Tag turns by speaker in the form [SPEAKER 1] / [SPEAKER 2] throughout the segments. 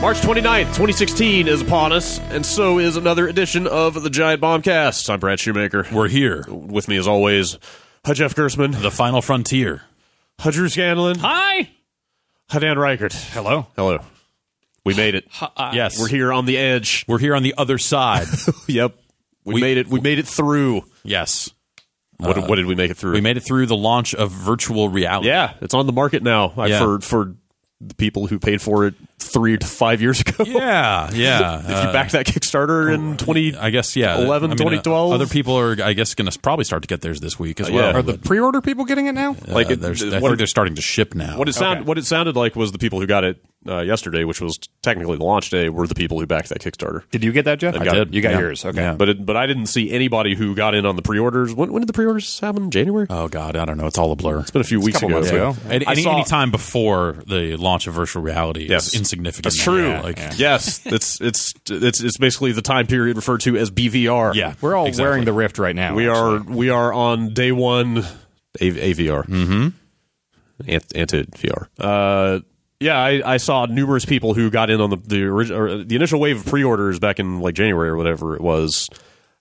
[SPEAKER 1] March 29th, 2016 is upon us, and so is another edition of the Giant Bombcast. I'm Brad Shoemaker.
[SPEAKER 2] We're here.
[SPEAKER 1] With me, as always, H. Jeff Gersman,
[SPEAKER 2] The final frontier.
[SPEAKER 1] H. Drew Scanlon, H.
[SPEAKER 3] Hi.
[SPEAKER 1] Dan Reichert.
[SPEAKER 2] Hello.
[SPEAKER 1] Hello. We made it. Uh,
[SPEAKER 2] yes.
[SPEAKER 1] We're here on the edge.
[SPEAKER 2] We're here on the other side.
[SPEAKER 1] Yep. We,
[SPEAKER 2] We-
[SPEAKER 1] made it. We made it through.
[SPEAKER 2] yes.
[SPEAKER 1] What, what did we make it through?
[SPEAKER 2] We made it through the launch of virtual reality.
[SPEAKER 1] yeah, it's on the market now I
[SPEAKER 2] Yeah.
[SPEAKER 1] for for the people who paid for it three to five years ago.
[SPEAKER 2] Yeah. Uh, Yeah.
[SPEAKER 1] if you backed that Kickstarter in 20,
[SPEAKER 2] I guess, yeah.
[SPEAKER 1] 11,
[SPEAKER 2] I mean,
[SPEAKER 1] 2012.
[SPEAKER 2] uh, Other people are, I guess, going to probably start to get theirs this week as
[SPEAKER 1] Uh,
[SPEAKER 2] well.
[SPEAKER 1] yeah. Are the
[SPEAKER 2] But,
[SPEAKER 4] pre-order people getting it now?
[SPEAKER 2] uh,
[SPEAKER 1] like it-
[SPEAKER 2] there's- I
[SPEAKER 1] what-
[SPEAKER 2] think they're starting to ship now.
[SPEAKER 1] What it sound what it sounded like was the people who got it uh, yesterday, which was technically the launch day, were the people who backed that Kickstarter.
[SPEAKER 4] Did you get that, Jeff?
[SPEAKER 1] I got did.
[SPEAKER 4] You got
[SPEAKER 2] Yeah.
[SPEAKER 4] yours. Okay.
[SPEAKER 2] Yeah.
[SPEAKER 1] But it, but I didn't see anybody who got in on the pre-orders. When, when did the pre-orders happen? January?
[SPEAKER 2] oh God, I don't know. It's all a blur.
[SPEAKER 1] it's been a few weeks
[SPEAKER 4] Uh,
[SPEAKER 1] ago.
[SPEAKER 4] couple months
[SPEAKER 1] Yeah.
[SPEAKER 4] ago.
[SPEAKER 2] Any,
[SPEAKER 1] I
[SPEAKER 2] any,
[SPEAKER 1] saw-
[SPEAKER 2] any time before the launch of virtual reality
[SPEAKER 1] Yes.
[SPEAKER 2] is insignificant.
[SPEAKER 1] That's true.
[SPEAKER 2] Yeah, like, yeah.
[SPEAKER 1] Yes, it's it's it's it's basically the time period referred to as BVR.
[SPEAKER 4] We're all
[SPEAKER 2] exactly.
[SPEAKER 4] wearing the Rift right now.
[SPEAKER 1] we
[SPEAKER 4] actually.
[SPEAKER 1] are we are on day one A- AVR. Mm-hmm. Ant- Anti VR. Uh, yeah, I, I saw numerous people who got in on the the original or the initial wave of pre-orders back in like January or whatever it was.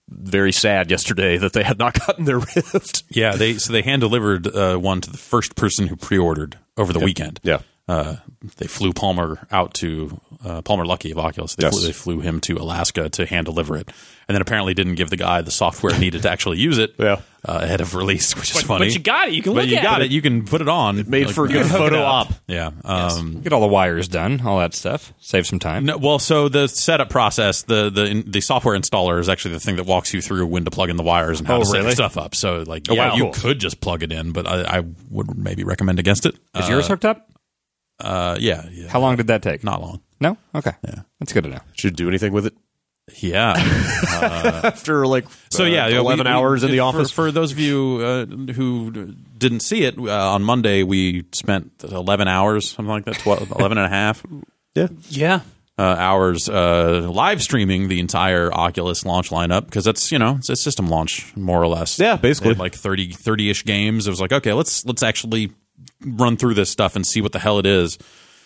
[SPEAKER 1] Very sad yesterday that they had not gotten their Rift.
[SPEAKER 2] Yeah, they so they hand delivered uh, one to the first person who pre-ordered over the weekend.
[SPEAKER 1] Yeah.
[SPEAKER 2] uh, they flew Palmer out to uh, Palmer Lucky of Oculus. They,
[SPEAKER 1] Yes.
[SPEAKER 2] flew, they flew him to Alaska to hand deliver it, and then apparently didn't give the guy the software needed to actually use it.
[SPEAKER 1] Yeah.
[SPEAKER 2] uh, ahead of release, which is
[SPEAKER 3] But,
[SPEAKER 2] funny.
[SPEAKER 3] but you got it. You can
[SPEAKER 2] But
[SPEAKER 3] look
[SPEAKER 2] you
[SPEAKER 3] at
[SPEAKER 2] got
[SPEAKER 3] it.
[SPEAKER 2] it. You can put it on.
[SPEAKER 1] Made for a
[SPEAKER 2] you
[SPEAKER 1] good
[SPEAKER 2] can hook it
[SPEAKER 1] photo
[SPEAKER 2] up.
[SPEAKER 1] op.
[SPEAKER 2] Yeah. Um,
[SPEAKER 4] get all the wires done, all that stuff. Save some time.
[SPEAKER 2] no, well, so the setup process, the the the software installer is actually the thing that walks you through when to plug in the wires and how
[SPEAKER 4] Oh,
[SPEAKER 2] to set your
[SPEAKER 4] really?
[SPEAKER 2] stuff up. So, like,
[SPEAKER 1] Oh,
[SPEAKER 2] yeah,
[SPEAKER 1] wow,
[SPEAKER 2] you
[SPEAKER 1] cool.
[SPEAKER 2] could just plug it in, but I, I would maybe recommend against it.
[SPEAKER 4] Is yours hooked up?
[SPEAKER 2] Uh, yeah, yeah,
[SPEAKER 4] How long did that take?
[SPEAKER 2] not long.
[SPEAKER 4] No. Okay. Yeah. That's good to know.
[SPEAKER 1] Should do anything with it
[SPEAKER 2] Yeah.
[SPEAKER 1] after like
[SPEAKER 2] So
[SPEAKER 1] uh,
[SPEAKER 2] yeah, yeah, we-
[SPEAKER 1] eleven
[SPEAKER 2] we-
[SPEAKER 1] hours in the
[SPEAKER 2] for-
[SPEAKER 1] office.
[SPEAKER 2] For those of you uh, who didn't see it uh, on Monday, we spent eleven hours, something like that, 12, 11 and a half
[SPEAKER 1] yeah,
[SPEAKER 4] Mm-hmm.
[SPEAKER 3] Yeah.
[SPEAKER 2] uh, hours uh, live streaming the entire Oculus launch lineup because that's you know it's a system launch more or less.
[SPEAKER 1] Yeah, basically.
[SPEAKER 2] They had, like 30 30ish games. It was like okay, let's let's actually run through this stuff and see what the hell it is.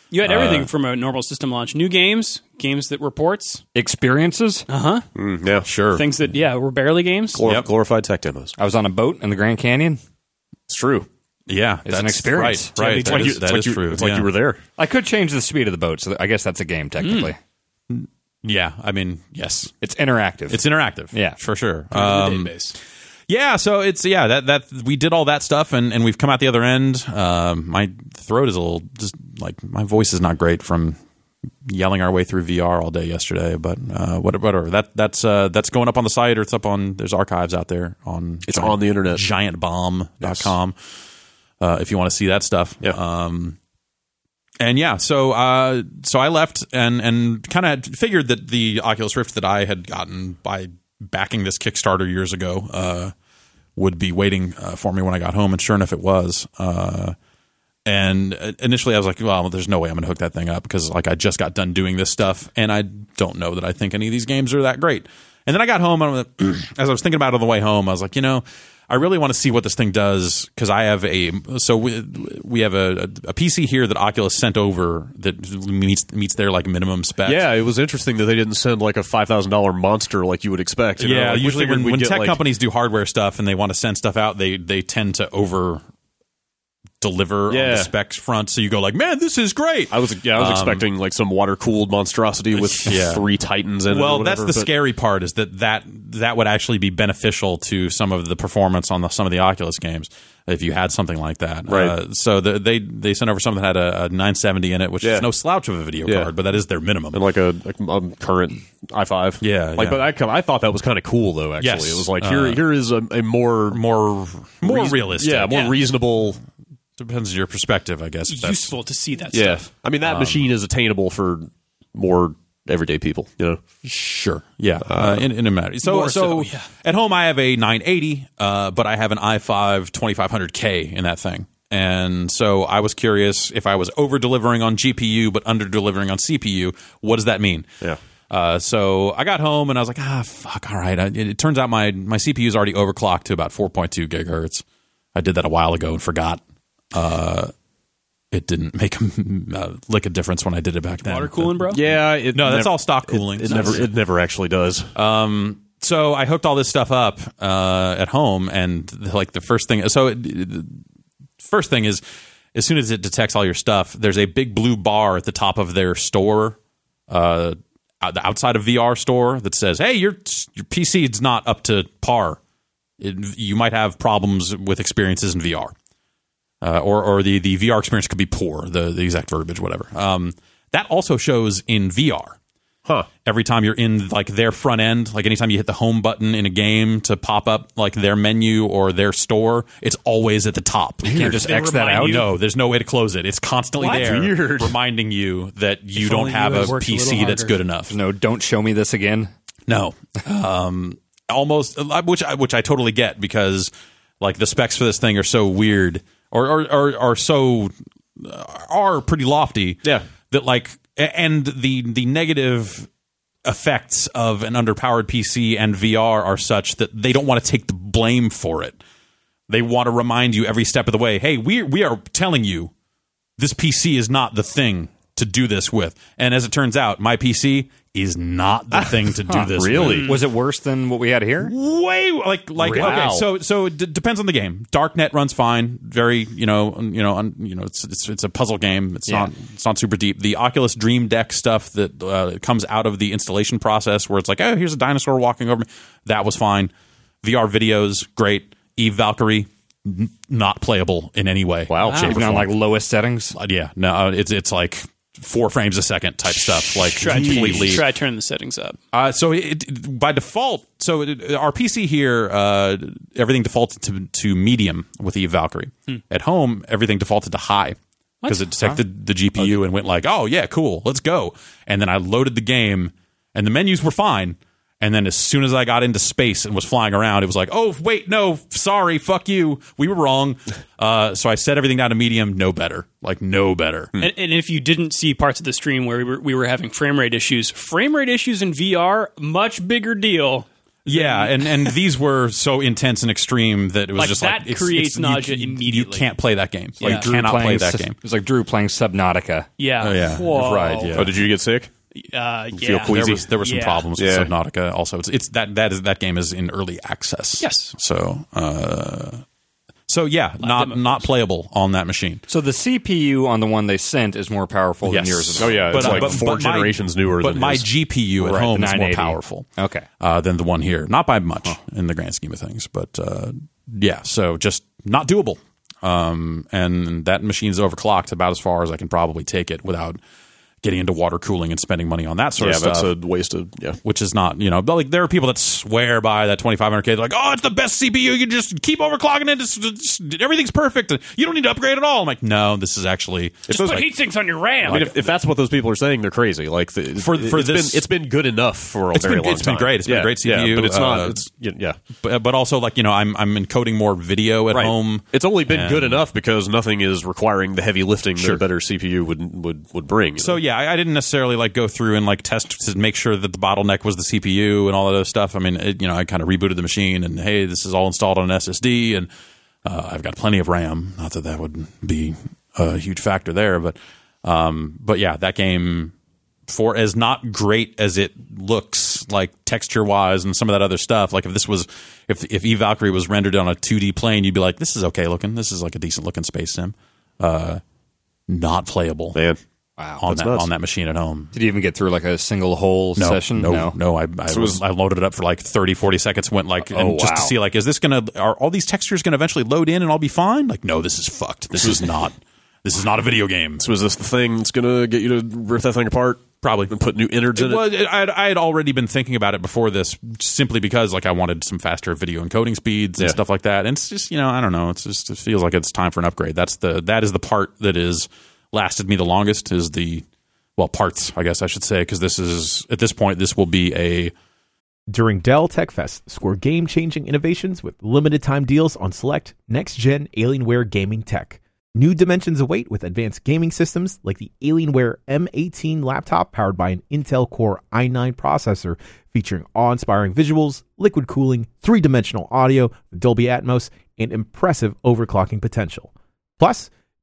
[SPEAKER 3] You had everything
[SPEAKER 2] Uh,
[SPEAKER 3] from a normal system launch. New games, games that were ports,
[SPEAKER 4] Experiences.
[SPEAKER 3] Uh.
[SPEAKER 1] Mm, yeah.
[SPEAKER 2] Sure.
[SPEAKER 3] things that, yeah, were barely games.
[SPEAKER 1] Glor- Glorified tech demos.
[SPEAKER 4] I was on a boat in the Grand Canyon.
[SPEAKER 1] It's true.
[SPEAKER 2] yeah,
[SPEAKER 4] It's an
[SPEAKER 2] that's
[SPEAKER 4] experience.
[SPEAKER 2] Right. right.
[SPEAKER 1] It's
[SPEAKER 2] that
[SPEAKER 1] like you,
[SPEAKER 2] is-
[SPEAKER 1] it's
[SPEAKER 2] that
[SPEAKER 1] like
[SPEAKER 2] is
[SPEAKER 1] you-
[SPEAKER 2] true.
[SPEAKER 1] It's like
[SPEAKER 2] yeah.
[SPEAKER 1] you were there.
[SPEAKER 4] I could change the speed of the boat, so that- I guess that's a game technically.
[SPEAKER 2] Yeah. I mean, yes.
[SPEAKER 4] It's interactive.
[SPEAKER 2] It's interactive.
[SPEAKER 4] Yeah.
[SPEAKER 2] for sure.
[SPEAKER 3] Um,
[SPEAKER 2] Um, yeah, so it's yeah that that we did all that stuff and and we've come out the other end. Um, my throat is a little just like my voice is not great from yelling our way through VR all day yesterday, but uh, what- whatever. That that's uh, that's going up on the site or it's up on there's archives out there on
[SPEAKER 1] It's on the internet.
[SPEAKER 2] giantbomb.com uh, if you want to see that stuff.
[SPEAKER 1] Yeah.
[SPEAKER 2] Um, and yeah, so uh, so I left and and kind of figured that the Oculus Rift that I had gotten by backing this Kickstarter years ago uh, would be waiting uh, for me when I got home, and sure enough, it was. Uh, and uh, initially, I was like, "Well, there's no way I'm going to hook that thing up because like I just got done doing this stuff, and I don't know that I think any of these games are that great." And then I got home, and I'm like, as I was thinking about it on the way home, I was like, "You know, I really want to see what this thing does because I have a so we, we have a, a PC here that Oculus sent over that meets meets their like minimum specs.
[SPEAKER 1] Yeah, it was interesting that they didn't send like a five thousand dollar monster like you would expect. you know?
[SPEAKER 2] yeah,
[SPEAKER 1] Like, we
[SPEAKER 2] usually
[SPEAKER 1] figured
[SPEAKER 2] when,
[SPEAKER 1] we'd
[SPEAKER 2] when
[SPEAKER 1] get,
[SPEAKER 2] tech
[SPEAKER 1] like-
[SPEAKER 2] companies do hardware stuff and they want to send stuff out, they they tend to over deliver on
[SPEAKER 1] Yeah.
[SPEAKER 2] the specs front. So you go like, man, this is great.
[SPEAKER 1] I was yeah, I was
[SPEAKER 2] Um,
[SPEAKER 1] expecting like some water cooled monstrosity with
[SPEAKER 2] Yeah.
[SPEAKER 1] three titans in it. or
[SPEAKER 2] Well,
[SPEAKER 1] whatever,
[SPEAKER 2] that's the
[SPEAKER 1] but-
[SPEAKER 2] scary part is that, that that would actually be beneficial to some of the performance on the, some of the Oculus games if you had something like that.
[SPEAKER 1] Right.
[SPEAKER 2] Uh, so the, they they sent over something that had a, a 970 in it, which
[SPEAKER 1] Yeah.
[SPEAKER 2] is no slouch of a video
[SPEAKER 1] Yeah.
[SPEAKER 2] card, but that is their minimum.
[SPEAKER 1] and like a, like a current i five.
[SPEAKER 2] Yeah,
[SPEAKER 1] like
[SPEAKER 2] yeah.
[SPEAKER 1] but I kind of- I thought that was kind of cool though. Actually,
[SPEAKER 2] Yes. uh,
[SPEAKER 1] it was like here here is a, a more
[SPEAKER 2] more more
[SPEAKER 1] reas-
[SPEAKER 2] realistic.
[SPEAKER 1] yeah, more reasonable.
[SPEAKER 2] depends on your perspective, I guess. if that's-
[SPEAKER 3] useful to see that
[SPEAKER 1] Yeah,
[SPEAKER 3] stuff.
[SPEAKER 1] I mean
[SPEAKER 2] Um,
[SPEAKER 1] that machine is attainable for more everyday people. You know,
[SPEAKER 2] Sure. Yeah. Uh, in, in a matter. So,
[SPEAKER 3] more
[SPEAKER 2] so,
[SPEAKER 3] so, yeah.
[SPEAKER 2] at home, I have a 980, uh, but I have an i5 2500K in that thing. And so I was curious if I was over delivering on GPU but under delivering on CPU, what does that mean?
[SPEAKER 1] Yeah.
[SPEAKER 2] Uh, so I got home and I was like, ah, fuck, all right. I, it, it turns out my, my CPU is already overclocked to about 4.2 gigahertz. I did that a while ago and forgot. Uh, it didn't make a uh, lick of difference when I did it back then.
[SPEAKER 3] Water cooling, bro.
[SPEAKER 1] yeah, it
[SPEAKER 2] No, that's
[SPEAKER 1] nev-
[SPEAKER 2] all stock cooling. Uh,
[SPEAKER 1] It never it never actually does.
[SPEAKER 2] so I hooked all this stuff up uh, at home, and th- like the first thing, so it, the first thing is, as soon as it detects all your stuff, there's a big blue bar at the top of their store, uh, out- the outside of VR store that says, "Hey, your your PC is not up to par. It, you might have problems with experiences in VR." uh, or or the the VR experience could be poor, the the exact verbiage, whatever. Um, that also shows in VR. Huh. Every time you're in like their front end, like anytime you hit the home button in a game to pop up like their menu or their store, it's always at the top. You
[SPEAKER 4] can't just They X that remind out? you?
[SPEAKER 2] No, there's no way to close it. It's constantly
[SPEAKER 1] What?
[SPEAKER 2] there,
[SPEAKER 1] Weird.
[SPEAKER 2] reminding you that you don't
[SPEAKER 3] only you
[SPEAKER 2] have a
[SPEAKER 3] had worked a little
[SPEAKER 2] PC that's
[SPEAKER 3] harder.
[SPEAKER 2] good enough.
[SPEAKER 4] No, don't show me this again.
[SPEAKER 2] No, um, almost which I, which I totally get because like the specs for this thing are so weird or or are are so uh, are pretty lofty.
[SPEAKER 1] Yeah.
[SPEAKER 2] that like a- and the the negative effects of an underpowered PC and VR are such that they don't want to take the blame for it. They want to remind you every step of the way, hey, we we are telling you this PC is not the thing to do this with. And as it turns out, my PC is not the thing to do this
[SPEAKER 1] really?
[SPEAKER 2] with.
[SPEAKER 4] Was it worse than what we had here?
[SPEAKER 2] Way like like
[SPEAKER 1] Wow.
[SPEAKER 2] okay, so so it d- depends on the game. Darknet runs fine, very you know un- you know un, you know it's it's it's a puzzle game. It's not it's not super deep. The Oculus Dream Deck stuff that uh, comes out of the installation process, where it's like oh here's a dinosaur walking over me, that was fine. VR videos great. Eve Valkyrie n- not playable in any way.
[SPEAKER 1] Wow.
[SPEAKER 4] Even
[SPEAKER 1] Shape or
[SPEAKER 4] on
[SPEAKER 1] form.
[SPEAKER 4] like lowest settings.
[SPEAKER 2] Uh, yeah, no, uh, it's it's like four frames a second type stuff, like
[SPEAKER 3] Try,
[SPEAKER 2] completely.
[SPEAKER 3] try turning the settings up.
[SPEAKER 2] Uh, so it, it- by default, so it, our PC here, uh, everything defaulted to, to medium with Eve Valkyrie. At home, everything defaulted to high because it detected the GPU and went like, "Oh yeah, cool, let's go." And then I loaded the game, and the menus were fine. And then as soon as I got into space and was flying around, it was like, "Oh wait, no, sorry, fuck you, we were wrong." Uh, so I set everything down to medium, no better, like no better.
[SPEAKER 3] And, and if you didn't see parts of the stream where we were, we were having frame rate issues, frame rate issues in VR, much bigger deal.
[SPEAKER 2] Yeah, and, and these were so intense and extreme that it was
[SPEAKER 3] Like,
[SPEAKER 2] just
[SPEAKER 3] that
[SPEAKER 2] like it's- it's-
[SPEAKER 3] creates
[SPEAKER 2] you-
[SPEAKER 3] nausea
[SPEAKER 2] you, You
[SPEAKER 3] immediately.
[SPEAKER 2] can't play that game. Like
[SPEAKER 3] Yeah.
[SPEAKER 2] you cannot play that
[SPEAKER 4] Sub-
[SPEAKER 2] game.
[SPEAKER 4] It's like Drew playing Subnautica.
[SPEAKER 3] Yeah.
[SPEAKER 2] Oh, yeah.
[SPEAKER 3] Whoa.
[SPEAKER 2] Right, yeah.
[SPEAKER 1] oh, did you get sick?
[SPEAKER 3] Uh, yeah.
[SPEAKER 1] Feel queasy.
[SPEAKER 2] There was there were some
[SPEAKER 3] Yeah.
[SPEAKER 2] problems
[SPEAKER 1] Yeah.
[SPEAKER 2] with Subnautica. Also, it's, it's that that is that game is in early access.
[SPEAKER 3] Yes.
[SPEAKER 2] So, uh, so yeah, not not playable on that machine.
[SPEAKER 4] So the CPU on the one they sent is more powerful
[SPEAKER 2] Yes.
[SPEAKER 4] than yours. is.
[SPEAKER 1] Oh yeah, it's
[SPEAKER 2] uh,
[SPEAKER 1] like four
[SPEAKER 2] my-
[SPEAKER 1] generations newer
[SPEAKER 2] But
[SPEAKER 1] than
[SPEAKER 2] my
[SPEAKER 1] his.
[SPEAKER 2] GPU at
[SPEAKER 4] Right,
[SPEAKER 2] home
[SPEAKER 4] the
[SPEAKER 2] is more
[SPEAKER 4] 980.
[SPEAKER 2] powerful.
[SPEAKER 4] Okay.
[SPEAKER 2] uh, than the one here, not by much in the grand scheme of things, but uh, yeah. So just not doable. Um, and that machine's overclocked about as far as I can probably take it without getting into water cooling and spending money on that sort
[SPEAKER 1] yeah,
[SPEAKER 2] of stuff.
[SPEAKER 1] that's a waste of yeah.
[SPEAKER 2] which is not, you know, but like there are people that swear by that 2500K. They're like, oh, it's the best CPU. You can just keep overclocking it. It's, it's, everything's perfect. You don't need to upgrade at all. I'm like, no, this is actually.
[SPEAKER 3] Just put heat sinks on your RAM.
[SPEAKER 1] I mean, if, if that's what those people are saying, they're crazy. Like the,
[SPEAKER 2] For- for
[SPEAKER 1] it's
[SPEAKER 2] this-
[SPEAKER 1] been, it's been good enough for a
[SPEAKER 2] It's
[SPEAKER 1] very
[SPEAKER 2] been-
[SPEAKER 1] long
[SPEAKER 2] it's been
[SPEAKER 1] time.
[SPEAKER 2] great. It's been
[SPEAKER 1] yeah,
[SPEAKER 2] a great
[SPEAKER 1] yeah,
[SPEAKER 2] CPU,
[SPEAKER 1] but it's not.
[SPEAKER 2] uh,
[SPEAKER 1] it's y- yeah,
[SPEAKER 2] but, but also like you know I'm I'm encoding more video at
[SPEAKER 1] right.
[SPEAKER 2] home.
[SPEAKER 1] It's only been
[SPEAKER 2] and-
[SPEAKER 1] good enough because nothing is requiring the heavy lifting that
[SPEAKER 2] Sure.
[SPEAKER 1] a better CPU would would would bring. you
[SPEAKER 2] So
[SPEAKER 1] know?
[SPEAKER 2] yeah, I, I didn't necessarily like go through and like test to make sure that the bottleneck was the CPU and all that other stuff. I mean, it, you know, I kind of rebooted the machine and hey, this is all installed on an SSD and uh, I've got plenty of RAM. Not that that would be a huge factor there, but um, but yeah, that game for as not great as it looks, like texture wise and some of that other stuff. Like if this was, if if Eve Valkyrie was rendered on a 2D plane, you'd be like, this is okay looking. This is like a decent looking space sim. uh, not playable
[SPEAKER 1] man.
[SPEAKER 2] on
[SPEAKER 1] that's
[SPEAKER 2] that
[SPEAKER 1] nuts.
[SPEAKER 2] on that machine at home.
[SPEAKER 4] Did you even get through like a single whole
[SPEAKER 2] No,
[SPEAKER 4] session?
[SPEAKER 2] no, no, I, I,
[SPEAKER 4] So
[SPEAKER 2] was,
[SPEAKER 4] was-
[SPEAKER 2] I loaded it up for like 30, 40 seconds. Went like, and
[SPEAKER 4] Oh,
[SPEAKER 2] just to
[SPEAKER 4] wow.
[SPEAKER 2] see like, is this gonna, are all these textures gonna eventually load in and I'll be fine? Like, no, this is fucked. This is not, this is not a video game.
[SPEAKER 1] So is this the thing that's gonna get you to rip that thing apart? Probably and put new innards in it.
[SPEAKER 2] Well, I had, I had already been thinking about it before this, simply because like I wanted some faster video encoding speeds and
[SPEAKER 1] Yeah.
[SPEAKER 2] stuff like that. And it's just you know I don't know. It's just it feels like it's time for an upgrade. That's the that is the part that is lasted me the longest is the well parts I guess I should say because this is at this point this will be a
[SPEAKER 5] During Dell Tech Fest, score game changing innovations with limited time deals on select next gen Alienware gaming tech. New dimensions await with advanced gaming systems like the Alienware M18 laptop powered by an Intel Core i9 processor featuring awe inspiring visuals, liquid cooling, three dimensional audio, Dolby Atmos, and impressive overclocking potential. Plus,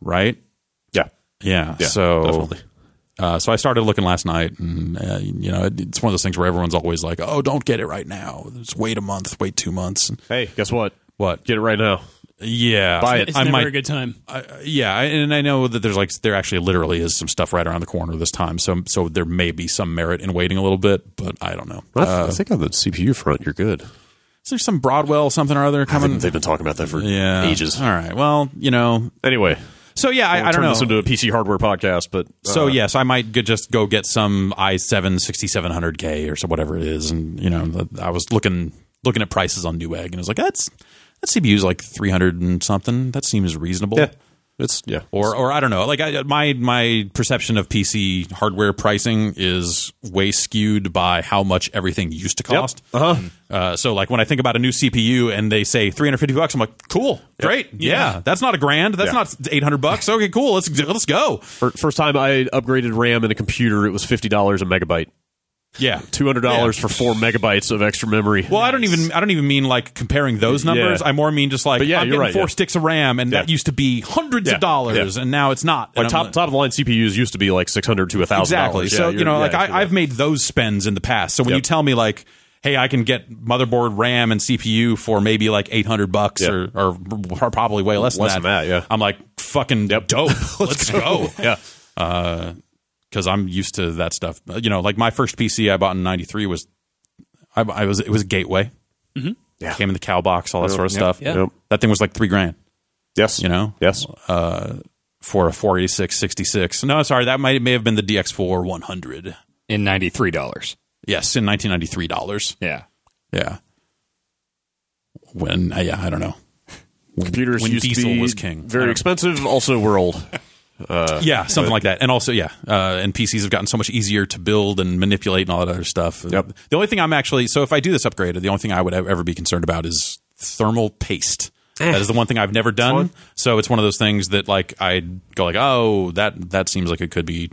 [SPEAKER 2] right?
[SPEAKER 1] yeah,
[SPEAKER 2] Yeah.
[SPEAKER 1] yeah,
[SPEAKER 2] so
[SPEAKER 1] definitely.
[SPEAKER 2] Uh, so I started looking last night, and uh, you know it, it's one of those things where everyone's always like, "Oh, don't get it right now. Just wait a month, wait two months."
[SPEAKER 1] Hey, guess what?
[SPEAKER 2] What?
[SPEAKER 1] Get it right now.
[SPEAKER 2] Yeah,
[SPEAKER 1] Buy it.
[SPEAKER 3] It's
[SPEAKER 2] I
[SPEAKER 3] never
[SPEAKER 2] might
[SPEAKER 3] a good time.
[SPEAKER 2] I- yeah, I- and I know that there's like there actually literally is some stuff right around the corner this time, so so there may be some merit in waiting a little bit, but I don't know.
[SPEAKER 1] I think on the CPU front, you're good.
[SPEAKER 2] Is there some Broadwell something or other coming?
[SPEAKER 1] They've been talking about that for
[SPEAKER 2] yeah,
[SPEAKER 1] ages.
[SPEAKER 2] All right. Well, you know.
[SPEAKER 1] Anyway,
[SPEAKER 2] So yeah, I,
[SPEAKER 1] we'll
[SPEAKER 2] I don't
[SPEAKER 1] turn
[SPEAKER 2] know.
[SPEAKER 1] this into a PC hardware podcast, but uh,
[SPEAKER 2] so yes, I might g- just go get some i7 6700K or so whatever it is, and you know th- I was looking looking at prices on Newegg, and I was like, that's that CPU's like 300 and something. That seems reasonable.
[SPEAKER 1] yeah, it's yeah.
[SPEAKER 2] or or I don't know. Like I, my my perception of PC hardware pricing is way skewed by how much everything used to cost.
[SPEAKER 1] Uh-huh.
[SPEAKER 2] Uh, so like when I think about a new CPU and they say 350 bucks, I'm like, cool, great, yeah. that's not a grand, that's
[SPEAKER 1] Yeah.
[SPEAKER 2] not 800 bucks. Okay, cool, let's let's go.
[SPEAKER 1] Fir- First time I upgraded RAM in a computer, it was fifty dollars a megabyte,
[SPEAKER 2] Yeah,
[SPEAKER 1] two hundred dollars for four megabytes of extra memory.
[SPEAKER 2] Well, I don't even I don't even mean like comparing those numbers.
[SPEAKER 1] Yeah.
[SPEAKER 2] I more mean just like
[SPEAKER 1] But yeah,
[SPEAKER 2] I'm
[SPEAKER 1] you're
[SPEAKER 2] getting
[SPEAKER 1] right,
[SPEAKER 2] four
[SPEAKER 1] yeah.
[SPEAKER 2] sticks of RAM, and that
[SPEAKER 1] Yeah.
[SPEAKER 2] used to be hundreds
[SPEAKER 1] Yeah,
[SPEAKER 2] of dollars,
[SPEAKER 1] yeah.
[SPEAKER 2] and now it's not.
[SPEAKER 1] like
[SPEAKER 2] And
[SPEAKER 1] top
[SPEAKER 2] I'm-
[SPEAKER 1] top of the line CPUs used to be like six hundred to a thousand.
[SPEAKER 2] Exactly. so you know, like I, I've made those spends in the past. So when
[SPEAKER 1] Yep.
[SPEAKER 2] you tell me like, hey, I can get motherboard, RAM, and CPU for maybe like eight hundred bucks,
[SPEAKER 1] Yep.
[SPEAKER 2] or, or or probably way less,
[SPEAKER 1] Less
[SPEAKER 2] than,
[SPEAKER 1] than that, yeah.
[SPEAKER 2] I'm like fucking dope. Let's, go.
[SPEAKER 1] yeah.
[SPEAKER 2] because I'm used to that stuff. Uh, You know, like my first PC I bought in '93 was, I, I was it was a Gateway. Mm-hmm.
[SPEAKER 1] Yeah.
[SPEAKER 2] Came in the cow box, all that sort of stuff.
[SPEAKER 3] yeah.
[SPEAKER 1] Yep.
[SPEAKER 2] That thing was like three grand
[SPEAKER 1] Yes.
[SPEAKER 2] You know?
[SPEAKER 1] Yes.
[SPEAKER 2] for a 48666. No, sorry, that might may have been the DX4 100.
[SPEAKER 4] in ninety three dollars.
[SPEAKER 2] Yes, in 1993 dollars.
[SPEAKER 4] Yeah.
[SPEAKER 2] Yeah. When uh, yeah, I don't know.
[SPEAKER 1] Computers
[SPEAKER 2] when
[SPEAKER 1] used
[SPEAKER 2] diesel
[SPEAKER 1] to be
[SPEAKER 2] was king. I
[SPEAKER 1] Very
[SPEAKER 2] don't-
[SPEAKER 1] expensive. Also, we're old. Uh,
[SPEAKER 2] yeah, something like that. And also yeah, uh, and PCs have gotten so much easier to build and manipulate and all that other stuff.
[SPEAKER 1] Yep.
[SPEAKER 2] The only thing I'm actually so if I do this upgrade, the only thing I would ev- ever be concerned about is thermal paste. That is the one thing I've never done. So it's one of those things that like I go like, oh, that that seems like it could be.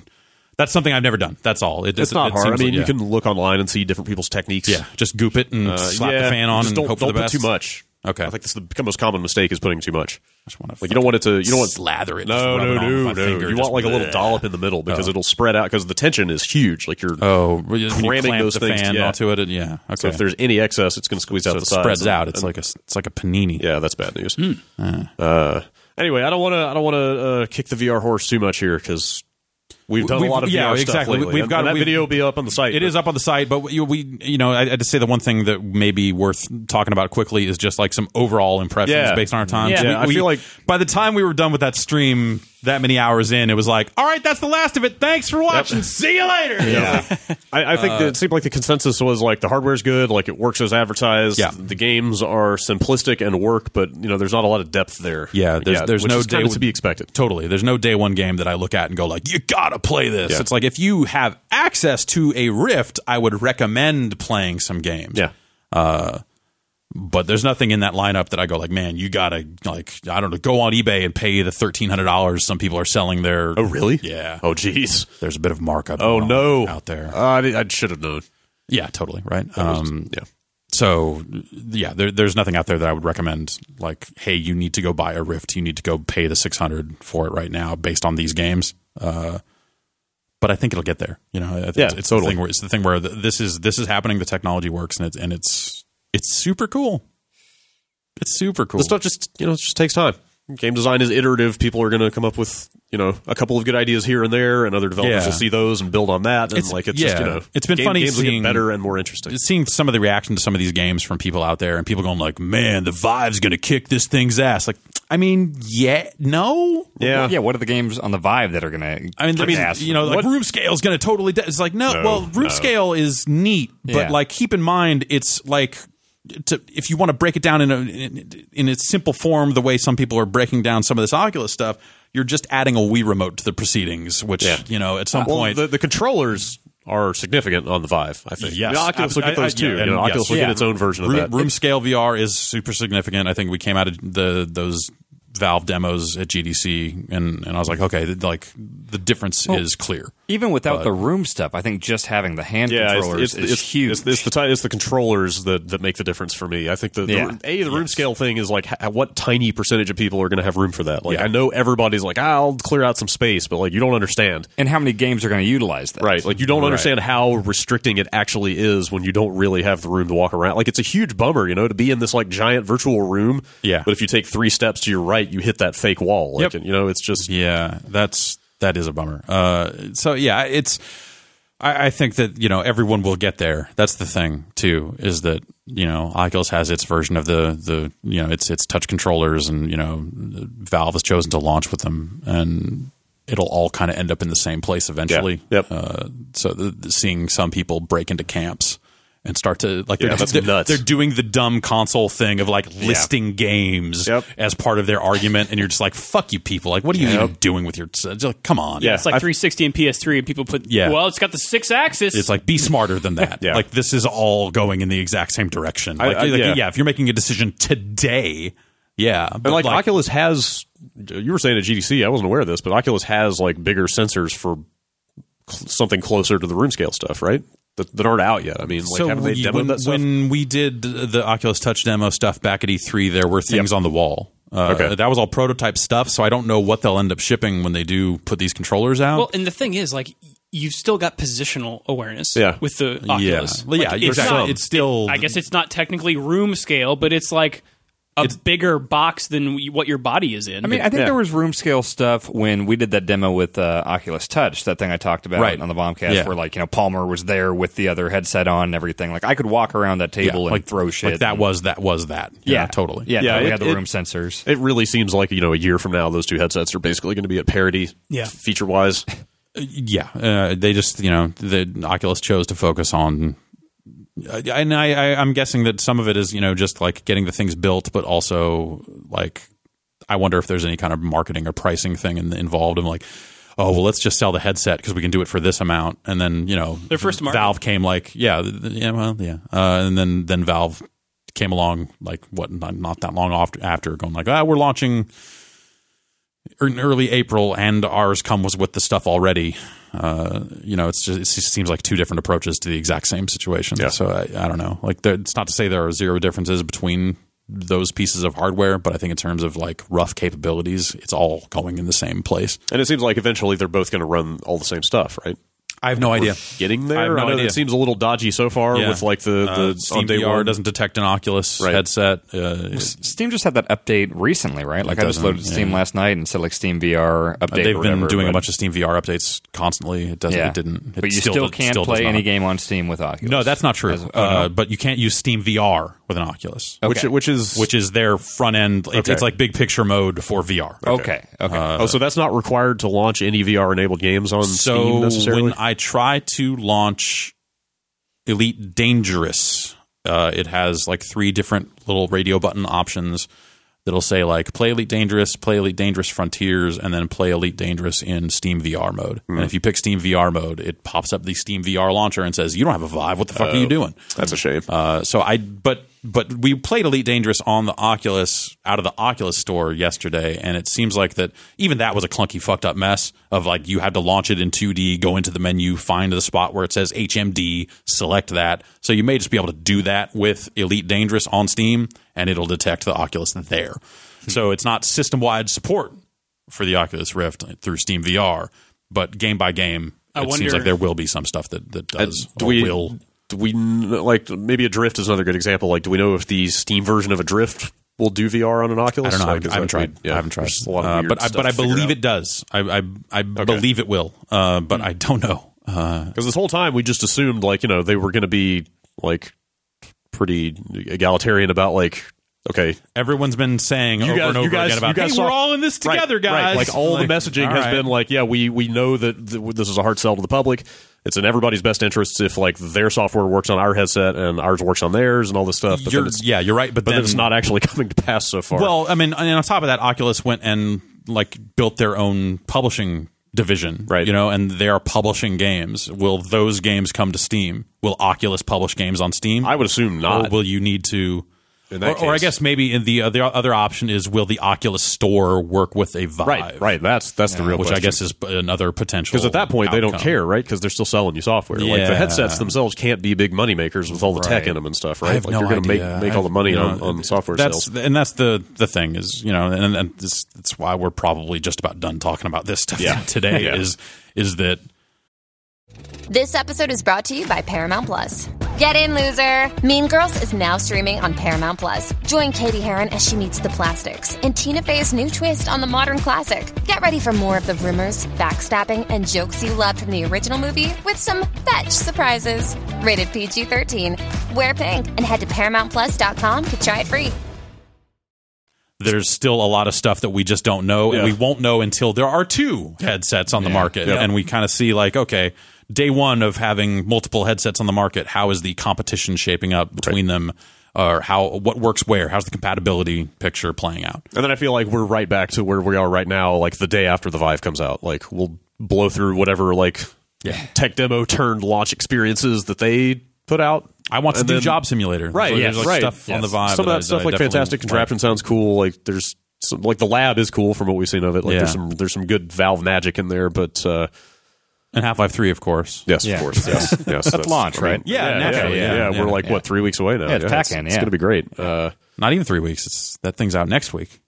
[SPEAKER 2] That's something I've never done. That's all. It,
[SPEAKER 1] It's
[SPEAKER 2] it-
[SPEAKER 1] not
[SPEAKER 2] it
[SPEAKER 1] hard. I
[SPEAKER 2] seems
[SPEAKER 1] mean,
[SPEAKER 2] like- yeah.
[SPEAKER 1] you can look online and see different people's techniques.
[SPEAKER 2] Yeah, just goop it and
[SPEAKER 1] Uh,
[SPEAKER 2] slap
[SPEAKER 1] yeah,
[SPEAKER 2] the fan on
[SPEAKER 1] just
[SPEAKER 2] and
[SPEAKER 1] don't,
[SPEAKER 2] hope for
[SPEAKER 1] don't
[SPEAKER 2] the
[SPEAKER 1] put
[SPEAKER 2] best.
[SPEAKER 1] too much.
[SPEAKER 2] Okay.
[SPEAKER 1] I think that's the most common mistake is putting too much.
[SPEAKER 2] just wanna
[SPEAKER 1] like you don't want it to. You don't want
[SPEAKER 2] slather it, just
[SPEAKER 1] No,
[SPEAKER 2] rub
[SPEAKER 1] no,
[SPEAKER 2] it on with
[SPEAKER 1] no,
[SPEAKER 2] my
[SPEAKER 1] no.
[SPEAKER 2] finger,
[SPEAKER 1] You
[SPEAKER 2] just
[SPEAKER 1] want like a little
[SPEAKER 2] bleh.
[SPEAKER 1] dollop in the middle because it'll spread out because the tension is huge. Like you're
[SPEAKER 2] Oh, when you
[SPEAKER 1] Cramming
[SPEAKER 2] clamp
[SPEAKER 1] those
[SPEAKER 2] the
[SPEAKER 1] things,
[SPEAKER 2] fan
[SPEAKER 1] yeah.
[SPEAKER 2] onto it, and yeah. Okay.
[SPEAKER 1] So if there's any excess, it's going to squeeze out
[SPEAKER 2] So
[SPEAKER 1] the
[SPEAKER 2] it
[SPEAKER 1] sides.
[SPEAKER 2] spreads
[SPEAKER 1] and-
[SPEAKER 2] out, it's
[SPEAKER 1] and-
[SPEAKER 2] like Hmm. a it's like a panini.
[SPEAKER 1] yeah, that's bad news. Uh, anyway, I don't want to. I don't want to uh, kick the VR horse too much here because we've done
[SPEAKER 2] We've-
[SPEAKER 1] a lot of
[SPEAKER 2] yeah,
[SPEAKER 1] VR stuff
[SPEAKER 2] exactly. We-
[SPEAKER 1] lately.
[SPEAKER 2] we've
[SPEAKER 1] and
[SPEAKER 2] got-
[SPEAKER 1] and that
[SPEAKER 2] we've-
[SPEAKER 1] video will be up on the site.
[SPEAKER 2] It is up on the site, but we, we you know, I, I just say the one thing that may be worth talking about quickly is just like some overall impressions
[SPEAKER 1] Yeah.
[SPEAKER 2] based on our time.
[SPEAKER 3] Yeah.
[SPEAKER 2] We-
[SPEAKER 3] Yeah,
[SPEAKER 1] I
[SPEAKER 2] we-
[SPEAKER 1] feel like-
[SPEAKER 2] by the time we were done with that stream, that many hours in, it was like, all right, that's the last of it. Thanks for watching. See you later. Yeah. Uh,
[SPEAKER 1] I, I think that it seemed like the consensus was like the hardware's good, like it works as advertised.
[SPEAKER 2] Yeah.
[SPEAKER 1] The games are simplistic and work, but you know there's not a lot of depth there.
[SPEAKER 2] Yeah, there's- there's
[SPEAKER 1] which
[SPEAKER 2] no
[SPEAKER 1] is kinda
[SPEAKER 2] day
[SPEAKER 1] to
[SPEAKER 2] with-
[SPEAKER 1] be expected.
[SPEAKER 2] Totally. There's no day one game that I look at and go like, you gotta play this.
[SPEAKER 1] Yeah.
[SPEAKER 2] It's like if you have access to a Rift, I would recommend playing some games.
[SPEAKER 1] Yeah,
[SPEAKER 2] But there's nothing in that lineup that I go like, man, you gotta like, I don't know, go on eBay and pay the thirteen hundred dollars. Some people are selling their.
[SPEAKER 1] Oh, really?
[SPEAKER 2] Yeah.
[SPEAKER 1] Oh, jeez.
[SPEAKER 2] There's a bit of markup.
[SPEAKER 1] Oh
[SPEAKER 2] going
[SPEAKER 1] no.
[SPEAKER 2] on out there.
[SPEAKER 1] Uh, I, I should have known.
[SPEAKER 2] yeah, totally right.
[SPEAKER 1] Um,
[SPEAKER 2] Um,
[SPEAKER 1] yeah.
[SPEAKER 2] so yeah, there, there's nothing out there that I would recommend. Like, hey, you need to go buy a Rift. You need to go pay the six hundred for it right now, based on these games. Uh, but I think it'll get there. You know, I think
[SPEAKER 1] Yeah,
[SPEAKER 2] it's, it's the
[SPEAKER 1] totally.
[SPEAKER 2] thing where it's the thing where th this is this is happening. The technology works, and it's and it's it's super cool. It's super cool.
[SPEAKER 1] The stuff just you know it just takes time. Game design is iterative. People are going to come up with you know a couple of good ideas here and there, and other developers
[SPEAKER 2] Yeah.
[SPEAKER 1] will see those and build on that. And
[SPEAKER 2] It's-
[SPEAKER 1] like it's
[SPEAKER 2] yeah.
[SPEAKER 1] just you know
[SPEAKER 2] It's been funny
[SPEAKER 1] games will
[SPEAKER 2] seeing-
[SPEAKER 1] get better and more interesting.
[SPEAKER 2] seeing some of the reaction to some of these games from people out there and people going like, "Man, the Vive's going to kick this thing's ass." Like, I mean, yeah, no.
[SPEAKER 1] Yeah,
[SPEAKER 4] yeah. What are the games on the Vive that are gonna?
[SPEAKER 2] I mean, I
[SPEAKER 4] kick
[SPEAKER 2] mean,
[SPEAKER 4] ass?
[SPEAKER 2] you know, like room scale is going to totally. De- it's like no,
[SPEAKER 1] No,
[SPEAKER 2] well, room
[SPEAKER 1] no.
[SPEAKER 2] scale is neat, but
[SPEAKER 4] Yeah.
[SPEAKER 2] like keep in mind, it's like to, if you want to break it down in a in, in its simple form, the way some people are breaking down some of this Oculus stuff, you're just adding a Wii remote to the proceedings, which
[SPEAKER 1] Yeah.
[SPEAKER 2] you know at some
[SPEAKER 1] well,
[SPEAKER 2] point.
[SPEAKER 1] the, the controllers are significant on the Vive. I think.
[SPEAKER 2] Yes.
[SPEAKER 1] The Oculus will
[SPEAKER 2] I-
[SPEAKER 1] get those
[SPEAKER 2] I-
[SPEAKER 1] too.
[SPEAKER 2] yeah,
[SPEAKER 1] you know,
[SPEAKER 2] and
[SPEAKER 1] Oculus
[SPEAKER 2] yes.
[SPEAKER 1] will
[SPEAKER 4] Yeah.
[SPEAKER 1] get its own version of
[SPEAKER 2] room,
[SPEAKER 1] that.
[SPEAKER 2] room scale VR is super significant. I think we came out of the those Valve demos at GDC, and and I was like, okay, th- like the difference is clear.
[SPEAKER 4] even without the room stuff, I think just having the hand
[SPEAKER 1] yeah, it's,
[SPEAKER 4] controllers
[SPEAKER 1] it's,
[SPEAKER 4] is
[SPEAKER 1] it's
[SPEAKER 4] huge.
[SPEAKER 1] It's, it's the ti- it's the controllers that, that make the difference for me. I think the, the
[SPEAKER 4] Yeah.
[SPEAKER 1] room- a the room scale thing is like ha- what tiny percentage of people are going to have room for that. Like I know everybody's like "Ah, I'll clear out some space, but like you don't understand.
[SPEAKER 4] and how many games are going to utilize that?
[SPEAKER 1] Right. Like you don't understand how restricting it actually is when you don't really have the room to walk around. Like it's a huge bummer, you know, to be in this like giant virtual room.
[SPEAKER 2] Yeah.
[SPEAKER 1] But if you take three steps to your right, you hit that fake wall. Like
[SPEAKER 2] Yep.
[SPEAKER 1] and, you know, it's just
[SPEAKER 2] Yeah, that's that is a bummer. Uh, so yeah, it's. I, I think that you know everyone will get there. That's the thing too is that you know Oculus has its version of the the you know its its touch controllers and you know Valve has chosen to launch with them and it'll all kind of end up in the same place eventually.
[SPEAKER 1] Yep.
[SPEAKER 2] Uh, so the, the- seeing some people break into camps. And start to like they're,
[SPEAKER 1] that's
[SPEAKER 2] they're,
[SPEAKER 1] nuts.
[SPEAKER 2] they're doing the dumb console thing of like listing games
[SPEAKER 1] Yep.
[SPEAKER 2] as part of their argument, and you're just like, "Fuck you, people! Like, what are you even doing with your? it's Like, come on!
[SPEAKER 1] Yeah.
[SPEAKER 3] It's like
[SPEAKER 1] I-
[SPEAKER 3] 360 and PS3, and people put,
[SPEAKER 2] Yeah.
[SPEAKER 3] well, it's got the six axis.
[SPEAKER 2] It's like be smarter than that.
[SPEAKER 1] Yeah.
[SPEAKER 2] Like this is all going in the exact same direction.
[SPEAKER 1] I-
[SPEAKER 2] Like,
[SPEAKER 1] I-
[SPEAKER 2] like,
[SPEAKER 1] yeah.
[SPEAKER 2] yeah. if you're making a decision today, yeah, but
[SPEAKER 1] And like, Oculus has, you were saying at GDC, I wasn't aware of this, but Oculus has like bigger sensors for cl- something closer to the room scale stuff, right? That, that aren't out yet. I mean, like,
[SPEAKER 2] so
[SPEAKER 1] haven't they
[SPEAKER 2] we-
[SPEAKER 1] demoed
[SPEAKER 2] when,
[SPEAKER 1] that stuff?
[SPEAKER 2] when we did the Oculus Touch demo stuff back at E3, there were things on the wall. Uh,
[SPEAKER 1] Okay.
[SPEAKER 2] that was all prototype stuff, so I don't know what they'll end up shipping when they do put these controllers out.
[SPEAKER 3] well, and the thing is, like, y- you've still got positional awareness
[SPEAKER 1] Yeah.
[SPEAKER 3] with the Oculus.
[SPEAKER 2] Yeah, Well, yeah,
[SPEAKER 3] Like,
[SPEAKER 2] you're
[SPEAKER 3] it's
[SPEAKER 2] exactly.
[SPEAKER 3] not-
[SPEAKER 2] it's still.
[SPEAKER 3] I guess it's not technically room scale, but it's like a bigger box than we- what your body is in.
[SPEAKER 4] I mean, I think there was room scale stuff when we did that demo with uh, Oculus Touch, that thing I talked about
[SPEAKER 2] Right.
[SPEAKER 4] on the Bombcast,
[SPEAKER 2] Yeah.
[SPEAKER 4] where like you know Palmer was there with the other headset on and everything. Like I could walk around that
[SPEAKER 2] yeah,
[SPEAKER 4] table and
[SPEAKER 2] like
[SPEAKER 4] throw shit.
[SPEAKER 2] Like that was that was that.
[SPEAKER 4] yeah,
[SPEAKER 2] totally.
[SPEAKER 4] Yeah,
[SPEAKER 1] Yeah,
[SPEAKER 4] no, we
[SPEAKER 1] it-
[SPEAKER 4] had the
[SPEAKER 1] it-
[SPEAKER 4] room sensors.
[SPEAKER 1] it really seems like, you know, a year from now, those two headsets are basically going to be at parity
[SPEAKER 3] Yeah.
[SPEAKER 1] feature wise.
[SPEAKER 2] yeah, uh, they just you know the Oculus chose to focus on, uh, and I, I I'm guessing that some of it is you know just like getting the things built, but also like I wonder if there's any kind of marketing or pricing thing in, involved. And like, oh well, let's just sell the headset because we can do it for this amount, and then you know
[SPEAKER 3] Their first market.
[SPEAKER 2] Valve came like yeah th- th- yeah well yeah, uh, and then then Valve came along like what not, not that long after after going like ah we're launching er, in early April, and ours comes with the stuff already. Uh, you know, it's just, it just seems like two different approaches to the exact same situation.
[SPEAKER 1] Yeah.
[SPEAKER 2] So I, I don't know. Like, there, it's not to say there are zero differences between those pieces of hardware, but I think in terms of like rough capabilities, it's all going in the same place.
[SPEAKER 1] And it seems like eventually they're both going to run all the same stuff, right?
[SPEAKER 2] I have no idea.
[SPEAKER 1] Getting
[SPEAKER 2] I have
[SPEAKER 1] there,
[SPEAKER 2] no
[SPEAKER 1] I know
[SPEAKER 2] idea.
[SPEAKER 1] it seems a little dodgy so far
[SPEAKER 2] Yeah.
[SPEAKER 1] with like the,
[SPEAKER 2] Uh,
[SPEAKER 1] the
[SPEAKER 2] Steam
[SPEAKER 1] on day
[SPEAKER 2] VR
[SPEAKER 1] one.
[SPEAKER 2] doesn't detect an Oculus
[SPEAKER 1] Right.
[SPEAKER 2] headset. Uh, it-
[SPEAKER 4] Steam just had that update recently, right? Like I just
[SPEAKER 2] doesn't,
[SPEAKER 4] loaded Steam
[SPEAKER 2] yeah.
[SPEAKER 4] last night and said like Steam VR update.
[SPEAKER 2] they've
[SPEAKER 4] or
[SPEAKER 2] been
[SPEAKER 4] whatever,
[SPEAKER 2] doing a
[SPEAKER 4] but-
[SPEAKER 2] bunch of Steam VR updates constantly. It doesn't.
[SPEAKER 4] Yeah,
[SPEAKER 2] It didn't. It
[SPEAKER 4] but you still
[SPEAKER 2] d-
[SPEAKER 4] can't
[SPEAKER 2] still does
[SPEAKER 4] play
[SPEAKER 2] not.
[SPEAKER 4] any game on Steam with Oculus.
[SPEAKER 2] No, that's not true.
[SPEAKER 4] As- oh,
[SPEAKER 2] uh,
[SPEAKER 4] no.
[SPEAKER 2] But you can't use Steam VR with an Oculus,
[SPEAKER 1] Which, which is
[SPEAKER 2] which is their front end. It's,
[SPEAKER 1] Okay.
[SPEAKER 2] it's like big picture mode for VR.
[SPEAKER 4] Okay. Okay.
[SPEAKER 1] oh,
[SPEAKER 2] uh,
[SPEAKER 1] so that's not required to launch any VR enabled games on Steam
[SPEAKER 2] So
[SPEAKER 1] necessarily.
[SPEAKER 2] when I try to launch Elite Dangerous, uh, it has like three different little radio button options that'll say like play Elite Dangerous, play Elite Dangerous Frontiers, and then play Elite Dangerous in Steam VR mode.
[SPEAKER 1] Hmm.
[SPEAKER 2] And if you pick Steam VR mode, it
[SPEAKER 1] Oh.
[SPEAKER 2] pops up the Steam VR launcher and says, "You don't have a Vive. What the fuck are you doing?"
[SPEAKER 1] that's a shame.
[SPEAKER 2] Uh, so I, but but we played Elite Dangerous on the Oculus out of the Oculus store yesterday, and it seems like that even that was a clunky, fucked up mess of like you had to launch it in 2D, go into the menu, find the spot where it says HMD, select that. So you may just be able to do that with Elite Dangerous on Steam, and it'll detect the Oculus there. So it's not system wide support for the Oculus Rift through Steam VR, but game by game, it
[SPEAKER 3] I
[SPEAKER 2] seems
[SPEAKER 3] wonder-
[SPEAKER 2] like there will be some stuff that that does
[SPEAKER 1] Uh, do
[SPEAKER 2] or
[SPEAKER 1] we
[SPEAKER 2] will.
[SPEAKER 1] do we kn- like maybe Adrift is another good example. Like, do we know if the Steam version of Adrift will do VR on an
[SPEAKER 2] I
[SPEAKER 1] Oculus?
[SPEAKER 2] don't know.
[SPEAKER 1] Like, is
[SPEAKER 2] I haven't
[SPEAKER 1] that-
[SPEAKER 2] tried.
[SPEAKER 1] yeah,
[SPEAKER 2] I haven't tried.
[SPEAKER 1] there's A lot of
[SPEAKER 2] Uh,
[SPEAKER 1] weird
[SPEAKER 2] but I,
[SPEAKER 1] stuff
[SPEAKER 2] but I
[SPEAKER 1] to figure
[SPEAKER 2] believe
[SPEAKER 1] out.
[SPEAKER 2] it does. I I, I believe it will. Uh, but I don't know. Uh,
[SPEAKER 1] Because this whole time we just assumed, like, you know, they were going to be, like, pretty egalitarian about, like, okay,
[SPEAKER 2] everyone's been saying over
[SPEAKER 1] guys-
[SPEAKER 2] and over
[SPEAKER 1] guys-
[SPEAKER 2] again about
[SPEAKER 1] you guys
[SPEAKER 2] hey,
[SPEAKER 1] saw-
[SPEAKER 2] we're all in this
[SPEAKER 1] right,
[SPEAKER 2] together,
[SPEAKER 1] right.
[SPEAKER 2] guys.
[SPEAKER 1] Like, all the messaging
[SPEAKER 2] all
[SPEAKER 1] has
[SPEAKER 2] right.
[SPEAKER 1] been like, yeah, we, we know that th- this is a hard sell to the public. It's in everybody's best interests if, like, their software works on our headset and ours works on theirs and all this stuff. But,
[SPEAKER 2] You're-
[SPEAKER 1] then it's,
[SPEAKER 2] yeah, you're right. But,
[SPEAKER 1] but then
[SPEAKER 2] then
[SPEAKER 1] it's not actually coming to pass so far.
[SPEAKER 2] Well, I mean, and on top of that, Oculus went and like built their own publishing division,
[SPEAKER 1] Right.
[SPEAKER 2] You know, and they are publishing games. Will those games come to Steam? Will Oculus publish games on Steam?
[SPEAKER 1] I would assume
[SPEAKER 2] or
[SPEAKER 1] not.
[SPEAKER 2] will you need to?
[SPEAKER 1] In
[SPEAKER 2] or,
[SPEAKER 1] that
[SPEAKER 2] or I
[SPEAKER 1] case.
[SPEAKER 2] guess maybe in the uh, the other option is will the Oculus Store work with a Vive?
[SPEAKER 1] right, right. That's that's the real
[SPEAKER 2] Which
[SPEAKER 1] question.
[SPEAKER 2] I guess is another potential.
[SPEAKER 1] Because at that point, they don't
[SPEAKER 2] outcome.
[SPEAKER 1] care, right? Because they're still selling you software. Like the
[SPEAKER 2] Yeah.
[SPEAKER 1] headsets themselves can't be big money makers with all the tech
[SPEAKER 2] Right.
[SPEAKER 1] in them and stuff,
[SPEAKER 2] I
[SPEAKER 1] right?
[SPEAKER 2] have
[SPEAKER 1] Like
[SPEAKER 2] no
[SPEAKER 1] you're gonna
[SPEAKER 2] idea.
[SPEAKER 1] make make all the money
[SPEAKER 2] I- you
[SPEAKER 1] on,
[SPEAKER 2] know,
[SPEAKER 1] on software
[SPEAKER 2] that's,
[SPEAKER 1] sales.
[SPEAKER 2] And that's the the thing is, you know, and, and this, that's why we're probably just about done talking about this stuff
[SPEAKER 1] Yeah.
[SPEAKER 2] today.
[SPEAKER 1] Yeah.
[SPEAKER 2] Is is that
[SPEAKER 6] This episode is brought to you by Paramount Plus. Get in, loser! Mean Girls is now streaming on Paramount Plus. Join Katie Heron as she meets the plastics in Tina Fey's new twist on the modern classic. Get ready for more of the rumors, backstabbing, and jokes you loved from the original movie with some fetch surprises. Rated PG 13. Wear pink and head to ParamountPlus.com to try it free.
[SPEAKER 2] there's still a lot of stuff that we just don't know,
[SPEAKER 1] Yeah.
[SPEAKER 2] and we won't know until there are two headsets on the market,
[SPEAKER 1] Yeah.
[SPEAKER 2] and we kind of see like, okay, day one of having multiple headsets on the market, how is the competition shaping up between them, or how what works where? How's the compatibility picture playing out?
[SPEAKER 1] and then I feel like we're right back to where we are right now, like the day after the Vive comes out. Like we'll blow through whatever like tech demo turned launch experiences that they put out.
[SPEAKER 2] I want to
[SPEAKER 1] And
[SPEAKER 2] do
[SPEAKER 1] then-
[SPEAKER 2] Job Simulator,
[SPEAKER 1] Right,
[SPEAKER 2] So
[SPEAKER 1] yeah,
[SPEAKER 2] there's like
[SPEAKER 1] right.
[SPEAKER 2] stuff on the
[SPEAKER 1] Yes.
[SPEAKER 2] vibe.
[SPEAKER 1] Some of
[SPEAKER 2] I-
[SPEAKER 1] that stuff,
[SPEAKER 2] I
[SPEAKER 1] like
[SPEAKER 2] definitely
[SPEAKER 1] fantastic
[SPEAKER 2] like.
[SPEAKER 1] contraption, sounds cool. Like there's some, like the lab is cool from what we've seen of it. Like
[SPEAKER 2] Yeah.
[SPEAKER 1] there's some there's some good Valve magic in there, but uh,
[SPEAKER 2] and Half Life Three, of course.
[SPEAKER 1] Yes,
[SPEAKER 4] Yeah.
[SPEAKER 1] of course. Yes, yes. that's-
[SPEAKER 4] launch,
[SPEAKER 1] mean,
[SPEAKER 4] right?
[SPEAKER 2] Yeah, naturally,
[SPEAKER 1] yeah, yeah.
[SPEAKER 2] yeah,
[SPEAKER 1] We're
[SPEAKER 2] yeah,
[SPEAKER 1] like
[SPEAKER 2] yeah.
[SPEAKER 1] what three weeks away now.
[SPEAKER 4] Yeah, it's
[SPEAKER 1] it's,
[SPEAKER 4] Pac-Man,
[SPEAKER 1] it's
[SPEAKER 4] yeah.
[SPEAKER 1] going to be great. Uh,
[SPEAKER 2] Not even three weeks. It's that thing's out next week.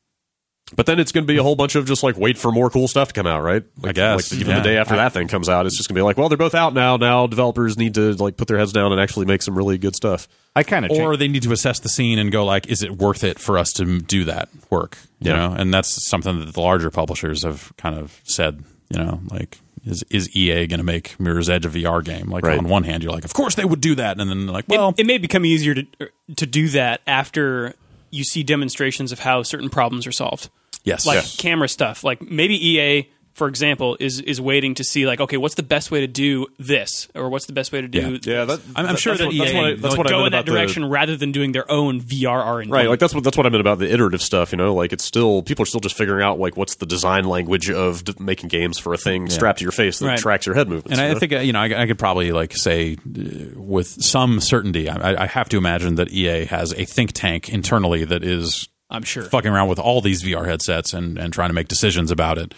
[SPEAKER 1] but then it's going to be a whole bunch of just like wait for more cool stuff to come out, right? Like,
[SPEAKER 2] guess,
[SPEAKER 1] like, even
[SPEAKER 2] yeah.
[SPEAKER 1] the day after that thing comes out, it's just going to be like, well, they're both out now. Now developers need to like put their heads down and actually make some really good stuff.
[SPEAKER 4] I kind of
[SPEAKER 2] Or they need to assess the scene and go like, is it worth it for us to m- do that work? You
[SPEAKER 1] Yeah.
[SPEAKER 2] know, and that's something that the larger publishers have kind of said. You know, like is is EA going to make Mirror's Edge a VR game? Like
[SPEAKER 1] Right.
[SPEAKER 2] on one hand, you're like, of course they would do that, and then they're like, well,
[SPEAKER 3] it, it may become easier to er, to do that after you see demonstrations of how certain problems are solved.
[SPEAKER 2] yes,
[SPEAKER 3] like
[SPEAKER 2] Yeah.
[SPEAKER 3] camera stuff. Like maybe EA, for example, is is waiting to see like, okay, what's the best way to do this, or what's the best way to do?
[SPEAKER 2] Yeah.
[SPEAKER 3] this?
[SPEAKER 1] Yeah, that-
[SPEAKER 2] I'm, I'm
[SPEAKER 1] that's
[SPEAKER 2] sure
[SPEAKER 1] what-
[SPEAKER 2] that E EA
[SPEAKER 1] that's what I- that's what I
[SPEAKER 3] go
[SPEAKER 1] meant
[SPEAKER 3] in that
[SPEAKER 1] about the-
[SPEAKER 3] direction rather than doing their own VR R and
[SPEAKER 1] Right, like that's what that's what I meant about the iterative stuff. You know, like it's still people are still just figuring out like what's the design language of d- making games for a thing strapped to your face that
[SPEAKER 3] Right.
[SPEAKER 1] tracks your head movements.
[SPEAKER 2] And
[SPEAKER 1] you
[SPEAKER 2] I
[SPEAKER 1] know?
[SPEAKER 2] think uh, you know I, I could probably like say uh, with some certainty. I, I- I have to imagine that EA has a think tank internally that is
[SPEAKER 3] I'm sure.
[SPEAKER 2] fucking around with all these VR headsets and and trying to make decisions about it.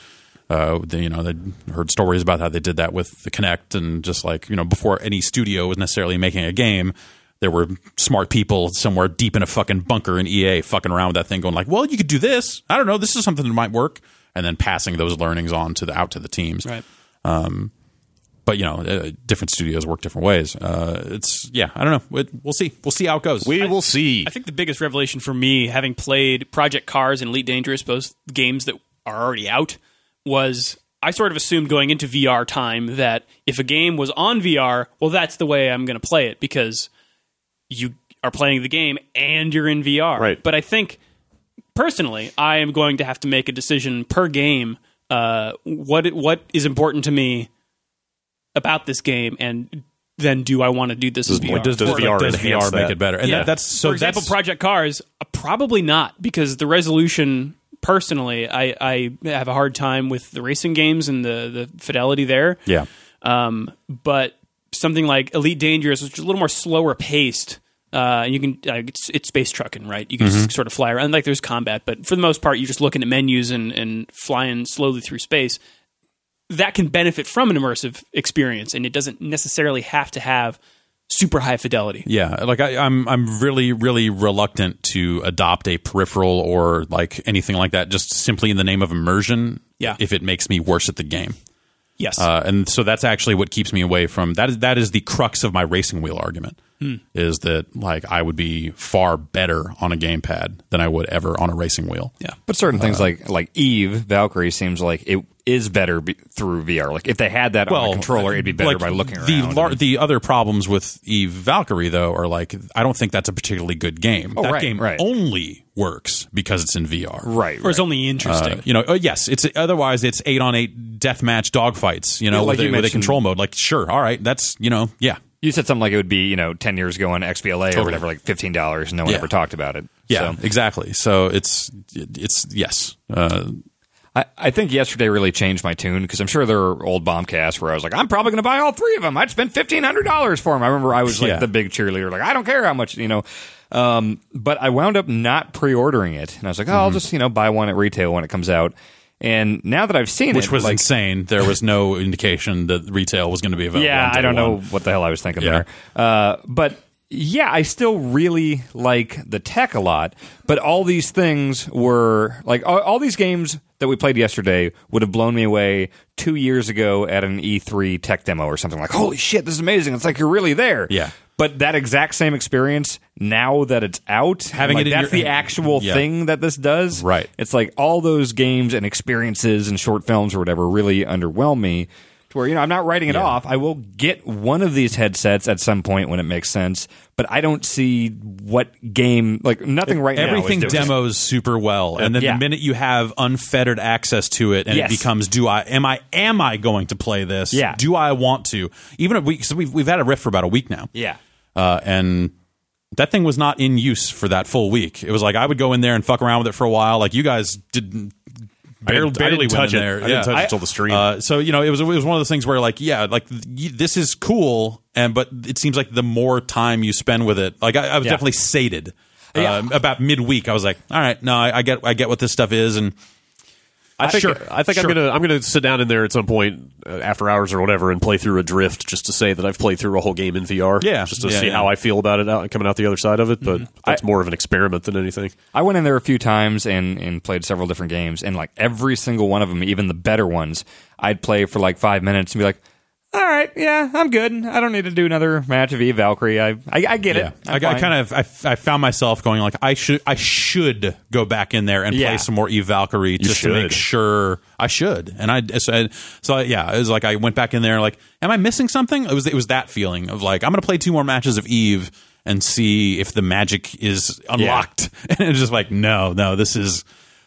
[SPEAKER 2] Uh, they, you know, they heard stories about how they did that with the Kinect, and just like you know, before any studio was necessarily making a game, there were smart people somewhere deep in a fucking bunker in EA fucking around with that thing, going like, "Well, you could do this. I don't know. This is something that might work," and then passing those learnings on to the out to the teams Um,
[SPEAKER 3] Right.
[SPEAKER 2] but you know, uh, different studios work different ways. Uh, it's yeah, I don't know. It, we'll see. We'll see how it goes.
[SPEAKER 1] we will see.
[SPEAKER 3] I think the biggest revelation for me, having played Project Cars and Elite Dangerous, both games that are already out, was I sort of assumed going into VR time that if a game was on VR, well, that's the way I'm going to play it because you are playing the game and you're in VR.
[SPEAKER 1] Right.
[SPEAKER 3] But I think personally, I am going to have to make a decision per game. Uh, what what is important to me about this game, and then do I want to do this?
[SPEAKER 1] Does-
[SPEAKER 3] in VR?
[SPEAKER 1] does- does
[SPEAKER 3] Or-
[SPEAKER 1] VR
[SPEAKER 2] does
[SPEAKER 1] enhance
[SPEAKER 2] VR make
[SPEAKER 1] that?
[SPEAKER 2] it better? And
[SPEAKER 1] Yeah.
[SPEAKER 2] that, that's so.
[SPEAKER 3] for example,
[SPEAKER 2] that's,
[SPEAKER 3] Project Cars, uh, probably not because the resolution. Personally, I, I have a hard time with the racing games and the, the fidelity there.
[SPEAKER 2] yeah,
[SPEAKER 3] Um, but something like Elite Dangerous, which is a little more slower paced, Uh, and you can uh, it's, it's space trucking, right? You can
[SPEAKER 2] Mm-hmm.
[SPEAKER 3] just sort of fly around. Like there's combat, but for the most part, you're just looking at menus and and flying slowly through space. That can benefit from an immersive experience, and it doesn't necessarily have to have super high fidelity.
[SPEAKER 2] Yeah, like I, I'm, I'm really, really reluctant to adopt a peripheral or like anything like that, just simply in the name of immersion.
[SPEAKER 3] Yeah.
[SPEAKER 2] if it makes me worse at the game,
[SPEAKER 3] Yes,
[SPEAKER 2] uh, and so that's actually what keeps me away from that. Is that is the crux of my racing wheel argument?
[SPEAKER 3] Hmm.
[SPEAKER 2] Is that like I would be far better on a gamepad than I would ever on a racing wheel?
[SPEAKER 3] yeah.
[SPEAKER 4] But certain things
[SPEAKER 2] Uh,
[SPEAKER 4] like like Eve Valkyrie seems like it is better be, through VR. Like if they had that on a controller, it'd be better
[SPEAKER 2] like,
[SPEAKER 4] by looking around.
[SPEAKER 2] The
[SPEAKER 4] and-
[SPEAKER 2] lar- the other problems with Eve Valkyrie though are like I don't think that's a particularly good game. that
[SPEAKER 4] Oh, right,
[SPEAKER 2] game
[SPEAKER 4] right.
[SPEAKER 2] only works because it's in VR.
[SPEAKER 4] right,
[SPEAKER 3] Or
[SPEAKER 4] right.
[SPEAKER 3] it's only interesting.
[SPEAKER 2] Uh, you know, uh, yes, it's otherwise it's eight on eight deathmatch dogfights. You know,
[SPEAKER 4] Like
[SPEAKER 2] with, a,
[SPEAKER 4] you
[SPEAKER 2] with a
[SPEAKER 4] mentioned-
[SPEAKER 2] control mode. Like, sure, all right, that's you know, yeah,
[SPEAKER 4] You said something like it would be you know ten years ago on XBLA or
[SPEAKER 2] Totally.
[SPEAKER 4] whatever, like fifteen dollars. No one
[SPEAKER 2] Yeah.
[SPEAKER 4] ever talked about it.
[SPEAKER 2] yeah,
[SPEAKER 4] So,
[SPEAKER 2] exactly. So it's it's yes, uh,
[SPEAKER 4] I, I think yesterday really changed my tune because I'm sure there were old bombcasts where I was like, I'm probably going to buy all three of them. I'd spend fifteen hundred dollars for them. I remember I was like
[SPEAKER 2] Yeah.
[SPEAKER 4] the big cheerleader, like I don't care how much you know. Um, but I wound up not pre-ordering it, and I was like, oh,
[SPEAKER 2] Mm-hmm.
[SPEAKER 4] I'll just you know buy one at retail when it comes out. And now that I've seen
[SPEAKER 2] which
[SPEAKER 4] it,
[SPEAKER 2] was
[SPEAKER 4] like,
[SPEAKER 2] insane. There was no indication that retail was going to be available.
[SPEAKER 4] yeah,
[SPEAKER 2] on day
[SPEAKER 4] I don't
[SPEAKER 2] one.
[SPEAKER 4] know what the hell I was thinking
[SPEAKER 2] Yeah.
[SPEAKER 4] there. Uh, but yeah, I still really like the tech a lot. But all these things were like all, all these games that we played yesterday would have blown me away two years ago at an E3 tech demo or something like, holy shit, this is amazing. It's like you're really there.
[SPEAKER 2] Yeah.
[SPEAKER 4] But that exact same experience now that it's out,
[SPEAKER 2] Having
[SPEAKER 4] like,
[SPEAKER 2] it in
[SPEAKER 4] that's
[SPEAKER 2] your-
[SPEAKER 4] the actual
[SPEAKER 2] Yeah.
[SPEAKER 4] thing that this does.
[SPEAKER 2] Right.
[SPEAKER 4] It's like all those games and experiences and short films or whatever really underwhelm me to where, you know, I'm not writing it off. I will get one of these headsets at some point when it makes sense, but I don't see what game, like nothing right
[SPEAKER 2] Everything
[SPEAKER 4] now. is doing-
[SPEAKER 2] demos super well, and then
[SPEAKER 4] Uh, Yeah.
[SPEAKER 2] the minute you have unfettered access to it, and
[SPEAKER 4] Yes.
[SPEAKER 2] it becomes, do I am I am I going to play this?
[SPEAKER 4] Yeah.
[SPEAKER 2] Do I want to? Even if we so we've we've had a riff for about a week now.
[SPEAKER 4] Yeah.
[SPEAKER 2] uh, and that thing was not in use for that full week. It was like I would go in there and fuck around with it for a while. Like you guys didn't barely,
[SPEAKER 1] I didn't
[SPEAKER 2] barely went
[SPEAKER 1] touch
[SPEAKER 2] in
[SPEAKER 1] it.
[SPEAKER 2] there.
[SPEAKER 1] I didn't touch it
[SPEAKER 2] I-
[SPEAKER 1] till the stream.
[SPEAKER 2] Uh, so you know, it was it was one of those things where like yeah, like y- this is cool, and but it seems like the more time you spend with it, like I, I was
[SPEAKER 4] Yeah.
[SPEAKER 2] definitely sated. Um, about midweek, I was like, "All right, no, I, I get, I get what this stuff is, and
[SPEAKER 1] I think,
[SPEAKER 2] Sure,
[SPEAKER 1] I think
[SPEAKER 2] sure.
[SPEAKER 1] I'm gonna I'm gonna sit down in there at some point uh, after hours or whatever and play through a drift just to say that I've played through a whole game in VR.
[SPEAKER 2] Yeah.
[SPEAKER 1] just to
[SPEAKER 2] Yeah, Mm-hmm.
[SPEAKER 1] see
[SPEAKER 2] yeah.
[SPEAKER 1] how I feel about it out, coming out the other side of it. But that's more of an experiment than anything.
[SPEAKER 4] I went in there a few times and, and played several different games, and like every single one of them, even the better ones, I'd play for like five minutes and be like, all right, yeah, I'm good. I don't need to do another match of Eve Valkyrie. I, I, I get
[SPEAKER 2] yeah,
[SPEAKER 4] it.
[SPEAKER 2] I, I kind of, I, I found myself going like, I should, I should go back in there and
[SPEAKER 4] Yeah.
[SPEAKER 2] play some more Eve Valkyrie just to
[SPEAKER 1] should.
[SPEAKER 2] make sure I should, and I, so, I- so yeah, it was like I went back in there like, am I missing something? It was, it was that feeling of like, I'm gonna play two more matches of Eve and see if the magic is unlocked, and it's just like, no, no, this is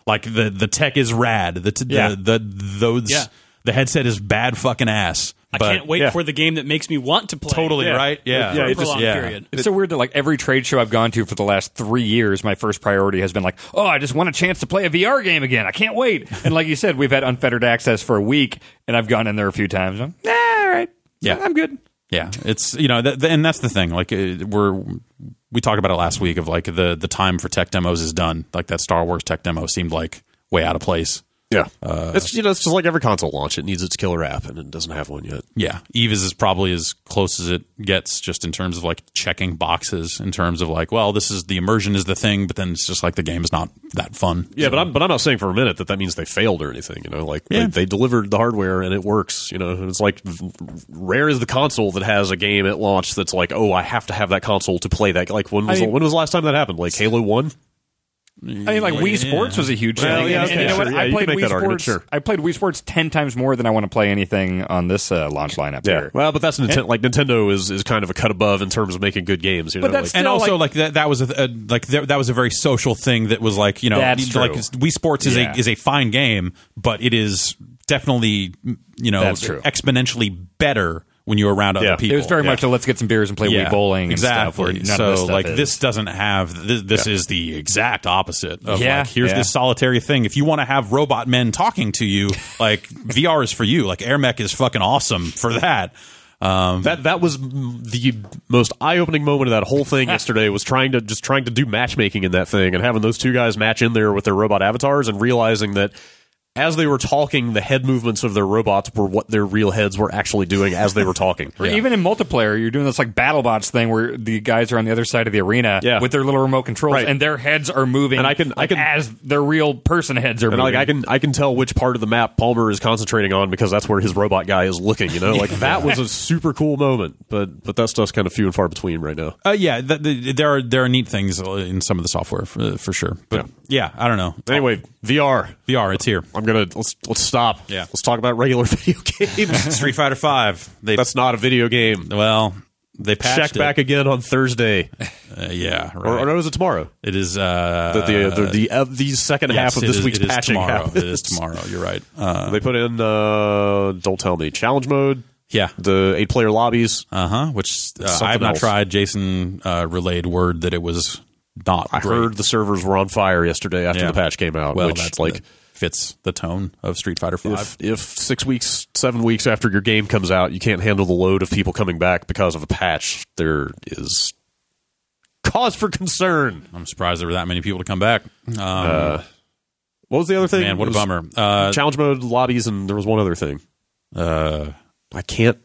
[SPEAKER 2] like the the tech is rad, the t-
[SPEAKER 4] Yeah.
[SPEAKER 2] the, the those
[SPEAKER 3] Yeah.
[SPEAKER 2] the headset is bad fucking ass.
[SPEAKER 3] I
[SPEAKER 2] Uh, But-
[SPEAKER 3] can't wait for the game that makes me want to play.
[SPEAKER 2] Totally right. Yeah,
[SPEAKER 3] For a
[SPEAKER 2] It just-
[SPEAKER 3] prolonged
[SPEAKER 2] yeah.
[SPEAKER 3] period.
[SPEAKER 4] It's so weird that like every trade show I've gone to for the last three years, my first priority has been like, oh, I just want a chance to play a VR game again. I can't wait. And like you said, we've had unfettered access for a week, and I've gone in there a few times. I'm nah, all right,
[SPEAKER 2] Yeah.
[SPEAKER 4] I'm good.
[SPEAKER 2] Yeah, it's you know, th- th- and that's the thing. Like uh, we're we talked about it last week of like the the time for tech demos is done. Like that Star Wars tech demo seemed like way out of place.
[SPEAKER 1] Yeah, Uh, it's you know it's just like every console launch. It needs its killer app, and it doesn't have one yet.
[SPEAKER 2] Yeah, Eve is, is probably as close as it gets, just in terms of like checking boxes. In terms of like, well, this is the immersion is the thing, but then it's just like the game is not that fun.
[SPEAKER 1] Yeah, but I'm but I'm not saying for a minute that that means they failed or anything. You know, like
[SPEAKER 2] Yeah.
[SPEAKER 1] they, they delivered the hardware and it works. You know, and it's like rare is the console that has a game at launch that's like, oh, I have to have that console to play that. Like when was
[SPEAKER 4] I mean-
[SPEAKER 1] when was the last time that happened? Like Halo One.
[SPEAKER 4] I mean, like Wii Sports was a huge
[SPEAKER 1] Well,
[SPEAKER 4] thing.
[SPEAKER 1] yeah,
[SPEAKER 4] and, and
[SPEAKER 1] okay,
[SPEAKER 4] you know
[SPEAKER 1] sure.
[SPEAKER 4] what?
[SPEAKER 1] Yeah,
[SPEAKER 4] I
[SPEAKER 1] you can
[SPEAKER 4] played
[SPEAKER 1] make
[SPEAKER 4] Wii
[SPEAKER 1] that
[SPEAKER 4] Sports.
[SPEAKER 1] argument, sure.
[SPEAKER 4] I played Wii Sports ten times more than I want to play anything on this uh, launch lineup here.
[SPEAKER 1] Well, but that's Nintendo. Like Nintendo is is kind of a cut above in terms of making good games. You
[SPEAKER 4] But
[SPEAKER 1] know,
[SPEAKER 4] that's
[SPEAKER 1] like,
[SPEAKER 2] and
[SPEAKER 4] still,
[SPEAKER 2] also
[SPEAKER 4] like-
[SPEAKER 2] like, that that was a, a like that, that was a very social thing that was like you know
[SPEAKER 4] That's
[SPEAKER 2] like
[SPEAKER 4] true.
[SPEAKER 2] Wii Sports is
[SPEAKER 4] Yeah.
[SPEAKER 2] a is a fine game, but it is definitely you know
[SPEAKER 4] That's true.
[SPEAKER 2] exponentially better when you're around other
[SPEAKER 1] Yeah.
[SPEAKER 2] people.
[SPEAKER 4] it was very
[SPEAKER 2] Yeah.
[SPEAKER 4] much a let's get some beers and play Wii bowling and stuff. Where
[SPEAKER 2] exactly.
[SPEAKER 4] none
[SPEAKER 2] so
[SPEAKER 4] of this stuff
[SPEAKER 2] like
[SPEAKER 4] is.
[SPEAKER 2] this doesn't have this, this is the exact opposite of
[SPEAKER 4] Yeah.
[SPEAKER 2] like here's
[SPEAKER 4] Yeah.
[SPEAKER 2] this solitary thing. If you want to have robot men talking to you, like VR is for you. Like Air Mech is fucking awesome for that. Um,
[SPEAKER 1] That that was m- the most eye-opening moment of that whole thing yesterday. Was trying to just trying to do matchmaking in that thing and having those two guys match in there with their robot avatars and realizing that as they were talking, the head movements of their robots were what their real heads were actually doing as they were talking.
[SPEAKER 4] Even in multiplayer, you're doing this like BattleBots thing where the guys are on the other side of the arena
[SPEAKER 1] Yeah.
[SPEAKER 4] with their little remote controls,
[SPEAKER 1] Right.
[SPEAKER 4] and their heads are moving.
[SPEAKER 1] And I can- I
[SPEAKER 4] like,
[SPEAKER 1] can-
[SPEAKER 4] as their real person heads are
[SPEAKER 1] And like
[SPEAKER 4] moving.
[SPEAKER 1] I can I can tell which part of the map Palmer is concentrating on because that's where his robot guy is looking. You know, like that was a super cool moment. But but that stuff's kind of few and far between right now.
[SPEAKER 2] uh, yeah, th th there are there are neat things in some of the software for, for sure. But yeah. I don't know.
[SPEAKER 1] Anyway, VR.
[SPEAKER 2] VR, it's here.
[SPEAKER 1] I'm gonna let's let's stop.
[SPEAKER 2] Yeah.
[SPEAKER 1] let's talk about regular video games.
[SPEAKER 2] Street Fighter Five. They
[SPEAKER 1] that's not a video game.
[SPEAKER 2] well, they patched
[SPEAKER 1] Check
[SPEAKER 2] it.
[SPEAKER 1] back again on Thursday,
[SPEAKER 2] Uh, yeah, right.
[SPEAKER 1] or, or no, is it tomorrow?
[SPEAKER 2] it is uh,
[SPEAKER 1] The the the, the, uh, the second
[SPEAKER 2] yes,
[SPEAKER 1] half of
[SPEAKER 2] it
[SPEAKER 1] this
[SPEAKER 2] is-
[SPEAKER 1] week's
[SPEAKER 2] it is
[SPEAKER 1] patching
[SPEAKER 2] tomorrow.
[SPEAKER 1] happens.
[SPEAKER 2] It is tomorrow. You're right. Uh,
[SPEAKER 1] They put in uh, don't tell me challenge mode,
[SPEAKER 2] yeah.
[SPEAKER 1] the eight player lobbies.
[SPEAKER 2] Uh huh. Which uh,
[SPEAKER 1] Something
[SPEAKER 2] I have not
[SPEAKER 1] else.
[SPEAKER 2] tried. Jason uh, relayed word that it was not.
[SPEAKER 1] I heard the servers were on fire yesterday after the patch came out.
[SPEAKER 2] Well,
[SPEAKER 1] which
[SPEAKER 2] that's
[SPEAKER 1] like
[SPEAKER 2] the- fits the tone of Street Fighter Five.
[SPEAKER 1] if if six weeks, seven weeks after your game comes out, you can't handle the load of people coming back because of a patch, there is cause for concern.
[SPEAKER 2] I'm surprised there were that many people to come back. Um,
[SPEAKER 1] What was the other thing?
[SPEAKER 2] man, what
[SPEAKER 1] It was
[SPEAKER 2] a bummer. Uh,
[SPEAKER 1] Challenge mode lobbies, and there was one other thing.
[SPEAKER 2] uh,
[SPEAKER 1] I can't.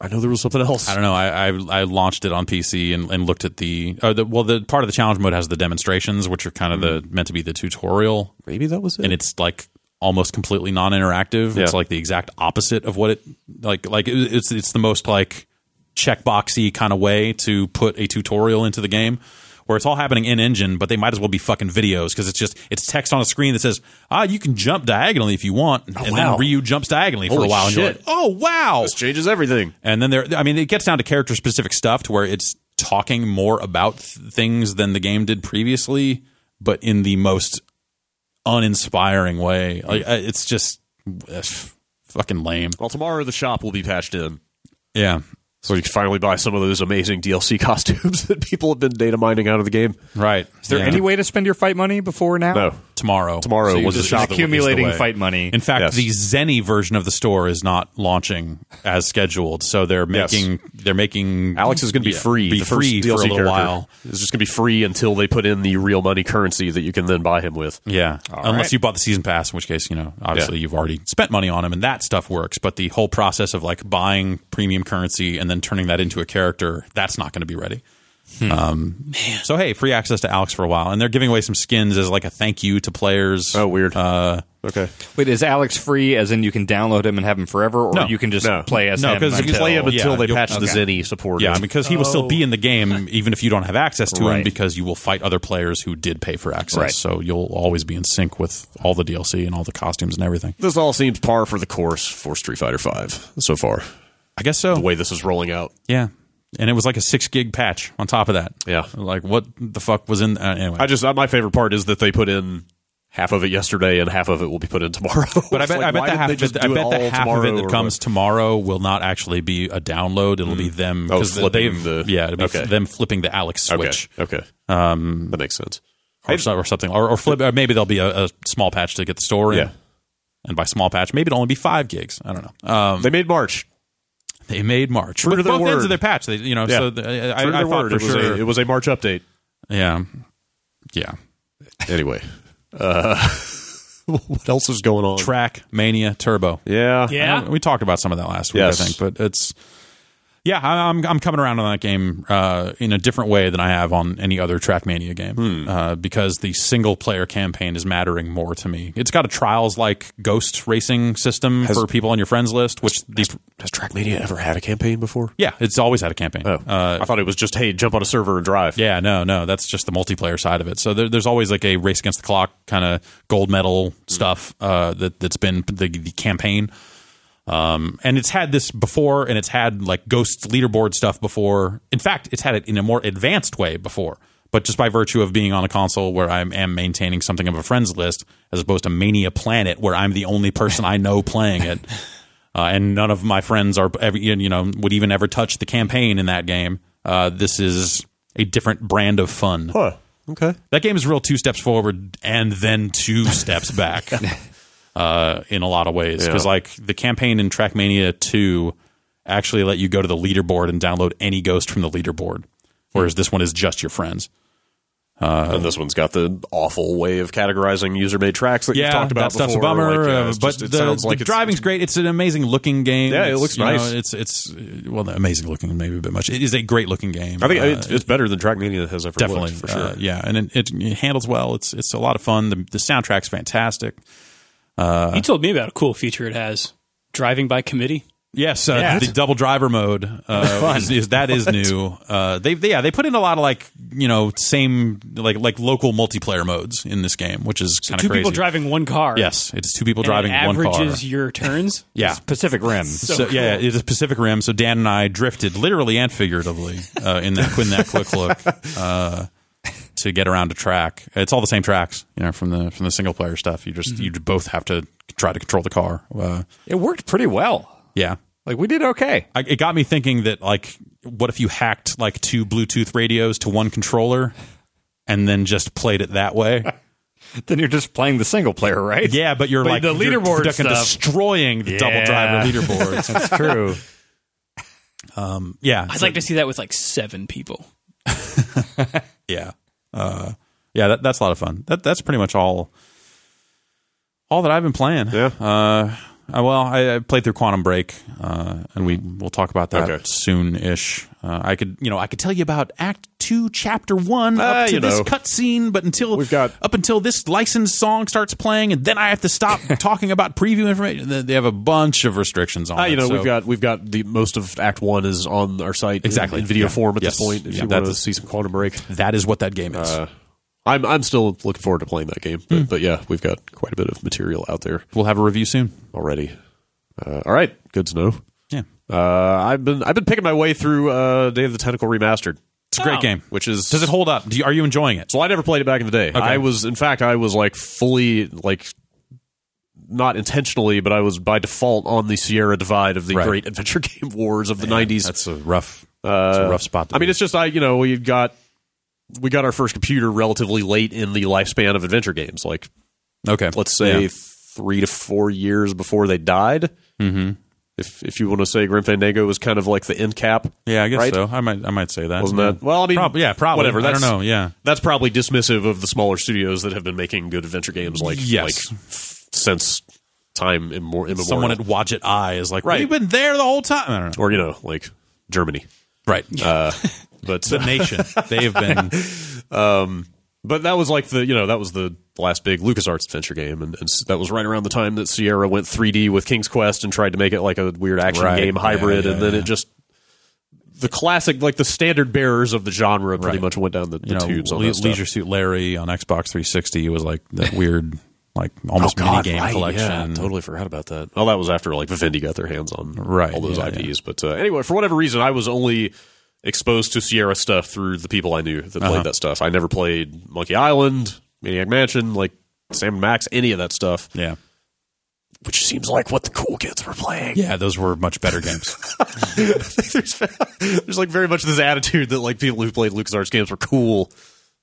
[SPEAKER 1] I know there was something else.
[SPEAKER 2] I don't know. I, I I launched it on PC and, and looked at the, uh, the well, the part of the challenge mode has the demonstrations, which are kind of the
[SPEAKER 1] Mm-hmm.
[SPEAKER 2] meant to be the tutorial
[SPEAKER 1] Maybe that was it.
[SPEAKER 2] and it's like almost completely non-interactive. It's
[SPEAKER 1] Yeah.
[SPEAKER 2] like the exact opposite of what it like like it- it's it's the most like checkboxy kind of way to put a tutorial into the game where it's all happening in engine, but they might as well be fucking videos because it's just it's text on a screen that says ah you can jump diagonally if you want, and
[SPEAKER 1] Oh, wow.
[SPEAKER 2] then Ryu jumps diagonally for
[SPEAKER 1] Holy
[SPEAKER 2] a while, and you're
[SPEAKER 1] shit.
[SPEAKER 2] like oh wow,
[SPEAKER 1] This changes everything.
[SPEAKER 2] and then there, I mean, it gets down to character specific stuff to where it's talking more about th- things than the game did previously, but in the most uninspiring way. Like I- it's just uh, f- fucking lame.
[SPEAKER 1] Well, tomorrow the shop will be patched in,
[SPEAKER 2] Yeah,
[SPEAKER 1] so you can finally buy some of those amazing DLC costumes that people have been data mining out of the game.
[SPEAKER 2] right.
[SPEAKER 4] Is there any way to spend your fight money before now?
[SPEAKER 1] No,
[SPEAKER 2] tomorrow?
[SPEAKER 1] Tomorrow
[SPEAKER 2] you
[SPEAKER 1] was the
[SPEAKER 2] just-
[SPEAKER 1] shop.
[SPEAKER 4] Accumulating
[SPEAKER 2] is the way.
[SPEAKER 4] fight money.
[SPEAKER 2] In fact,
[SPEAKER 1] Yes.
[SPEAKER 2] the Zenny version of the store is not launching as scheduled, so they're
[SPEAKER 1] Yes.
[SPEAKER 2] making they're making
[SPEAKER 1] Alex is going to be
[SPEAKER 2] yeah,
[SPEAKER 1] free.
[SPEAKER 2] be
[SPEAKER 1] the first
[SPEAKER 2] free
[SPEAKER 1] DLC
[SPEAKER 2] for a little
[SPEAKER 1] character.
[SPEAKER 2] while.
[SPEAKER 1] It's just going to be free until they put in the real money currency that you can then buy him with.
[SPEAKER 2] Yeah, unless
[SPEAKER 4] right.
[SPEAKER 2] you bought the season pass, in which case you know obviously
[SPEAKER 1] Yeah.
[SPEAKER 2] you've already spent money on them, and that stuff works. But the whole process of like buying premium currency and then turning that into a character that's not going to be ready.
[SPEAKER 1] Hmm.
[SPEAKER 2] Um, So hey, free access to Alex for a while, and they're giving away some skins as like a thank you to players.
[SPEAKER 1] Oh, weird.
[SPEAKER 2] Uh,
[SPEAKER 1] Okay,
[SPEAKER 4] Wait, is Alex free? As in, you can download him and have him forever, or
[SPEAKER 2] No.
[SPEAKER 4] you can just
[SPEAKER 1] No.
[SPEAKER 4] play as
[SPEAKER 2] No,
[SPEAKER 4] him?
[SPEAKER 2] 'cause you can
[SPEAKER 4] until-
[SPEAKER 1] play him until
[SPEAKER 2] yeah,
[SPEAKER 1] they
[SPEAKER 2] you'll-
[SPEAKER 1] patch the
[SPEAKER 4] okay.
[SPEAKER 1] Zenny support.
[SPEAKER 2] yeah,
[SPEAKER 1] in.
[SPEAKER 2] because he will still be in the
[SPEAKER 1] Oh.
[SPEAKER 2] game even if you don't have access to him
[SPEAKER 4] Right.
[SPEAKER 2] because you will fight other players who did pay for access.
[SPEAKER 4] Right.
[SPEAKER 2] So you'll always be in sync with all the DLC and all the costumes and everything.
[SPEAKER 1] this all seems par for the course for Street Fighter Five so far.
[SPEAKER 2] I guess so.
[SPEAKER 1] The way this is rolling out.
[SPEAKER 2] Yeah. And it was like a six gig patch on top of that.
[SPEAKER 1] Yeah.
[SPEAKER 2] Like, what the fuck was in? Uh, anyway.
[SPEAKER 1] I just uh, my favorite part is that they put in half of it yesterday and half of it will be put in tomorrow.
[SPEAKER 2] but I
[SPEAKER 1] It's
[SPEAKER 2] bet,
[SPEAKER 1] like,
[SPEAKER 2] I bet
[SPEAKER 1] why
[SPEAKER 2] the
[SPEAKER 1] didn't
[SPEAKER 2] half,
[SPEAKER 1] they
[SPEAKER 2] of
[SPEAKER 1] just
[SPEAKER 2] it, I
[SPEAKER 1] do
[SPEAKER 2] bet
[SPEAKER 1] all
[SPEAKER 2] the half of
[SPEAKER 1] tomorrow
[SPEAKER 2] it that
[SPEAKER 1] or
[SPEAKER 2] comes
[SPEAKER 1] what?
[SPEAKER 2] tomorrow will not actually be a download. It'll be them
[SPEAKER 1] Oh,
[SPEAKER 2] because
[SPEAKER 1] flipping
[SPEAKER 2] they've
[SPEAKER 1] the-
[SPEAKER 2] yeah, it'll be
[SPEAKER 1] okay.
[SPEAKER 2] them flipping the Alex switch
[SPEAKER 1] Okay, okay,
[SPEAKER 2] Um,
[SPEAKER 1] that makes sense.
[SPEAKER 2] or, so- or something, or, or flip. Or maybe there'll be a, a small patch to get the store in.
[SPEAKER 1] Yeah.
[SPEAKER 2] And by small patch, maybe it'll only be five gigs. I don't know. Um,
[SPEAKER 1] They made March.
[SPEAKER 2] they made March.
[SPEAKER 1] True to
[SPEAKER 2] But
[SPEAKER 1] their
[SPEAKER 2] both ends
[SPEAKER 1] word.
[SPEAKER 2] of their patch, they, you know.
[SPEAKER 1] Yeah.
[SPEAKER 2] So the, I,
[SPEAKER 1] True to
[SPEAKER 2] I, I
[SPEAKER 1] their
[SPEAKER 2] thought
[SPEAKER 1] word,
[SPEAKER 2] for
[SPEAKER 1] it was
[SPEAKER 2] sure.
[SPEAKER 1] a, it was a March update.
[SPEAKER 2] yeah, yeah.
[SPEAKER 1] Anyway, uh, what else is going on?
[SPEAKER 2] Track Mania Turbo.
[SPEAKER 1] yeah,
[SPEAKER 3] Yeah.
[SPEAKER 2] Uh, we talked about some of that last week,
[SPEAKER 1] Yes.
[SPEAKER 2] I think. But it's yeah, I, I'm I'm coming around on that game uh, in a different way than I have on any other Trackmania game
[SPEAKER 1] Hmm.
[SPEAKER 2] uh, because the single player campaign is mattering more to me. It's got a trials like ghost racing system for people on your friends list, which the,
[SPEAKER 1] Has Trackmania ever had a campaign before?
[SPEAKER 2] yeah, it's always had a campaign. Uh,
[SPEAKER 1] Oh. I thought it was just hey, jump on a server and drive.
[SPEAKER 2] yeah, no, no, that's just the multiplayer side of it. So there, there's always like a race against the clock kind of gold medal
[SPEAKER 1] Hmm.
[SPEAKER 2] stuff uh, that that's been the, the campaign. Um, and it's had this before, and it's had like ghost leaderboard stuff before. In fact, it's had it in a more advanced way before. But just by virtue of being on a console where I am maintaining something of a friends list, as opposed to Mania Planet, where I'm the only person I know playing it, uh, and none of my friends are ever, you know would even ever touch the campaign in that game. Uh, this is a different brand of fun.
[SPEAKER 1] Huh. Okay.
[SPEAKER 2] That game is real two steps forward and then two steps back uh, in a lot of ways. Because,
[SPEAKER 1] Yeah.
[SPEAKER 2] like, the campaign in Trackmania 2 actually let you go to the leaderboard and download any ghost from the leaderboard, whereas this one is just your friends.
[SPEAKER 1] Uh, and this one's got the awful way of categorizing user-made tracks that you've talked about
[SPEAKER 2] that stuff's
[SPEAKER 1] before.
[SPEAKER 2] a bummer.
[SPEAKER 1] Like, yeah,
[SPEAKER 2] uh,
[SPEAKER 1] it's
[SPEAKER 2] but
[SPEAKER 1] just- it
[SPEAKER 2] the,
[SPEAKER 1] sounds
[SPEAKER 2] the
[SPEAKER 1] like it's-
[SPEAKER 2] driving's great. It's an amazing looking game.
[SPEAKER 1] Yeah, it
[SPEAKER 2] It's,
[SPEAKER 1] looks
[SPEAKER 2] you know,
[SPEAKER 1] nice.
[SPEAKER 2] it's it's uh, well, not amazing looking, maybe a bit much. It is a great looking game.
[SPEAKER 1] I think
[SPEAKER 2] Uh,
[SPEAKER 1] it's, it's better than Trackmania has ever
[SPEAKER 2] definitely
[SPEAKER 1] looked, for sure.
[SPEAKER 2] uh, yeah, and it, it, it handles well. It's it's a lot of fun. The, the soundtrack's fantastic.
[SPEAKER 3] you told me about a cool feature it has driving by committee.
[SPEAKER 2] Yes, uh, the double driver mode uh, is, is that is new. Uh, they, they yeah they put in a lot of like you know same like like local multiplayer modes in this game, which is kind of
[SPEAKER 3] Two
[SPEAKER 2] crazy.
[SPEAKER 3] people driving one car.
[SPEAKER 2] Yes, it's two people
[SPEAKER 3] And
[SPEAKER 2] driving
[SPEAKER 3] it
[SPEAKER 2] one
[SPEAKER 3] averages
[SPEAKER 2] car.
[SPEAKER 3] your turns.
[SPEAKER 2] yeah,
[SPEAKER 4] Pacific Rim.
[SPEAKER 2] so, yeah, yeah, it is Pacific Rim. So Dan and I drifted literally and figuratively uh, in that in that quick look uh, to get around a track. It's all the same tracks, you know, from the from the single player stuff. You just
[SPEAKER 3] Mm-hmm.
[SPEAKER 2] you both have to try to control the car. Uh,
[SPEAKER 4] It worked pretty well.
[SPEAKER 2] yeah,
[SPEAKER 4] Like we did okay.
[SPEAKER 2] I, it got me thinking that like, what if you hacked like two Bluetooth radios to one controller, and then just played it that way?
[SPEAKER 4] Then you're just playing the single player, right?
[SPEAKER 2] Yeah, but you're
[SPEAKER 4] But
[SPEAKER 2] like
[SPEAKER 4] the
[SPEAKER 2] you're
[SPEAKER 4] leaderboard
[SPEAKER 2] fucking
[SPEAKER 4] stuff.
[SPEAKER 2] destroying the double
[SPEAKER 4] Yeah.
[SPEAKER 2] driver leaderboards. Um,
[SPEAKER 4] That's true.
[SPEAKER 2] yeah,
[SPEAKER 3] I'd like to see that with like seven people.
[SPEAKER 2] yeah uh yeah that, that's a lot of fun that that's pretty much all all that i've been playing
[SPEAKER 1] Yeah.
[SPEAKER 2] uh I- well I, I played through quantum break uh and we we'll talk about that
[SPEAKER 1] Mm. Okay.
[SPEAKER 2] soon-ish uh, i could you know i could tell you about act two chapter one
[SPEAKER 1] Ah,
[SPEAKER 2] up to
[SPEAKER 1] you
[SPEAKER 2] this
[SPEAKER 1] know.
[SPEAKER 2] cutscene but until
[SPEAKER 1] We've got-
[SPEAKER 2] up until this licensed song starts playing and then i have to stop talking about preview information They- they have a bunch of restrictions on
[SPEAKER 1] Ah, you
[SPEAKER 2] it,
[SPEAKER 1] know,
[SPEAKER 2] so-
[SPEAKER 1] we've got we've got the most of Act One is on our site
[SPEAKER 2] Exactly.
[SPEAKER 1] in, in video
[SPEAKER 2] Yeah.
[SPEAKER 1] form at
[SPEAKER 2] Yes.
[SPEAKER 1] this point. If
[SPEAKER 2] Yeah,
[SPEAKER 1] you want to
[SPEAKER 2] that's-
[SPEAKER 1] see some Quantum Break,
[SPEAKER 2] that is what that game is
[SPEAKER 1] Uh, I'm I'm still looking forward to playing that game. But, but yeah, we've got quite a bit of material out there
[SPEAKER 2] we'll have a review soon
[SPEAKER 1] already. Uh, all right, good to know.
[SPEAKER 2] yeah
[SPEAKER 1] Uh, I've been I've been picking my way through uh, Day of the Tentacle remastered,
[SPEAKER 2] it's a great
[SPEAKER 3] Oh.
[SPEAKER 2] game
[SPEAKER 1] which is
[SPEAKER 2] does it hold up Do you, are you enjoying it
[SPEAKER 1] So I never played it back in the day. I was, in fact, I was like fully like not intentionally, but I was by default on the Sierra Divide of the
[SPEAKER 2] Right.
[SPEAKER 1] great adventure game wars of the nineties.
[SPEAKER 2] That's a rough,
[SPEAKER 1] It's
[SPEAKER 2] a rough spot. to
[SPEAKER 1] uh, I mean,
[SPEAKER 2] be.
[SPEAKER 1] it's just I, you know, we got we got our first computer relatively late in the lifespan of adventure games. Like
[SPEAKER 2] okay.
[SPEAKER 1] let's say
[SPEAKER 2] Yeah.
[SPEAKER 1] three to four years before they died. Mm-hmm. If if you want to say Grim Fandango was kind of like the end cap,
[SPEAKER 2] Yeah, I guess
[SPEAKER 1] right?
[SPEAKER 2] so. I might, I might say that.
[SPEAKER 1] Wasn't that- well, I mean,
[SPEAKER 2] Prob- yeah, probably.
[SPEAKER 1] whatever,
[SPEAKER 2] I don't
[SPEAKER 1] that's-
[SPEAKER 2] know. Yeah,
[SPEAKER 1] that's probably dismissive of the smaller studios that have been making good adventure games like
[SPEAKER 2] Yes.
[SPEAKER 1] like f- since time immor- immemorial.
[SPEAKER 2] someone at Watch It Eye is like,
[SPEAKER 1] Right.
[SPEAKER 2] we've been there the whole time. I don't know.
[SPEAKER 1] or you know like Germany,
[SPEAKER 2] Right,
[SPEAKER 1] Uh, but
[SPEAKER 2] the nation. They've been.
[SPEAKER 1] but that was like the you know that was the last big LucasArts adventure game, and, and s- that was right around the time that Sierra went 3D with King's Quest and tried to make it like a weird action
[SPEAKER 2] Right.
[SPEAKER 1] game
[SPEAKER 2] Yeah,
[SPEAKER 1] hybrid,
[SPEAKER 2] yeah,
[SPEAKER 1] and then
[SPEAKER 2] yeah.
[SPEAKER 1] it just the classic like the standard bearers of the genre pretty
[SPEAKER 2] Right.
[SPEAKER 1] much went down the, the
[SPEAKER 2] You know,
[SPEAKER 1] tubes on
[SPEAKER 2] Le-
[SPEAKER 1] that stuff.
[SPEAKER 2] Leisure Suit Larry on Xbox 360 was like that weird, like almost mini game
[SPEAKER 1] Oh, right,
[SPEAKER 2] collection.
[SPEAKER 1] yeah, totally forgot about that. Well, that was after like Vivendi got their hands on
[SPEAKER 2] Right,
[SPEAKER 1] all those
[SPEAKER 2] yeah,
[SPEAKER 1] IPs. But uh, anyway, for whatever reason, I was only exposed to Sierra stuff through the people I knew that
[SPEAKER 2] Uh-huh.
[SPEAKER 1] played that stuff. I never played Monkey Island, Maniac Mansion, like Sam and Max, any of that stuff,
[SPEAKER 2] Yeah,
[SPEAKER 1] which seems like what the cool kids were playing.
[SPEAKER 2] yeah, those were much better games.
[SPEAKER 1] there's, there's like very much this attitude that like people who played LucasArts games were cool.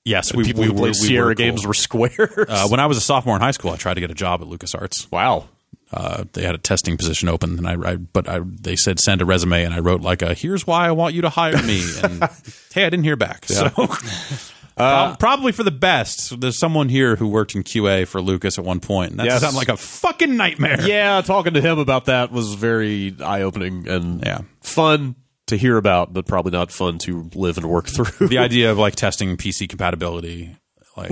[SPEAKER 2] yes,
[SPEAKER 1] and
[SPEAKER 2] we,
[SPEAKER 1] people
[SPEAKER 2] we
[SPEAKER 1] who
[SPEAKER 2] were-
[SPEAKER 1] played
[SPEAKER 2] we
[SPEAKER 1] Sierra
[SPEAKER 2] were cool.
[SPEAKER 1] games were squares.
[SPEAKER 2] Uh, when I was a sophomore in high school, I tried to get a job at LucasArts.
[SPEAKER 1] wow.
[SPEAKER 2] uh, they had a testing position open, and I, I but I, they said send a resume, and I wrote like a here's why I want you to hire me, and hey, I didn't hear back, so prob- probably for the best. There's someone here who worked in QA for Lucas at one point, and that
[SPEAKER 1] Yes.
[SPEAKER 2] sounds like a fucking nightmare.
[SPEAKER 1] Yeah, talking to him about that was very eye opening and
[SPEAKER 2] Yeah.
[SPEAKER 1] fun to hear about, but probably not fun to live and work through.
[SPEAKER 2] the idea of like testing PC compatibility, like.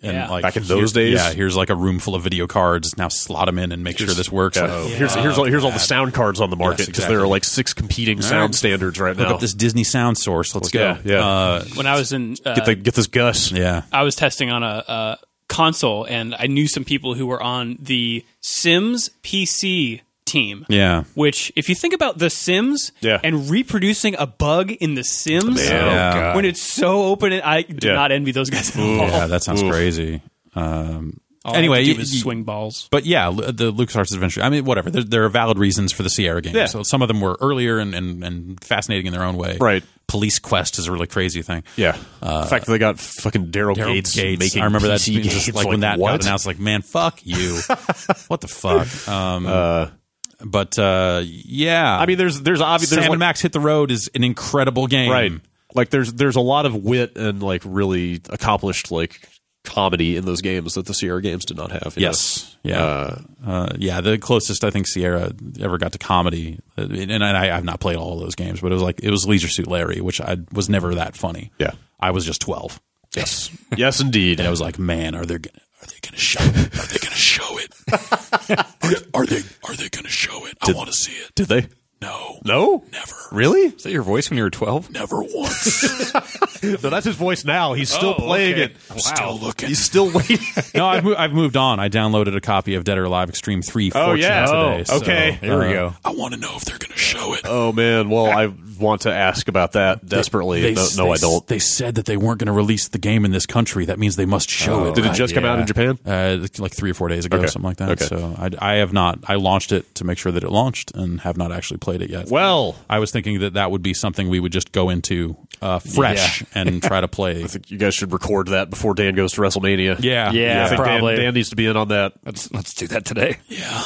[SPEAKER 2] and
[SPEAKER 3] yeah.
[SPEAKER 2] like
[SPEAKER 1] Back in those
[SPEAKER 2] here-
[SPEAKER 1] days?
[SPEAKER 2] yeah. Here's like a room full of video cards. Now slot them in and make sure this works.
[SPEAKER 1] Yeah.
[SPEAKER 2] Oh,
[SPEAKER 1] here's here's all, here's all the sound cards on the market because there
[SPEAKER 2] exactly.
[SPEAKER 1] are like six competing sound standards right
[SPEAKER 2] Look
[SPEAKER 1] now.
[SPEAKER 2] up this Disney sound source. Let's
[SPEAKER 1] Yeah,
[SPEAKER 2] go.
[SPEAKER 1] yeah.
[SPEAKER 2] Uh,
[SPEAKER 3] When I was in uh,
[SPEAKER 1] get the get this Gus.
[SPEAKER 2] yeah.
[SPEAKER 3] I was testing on a, a console, and I knew some people who were on the Sims PC team.
[SPEAKER 2] Yeah.
[SPEAKER 3] Which, if you think about the Sims
[SPEAKER 1] Yeah.
[SPEAKER 3] and reproducing a bug in the Sims,
[SPEAKER 2] Yeah. Oh, God.
[SPEAKER 3] when it's so open, I do
[SPEAKER 1] Yeah.
[SPEAKER 3] not envy those guys at all.
[SPEAKER 2] Yeah. That sounds
[SPEAKER 1] Oh. Oof.
[SPEAKER 2] crazy. Um,
[SPEAKER 3] All I
[SPEAKER 2] anyway,
[SPEAKER 3] have to
[SPEAKER 2] you-
[SPEAKER 3] do is
[SPEAKER 2] you-
[SPEAKER 3] swing balls.
[SPEAKER 2] But yeah, Lu- uh, the LucasArts adventure. I mean, whatever. There, there are valid reasons for the Sierra games.
[SPEAKER 1] Yeah.
[SPEAKER 2] So some of them were earlier and, and, and fascinating in their own way.
[SPEAKER 1] Right.
[SPEAKER 2] Police Quest is a really crazy thing.
[SPEAKER 1] Yeah,
[SPEAKER 4] Uh,
[SPEAKER 1] the fact that they got fucking Daryl
[SPEAKER 2] Daryl
[SPEAKER 1] Gates,
[SPEAKER 2] Gates.
[SPEAKER 1] making
[SPEAKER 2] I remember that
[SPEAKER 1] PC
[SPEAKER 2] being
[SPEAKER 1] games,
[SPEAKER 2] just like, when that
[SPEAKER 1] what?
[SPEAKER 2] got announced. Like, man, fuck you. what the fuck? Um, But uh, yeah,
[SPEAKER 1] I mean, there's there's obvious
[SPEAKER 2] Sam
[SPEAKER 1] there's
[SPEAKER 2] and
[SPEAKER 1] like,
[SPEAKER 2] Max Hit the Road is an incredible game.
[SPEAKER 1] right. Like there's there's a lot of wit and like really accomplished like comedy in those games that the Sierra games did not have. you
[SPEAKER 2] Yes.
[SPEAKER 1] know?
[SPEAKER 2] Yeah.
[SPEAKER 1] Uh,
[SPEAKER 2] Uh, yeah. The closest I think Sierra ever got to comedy, uh, and I, I've not played all of those games, but it was like it was Leisure Suit Larry, which I was never that funny.
[SPEAKER 1] Yeah.
[SPEAKER 2] I was just twelve,
[SPEAKER 1] Yes. Yes, indeed.
[SPEAKER 2] and I was like, man, are they gonna are they gonna show it? Are they gonna show it? are, are they are they gonna show it? I want to see it.
[SPEAKER 1] Did they?
[SPEAKER 2] No,
[SPEAKER 1] No.
[SPEAKER 2] never,
[SPEAKER 1] Really?
[SPEAKER 4] Is that your voice when you were 12?
[SPEAKER 2] never once.
[SPEAKER 1] No, that's his voice now. He's still playing it.
[SPEAKER 2] I'm still looking.
[SPEAKER 1] He's still waiting.
[SPEAKER 2] no, I've, mo- I've moved on. I downloaded a copy of Dead or Alive Extreme Three.
[SPEAKER 1] Oh,
[SPEAKER 2] Fortune
[SPEAKER 1] yeah.
[SPEAKER 2] Today,
[SPEAKER 1] Oh,
[SPEAKER 2] so,
[SPEAKER 1] okay.
[SPEAKER 4] There we
[SPEAKER 2] uh,
[SPEAKER 4] go.
[SPEAKER 2] I want to know if they're going to show it.
[SPEAKER 1] oh man. Well, I want to ask about that desperately.
[SPEAKER 2] They-
[SPEAKER 1] no, no,
[SPEAKER 2] they-
[SPEAKER 1] I don't.
[SPEAKER 2] They said that they weren't going to release the game in this country. That means they must show it.
[SPEAKER 1] Did it just come out in Japan?
[SPEAKER 2] Uh, like three or four days ago,
[SPEAKER 1] Oh. Okay.
[SPEAKER 2] something like that.
[SPEAKER 1] Okay.
[SPEAKER 2] So I, I have not. I launched it to make sure that it launched, and have not actually played it yet.
[SPEAKER 1] Well,
[SPEAKER 2] I was thinking that that would be something we would just go into uh, fresh and try to play.
[SPEAKER 1] I think you guys should record that before Dan goes to WrestleMania.
[SPEAKER 2] Yeah,
[SPEAKER 4] Yeah,
[SPEAKER 1] I think Dan-
[SPEAKER 4] probably.
[SPEAKER 1] Dan, needs to be in on that.
[SPEAKER 4] Let's, let's do that today.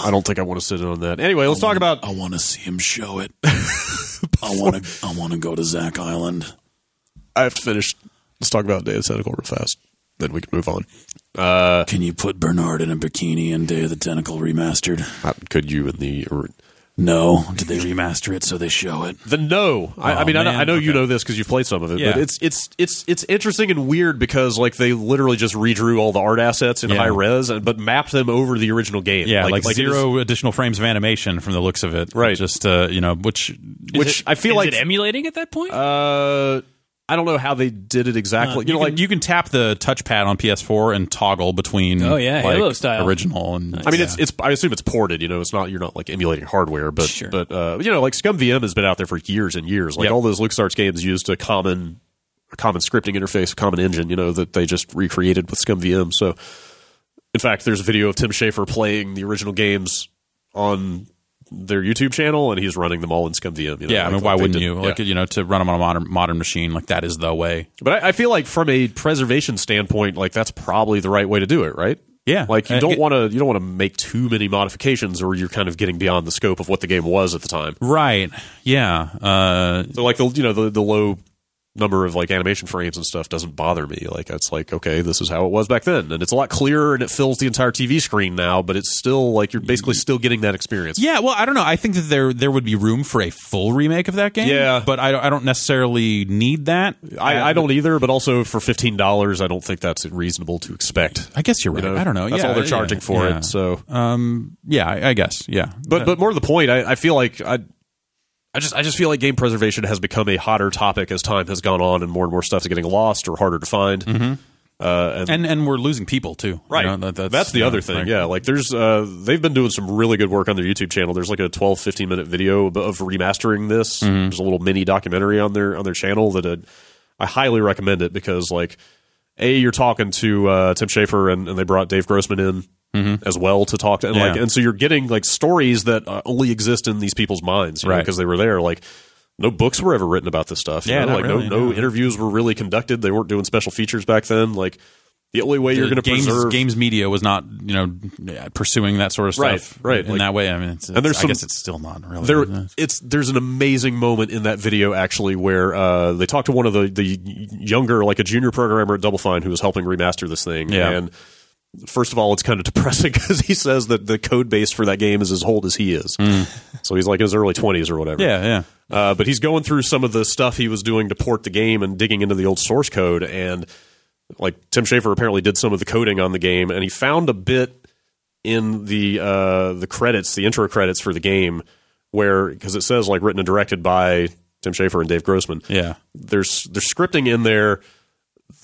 [SPEAKER 1] I don't think I want to sit in on that. Anyway, let's talk about.
[SPEAKER 7] I want to see him show it. I want to. I want to go to Zach Island.
[SPEAKER 1] I've finished. Let's talk about Day of Tentacle real fast. Then we can move on. Uh,
[SPEAKER 7] Can you put Bernard in a bikini in Day of the Tentacle remastered?
[SPEAKER 1] How Uh, could you in the er, or,
[SPEAKER 7] No. Did they remaster it so they show it?
[SPEAKER 1] the no? I, I mean, I know,
[SPEAKER 2] man.
[SPEAKER 1] I know you
[SPEAKER 2] Okay.
[SPEAKER 1] know this because you've played some of it,
[SPEAKER 2] Yeah.
[SPEAKER 1] but it's it's it's it's interesting and weird because like they literally just redrew all the art assets in
[SPEAKER 2] Yeah.
[SPEAKER 1] high res, and, but mapped them over the original game.
[SPEAKER 2] Yeah, like,
[SPEAKER 1] it is-
[SPEAKER 2] zero additional frames of animation from the looks of it.
[SPEAKER 1] Right.
[SPEAKER 2] Just uh, you know, which
[SPEAKER 1] which I feel
[SPEAKER 3] Is
[SPEAKER 1] like
[SPEAKER 3] it emulating at that point?
[SPEAKER 1] uh, I don't know how they did it exactly. Uh, you,
[SPEAKER 2] you,
[SPEAKER 1] know,
[SPEAKER 2] can,
[SPEAKER 1] like
[SPEAKER 2] you can tap the touchpad on PS4 and toggle between
[SPEAKER 3] Oh, yeah,
[SPEAKER 2] like,
[SPEAKER 3] Halo style.
[SPEAKER 2] original and
[SPEAKER 1] I mean, it's it's. I assume it's ported. You know, it's not. You're not like emulating hardware, but
[SPEAKER 3] Sure.
[SPEAKER 1] but uh, you know, like Scum VM has been out there for years and years. Like
[SPEAKER 2] Yep.
[SPEAKER 1] all those LucasArts games used a common, a common scripting interface, a common engine. You know that they just recreated with Scum VM. So, in fact, there's a video of Tim Schafer playing the original games on their YouTube channel, and he's running them all in Scum VM. You know,
[SPEAKER 2] yeah. I
[SPEAKER 1] like-
[SPEAKER 2] mean, why
[SPEAKER 1] like they
[SPEAKER 2] wouldn't
[SPEAKER 1] did-
[SPEAKER 2] you? Like
[SPEAKER 1] yeah.
[SPEAKER 2] you know, to run them on a modern modern machine, like that is the way.
[SPEAKER 1] But I, I feel like from a preservation standpoint, like that's probably the right way to do it, right?
[SPEAKER 2] Yeah.
[SPEAKER 1] Like you
[SPEAKER 2] Uh,
[SPEAKER 1] don't
[SPEAKER 2] it-
[SPEAKER 1] want to you don't want to make too many modifications, or you're kind of getting beyond the scope of what the game was at the time.
[SPEAKER 2] Right. Yeah. Uh,
[SPEAKER 1] So like the you know the the low number of like animation frames and stuff doesn't bother me. Like it's like okay, this is how it was back then, and it's a lot clearer, and it fills the entire TV screen now. But it's still like you're basically still getting that experience.
[SPEAKER 2] yeah. Well, I don't know. I think that there there would be room for a full remake of that game.
[SPEAKER 1] Yeah.
[SPEAKER 2] But I, don't- I don't necessarily need that.
[SPEAKER 1] I, I don't either, but also for fifteen dollars, I don't think that's reasonable to expect.
[SPEAKER 2] I guess you're right.
[SPEAKER 1] You
[SPEAKER 2] I don't know.
[SPEAKER 1] That's
[SPEAKER 2] Yeah,
[SPEAKER 1] all they're
[SPEAKER 2] yeah,
[SPEAKER 1] charging for
[SPEAKER 2] yeah. Um,
[SPEAKER 1] it. So
[SPEAKER 2] Yeah. I, I guess. Yeah.
[SPEAKER 1] but but more to the point, I, I feel like I. I just I just feel like game preservation has become a hotter topic as time has gone on, and more and more stuff is getting lost or harder to find. Uh, and,
[SPEAKER 2] And and we're losing people too. You
[SPEAKER 1] right,
[SPEAKER 2] know, that-
[SPEAKER 1] that's, the
[SPEAKER 2] yeah,
[SPEAKER 1] other thing.
[SPEAKER 2] right.
[SPEAKER 1] Yeah, like there's uh, they've been doing some really good work on their YouTube channel. There's like a 12, 15 minute video of- of remastering this.
[SPEAKER 2] Mm-hmm.
[SPEAKER 1] There's a little mini documentary on their on their channel that uh, I highly recommend it because like a you're talking to uh, Tim Schafer and, and they brought Dave Grossman in as well to talk to and like
[SPEAKER 2] Mm-hmm. Yeah.
[SPEAKER 1] and so you're getting like stories that uh, only exist in these people's minds
[SPEAKER 2] Right.
[SPEAKER 1] because they were there like no books were ever written about this stuff you know?
[SPEAKER 2] Yeah, not
[SPEAKER 1] like
[SPEAKER 2] really,
[SPEAKER 1] no, no
[SPEAKER 2] no.
[SPEAKER 1] interviews were really conducted they weren't doing special features back then like the only way you're going to
[SPEAKER 2] games,
[SPEAKER 1] preserve
[SPEAKER 2] games media was not you know pursuing that sort of stuff
[SPEAKER 1] Right, right,
[SPEAKER 2] in
[SPEAKER 1] like-
[SPEAKER 2] that way. I mean, it's,
[SPEAKER 1] there's
[SPEAKER 2] I
[SPEAKER 1] some-
[SPEAKER 2] guess it's still not really.
[SPEAKER 1] there
[SPEAKER 2] uh,
[SPEAKER 1] it's there's an amazing moment in that video actually where uh, they talk to one of the the younger like a junior programmer at Double Fine who was helping remaster this thing
[SPEAKER 2] Yeah.
[SPEAKER 1] and first of all it's kind of depressing because he says that the code base for that game is as old as he is so he's like in his early 20s or whatever
[SPEAKER 2] Mm. yeah, yeah.
[SPEAKER 1] uh, but he's going through some of the stuff he was doing to port the game and digging into the old source code. And like Tim Schafer apparently did some of the coding on the game, and he found a bit in the uh, the credits, the intro credits for the game, where because it says like written and directed by Tim Schafer and Dave Grossman.
[SPEAKER 2] Yeah.
[SPEAKER 1] There's there's scripting in there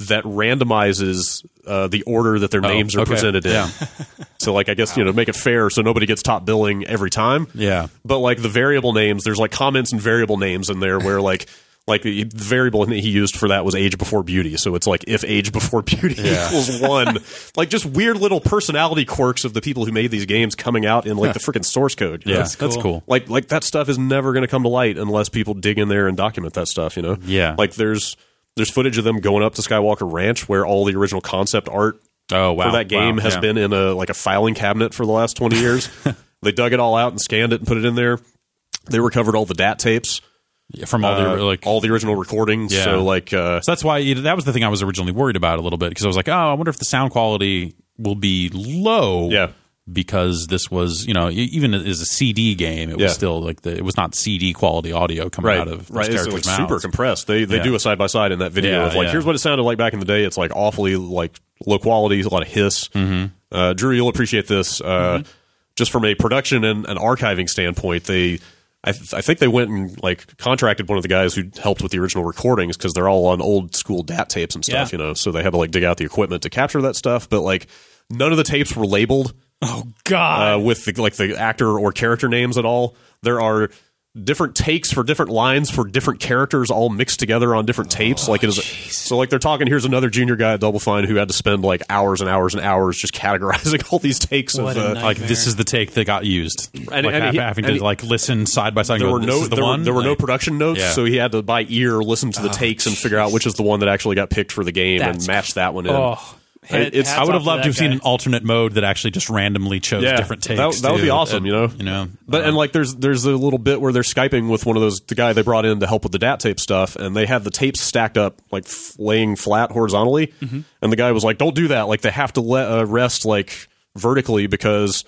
[SPEAKER 1] that randomizes uh, the order that their names are
[SPEAKER 2] Oh, okay.
[SPEAKER 1] presented in.
[SPEAKER 2] Yeah.
[SPEAKER 1] so like I guess you know make it fair so nobody gets top billing every time
[SPEAKER 2] Yeah.
[SPEAKER 1] but like the variable names there's like comments and variable names in there where like like the variable that he used for that was age before beauty so it's like if age before beauty equals one like just weird little personality quirks of the people who made these games coming out in like the freaking source code you
[SPEAKER 2] Yeah,
[SPEAKER 1] know?
[SPEAKER 2] that's cool. That's cool.
[SPEAKER 1] like like that stuff is never going to come to light unless people dig in there and document that stuff you know
[SPEAKER 2] Yeah.
[SPEAKER 1] like there's there's footage of them going up to skywalker ranch where all the original concept art
[SPEAKER 2] Oh wow.
[SPEAKER 1] for that game
[SPEAKER 2] Wow.
[SPEAKER 1] has
[SPEAKER 2] Yeah.
[SPEAKER 1] been in a like a filing cabinet for the last 20 years They dug it all out and scanned it and put it in there. They recovered all the DAT tapes,
[SPEAKER 2] from all
[SPEAKER 1] uh,
[SPEAKER 2] the like
[SPEAKER 1] all the original recordings.
[SPEAKER 2] Yeah.
[SPEAKER 1] So like, uh,
[SPEAKER 2] So that's why you know, that was the thing I was originally worried about a little bit because I was like, oh, I wonder if the sound quality will be low.
[SPEAKER 1] Yeah.
[SPEAKER 2] Because this was, you know, e- even as a CD game, it
[SPEAKER 1] Yeah.
[SPEAKER 2] was still like the, it was not CD quality audio coming out of those
[SPEAKER 1] right. It's,
[SPEAKER 2] characters'
[SPEAKER 1] it's
[SPEAKER 2] mouths.
[SPEAKER 1] super compressed. They they
[SPEAKER 2] Yeah.
[SPEAKER 1] do a side by side in that video
[SPEAKER 2] Yeah,
[SPEAKER 1] of like
[SPEAKER 2] yeah.
[SPEAKER 1] here's what it sounded like back in the day. It's like awfully like low quality, a lot of hiss.
[SPEAKER 2] Mm-hmm.
[SPEAKER 1] Uh, Drew, you'll appreciate this. Uh, Just from a production and an archiving standpoint, they. I, th- I think they went and like contracted one of the guys who helped with the original recordings because they're all on old school DAT tapes and stuff,
[SPEAKER 3] Yeah.
[SPEAKER 1] you know. So they had to like dig out the equipment to capture that stuff. But like none of the tapes were labeled
[SPEAKER 3] God.
[SPEAKER 1] uh, with the, like the actor or character names at all. There are different takes for different lines for different characters, all mixed together on different tapes. like it is
[SPEAKER 3] Oh,
[SPEAKER 1] so like they're talking. Here's another junior guy at Double Fine who had to spend like hours and hours and hours just categorizing all these takes
[SPEAKER 3] What
[SPEAKER 1] of.
[SPEAKER 3] a
[SPEAKER 1] Uh,
[SPEAKER 3] nightmare.
[SPEAKER 2] Like this is the take that got used.
[SPEAKER 1] And-
[SPEAKER 2] like
[SPEAKER 1] and
[SPEAKER 2] ha-
[SPEAKER 1] he-
[SPEAKER 2] having
[SPEAKER 1] and
[SPEAKER 2] to
[SPEAKER 1] he-
[SPEAKER 2] like listen side by side. and
[SPEAKER 1] there
[SPEAKER 2] go,
[SPEAKER 1] were
[SPEAKER 2] "This
[SPEAKER 1] no
[SPEAKER 2] is the
[SPEAKER 1] there, were-
[SPEAKER 2] one.
[SPEAKER 1] there were no
[SPEAKER 2] Like,
[SPEAKER 1] production notes,
[SPEAKER 2] Yeah. Oh,
[SPEAKER 1] so he had to by ear listen to the takes and figure out which is the one that actually got picked for the game and
[SPEAKER 3] That's-
[SPEAKER 1] match that one in.
[SPEAKER 3] Oh,
[SPEAKER 1] I- it's-
[SPEAKER 3] hats
[SPEAKER 2] I would
[SPEAKER 3] off
[SPEAKER 2] have loved
[SPEAKER 3] that
[SPEAKER 2] to have seen
[SPEAKER 3] guy.
[SPEAKER 2] an alternate mode that actually just randomly chose
[SPEAKER 1] Yeah.
[SPEAKER 2] different
[SPEAKER 1] That-
[SPEAKER 2] takes.
[SPEAKER 1] that would be
[SPEAKER 2] too.
[SPEAKER 1] awesome,
[SPEAKER 2] And-
[SPEAKER 1] you know?
[SPEAKER 2] You know, uh,
[SPEAKER 1] But and like there's there's a little bit where they're skyping with one of those the guy they brought in to help with the dat tape stuff, and they had the tapes stacked up like f- laying flat horizontally,
[SPEAKER 2] Mm-hmm.
[SPEAKER 1] and the guy was like, "Don't do that! Like they have to let uh, rest like vertically because."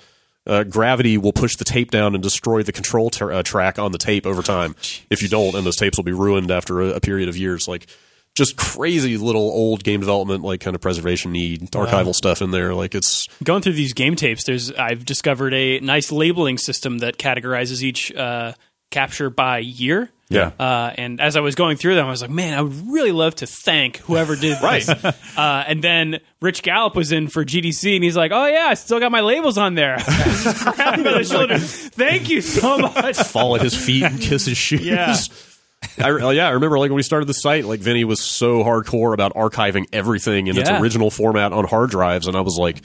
[SPEAKER 1] Uh, gravity will push the tape down and destroy the control ter- uh, track on the tape over time if you don't, and those tapes will be ruined after a, a period of years. Like, just crazy little old game development, like kind of preservation need, archival stuff in there. Like, it's
[SPEAKER 3] going through these game tapes, there's I've discovered a nice labeling system that categorizes each uh, capture by year.
[SPEAKER 1] Yeah.
[SPEAKER 3] Uh, and as I was going through them, I was like, man, I would really love to thank whoever did
[SPEAKER 1] Right.
[SPEAKER 3] this. Uh, and then Rich Gallup was in for GDC, and he's like, oh, yeah, I still got my labels on there. Just grabbed him by the shoulder. Thank you so much.
[SPEAKER 1] fall at his feet and kiss his shoes.
[SPEAKER 3] Yeah.
[SPEAKER 1] I, re- yeah, I remember like when we started the site, like Vinny was so hardcore about archiving everything in its
[SPEAKER 3] Yeah.
[SPEAKER 1] original format on hard drives, and I was like,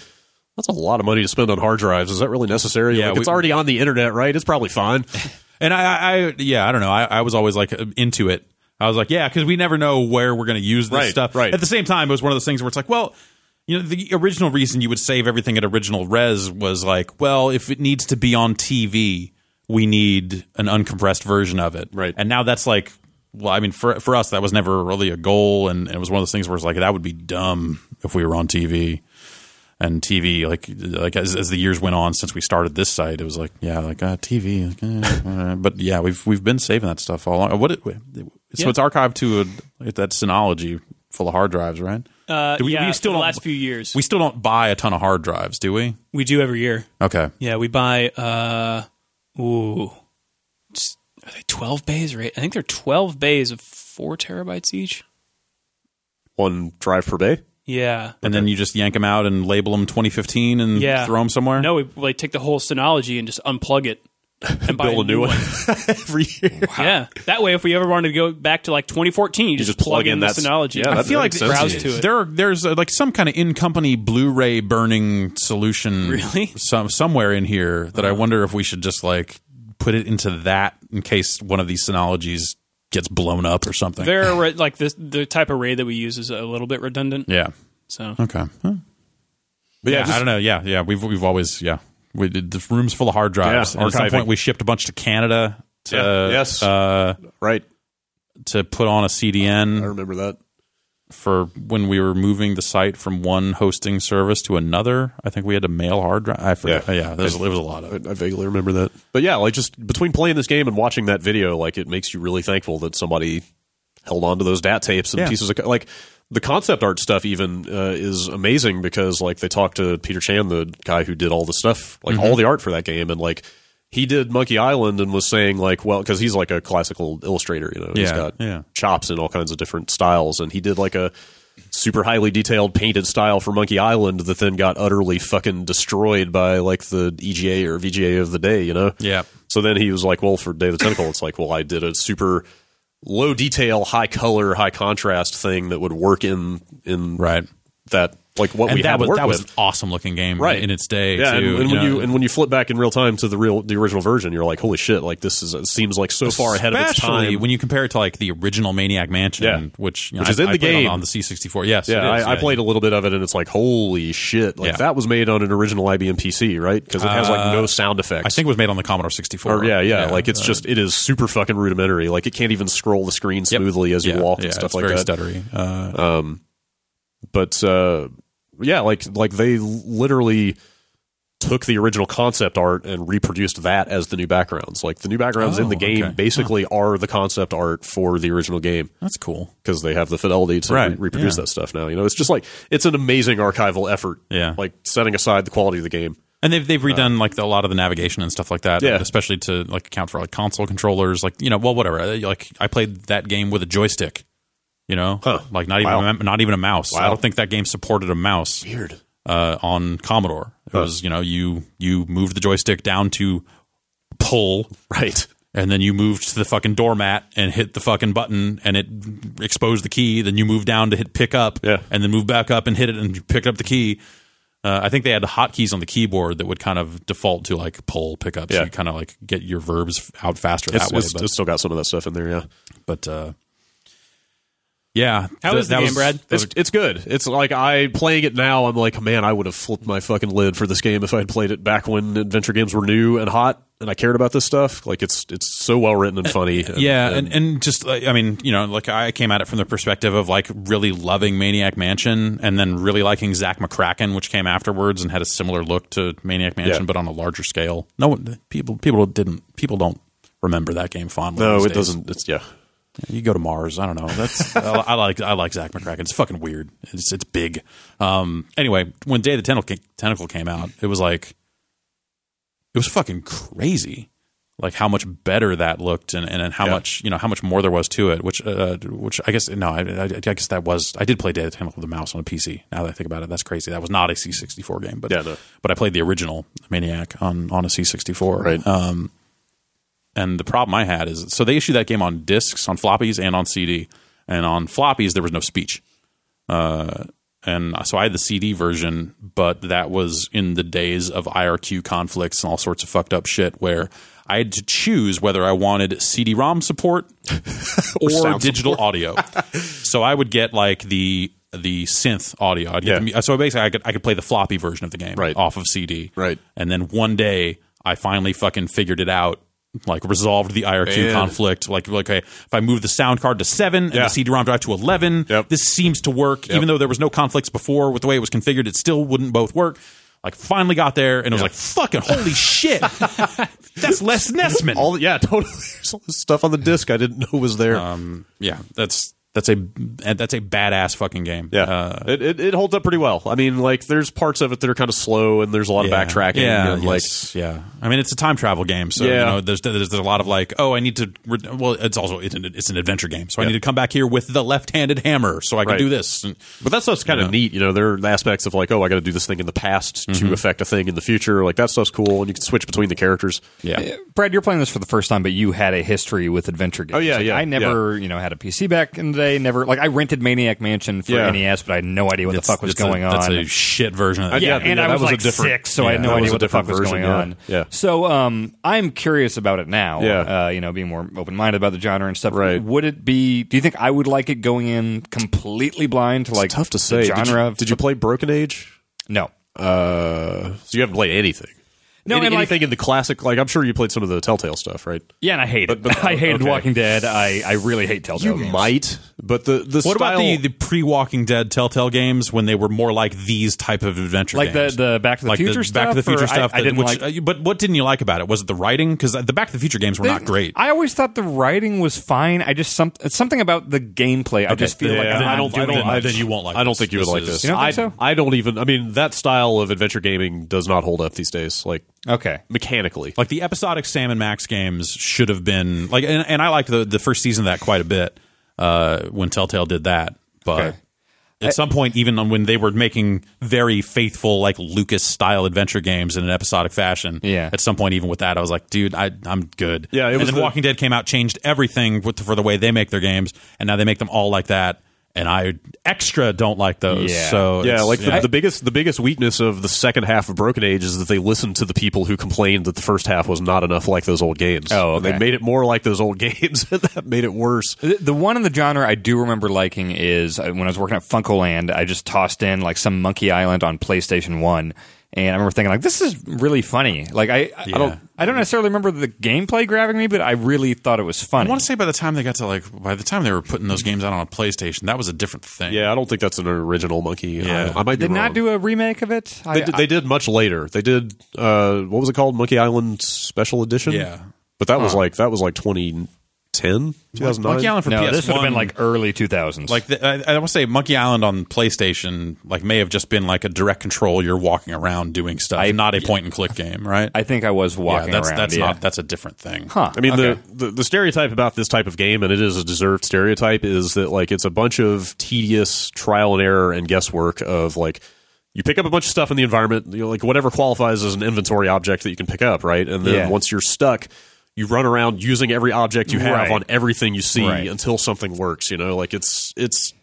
[SPEAKER 1] "That's a lot of money to spend on hard drives. Is that really necessary?
[SPEAKER 2] Yeah,
[SPEAKER 1] like, it's
[SPEAKER 2] we-
[SPEAKER 1] already on the internet, right? It's probably fine."
[SPEAKER 2] And I, I, I yeah, I don't know. I, I was always like into it. I was like, yeah, because we never know where we're going to use this
[SPEAKER 1] Right,
[SPEAKER 2] stuff.
[SPEAKER 1] right.
[SPEAKER 2] At the same time, it was one of those things where it's like, well, you know, the original reason you would save everything at original res was like, well, if it needs to be on TV, we need an uncompressed version of it.
[SPEAKER 1] Right.
[SPEAKER 2] And now that's like, well, I mean, for for us, that was never really a goal, and, and it was one of those things where it's like that would be dumb if we were on TV. And TV, like like as, as the years went on since we started this site, it was like yeah, like uh, TV, like, eh, uh, but yeah, we've we've been saving that stuff all along. What it, so it's archived to a that Synology full of hard drives, right?
[SPEAKER 3] Uh,
[SPEAKER 2] Do we-
[SPEAKER 3] yeah,
[SPEAKER 2] we still
[SPEAKER 3] for the
[SPEAKER 2] don't-
[SPEAKER 3] last few years.
[SPEAKER 2] We still don't buy a ton of hard drives, do we?
[SPEAKER 3] we do every year.
[SPEAKER 2] Okay,
[SPEAKER 3] Yeah, we buy uh ooh. It's- Are they 12 bays, right? I think they're 12 bays of 4 terabytes each.
[SPEAKER 1] One drive per day.
[SPEAKER 3] Yeah.
[SPEAKER 2] and then you just yank them out and label them 2015 and
[SPEAKER 3] Yeah.
[SPEAKER 2] throw them somewhere.
[SPEAKER 3] No, we like take the whole Synology and just unplug it and buy
[SPEAKER 1] Build a new one. Every year,
[SPEAKER 3] Yeah. That way if we ever wanted to go back to like 2014, you, just, plug, in, the
[SPEAKER 1] that's-
[SPEAKER 3] Synology.
[SPEAKER 1] yeah,
[SPEAKER 3] I
[SPEAKER 1] that
[SPEAKER 3] feel like
[SPEAKER 1] makes sense.
[SPEAKER 3] browse to it.
[SPEAKER 2] There, are, there's uh like some kind of in-company Blu-ray burning solution,
[SPEAKER 3] Really?
[SPEAKER 2] some somewhere in here that I
[SPEAKER 1] Uh-huh.
[SPEAKER 2] wonder if we should just like put it into that in case one of these Synologies gets blown up or something.
[SPEAKER 3] There are like this the type of array that we use is a little bit redundant.
[SPEAKER 2] yeah.
[SPEAKER 3] So
[SPEAKER 2] Okay. Huh.
[SPEAKER 1] but yeah,
[SPEAKER 2] Yeah,
[SPEAKER 1] just-
[SPEAKER 2] I don't know. Yeah, yeah. We've we've always yeah. We did the rooms full of hard drives.
[SPEAKER 1] Yeah,
[SPEAKER 2] And at some
[SPEAKER 1] archiving.
[SPEAKER 2] point, we shipped a bunch to Canada to
[SPEAKER 1] Yeah, yes.
[SPEAKER 2] uh,
[SPEAKER 1] right.
[SPEAKER 2] to put on a CDN.
[SPEAKER 1] I remember that.
[SPEAKER 2] for when we were moving the site from one hosting service to another. I think we had to mail hard drive. I forget.
[SPEAKER 1] Yeah.
[SPEAKER 2] Uh, Yeah, there's, there was a lot of
[SPEAKER 1] I,
[SPEAKER 2] it.
[SPEAKER 1] I vaguely remember that. But yeah, like just between playing this game and watching that video, like it makes you really thankful that somebody held on to those DAT tapes and
[SPEAKER 2] Yeah.
[SPEAKER 1] pieces of co- like the concept art stuff even uh, is amazing because like they talked to Peter Chan, the guy who did all the stuff, like
[SPEAKER 2] Mm-hmm.
[SPEAKER 1] all the art for that game, and like he did Monkey Island and was saying like, well, because he's like a classical illustrator, you know, he's
[SPEAKER 2] Yeah,
[SPEAKER 1] got
[SPEAKER 2] yeah.
[SPEAKER 1] chops in all kinds of different styles, and he did like a super highly detailed painted style for Monkey Island that then got utterly fucking destroyed by like the EGA or VGA of the day, you know?
[SPEAKER 2] Yeah.
[SPEAKER 1] So then he was like, well, for Day of the Tentacle, it's like, well, I did a super low detail, high color, high contrast thing that would work in in
[SPEAKER 2] Right.
[SPEAKER 1] that like what
[SPEAKER 2] and
[SPEAKER 1] we
[SPEAKER 2] that
[SPEAKER 1] had
[SPEAKER 2] was
[SPEAKER 1] to work
[SPEAKER 2] that was
[SPEAKER 1] with.
[SPEAKER 2] an awesome looking game
[SPEAKER 1] right
[SPEAKER 2] in its day
[SPEAKER 1] Yeah,
[SPEAKER 2] too.
[SPEAKER 1] and, and
[SPEAKER 2] you
[SPEAKER 1] when
[SPEAKER 2] know.
[SPEAKER 1] you and when you flip back in real time to the real the original version, you're like, holy shit! Like this is it seems like so far ahead of its
[SPEAKER 2] Especially
[SPEAKER 1] time.
[SPEAKER 2] when you compare it to like the original Maniac Mansion,
[SPEAKER 1] Yeah.
[SPEAKER 2] which you know,
[SPEAKER 1] Which is
[SPEAKER 2] I-
[SPEAKER 1] in
[SPEAKER 2] I
[SPEAKER 1] the
[SPEAKER 2] played on-
[SPEAKER 1] game.
[SPEAKER 2] on, the C64. Yes,
[SPEAKER 1] yeah,
[SPEAKER 2] it is,
[SPEAKER 1] I, I played a little bit of it, and it's like, holy shit! Like
[SPEAKER 2] Yeah. Uh,
[SPEAKER 1] that was made on an original IBM PC, right? Because it has like no sound effects.
[SPEAKER 2] I think uh, it was made on the Commodore 64.
[SPEAKER 1] Or, yeah, yeah, Like it's just it is super fucking rudimentary. Like it can't even scroll the screen
[SPEAKER 2] Yep.
[SPEAKER 1] smoothly as you
[SPEAKER 2] Yeah,
[SPEAKER 1] walk
[SPEAKER 2] yeah,
[SPEAKER 1] and stuff
[SPEAKER 2] it's
[SPEAKER 1] like
[SPEAKER 2] very
[SPEAKER 1] that.
[SPEAKER 2] Stuttery. Uh,
[SPEAKER 1] but uh, yeah, like like they literally took the original concept art and reproduced that as the new backgrounds. Like the new backgrounds in
[SPEAKER 2] Oh,
[SPEAKER 1] the game
[SPEAKER 2] okay.
[SPEAKER 1] basically are the concept art for the original game
[SPEAKER 2] that's cool.
[SPEAKER 1] because they have the fidelity to
[SPEAKER 2] Right,
[SPEAKER 1] re- reproduce
[SPEAKER 2] yeah.
[SPEAKER 1] that stuff now. You know, it's just like it's an amazing archival effort.
[SPEAKER 2] Yeah.
[SPEAKER 1] like setting aside the quality of the game.
[SPEAKER 2] And they've they've redone like the, a lot of the navigation and stuff like that,
[SPEAKER 1] Uh, Yeah.
[SPEAKER 2] especially to like account for like console controllers, like you know, well, whatever. Uh, Like I played that game with a joystick, you know,
[SPEAKER 1] Huh.
[SPEAKER 2] like not even
[SPEAKER 1] Wow.
[SPEAKER 2] a mem- not even a mouse. I
[SPEAKER 1] Wow.
[SPEAKER 2] don't think that game supported a mouse.
[SPEAKER 1] Weird.
[SPEAKER 2] uh, on Commodore. It was you know you you moved the joystick down to pull,
[SPEAKER 1] Right.
[SPEAKER 2] and then you moved to the fucking doormat and hit the fucking button, and it exposed the key. Then you moved down to hit pick up,
[SPEAKER 1] Yeah.
[SPEAKER 2] and then moved back up and hit it and you picked up the key. Uh, I think they had hotkeys on the keyboard that would kind of default to like pull, pick up, so
[SPEAKER 1] Yeah.
[SPEAKER 2] you kind of like get your verbs out faster
[SPEAKER 1] It's,
[SPEAKER 2] that way.
[SPEAKER 1] it's-
[SPEAKER 2] but
[SPEAKER 1] it's still got some of that stuff in there. Yeah.
[SPEAKER 2] but uh, yeah,
[SPEAKER 3] How
[SPEAKER 2] th-
[SPEAKER 3] is the
[SPEAKER 2] that
[SPEAKER 3] game,
[SPEAKER 2] was-
[SPEAKER 3] Brad?
[SPEAKER 2] that
[SPEAKER 1] It's,
[SPEAKER 2] was-
[SPEAKER 1] it's good. It's like I playing it now. I'm like, man, I would have flipped my fucking lid for this game if I had played it back when adventure games were new and hot, and I cared about this stuff. Like it's it's so well written and funny. and-
[SPEAKER 2] yeah
[SPEAKER 1] and,
[SPEAKER 2] and, and just like, i mean you know like i came at it from the perspective of like really loving maniac mansion and then really liking zach mccracken which came afterwards and had a similar look to maniac mansion
[SPEAKER 1] Yeah.
[SPEAKER 2] but on a larger scale no one people people didn't people don't remember that game fondly
[SPEAKER 1] no,
[SPEAKER 2] these
[SPEAKER 1] it
[SPEAKER 2] days.
[SPEAKER 1] doesn't. It's yeah,
[SPEAKER 2] you go to mars i don't know that's I, I like i like zach mccracken it's fucking weird it's it's big um anyway when day of the tentacle, tentacle came out it was like it was fucking crazy like how much better that looked and, and, and how
[SPEAKER 1] Yeah.
[SPEAKER 2] much you know how much more there was to it which uh, which I guess no I, I, I guess that was I did play Data Tentacle with a mouse on a PC now that I think about it that's crazy that was not a C64 game but
[SPEAKER 1] Yeah, no.
[SPEAKER 2] but I played the original Maniac on on a C64
[SPEAKER 1] Right.
[SPEAKER 2] um, and the problem I had is so they issued that game on discs on floppies and on CD and on floppies there was no speech and so I had the CD version, but that was in the days of IRQ conflicts and all sorts of fucked up shit where I had to choose whether I wanted CD-ROM support or,
[SPEAKER 1] sound
[SPEAKER 2] digital audio. so I would get like the the synth audio. I'd get
[SPEAKER 1] Yeah.
[SPEAKER 2] the mu- so basically, I could I could play the floppy version of the game
[SPEAKER 1] Right.
[SPEAKER 2] off of CD.
[SPEAKER 1] Right.
[SPEAKER 2] And then one day, I finally fucking figured it out. Like resolved the IRQ
[SPEAKER 1] Man.
[SPEAKER 2] conflict. Like, like, okay, if I move the sound card to seven and
[SPEAKER 1] Yeah.
[SPEAKER 2] the CD-ROM drive to eleven,
[SPEAKER 1] Yep.
[SPEAKER 2] this seems to work. Even though there was no conflicts before with the way it was configured, it still wouldn't both work. Like finally got there and it was like fucking holy shit. That's Les Nessman.
[SPEAKER 1] all the- yeah, totally. There's all this stuff on the disc I didn't know was there.
[SPEAKER 2] Um, yeah, that's that's a that's a badass fucking game.
[SPEAKER 1] yeah,
[SPEAKER 2] Uh,
[SPEAKER 1] it, it it holds up pretty well. I mean, like there's parts of it that are kind of slow, and there's a lot
[SPEAKER 2] yeah,
[SPEAKER 1] of backtracking.
[SPEAKER 2] Yeah,
[SPEAKER 1] and,
[SPEAKER 2] yes, yeah. I mean, it's a time travel game, so you
[SPEAKER 1] Yeah.
[SPEAKER 2] know, there's, there's there's a lot of like, oh, I need to. Re- well, it's also it's an, it's an adventure game, so I need to come back here with the left-handed hammer, so I can
[SPEAKER 1] Right.
[SPEAKER 2] do this. And,
[SPEAKER 1] But that stuff's kind of neat, you know. There are aspects of like, oh, I got to do this thing in the past
[SPEAKER 2] Mm-hmm.
[SPEAKER 1] to affect a thing in the future. Like that stuff's cool, and you can switch between the characters.
[SPEAKER 2] yeah,
[SPEAKER 4] Brad, you're playing this for the first time, but you had a history with adventure games.
[SPEAKER 1] Oh, yeah,
[SPEAKER 4] Like,
[SPEAKER 1] yeah,
[SPEAKER 4] I never, you know, had a PC back in the day. Never, like, I rented Maniac Mansion for
[SPEAKER 1] Yeah.
[SPEAKER 4] NES, but I had no idea what the fuck was
[SPEAKER 2] It's a-
[SPEAKER 4] going on.
[SPEAKER 2] That's a shit version of that.
[SPEAKER 4] yeah,
[SPEAKER 1] Yeah,
[SPEAKER 4] and
[SPEAKER 1] yeah,
[SPEAKER 4] I
[SPEAKER 1] that
[SPEAKER 4] was,
[SPEAKER 1] was a
[SPEAKER 4] like
[SPEAKER 1] different-
[SPEAKER 4] six, so I
[SPEAKER 1] yeah,
[SPEAKER 4] had no
[SPEAKER 1] that
[SPEAKER 4] idea
[SPEAKER 1] was a
[SPEAKER 4] what the fuck
[SPEAKER 1] different
[SPEAKER 4] was
[SPEAKER 1] version,
[SPEAKER 4] going
[SPEAKER 1] yeah,
[SPEAKER 4] on.
[SPEAKER 1] yeah.
[SPEAKER 4] So um, I'm curious about it now.
[SPEAKER 1] Yeah.
[SPEAKER 4] Uh, you know, being more open minded about the genre and stuff.
[SPEAKER 1] Right.
[SPEAKER 4] Would it be? Do you think I would like it going in completely blind to like
[SPEAKER 1] tough to say.
[SPEAKER 4] the
[SPEAKER 1] Did you-
[SPEAKER 4] genre? of-
[SPEAKER 1] Did you, play Broken Age?
[SPEAKER 4] No.
[SPEAKER 1] Uh, so you haven't played anything.
[SPEAKER 4] No,
[SPEAKER 1] Any-
[SPEAKER 4] and, like-
[SPEAKER 1] anything in the classic. Like I'm sure you played some of the Telltale stuff, right?
[SPEAKER 4] Yeah, and I hate it. I hated
[SPEAKER 1] okay.
[SPEAKER 4] Walking Dead. I, I really hate Telltale.
[SPEAKER 1] You
[SPEAKER 4] games.
[SPEAKER 1] Uh, might, but the the
[SPEAKER 2] What about the,
[SPEAKER 1] style-
[SPEAKER 2] the pre Walking Dead Telltale games when they were more like these type of adventure
[SPEAKER 4] Like the-
[SPEAKER 2] games?
[SPEAKER 4] the Back to the
[SPEAKER 2] like
[SPEAKER 4] Future
[SPEAKER 2] the Back to the
[SPEAKER 4] stuff, or
[SPEAKER 2] Future
[SPEAKER 4] I-
[SPEAKER 2] stuff.
[SPEAKER 4] I
[SPEAKER 2] that-
[SPEAKER 4] didn't
[SPEAKER 2] which,
[SPEAKER 4] like-
[SPEAKER 2] uh, but what didn't you like about it? Was it the writing? Because the Back to the Future games were not great.
[SPEAKER 4] I always thought the writing was fine. I just some, it's something about the gameplay. I just feel like
[SPEAKER 1] Yeah,
[SPEAKER 4] I'm
[SPEAKER 2] then
[SPEAKER 4] not
[SPEAKER 2] I don't- I
[SPEAKER 4] doing
[SPEAKER 2] don't-
[SPEAKER 4] it.
[SPEAKER 2] I- then you won't like
[SPEAKER 1] I don't
[SPEAKER 2] this.
[SPEAKER 1] think you
[SPEAKER 2] This
[SPEAKER 1] would like
[SPEAKER 2] is-
[SPEAKER 1] this.
[SPEAKER 4] You don't think
[SPEAKER 1] I,
[SPEAKER 4] so?
[SPEAKER 1] I don't even. I mean, that style of adventure gaming does not hold up these days. Like
[SPEAKER 4] Okay.
[SPEAKER 1] mechanically,
[SPEAKER 2] Like the episodic Sam and Max games should have been like, and, and I liked the the first season of that quite a bit uh, when Telltale did that. But
[SPEAKER 4] Okay.
[SPEAKER 2] at some point, even on- when they were making very faithful like Lucas style adventure games in an episodic fashion,
[SPEAKER 4] Yeah.
[SPEAKER 2] At some point, even with that, I was like, dude, I I'm good.
[SPEAKER 1] Yeah, it
[SPEAKER 2] and
[SPEAKER 1] was
[SPEAKER 2] then
[SPEAKER 1] the-
[SPEAKER 2] Walking Dead came out, changed everything with, for the way they make their games, and now they make them all like that. and I extra don't like those.
[SPEAKER 4] Yeah.
[SPEAKER 2] So
[SPEAKER 1] yeah,
[SPEAKER 2] it's-
[SPEAKER 1] like the, the biggest the biggest weakness of the second half of Broken Age is that they listened to the people who complained that the first half was not enough like those old games.
[SPEAKER 4] Oh,
[SPEAKER 1] And
[SPEAKER 4] okay.
[SPEAKER 1] they made it more like those old games, and that made it worse.
[SPEAKER 4] The, the one in the genre I do remember liking is uh, when I was working at Funkoland, I just tossed in like some Monkey Island on PlayStation One, and I remember thinking like, "This is really funny." Like I, I, I
[SPEAKER 2] Yeah.
[SPEAKER 4] don't, I don't necessarily remember the gameplay grabbing me, but I really thought it was
[SPEAKER 2] I
[SPEAKER 4] funny.
[SPEAKER 2] want to say by the time they got to like by the time they were putting those games out on a PlayStation, that was a different thing.
[SPEAKER 1] Yeah, I don't think that's an original monkey.
[SPEAKER 2] Yeah.
[SPEAKER 1] I, I might
[SPEAKER 4] Did
[SPEAKER 1] be
[SPEAKER 4] not
[SPEAKER 1] wrong.
[SPEAKER 4] do a remake of it. I,
[SPEAKER 1] They did, they did much later. They did uh, what was it called? Monkey Island Special Edition.
[SPEAKER 2] Yeah.
[SPEAKER 1] but that was like that was like 2010, 2009.
[SPEAKER 2] Monkey Island for
[SPEAKER 4] no,
[SPEAKER 2] PS1.
[SPEAKER 4] this would have been like early two thousands.
[SPEAKER 2] like the, I, I want to say Monkey Island on PlayStation like may have just been like a direct control. You're walking around doing stuff, not a point and click game, right?
[SPEAKER 4] I think I was walking
[SPEAKER 2] yeah, that's
[SPEAKER 4] around.
[SPEAKER 2] that's
[SPEAKER 4] yeah.
[SPEAKER 2] not that's a different thing.
[SPEAKER 4] Huh.
[SPEAKER 1] I mean,
[SPEAKER 4] okay.
[SPEAKER 1] the, the the stereotype about this type of game, and it is a deserved stereotype, is that like it's a bunch of tedious trial and error and guesswork of like you pick up a bunch of stuff in the environment, you know, like whatever qualifies as an inventory object that you can pick up, right? And then
[SPEAKER 4] Yeah.
[SPEAKER 1] once you're stuck, you run around using every object you have
[SPEAKER 4] Right.
[SPEAKER 1] on everything you see
[SPEAKER 4] Right.
[SPEAKER 1] until something works. You know, like it's it's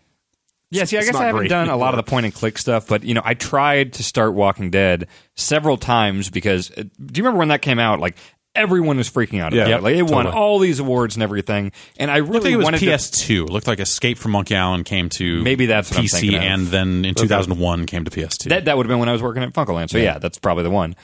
[SPEAKER 4] Yeah, see, I
[SPEAKER 1] it's
[SPEAKER 4] guess
[SPEAKER 1] not
[SPEAKER 4] I haven't
[SPEAKER 1] great
[SPEAKER 4] done a lot of the point and click stuff, but you know, I tried to start Walking Dead several times because uh, do you remember when that came out? Like everyone was freaking out about
[SPEAKER 1] Yeah.
[SPEAKER 4] it. Like it won
[SPEAKER 1] Totally.
[SPEAKER 4] all these awards and everything, and I really
[SPEAKER 2] I think it was
[SPEAKER 4] wanted to-
[SPEAKER 2] PS2. It looked like Escape from Monkey Island came to
[SPEAKER 4] Maybe that's what I'm
[SPEAKER 2] PC,
[SPEAKER 4] thinking of.
[SPEAKER 2] and then in 2001 came to PS2.
[SPEAKER 4] that that would have been when I was working at Funkoland. So yeah, that's probably the one.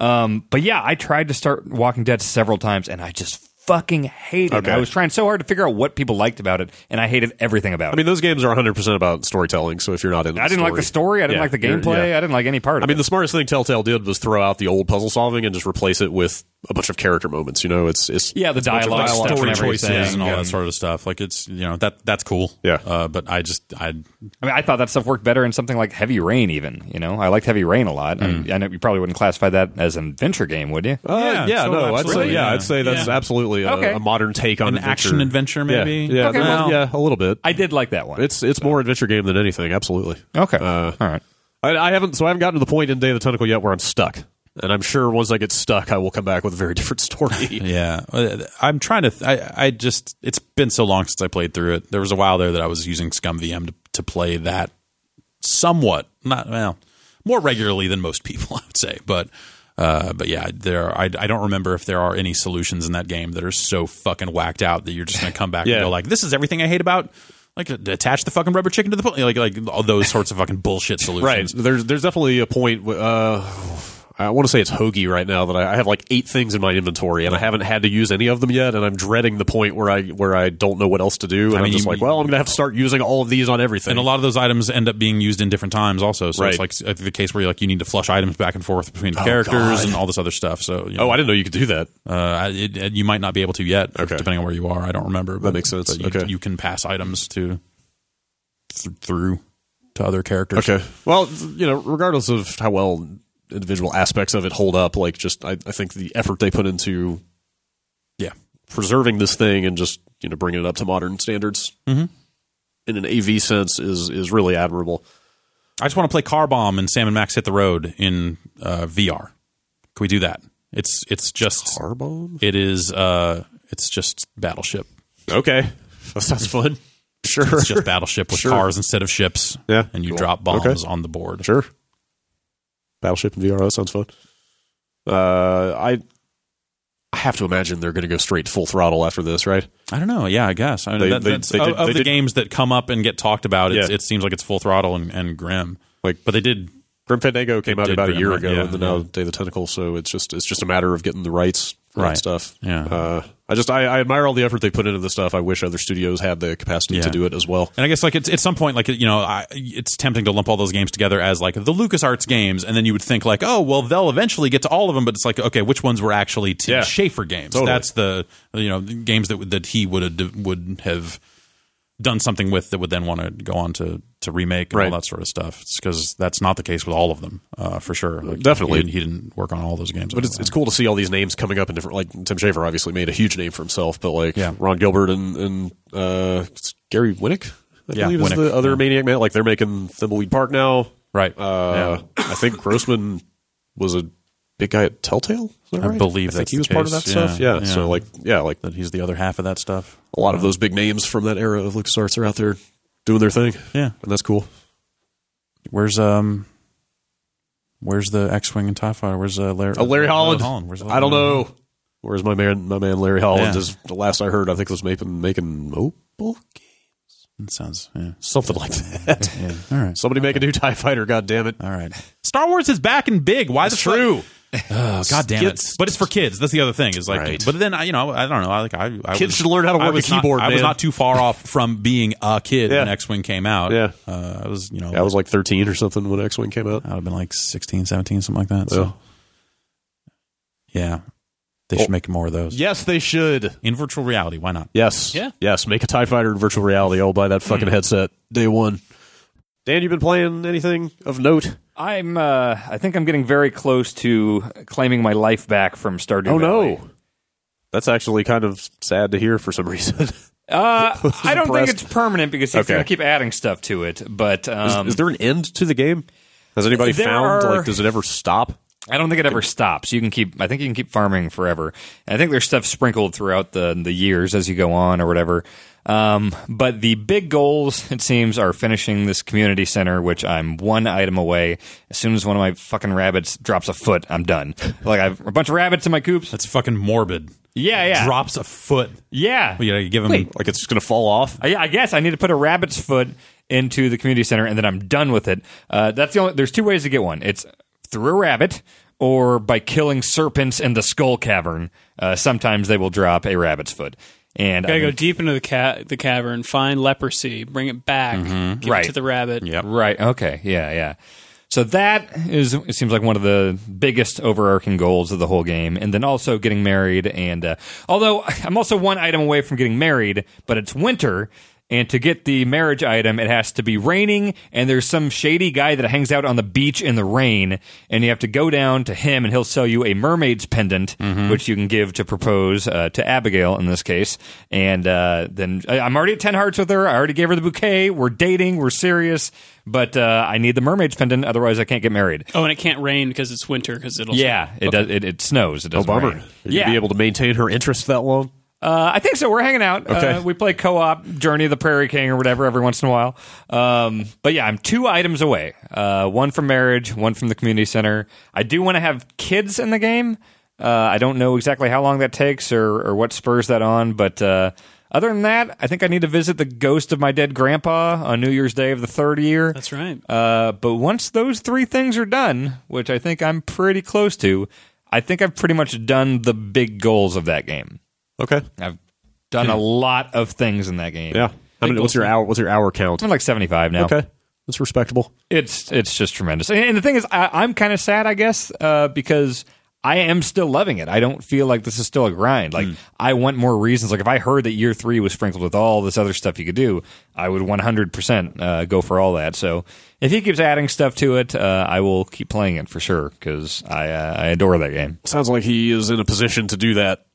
[SPEAKER 4] Um, but yeah, I tried to start Walking Dead several times, and I just fucking hated it.
[SPEAKER 1] Okay.
[SPEAKER 4] I was trying so hard to figure out what people liked about it, and I hated everything about
[SPEAKER 1] I
[SPEAKER 4] it.
[SPEAKER 1] mean, those games are 100% about storytelling. So if you're not in,
[SPEAKER 4] I didn't like the story. I didn't
[SPEAKER 1] Yeah,
[SPEAKER 4] like the
[SPEAKER 1] you're-
[SPEAKER 4] gameplay.
[SPEAKER 1] yeah.
[SPEAKER 4] I didn't like any part of
[SPEAKER 1] I mean,
[SPEAKER 4] it.
[SPEAKER 1] the smartest thing Telltale did was throw out the old puzzle solving and just replace it with a bunch of character moments. You know, it's it's
[SPEAKER 4] yeah, the dialogue,
[SPEAKER 2] Like
[SPEAKER 4] stuff
[SPEAKER 2] story
[SPEAKER 4] and
[SPEAKER 2] choices
[SPEAKER 4] everything,
[SPEAKER 2] and all that
[SPEAKER 4] and-
[SPEAKER 2] sort of stuff. Like it's you know that that's cool.
[SPEAKER 1] Yeah.
[SPEAKER 2] Uh, but I just I
[SPEAKER 4] I mean, I thought that stuff worked better in something like Heavy Rain. Even you know, I liked Heavy Rain a lot. I, mean, I know you probably wouldn't classify that as an adventure game, would you?
[SPEAKER 1] Hmm. Uh,
[SPEAKER 2] Yeah,
[SPEAKER 1] yeah,
[SPEAKER 2] so
[SPEAKER 1] no, I'd say
[SPEAKER 2] absolutely,
[SPEAKER 1] yeah,
[SPEAKER 2] yeah.
[SPEAKER 1] I'd say that's
[SPEAKER 2] Yeah.
[SPEAKER 1] absolutely a,
[SPEAKER 4] Okay.
[SPEAKER 1] a modern take on
[SPEAKER 2] An
[SPEAKER 1] adventure.
[SPEAKER 2] action adventure,
[SPEAKER 1] Yeah.
[SPEAKER 2] maybe?
[SPEAKER 1] Yeah,
[SPEAKER 4] Okay,
[SPEAKER 1] well,
[SPEAKER 2] well-
[SPEAKER 1] yeah, a little bit.
[SPEAKER 4] I did like that one.
[SPEAKER 1] it's it's more adventure game than anything. Absolutely.
[SPEAKER 4] okay,
[SPEAKER 1] Uh,
[SPEAKER 4] all right.
[SPEAKER 1] I, I haven't so I haven't gotten to the point in Day of the Tentacle yet where I'm stuck, and I'm sure once I get stuck, I will come back with a very different story.
[SPEAKER 2] Yeah, Uh, I'm trying to. Th- I I just it's been so long since I played through it. There was a while there that I was using Scum VM to, to play that somewhat, not well, more regularly than most people, I would say. But uh, but yeah, there. Are, I I don't remember if there are any solutions in that game that are so fucking whacked out that you're just gonna come back
[SPEAKER 1] Yeah.
[SPEAKER 2] and go like, this is everything I hate about. Like uh, attach the fucking rubber chicken to the pl-, like like all those sorts of fucking bullshit solutions.
[SPEAKER 1] right. There's there's definitely a point. w- Uh, I want to say it's hoagie right now that I, I have like eight things in my inventory and I haven't had to use any of them yet, and I'm dreading the point where I where I don't know what else to do, and I
[SPEAKER 2] mean,
[SPEAKER 1] am just
[SPEAKER 2] you-
[SPEAKER 1] like, well, I'm gonna have to start using all of these on everything.
[SPEAKER 2] And a lot of those items end up being used in different times also. So
[SPEAKER 1] Right.
[SPEAKER 2] it's like the case where you like you need to flush items back and forth between the
[SPEAKER 1] Oh,
[SPEAKER 2] characters
[SPEAKER 1] God.
[SPEAKER 2] and all this other stuff. So you
[SPEAKER 1] oh,
[SPEAKER 2] know,
[SPEAKER 1] I didn't know you could do that.
[SPEAKER 2] uh, it, it- you might not be able to yet,
[SPEAKER 1] Okay.
[SPEAKER 2] depending on where you are. I don't remember. But,
[SPEAKER 1] makes sense.
[SPEAKER 2] but you,
[SPEAKER 1] Okay.
[SPEAKER 2] you can pass items to th- through to other characters.
[SPEAKER 1] Okay. Well, you know, regardless of how well individual aspects of it hold up, like just I, I think the effort they put into
[SPEAKER 2] Yeah.
[SPEAKER 1] preserving this thing and just you know bringing it up to modern standards in an AV sense is is really admirable.
[SPEAKER 2] I just want to play Car Bomb and Sam and Max hit the road in uh, VR. Can we do that? It's it's just
[SPEAKER 1] Carbon.
[SPEAKER 2] it is uh it's just Battleship.
[SPEAKER 1] Okay, that sounds fun. Sure.
[SPEAKER 2] It's just Battleship with
[SPEAKER 1] Sure.
[SPEAKER 2] cars instead of ships.
[SPEAKER 1] Yeah.
[SPEAKER 2] and you
[SPEAKER 1] Cool.
[SPEAKER 2] drop bombs
[SPEAKER 1] Okay.
[SPEAKER 2] on the board.
[SPEAKER 1] Sure. Battleship and VR. That sounds fun. Uh, I I have to imagine they're going to go straight full throttle after this, right?
[SPEAKER 2] I don't know. Yeah, I guess. I mean,
[SPEAKER 1] They-
[SPEAKER 2] that-
[SPEAKER 1] they-
[SPEAKER 2] that's-
[SPEAKER 1] they
[SPEAKER 2] of-
[SPEAKER 1] did-
[SPEAKER 2] of
[SPEAKER 1] they
[SPEAKER 2] the
[SPEAKER 1] did-
[SPEAKER 2] games that come up and get talked about, it's,
[SPEAKER 1] Yeah.
[SPEAKER 2] it seems like it's full throttle and, and grim.
[SPEAKER 1] Like-
[SPEAKER 2] but they did.
[SPEAKER 1] Grim Fandango came out
[SPEAKER 2] did
[SPEAKER 1] about a
[SPEAKER 2] Grim,
[SPEAKER 1] year
[SPEAKER 2] right?
[SPEAKER 1] ago,
[SPEAKER 2] Yeah,
[SPEAKER 1] and then
[SPEAKER 2] yeah.
[SPEAKER 1] now Day of the Tentacle. So it's just it's just a matter of getting the rights for
[SPEAKER 2] Right.
[SPEAKER 1] that stuff.
[SPEAKER 2] Yeah.
[SPEAKER 1] Uh, I just I, I admire all the effort they put into this stuff. I wish other studios had the capacity
[SPEAKER 2] Yeah.
[SPEAKER 1] to do it as well.
[SPEAKER 2] And I guess like it's, at some point, like you know, I, it's tempting to lump all those games together as like the LucasArts games, and then you would think like, oh, well, they'll eventually get to all of them. But it's like, okay, which ones were actually Tim
[SPEAKER 1] Yeah.
[SPEAKER 2] Schafer games?
[SPEAKER 1] Totally.
[SPEAKER 2] That's the you know the games that that he would have, would have done something with that would then want to go on to to remake and
[SPEAKER 1] Right.
[SPEAKER 2] all that sort of stuff. Because that's not the case with all of them, uh, for sure. Like,
[SPEAKER 1] Definitely.
[SPEAKER 2] he, didn't- he didn't work on all those games.
[SPEAKER 1] But it's, it's cool to see all these names coming up in different. Like Tim Schafer obviously made a huge name for himself, but like
[SPEAKER 2] Yeah.
[SPEAKER 1] Ron Gilbert and and uh, Gary Winnick, I
[SPEAKER 2] Yeah,
[SPEAKER 1] believe is
[SPEAKER 2] Winnick,
[SPEAKER 1] the other
[SPEAKER 2] yeah.
[SPEAKER 1] Maniac Man. Like they're making Thimbleweed Park now.
[SPEAKER 2] Right.
[SPEAKER 1] Uh, I think Grossman was a big guy at Telltale. Is that
[SPEAKER 2] I
[SPEAKER 1] right? I
[SPEAKER 2] believe
[SPEAKER 1] think
[SPEAKER 2] that's
[SPEAKER 1] he
[SPEAKER 2] the
[SPEAKER 1] was part of that
[SPEAKER 2] case.
[SPEAKER 1] stuff.
[SPEAKER 2] Yeah,
[SPEAKER 1] Yeah.
[SPEAKER 2] yeah.
[SPEAKER 1] So like yeah, like
[SPEAKER 2] that he's the other half of that stuff.
[SPEAKER 1] a lot of those big names from that era of LucasArts are out there doing their thing,
[SPEAKER 2] Yeah.
[SPEAKER 1] and that's cool.
[SPEAKER 2] Where's um Where's the X-wing and Tie Fighter? Where's uh, Larry?
[SPEAKER 1] Uh, Larry Holland.
[SPEAKER 2] Where's
[SPEAKER 1] I don't know. Where's my man? My man Larry Holland
[SPEAKER 2] Yeah.
[SPEAKER 1] is the last I heard. I think was making making mobile game?
[SPEAKER 2] It sounds yeah.
[SPEAKER 1] something like that.
[SPEAKER 2] yeah. All right.
[SPEAKER 1] Somebody make a new Tie Fighter. God damn it!
[SPEAKER 2] All right. Star Wars is back and big. Why the fuck-
[SPEAKER 1] True.
[SPEAKER 2] Oh, God damn it!
[SPEAKER 1] Kids-
[SPEAKER 2] But it's for kids. That's the other thing. Is like,
[SPEAKER 1] Right.
[SPEAKER 2] but then I, you know, I don't know. I like I, I
[SPEAKER 1] Kids
[SPEAKER 2] was-
[SPEAKER 1] should learn how to
[SPEAKER 2] I
[SPEAKER 1] work a
[SPEAKER 2] was not-
[SPEAKER 1] keyboard,
[SPEAKER 2] I was
[SPEAKER 1] man.
[SPEAKER 2] not too far off from being a kid
[SPEAKER 1] Yeah.
[SPEAKER 2] when X Wing came out.
[SPEAKER 1] Yeah.
[SPEAKER 2] uh, I was, you know,
[SPEAKER 1] I was like 13 or something when X Wing came out.
[SPEAKER 2] I'd have been like 16, 17, something like that. So, yeah, they should make more of those
[SPEAKER 1] Yes, they should.
[SPEAKER 2] in virtual reality. Why not?
[SPEAKER 1] Yes.
[SPEAKER 3] Yeah.
[SPEAKER 1] Yes. Make a Tie Fighter in virtual reality. I'll buy that
[SPEAKER 4] Hmm.
[SPEAKER 1] fucking headset day one. Dan, you been playing anything of note?
[SPEAKER 4] I'm. Uh, I think I'm getting very close to claiming my life back from Stardew.
[SPEAKER 1] Oh,
[SPEAKER 4] Valley.
[SPEAKER 1] that's actually kind of sad to hear for some reason.
[SPEAKER 4] Uh, I don't think
[SPEAKER 1] impressed.
[SPEAKER 4] it's permanent because he's
[SPEAKER 1] Okay.
[SPEAKER 4] going to keep adding stuff to it. But um,
[SPEAKER 1] is there an end to the game? Has anybody
[SPEAKER 4] There
[SPEAKER 1] found
[SPEAKER 4] are-
[SPEAKER 1] like does it ever stop?
[SPEAKER 4] I don't think it ever stops. You can keep. I think you can keep farming forever. And I think there's stuff sprinkled throughout the the years as you go on or whatever. Um, but the big goals, it seems, are finishing this community center, which I'm one item away. As soon as one of my fucking rabbits drops a foot, I'm done. like I've a bunch of rabbits in my coops.
[SPEAKER 2] That's fucking morbid.
[SPEAKER 4] Yeah, yeah,
[SPEAKER 2] Drops a foot.
[SPEAKER 4] yeah.
[SPEAKER 2] You know, you give him
[SPEAKER 4] Wait.
[SPEAKER 1] Like it's just gonna fall off?
[SPEAKER 4] Uh, yeah, I guess I need to put a rabbit's foot into the community center, and then I'm done with it. Uh, that's the only. There's two ways to get one. It's through a rabbit, or by killing serpents in the skull cavern. Uh, sometimes they will drop a rabbit's foot, and
[SPEAKER 3] Gotta
[SPEAKER 4] I'm-
[SPEAKER 3] go deep into the ca- the cavern, find leprosy, bring it back,
[SPEAKER 1] Mm-hmm.
[SPEAKER 3] give
[SPEAKER 4] Right.
[SPEAKER 3] it to the rabbit.
[SPEAKER 2] Yep.
[SPEAKER 4] Right. Okay. Yeah. Yeah. So that is it seems like one of the biggest overarching goals of the whole game, and then also getting married. And uh, although I'm also one item away from getting married, but it's winter, and to get the marriage item, it has to be raining, and there's some shady guy that hangs out on the beach in the rain, and you have to go down to him, and he'll sell you a mermaid's pendant,
[SPEAKER 1] Mm-hmm.
[SPEAKER 4] which you can give to propose uh, to Abigail in this case. And uh, then I, I'm already at ten hearts with her. I already gave her the bouquet. We're dating. We're serious. But uh, I need the mermaid's pendant, otherwise I can't get married.
[SPEAKER 3] Oh, and it can't rain because it's winter because it'll
[SPEAKER 4] Yeah, it does. It, it snows. It doesn't.
[SPEAKER 1] Oh, Bummer.
[SPEAKER 4] rain.
[SPEAKER 1] You
[SPEAKER 4] Yeah,
[SPEAKER 1] be able to maintain her interest that long?
[SPEAKER 4] uh, I think so. We're hanging out.
[SPEAKER 1] Okay.
[SPEAKER 4] Uh, we play co-op Journey of the Prairie King or whatever every once in a while. Um, but yeah, I'm two items away. Uh, one from marriage, one from the community center. I do want to have kids in the game. Uh, I don't know exactly how long that takes or, or what spurs that on, but uh, other than that, I think I need to visit the ghost of my dead grandpa on New Year's Day of the third year.
[SPEAKER 3] That's right.
[SPEAKER 4] Uh, but once those three things are done, which I think I'm pretty close to, I think I've pretty much done the big goals of that game.
[SPEAKER 1] Okay.
[SPEAKER 4] I've done a lot of things in that game.
[SPEAKER 1] Hmm. Yeah. I mean, what's your hour what's your hour count?
[SPEAKER 4] I'm like 75 now.
[SPEAKER 1] Okay. That's respectable.
[SPEAKER 4] It's it's just tremendous. And, and the thing is, I, I'm kind of sad, I guess, uh, because I am still loving it. I don't feel like this is still a grind. Like
[SPEAKER 1] Hmm.
[SPEAKER 4] I want more reasons. Like if I heard that year three was sprinkled with all this other stuff you could do, I would 100 percent uh, go for all that. So if he keeps adding stuff to it, uh, I will keep playing it for sure because I uh, I adore that game.
[SPEAKER 1] Sounds like he is in a position to do that.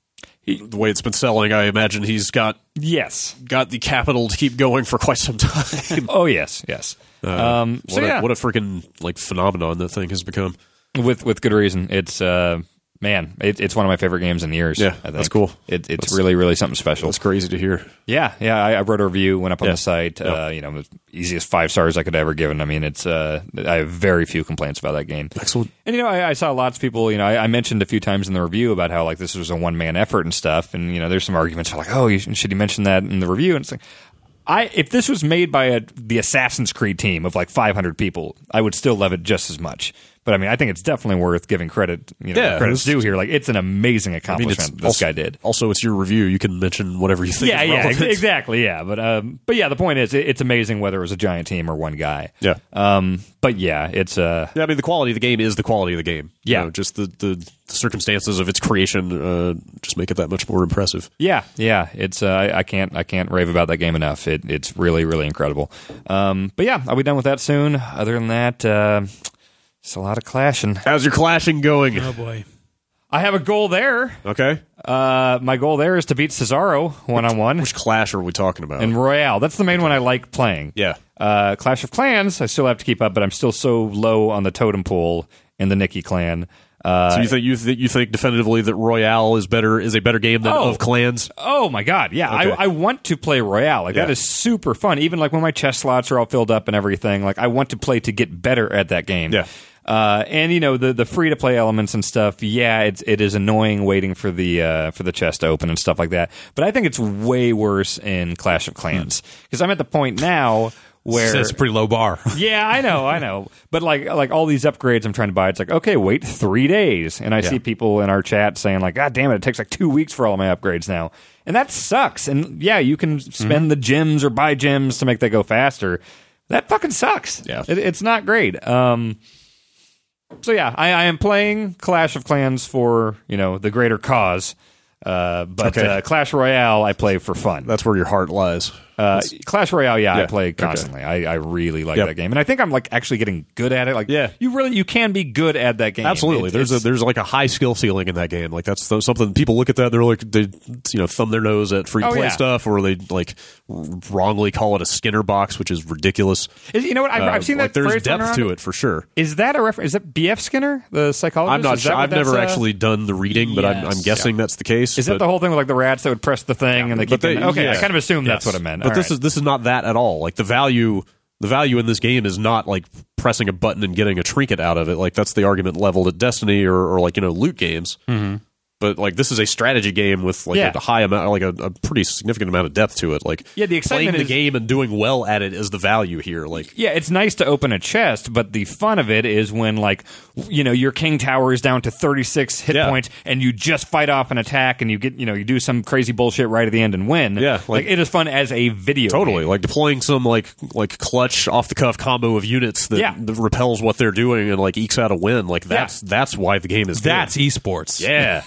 [SPEAKER 1] the way it's been selling, I imagine he's got
[SPEAKER 4] Yes.
[SPEAKER 1] got the capital to keep going for quite some time.
[SPEAKER 4] Oh yes. Yes. um,
[SPEAKER 1] Uh, what,
[SPEAKER 4] so
[SPEAKER 1] a,
[SPEAKER 4] yeah.
[SPEAKER 1] what a freaking like phenomenon that thing has become.
[SPEAKER 4] with with good reason. It's uh, man, it, it's one of my favorite games in years.
[SPEAKER 1] Yeah,
[SPEAKER 4] I think.
[SPEAKER 1] that's cool.
[SPEAKER 4] It, it's really really something special.
[SPEAKER 1] That's crazy to hear.
[SPEAKER 4] Yeah, yeah. I, I wrote a review, went up on
[SPEAKER 1] Yeah.
[SPEAKER 4] the site. Uh, you know, easiest five stars I could ever give. And I mean, it's uh, I have very few complaints about that game.
[SPEAKER 1] Excellent.
[SPEAKER 4] And you know, I, I saw lots of people. You know, I, I mentioned a few times in the review about how like this was a one man effort and stuff. And you know, there's some arguments for like, oh, you should, should you mention that in the review? And it's like, I if this was made by a, the Assassin's Creed team of like 500 people, I would still love it just as much. But I mean, I think it's definitely worth giving credit. You know,
[SPEAKER 1] Yeah,
[SPEAKER 4] credit's
[SPEAKER 1] it's-
[SPEAKER 4] due here. Like, it's an amazing accomplishment this
[SPEAKER 1] also,
[SPEAKER 4] guy did
[SPEAKER 1] Also, it's your review. You can mention whatever you think.
[SPEAKER 4] yeah,
[SPEAKER 1] is
[SPEAKER 4] yeah, ex-
[SPEAKER 1] relevant.
[SPEAKER 4] exactly, yeah. But um, but yeah, the point is, it, it's amazing whether it was a giant team or one guy.
[SPEAKER 1] Yeah.
[SPEAKER 4] Um, but yeah, it's uh,
[SPEAKER 1] Yeah, I mean, the quality of the game is the quality of the game. You
[SPEAKER 4] Yeah.
[SPEAKER 1] know, just the, the, the circumstances of its creation uh, just make it that much more impressive.
[SPEAKER 4] yeah, yeah. It's uh, I, I can't I can't rave about that game enough. It, it's really really incredible. Um, but yeah, I'll be done with that soon. Other than that, uh, it's a lot of clashing.
[SPEAKER 1] How's your clashing going?
[SPEAKER 3] oh boy.
[SPEAKER 4] I have a goal there.
[SPEAKER 1] Okay.
[SPEAKER 4] Uh, my goal there is to beat Cesaro one on one
[SPEAKER 1] Which clash are we talking about?
[SPEAKER 4] in Royale. That's the main one I like playing.
[SPEAKER 1] yeah.
[SPEAKER 4] Uh, Clash of Clans, I still have to keep up, but I'm still so low on the totem pole in the Nikki clan. Uh,
[SPEAKER 1] So you think you, th- you think definitively that Royale is better is a better game than
[SPEAKER 4] Oh.
[SPEAKER 1] of Clans?
[SPEAKER 4] Oh my god, yeah,
[SPEAKER 1] Okay.
[SPEAKER 4] I, I want to play Royale. Like that
[SPEAKER 1] Yeah.
[SPEAKER 4] is super fun. Even like when my chess slots are all filled up and everything, like I want to play to get better at that game.
[SPEAKER 1] Yeah.
[SPEAKER 4] Uh, and you know the the free to play elements and stuff. Yeah, it's it is annoying waiting for the uh, for the chest to open and stuff like that. But I think it's way worse in Clash of Clans
[SPEAKER 1] Hmm.
[SPEAKER 4] because I'm at the point now where
[SPEAKER 2] That's a pretty low bar.
[SPEAKER 4] yeah, I know, I know. But like like all these upgrades I'm trying to buy, it's like, okay, wait three days. And I see people in our chat saying like, God damn it, it takes like two weeks for all of my upgrades now. And that sucks. And yeah, you can
[SPEAKER 1] Mm-hmm.
[SPEAKER 4] spend the gems or buy gems to make that go faster. That fucking sucks.
[SPEAKER 1] Yeah.
[SPEAKER 4] It, it's not great. Um so yeah, I, I am playing Clash of Clans for, you know, the greater cause. Uh, but
[SPEAKER 1] Okay.
[SPEAKER 4] uh, Clash Royale I play for fun.
[SPEAKER 1] That's where your heart lies.
[SPEAKER 4] Uh, Clash Royale, yeah, I
[SPEAKER 1] Yeah,
[SPEAKER 4] play
[SPEAKER 1] okay.
[SPEAKER 4] constantly. I, I really like
[SPEAKER 1] Yep.
[SPEAKER 4] that game, and I think I'm like actually getting good at it. Like,
[SPEAKER 1] Yeah.
[SPEAKER 4] you really you can be good at that game.
[SPEAKER 1] Absolutely.
[SPEAKER 4] It-
[SPEAKER 1] there's a
[SPEAKER 4] it's-
[SPEAKER 1] there's like a high skill ceiling in that game. Like that's th- something people look at that and they're like they you know thumb their nose at free
[SPEAKER 4] Oh,
[SPEAKER 1] play
[SPEAKER 4] yeah.
[SPEAKER 1] stuff or they like r- wrongly call it a Skinner box, which is ridiculous.
[SPEAKER 4] is- you know what I've,
[SPEAKER 1] Uh,
[SPEAKER 4] I've seen
[SPEAKER 1] like
[SPEAKER 4] that.
[SPEAKER 1] there's
[SPEAKER 4] phrase thrown
[SPEAKER 1] depth
[SPEAKER 4] around.
[SPEAKER 1] to it for sure.
[SPEAKER 4] Is that a reference? Is that B.F. Skinner, the psychologist?
[SPEAKER 1] I'm not
[SPEAKER 4] Is that
[SPEAKER 1] sure.
[SPEAKER 4] what
[SPEAKER 1] I've
[SPEAKER 4] that's,
[SPEAKER 1] never
[SPEAKER 4] uh,
[SPEAKER 1] actually done the reading, but I'm, I'm
[SPEAKER 3] Yes.
[SPEAKER 1] guessing that's the case.
[SPEAKER 4] Is that
[SPEAKER 1] but-
[SPEAKER 4] the whole thing with like the rats that would press the thing and they keep?
[SPEAKER 1] but they-
[SPEAKER 4] doing- okay, I
[SPEAKER 1] yeah.
[SPEAKER 4] kind of assumed that's
[SPEAKER 1] Yes.
[SPEAKER 4] what it meant.
[SPEAKER 1] But
[SPEAKER 4] All
[SPEAKER 1] this
[SPEAKER 4] right.
[SPEAKER 1] is this is not that at all. Like the value the value in this game is not like pressing a button and getting a trinket out of it. Like that's the argument leveled at Destiny or, or like you know loot games. Mm-hmm. But like this is a strategy game with like
[SPEAKER 4] Yeah.
[SPEAKER 1] a high amount, like a, a pretty significant amount of depth to it. Like
[SPEAKER 4] Yeah, the
[SPEAKER 1] playing
[SPEAKER 4] excitement
[SPEAKER 1] the
[SPEAKER 4] is-
[SPEAKER 1] game and doing well at it is the value here. Like
[SPEAKER 4] yeah, it's nice to open a chest, but the fun of it is when like you know your king tower is down to 36 hit
[SPEAKER 1] Yeah.
[SPEAKER 4] points and you just fight off an attack and you get you know you do some crazy bullshit right at the end and win.
[SPEAKER 1] Yeah,
[SPEAKER 4] like,
[SPEAKER 1] like-
[SPEAKER 4] it is fun as a video.
[SPEAKER 1] totally
[SPEAKER 4] game.
[SPEAKER 1] like deploying some like like clutch off the cuff combo of units that,
[SPEAKER 4] Yeah.
[SPEAKER 1] that repels what they're doing and like ekes out a win. Like that's that's why the game is good.
[SPEAKER 2] That's esports.
[SPEAKER 1] yeah.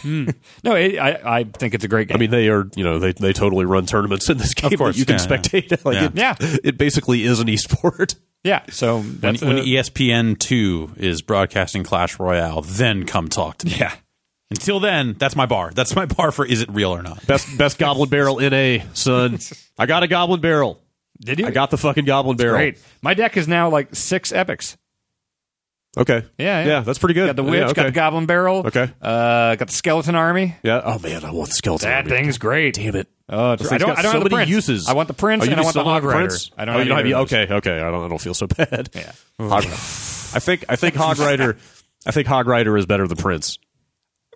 [SPEAKER 4] No, it, I I think it's a great game.
[SPEAKER 1] I mean, they are you know they they totally run tournaments in this game.
[SPEAKER 2] course,
[SPEAKER 1] that you can
[SPEAKER 2] yeah,
[SPEAKER 1] spectate. Like It,
[SPEAKER 4] Yeah.
[SPEAKER 1] it basically is an esport.
[SPEAKER 4] yeah. So
[SPEAKER 2] When,
[SPEAKER 4] that's uh,
[SPEAKER 2] when E
[SPEAKER 4] a-
[SPEAKER 2] ESPN two is broadcasting Clash Royale, then come talk to me.
[SPEAKER 4] yeah.
[SPEAKER 2] Until then, that's my bar. That's my bar for is it real or not?
[SPEAKER 1] Best best goblin barrel in a son. I got a goblin barrel.
[SPEAKER 4] Did you?
[SPEAKER 1] I got the fucking goblin barrel.
[SPEAKER 4] great. My deck is now like six epics.
[SPEAKER 1] Okay.
[SPEAKER 4] Yeah, yeah.
[SPEAKER 1] that's pretty good.
[SPEAKER 4] Got the witch.
[SPEAKER 1] Yeah,
[SPEAKER 4] Got
[SPEAKER 1] okay.
[SPEAKER 4] the goblin barrel.
[SPEAKER 1] Okay.
[SPEAKER 4] Uh, got the skeleton army.
[SPEAKER 1] Yeah. Oh man, I want the skeleton.
[SPEAKER 4] That
[SPEAKER 1] army.
[SPEAKER 4] thing's great.
[SPEAKER 1] Damn it.
[SPEAKER 4] Oh, it's,
[SPEAKER 1] This
[SPEAKER 4] I
[SPEAKER 1] thing's
[SPEAKER 4] don't.
[SPEAKER 1] got
[SPEAKER 4] I don't
[SPEAKER 1] so
[SPEAKER 4] have the
[SPEAKER 1] many
[SPEAKER 4] prince.
[SPEAKER 1] uses.
[SPEAKER 4] I want the prince
[SPEAKER 1] Oh, you
[SPEAKER 4] and I
[SPEAKER 1] do
[SPEAKER 4] want the
[SPEAKER 1] still
[SPEAKER 4] hog
[SPEAKER 1] have
[SPEAKER 4] rider.
[SPEAKER 1] prince?
[SPEAKER 4] I don't.
[SPEAKER 1] Oh,
[SPEAKER 4] have
[SPEAKER 1] you don't have
[SPEAKER 4] either
[SPEAKER 1] any-
[SPEAKER 4] of those.
[SPEAKER 1] Okay. Okay. I don't. I don't feel so bad.
[SPEAKER 4] Yeah.
[SPEAKER 1] Hog, I think. I think hog rider. I think hog rider is better than prince.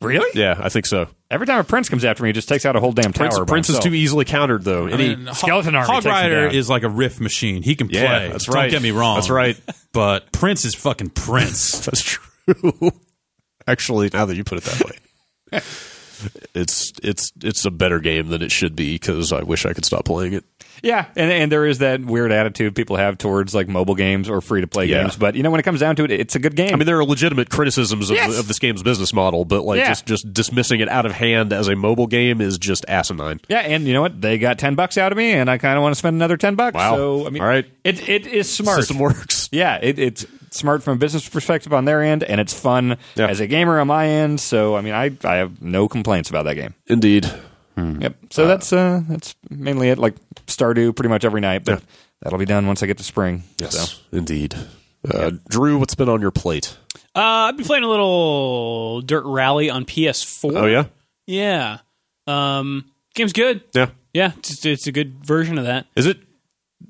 [SPEAKER 4] Really?
[SPEAKER 1] Yeah, I think so.
[SPEAKER 4] Every time a prince comes after me, he just takes out a whole damn tower.
[SPEAKER 1] Prince,
[SPEAKER 4] by
[SPEAKER 1] prince is
[SPEAKER 4] himself.
[SPEAKER 1] too easily countered though. Any-
[SPEAKER 4] Skeleton Army
[SPEAKER 2] Hog
[SPEAKER 4] takes him
[SPEAKER 2] Rider
[SPEAKER 4] down.
[SPEAKER 2] is like a riff machine. He can play.
[SPEAKER 1] Yeah, that's right.
[SPEAKER 2] Don't get me wrong.
[SPEAKER 1] That's right.
[SPEAKER 2] But Prince is fucking Prince.
[SPEAKER 1] That's true. Actually, now that you put it that way, it's it's it's a better game than it should be because I wish I could stop playing it.
[SPEAKER 4] Yeah, and and there is that weird attitude people have towards like mobile games or free to play
[SPEAKER 1] Yeah.
[SPEAKER 4] games, but you know when it comes down to it, it's a good game.
[SPEAKER 1] I mean, there are legitimate criticisms of,
[SPEAKER 4] Yes.
[SPEAKER 1] of this game's business model, but like
[SPEAKER 4] Yeah.
[SPEAKER 1] just just dismissing it out of hand as a mobile game is just asinine.
[SPEAKER 4] yeah, and you know what? They got ten bucks out of me, and I kind of want to spend another ten bucks.
[SPEAKER 1] Wow.
[SPEAKER 4] So I mean,
[SPEAKER 1] All right.
[SPEAKER 4] it it is smart.
[SPEAKER 1] System works.
[SPEAKER 4] Yeah, it, it's smart from a business perspective on their end, and it's fun
[SPEAKER 1] Yeah.
[SPEAKER 4] as a gamer on my end. So I mean, I I have no complaints about that game.
[SPEAKER 1] Indeed.
[SPEAKER 4] Yep. So that's uh that's mainly it. Like Stardew, pretty much every night, but that'll be done once I get to spring.
[SPEAKER 1] Yes. Indeed. Uh, Drew, what's been on your plate?
[SPEAKER 3] Uh, I've been playing a little Dirt Rally on PS4.
[SPEAKER 1] Oh yeah,
[SPEAKER 3] yeah. Um, game's good.
[SPEAKER 1] yeah.
[SPEAKER 3] Yeah, it's, it's a good version of that.
[SPEAKER 1] Is it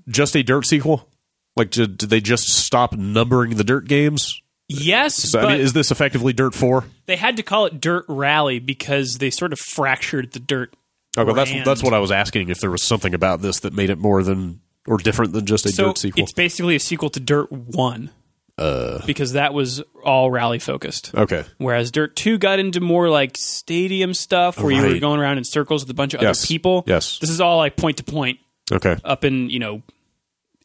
[SPEAKER 1] just a dirt sequel? Like, did, did they just stop numbering the dirt games?
[SPEAKER 3] Yes,
[SPEAKER 1] So,
[SPEAKER 3] but
[SPEAKER 1] I mean, is this effectively Dirt Four?
[SPEAKER 3] they had to call it Dirt Rally because they sort of fractured the dirt.
[SPEAKER 1] Okay, Oh, well, that's
[SPEAKER 3] brand.
[SPEAKER 1] that's what I was asking. If there was something about this that made it more than or different than just a
[SPEAKER 3] so
[SPEAKER 1] Dirt sequel.
[SPEAKER 3] it's basically a sequel to Dirt One, uh, because that was all rally focused.
[SPEAKER 1] Okay,
[SPEAKER 3] Whereas Dirt 2 got into more like stadium stuff where you were
[SPEAKER 1] Right.
[SPEAKER 3] going around in circles with a bunch of
[SPEAKER 1] Yes.
[SPEAKER 3] other people.
[SPEAKER 1] Yes.
[SPEAKER 3] This is all like point to point
[SPEAKER 1] okay,
[SPEAKER 3] up in, you know,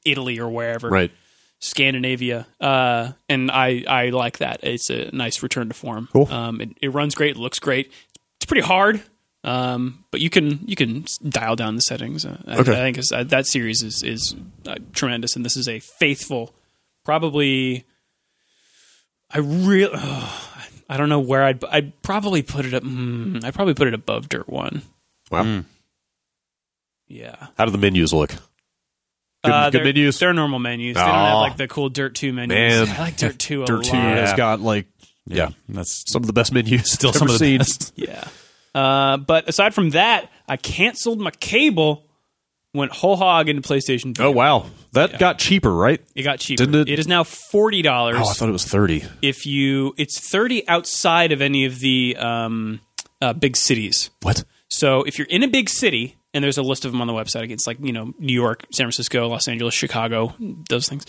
[SPEAKER 3] Italy or wherever.
[SPEAKER 1] right,
[SPEAKER 3] Scandinavia. Uh, and I, I like that. It's a nice return to form.
[SPEAKER 1] Cool.
[SPEAKER 3] Um, it, it runs great, it looks great. It's pretty hard. Um, but you can you can s- dial down the settings. Uh, I,
[SPEAKER 1] Okay.
[SPEAKER 3] I think it's, uh, that series is is uh, tremendous, and this is a faithful, probably. I really, I don't know where I'd I'd probably put it up. Mm, I'd probably put it above Dirt One.
[SPEAKER 1] wow.
[SPEAKER 2] Mm.
[SPEAKER 3] Yeah,
[SPEAKER 1] How do the menus look? Good,
[SPEAKER 3] Uh,
[SPEAKER 1] good
[SPEAKER 3] they're-
[SPEAKER 1] menus.
[SPEAKER 3] They're normal menus. They don't have
[SPEAKER 1] Aw.
[SPEAKER 3] like the cool Dirt Two menus.
[SPEAKER 1] Man.
[SPEAKER 3] I like Dirt Two a
[SPEAKER 1] Dirt
[SPEAKER 3] lot.
[SPEAKER 1] Two has got like
[SPEAKER 2] Yeah, that's
[SPEAKER 1] Some of the best menus
[SPEAKER 2] still some of the
[SPEAKER 1] seen.
[SPEAKER 2] best.
[SPEAKER 3] Yeah. Uh, but aside from that, I canceled my cable, went whole hog into PlayStation. Vita.
[SPEAKER 1] Oh wow, that got cheaper, right?
[SPEAKER 3] It got cheaper.
[SPEAKER 1] Didn't it-
[SPEAKER 3] it is now forty dollars
[SPEAKER 1] Oh, I thought it was thirty.
[SPEAKER 3] if you. It's thirty outside of any of the um, uh, big cities.
[SPEAKER 1] What?
[SPEAKER 3] So if you're in a big city, and there's a list of them on the website, it's like you know New York, San Francisco, Los Angeles, Chicago, those things,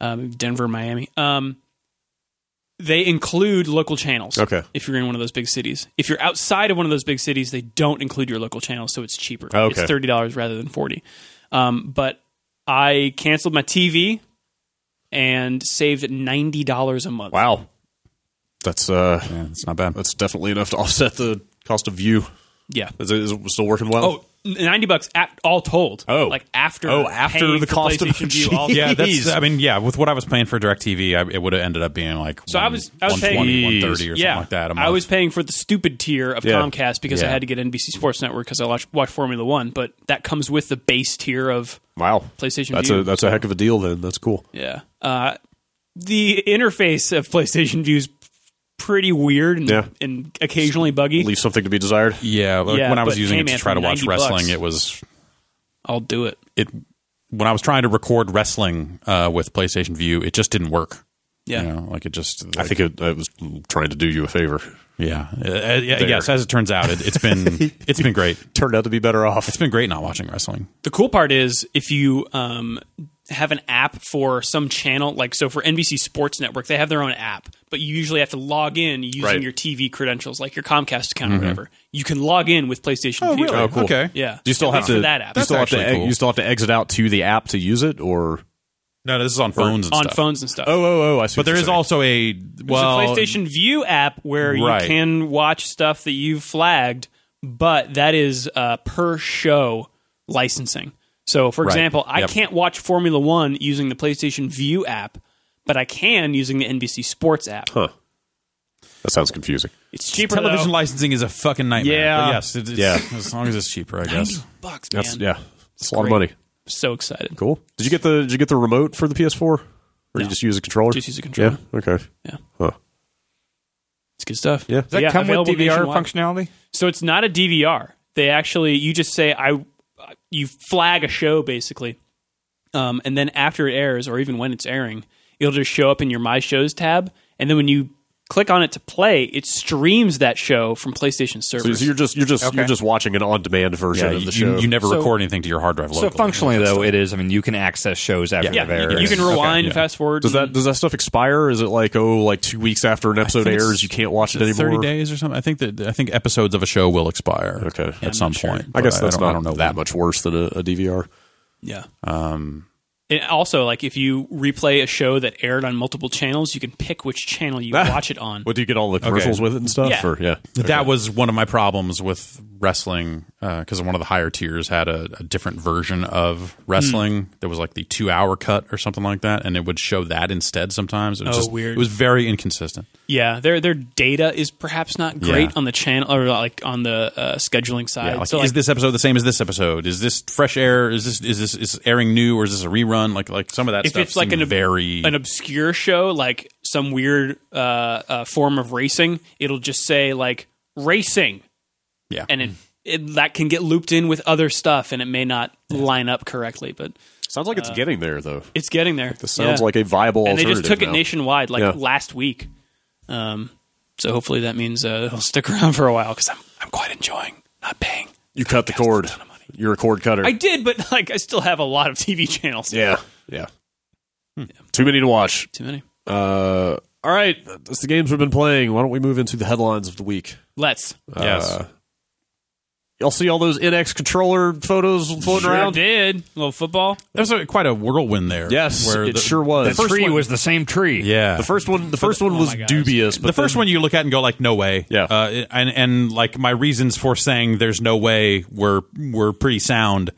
[SPEAKER 3] um, Denver, Miami. Um, they include local channels.
[SPEAKER 1] Okay.
[SPEAKER 3] If you're in one of those big cities, if you're outside of one of those big cities, they don't include your local channels, so it's cheaper.
[SPEAKER 1] Okay.
[SPEAKER 3] It's thirty dollars rather than forty. Um, but I canceled my TV and saved ninety dollars a month.
[SPEAKER 1] Wow, that's uh,
[SPEAKER 2] Yeah, it's not bad.
[SPEAKER 1] that's definitely enough to offset the cost of view.
[SPEAKER 3] Yeah.
[SPEAKER 1] Is it, is it still working well?
[SPEAKER 3] Oh, 90 bucks at all told.
[SPEAKER 1] Oh.
[SPEAKER 3] like after
[SPEAKER 1] Oh, after
[SPEAKER 3] paying
[SPEAKER 1] the
[SPEAKER 3] for
[SPEAKER 1] cost of-
[SPEAKER 3] PlayStation View, all
[SPEAKER 2] Yeah, that's.
[SPEAKER 1] Jeez.
[SPEAKER 2] I mean, yeah, with what I was paying for Directv, I, it would have ended up being like
[SPEAKER 3] So I was- I was paying-
[SPEAKER 2] 120, 130 or something
[SPEAKER 3] yeah,
[SPEAKER 2] like that. A month.
[SPEAKER 3] I was paying for the stupid tier of
[SPEAKER 1] Yeah.
[SPEAKER 3] Comcast because I
[SPEAKER 2] Yeah.
[SPEAKER 3] had to get NBC Sports Network because I watched, watched Formula One, but that comes with the base tier of
[SPEAKER 1] wow,
[SPEAKER 3] PlayStation
[SPEAKER 1] That's
[SPEAKER 3] View.
[SPEAKER 1] a that's a heck of a deal. Then that's cool.
[SPEAKER 3] yeah. Uh, the interface of PlayStation View is pretty weird and,
[SPEAKER 1] Yeah.
[SPEAKER 3] and occasionally buggy.
[SPEAKER 1] Leave something to be desired.
[SPEAKER 2] Yeah, like
[SPEAKER 3] Yeah,
[SPEAKER 2] when I was
[SPEAKER 3] but
[SPEAKER 2] using
[SPEAKER 3] hey,
[SPEAKER 2] it to
[SPEAKER 3] man,
[SPEAKER 2] try to
[SPEAKER 3] for
[SPEAKER 2] watch
[SPEAKER 3] 90
[SPEAKER 2] wrestling,
[SPEAKER 3] bucks.
[SPEAKER 2] it was
[SPEAKER 3] I'll do it.
[SPEAKER 2] it when I was trying to record wrestling uh, with PlayStation View, it just didn't work.
[SPEAKER 3] Yeah.
[SPEAKER 2] You know, like it just.
[SPEAKER 1] I think it, I was trying to do you a favor.
[SPEAKER 2] Yeah. Uh, uh, yeah, yes. As it turns out, it, it's been it's been great.
[SPEAKER 1] Turned out to be better off.
[SPEAKER 2] It's been great not watching wrestling.
[SPEAKER 3] The cool part is if you um, have an app for some channel, like so for NBC Sports Network, they have their own app, but you usually have to log in using
[SPEAKER 1] Right.
[SPEAKER 3] your TV credentials, like your Comcast account or whatever. You can log in with PlayStation. Oh,
[SPEAKER 1] really? Oh, cool.
[SPEAKER 2] Okay.
[SPEAKER 3] Yeah.
[SPEAKER 1] Do you still
[SPEAKER 3] At
[SPEAKER 1] have
[SPEAKER 3] least
[SPEAKER 1] to
[SPEAKER 3] for that app
[SPEAKER 1] You still have
[SPEAKER 2] That's
[SPEAKER 1] to
[SPEAKER 2] actually
[SPEAKER 1] e-
[SPEAKER 2] cool.
[SPEAKER 1] you still have to exit out to the app to use it, or
[SPEAKER 2] No, this is on phones and
[SPEAKER 3] on
[SPEAKER 2] stuff.
[SPEAKER 3] phones and stuff.
[SPEAKER 1] oh oh I see.
[SPEAKER 2] But there is also a
[SPEAKER 3] There's
[SPEAKER 2] well
[SPEAKER 3] a PlayStation View app where
[SPEAKER 2] Right.
[SPEAKER 3] you can watch stuff that you've flagged, but that is uh, per show licensing. So, for example, I
[SPEAKER 2] Yep.
[SPEAKER 3] can't watch Formula One using the PlayStation View app, but I can using the NBC Sports app.
[SPEAKER 1] Huh. That sounds confusing.
[SPEAKER 3] It's cheaper
[SPEAKER 2] television
[SPEAKER 3] though.
[SPEAKER 2] licensing is a fucking nightmare.
[SPEAKER 3] Yeah.
[SPEAKER 2] But yes. It, it's,
[SPEAKER 1] Yeah.
[SPEAKER 2] As long as it's cheaper, I guess.
[SPEAKER 3] 90 bucks, man.
[SPEAKER 1] That's yeah. It's a lot
[SPEAKER 3] great.
[SPEAKER 1] of money.
[SPEAKER 3] So excited.
[SPEAKER 1] Cool. Did you get the Did you get the remote for the PS4, or you just use a controller?
[SPEAKER 3] Just use a controller.
[SPEAKER 1] Yeah. Okay.
[SPEAKER 3] Yeah.
[SPEAKER 1] Huh.
[SPEAKER 3] It's good stuff.
[SPEAKER 1] Yeah.
[SPEAKER 4] Does that
[SPEAKER 3] yeah,
[SPEAKER 4] come with
[SPEAKER 3] available
[SPEAKER 4] DVR
[SPEAKER 3] nationwide.
[SPEAKER 4] functionality?
[SPEAKER 3] So it's not a DVR. They actually, you just say I, you flag a show basically, um, and then after it airs or even when it's airing, it'll just show up in your My Shows tab, and then when you click on it to play, it streams that show from PlayStation
[SPEAKER 1] So,
[SPEAKER 3] servers.
[SPEAKER 1] so you're just you're just you're just watching an on demand version
[SPEAKER 2] Yeah,
[SPEAKER 1] of the
[SPEAKER 2] you,
[SPEAKER 1] show.
[SPEAKER 2] you never
[SPEAKER 4] So-
[SPEAKER 2] record anything to your hard drive locally.
[SPEAKER 4] So functionally, though, it is. I mean, you can access shows after
[SPEAKER 3] yeah,
[SPEAKER 4] they've aired.
[SPEAKER 3] you, you can rewind,
[SPEAKER 2] yeah.
[SPEAKER 3] fast forward.
[SPEAKER 1] does that does that stuff expire? Is it like oh like two weeks after an episode
[SPEAKER 2] think it's
[SPEAKER 1] airs you can't watch it anymore?
[SPEAKER 2] Thirty days or something. I think that I think episodes of a show will expire.
[SPEAKER 1] Okay.
[SPEAKER 2] at
[SPEAKER 1] I'm
[SPEAKER 2] some
[SPEAKER 3] not sure.
[SPEAKER 2] point.
[SPEAKER 1] I
[SPEAKER 2] but
[SPEAKER 1] guess that's
[SPEAKER 2] don't-
[SPEAKER 1] not
[SPEAKER 2] I don't know
[SPEAKER 1] that
[SPEAKER 2] when.
[SPEAKER 1] much worse than a, a DVR.
[SPEAKER 3] yeah. Um, and also, like if you replay a show that aired on multiple channels, you can pick which channel you watch it on.
[SPEAKER 1] What do you get all the commercials with it and stuff?
[SPEAKER 3] Yeah.
[SPEAKER 1] Or, yeah.
[SPEAKER 2] That was one of my problems with wrestling because one of the higher tiers had a, a different version of wrestling.
[SPEAKER 3] Hmm.
[SPEAKER 2] There was like the two hour cut or something like that, and it would show that instead sometimes. It was
[SPEAKER 3] Oh,
[SPEAKER 2] just,
[SPEAKER 3] weird.
[SPEAKER 2] It was very inconsistent.
[SPEAKER 3] Yeah, their their data is perhaps not great
[SPEAKER 2] Yeah.
[SPEAKER 3] on the channel or like on the uh, scheduling side.
[SPEAKER 2] Like,
[SPEAKER 3] so like,
[SPEAKER 2] is this episode the same as this episode? Is this fresh air? Is this is this is airing new or is this a rerun? Like like some of that
[SPEAKER 3] if
[SPEAKER 2] stuff.
[SPEAKER 3] it's like
[SPEAKER 2] seemed
[SPEAKER 3] an ob-
[SPEAKER 2] very
[SPEAKER 3] an obscure show, like some weird uh, uh, form of racing, it'll just say like racing,
[SPEAKER 2] yeah.
[SPEAKER 3] and it, it that can get looped in with other stuff, and it may not line up correctly. But
[SPEAKER 1] Sounds like it's getting there though.
[SPEAKER 3] it's getting there.
[SPEAKER 1] This sounds
[SPEAKER 3] Yeah.
[SPEAKER 1] like a viable
[SPEAKER 3] Uh, and they
[SPEAKER 1] alternative.
[SPEAKER 3] just took it
[SPEAKER 1] now.
[SPEAKER 3] nationwide like
[SPEAKER 1] Yeah.
[SPEAKER 3] last week. Um, so hopefully that means uh, it'll stick around for a while because I'm I'm quite enjoying not paying.
[SPEAKER 1] You cut the cord. You're a cord cutter.
[SPEAKER 3] I did, but like I still have a lot of TV channels.
[SPEAKER 1] yeah. Yeah. Hmm. Too many to watch.
[SPEAKER 3] Too many.
[SPEAKER 1] Uh, all right, that's the games we've been playing. Why don't we move into the headlines of the week?
[SPEAKER 3] Let's.
[SPEAKER 2] yes.
[SPEAKER 1] Uh, Y'all see all those NX controller photos floating
[SPEAKER 3] Sure
[SPEAKER 1] around?
[SPEAKER 3] did. A little football.
[SPEAKER 2] That was a, quite a whirlwind there.
[SPEAKER 1] Yes,
[SPEAKER 2] where
[SPEAKER 1] it
[SPEAKER 2] the-
[SPEAKER 1] sure was.
[SPEAKER 4] The tree
[SPEAKER 1] one,
[SPEAKER 4] was the same tree.
[SPEAKER 2] Yeah.
[SPEAKER 1] the first one, the first one was
[SPEAKER 3] Oh my God.
[SPEAKER 1] dubious, but
[SPEAKER 2] the first one you look at and go like, no way.
[SPEAKER 1] Yeah.
[SPEAKER 2] Uh, and and like my reasons for saying there's no way were were pretty sound.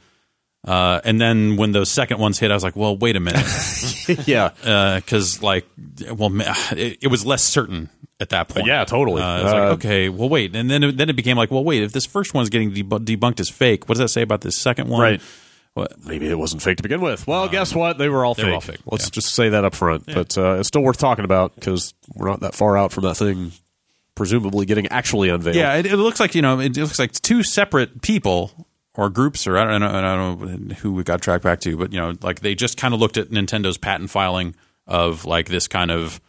[SPEAKER 2] Uh, and then when those second ones hit, I was like, well, wait a minute,
[SPEAKER 1] one, yeah,
[SPEAKER 2] because like, well, ma- it, it was less certain at that point.
[SPEAKER 1] yeah, totally.
[SPEAKER 2] Uh, I was
[SPEAKER 1] Uh,
[SPEAKER 2] like, okay, well, wait, and then it, then it became like, well, wait, if this first one's getting deb- debunked as fake, what does that say about this second one?
[SPEAKER 1] Right.
[SPEAKER 2] Well, What?
[SPEAKER 1] Maybe it wasn't fake to begin with. Well, guess what? They were all
[SPEAKER 2] Um, they
[SPEAKER 1] fake.
[SPEAKER 2] were all fake,
[SPEAKER 1] Let's
[SPEAKER 2] yeah.
[SPEAKER 1] just say that up front. But uh, it's still worth talking about because we're not that far out from that thing, presumably getting actually unveiled.
[SPEAKER 2] Yeah, it, it looks like you know, it, it looks like two separate people or groups, or I don't, I don't, I don't know who we got tracked back to, but you know, like they just kind of looked at Nintendo's patent filing of like this kind of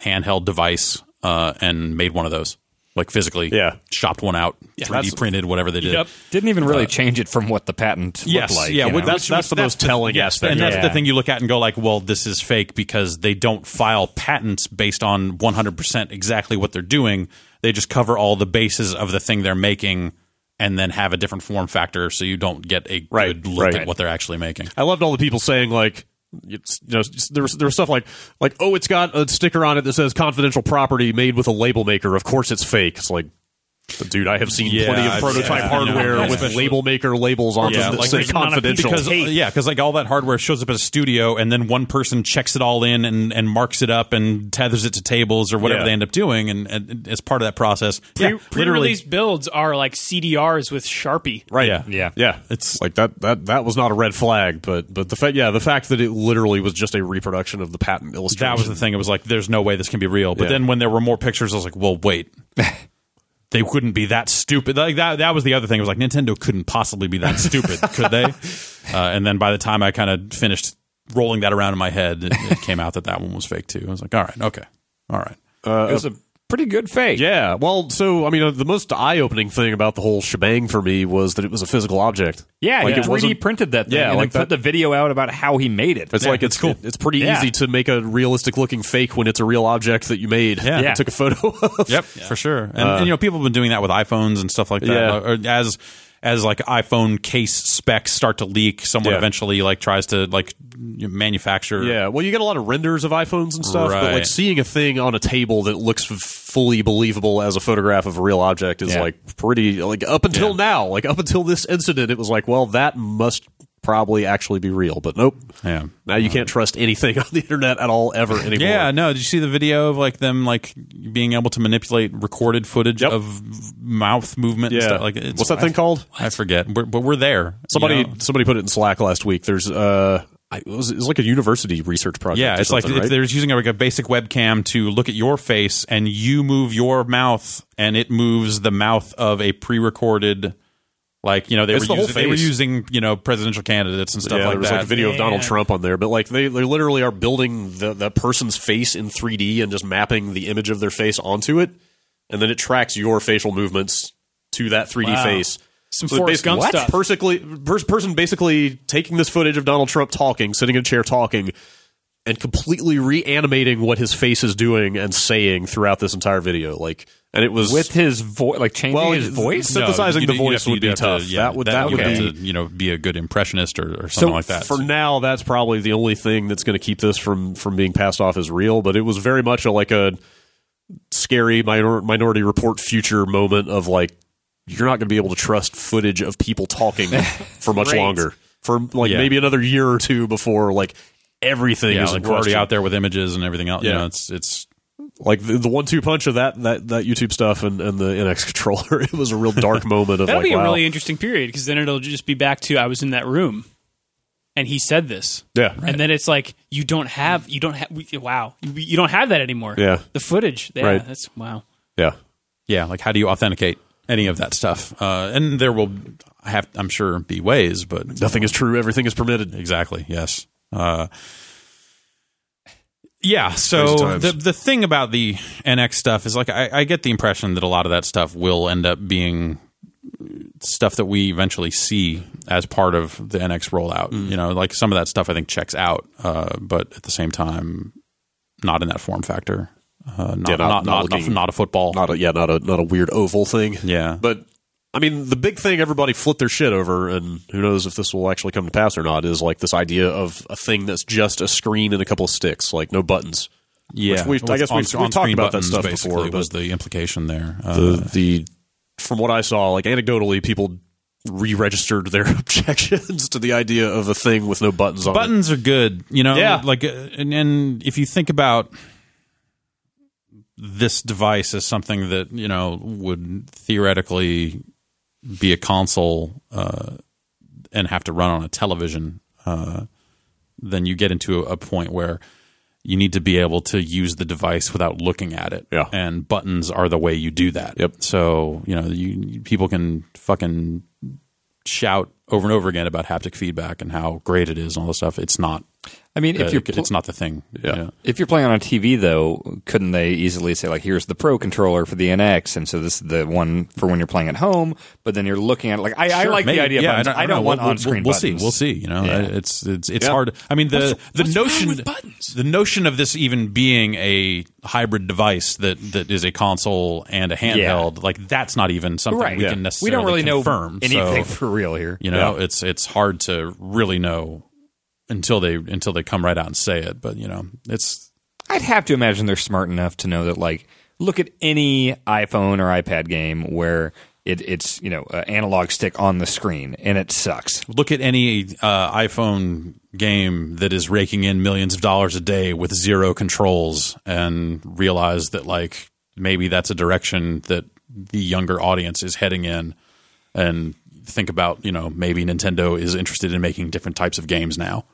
[SPEAKER 2] handheld device uh, and made one of those, like physically,
[SPEAKER 1] Yeah.
[SPEAKER 2] shopped one out, three D
[SPEAKER 1] That's-
[SPEAKER 2] printed, whatever they did.
[SPEAKER 3] Yep.
[SPEAKER 4] Didn't even really change it from what the patent
[SPEAKER 2] Yes,
[SPEAKER 4] looked like.
[SPEAKER 2] yeah,
[SPEAKER 4] you
[SPEAKER 2] well,
[SPEAKER 4] know?
[SPEAKER 1] that's
[SPEAKER 2] Which-
[SPEAKER 1] that's
[SPEAKER 2] which-
[SPEAKER 1] the
[SPEAKER 2] that's
[SPEAKER 1] most telling aspect.
[SPEAKER 2] And
[SPEAKER 1] of
[SPEAKER 2] that's
[SPEAKER 1] it.
[SPEAKER 2] the thing you look at and go like, well, this is fake because they don't file patents based on 100% exactly what they're doing. They just cover all the bases of the thing they're making and then have a different form factor so you don't get a
[SPEAKER 1] Right,
[SPEAKER 2] good look
[SPEAKER 1] right.
[SPEAKER 2] at what they're actually making.
[SPEAKER 1] I loved all the people saying like. It's, you know, it's- there was there was stuff like like oh, it's got a sticker on it that says confidential property made with a label maker. Of course, it's fake. It's like, dude, I have seen
[SPEAKER 2] Yeah,
[SPEAKER 1] plenty of
[SPEAKER 2] I've-
[SPEAKER 1] prototype
[SPEAKER 2] yeah, you know,
[SPEAKER 1] hardware with
[SPEAKER 2] especially-
[SPEAKER 1] label maker labels on
[SPEAKER 2] Yeah,
[SPEAKER 1] them that
[SPEAKER 2] like
[SPEAKER 1] say
[SPEAKER 2] there's not
[SPEAKER 3] a-
[SPEAKER 1] confidential.
[SPEAKER 2] Because yeah, because like all that hardware shows up at a studio, and then one person checks it all in and, and marks it up and tethers it to tables or whatever
[SPEAKER 1] Yeah.
[SPEAKER 2] they end up doing, and, and as part of that process,
[SPEAKER 3] Pre-
[SPEAKER 2] yeah, literally,
[SPEAKER 3] pre-release builds are like CDRs with Sharpie.
[SPEAKER 1] Right.
[SPEAKER 2] Yeah.
[SPEAKER 4] Yeah.
[SPEAKER 1] Yeah. It's like that that that was not a red flag, but but the fact yeah, the fact that it literally was just a reproduction of the patent illustration.
[SPEAKER 2] That was the thing. It was like, there's no way this can be real. But
[SPEAKER 1] Yeah.
[SPEAKER 2] then when there were more pictures, I was like, well, wait. they couldn't be that stupid. Like that, that was the other thing. It was like, Nintendo couldn't possibly be that stupid, could they? Uh, and then by the time I kind of finished rolling that around in my head, it, it came out that that one was fake too. I was like, all right, okay, all right.
[SPEAKER 4] it was a pretty good fake.
[SPEAKER 1] Yeah. Well, so I mean, uh, the most eye-opening thing about the whole shebang for me was that it was a physical object.
[SPEAKER 4] Yeah,
[SPEAKER 1] Like
[SPEAKER 4] he
[SPEAKER 1] it
[SPEAKER 4] 3D
[SPEAKER 1] wasn't-
[SPEAKER 4] printed that thing
[SPEAKER 1] Yeah,
[SPEAKER 4] and
[SPEAKER 1] like
[SPEAKER 4] then put the
[SPEAKER 1] that-
[SPEAKER 4] video out about how he made it.
[SPEAKER 1] It's like it's cool. It's pretty
[SPEAKER 4] Yeah.
[SPEAKER 1] easy to make a realistic-looking fake when it's a real object that you made.
[SPEAKER 2] Yeah.
[SPEAKER 1] and
[SPEAKER 4] Yeah.
[SPEAKER 1] took a photo. of.
[SPEAKER 2] Yep, for sure. And, and you know, people have been doing that with iPhones and stuff like that.
[SPEAKER 1] Uh, Yeah.
[SPEAKER 2] Or as as like iPhone case specs start to leak, someone
[SPEAKER 1] Yeah.
[SPEAKER 2] eventually like tries to like manufacture
[SPEAKER 1] Yeah, well, you get a lot of renders of iPhones and stuff, but
[SPEAKER 2] Right.
[SPEAKER 1] like seeing a thing on a table that looks f- fully believable as a photograph of a real object is
[SPEAKER 4] Yeah.
[SPEAKER 1] like pretty like up until now, like up until this incident, it was like, well, that must probably actually be real, but nope.
[SPEAKER 2] Yeah.
[SPEAKER 1] Now you can't trust anything on the internet at all ever anymore.
[SPEAKER 2] Yeah, no. Did you see the video of like them like being able to manipulate recorded footage
[SPEAKER 1] Yep.
[SPEAKER 2] of mouth movement?
[SPEAKER 1] yeah.
[SPEAKER 2] and stuff? like
[SPEAKER 1] Like,
[SPEAKER 2] it's,
[SPEAKER 1] what's that thing called?
[SPEAKER 2] I forget. We're, but we're there.
[SPEAKER 1] Somebody
[SPEAKER 2] you know?
[SPEAKER 1] somebody put it in Slack last week. There's uh, I, it was, it was like a university research project.
[SPEAKER 2] Yeah,
[SPEAKER 1] or
[SPEAKER 2] it's like
[SPEAKER 1] something,
[SPEAKER 2] if
[SPEAKER 1] right?
[SPEAKER 2] they're using like a basic webcam to look at your face and you move your mouth and it moves the mouth of a pre-recorded like you know they
[SPEAKER 1] It's
[SPEAKER 2] were
[SPEAKER 1] the whole
[SPEAKER 2] using, they were
[SPEAKER 1] face.
[SPEAKER 2] using you know presidential candidates and stuff
[SPEAKER 1] yeah,
[SPEAKER 2] like
[SPEAKER 1] there was
[SPEAKER 2] that.
[SPEAKER 1] like a video of Donald
[SPEAKER 3] Yeah.
[SPEAKER 1] Trump on there, but like they, they literally are building the, the person's face in 3D and just mapping the image of their face onto it, and then it tracks your facial movements to that 3D
[SPEAKER 3] Wow.
[SPEAKER 1] face.
[SPEAKER 3] Some
[SPEAKER 1] it
[SPEAKER 3] Forrest
[SPEAKER 1] basically-
[SPEAKER 3] Gump stuff.
[SPEAKER 1] Basically, pers- person basically taking this footage of Donald Trump talking, sitting in a chair talking, and completely reanimating what his face is doing and saying throughout this entire video. Like, and it was
[SPEAKER 4] With his voice, like changing
[SPEAKER 1] Well,
[SPEAKER 4] his
[SPEAKER 1] it-
[SPEAKER 4] voice?
[SPEAKER 1] so- synthesizing
[SPEAKER 2] you-
[SPEAKER 1] the
[SPEAKER 2] you'd have
[SPEAKER 1] voice
[SPEAKER 2] to-
[SPEAKER 1] would be
[SPEAKER 2] you'd have to-
[SPEAKER 1] tough.
[SPEAKER 2] yeah,
[SPEAKER 1] That would- that
[SPEAKER 2] you'd
[SPEAKER 1] would
[SPEAKER 2] have
[SPEAKER 1] be-
[SPEAKER 2] to, you know be a good impressionist or, or something like that.
[SPEAKER 1] For now, that's probably the only thing that's going to keep this from from being passed off as real. But it was very much a, like a scary minor, Minority Report future moment of like you're not going to be able to trust footage of people talking for much
[SPEAKER 3] Great.
[SPEAKER 1] longer for like
[SPEAKER 2] Yeah.
[SPEAKER 1] maybe another year or two before like everything
[SPEAKER 2] yeah,
[SPEAKER 1] is
[SPEAKER 2] like
[SPEAKER 1] in
[SPEAKER 2] we're already
[SPEAKER 1] question.
[SPEAKER 2] out there with images and everything else. You
[SPEAKER 1] Yeah.
[SPEAKER 2] know, it's it's
[SPEAKER 1] Like the, the one two punch of that that that YouTube stuff and, and the NX controller. It was a real dark moment of
[SPEAKER 3] That'll
[SPEAKER 1] like
[SPEAKER 3] be a
[SPEAKER 1] wow.
[SPEAKER 3] really interesting period because then it'll just be back to I was in that room and he said this.
[SPEAKER 1] yeah.
[SPEAKER 3] And then it's like you don't have you don't have we, wow you, you don't have that anymore.
[SPEAKER 1] Yeah.
[SPEAKER 3] the footage. Yeah,
[SPEAKER 1] Right.
[SPEAKER 3] that's wow.
[SPEAKER 1] yeah.
[SPEAKER 2] yeah, like how do you authenticate any of that stuff? Uh, and there will have I'm sure be ways, but
[SPEAKER 1] Nothing is true. Everything is permitted.
[SPEAKER 2] Exactly. Yes. Uh, yeah. So the the thing about the NX stuff is like I, I get the impression that a lot of that stuff will end up being stuff that we eventually see as part of the NX rollout.
[SPEAKER 1] Mm.
[SPEAKER 2] You know, like some of that stuff I think checks out, uh, but at the same time, not in that form factor. Uh, not,
[SPEAKER 1] Yeah,
[SPEAKER 2] not, not,
[SPEAKER 1] not- not
[SPEAKER 2] not,
[SPEAKER 1] looking-
[SPEAKER 2] not a football.
[SPEAKER 1] not a yeah, not a not a weird oval thing.
[SPEAKER 2] Yeah.
[SPEAKER 1] but I mean, the big thing everybody flipped their shit over, and who knows if this will actually come to pass or not, is like this idea of a thing that's just a screen and a couple of sticks, like no buttons.
[SPEAKER 2] yeah.
[SPEAKER 1] which we've- I
[SPEAKER 2] With
[SPEAKER 1] guess we've-
[SPEAKER 2] on-
[SPEAKER 1] we've
[SPEAKER 2] on-screen
[SPEAKER 1] talked about that
[SPEAKER 2] buttons,
[SPEAKER 1] stuff
[SPEAKER 2] basically,
[SPEAKER 1] before, but-
[SPEAKER 2] was the implication there. Uh,
[SPEAKER 1] The the from what I saw, like anecdotally, people re-registered their objections to the idea of a thing with no buttons on it.
[SPEAKER 2] buttons are good you know
[SPEAKER 1] Yeah.
[SPEAKER 2] like uh, and, and if you think about this device as something that you know would theoretically be a console uh, and have to run on a television, uh, then you get into a, a point where you need to be able to use the device without looking at it.
[SPEAKER 1] Yeah.
[SPEAKER 2] And buttons are the way you do that.
[SPEAKER 1] Yep.
[SPEAKER 2] So, you know, you people can fucking shout over and over again about haptic feedback and how great it is and all this stuff. It's not
[SPEAKER 4] I mean, if
[SPEAKER 2] uh,
[SPEAKER 4] you're pl-
[SPEAKER 2] it's not the thing.
[SPEAKER 1] Yeah.
[SPEAKER 4] if you're playing on a TV though, couldn't they easily say like, here's the Pro controller for the NX, and so this is the one for when you're playing at home, but then you're looking at it, like I, I
[SPEAKER 2] Sure,
[SPEAKER 4] like
[SPEAKER 2] maybe.
[SPEAKER 4] the idea.
[SPEAKER 2] Yeah,
[SPEAKER 4] of buttons. I don't,
[SPEAKER 2] know.
[SPEAKER 4] want
[SPEAKER 2] We'll- we'll-
[SPEAKER 4] on screen.
[SPEAKER 2] We'll
[SPEAKER 4] buttons.
[SPEAKER 2] see. We'll see. You know,
[SPEAKER 4] Yeah.
[SPEAKER 2] it's it's it's
[SPEAKER 1] Yeah.
[SPEAKER 2] hard. I mean, the the
[SPEAKER 3] what's wrong
[SPEAKER 2] notion
[SPEAKER 3] with buttons?
[SPEAKER 2] the notion of this even being a hybrid device that that is a console and a handheld, like that's not even something
[SPEAKER 4] Right.
[SPEAKER 2] we
[SPEAKER 4] Yeah.
[SPEAKER 2] can
[SPEAKER 4] We
[SPEAKER 2] necessarily
[SPEAKER 4] don't really
[SPEAKER 2] confirm.
[SPEAKER 4] know anything
[SPEAKER 2] So,
[SPEAKER 4] for real here.
[SPEAKER 2] you know, it's it's hard to really know until they until they come right out and say it. But you know, it's
[SPEAKER 4] I'd have to imagine they're smart enough to know that, like, look at any iPhone or iPad game where it, it's, you know, uh, analog stick on the screen and it sucks.
[SPEAKER 2] look at any uh, iPhone game that is raking in millions of dollars a day with zero controls and realize that like maybe that's a direction that the younger audience is heading in and think about you know maybe Nintendo is interested in making different types of games now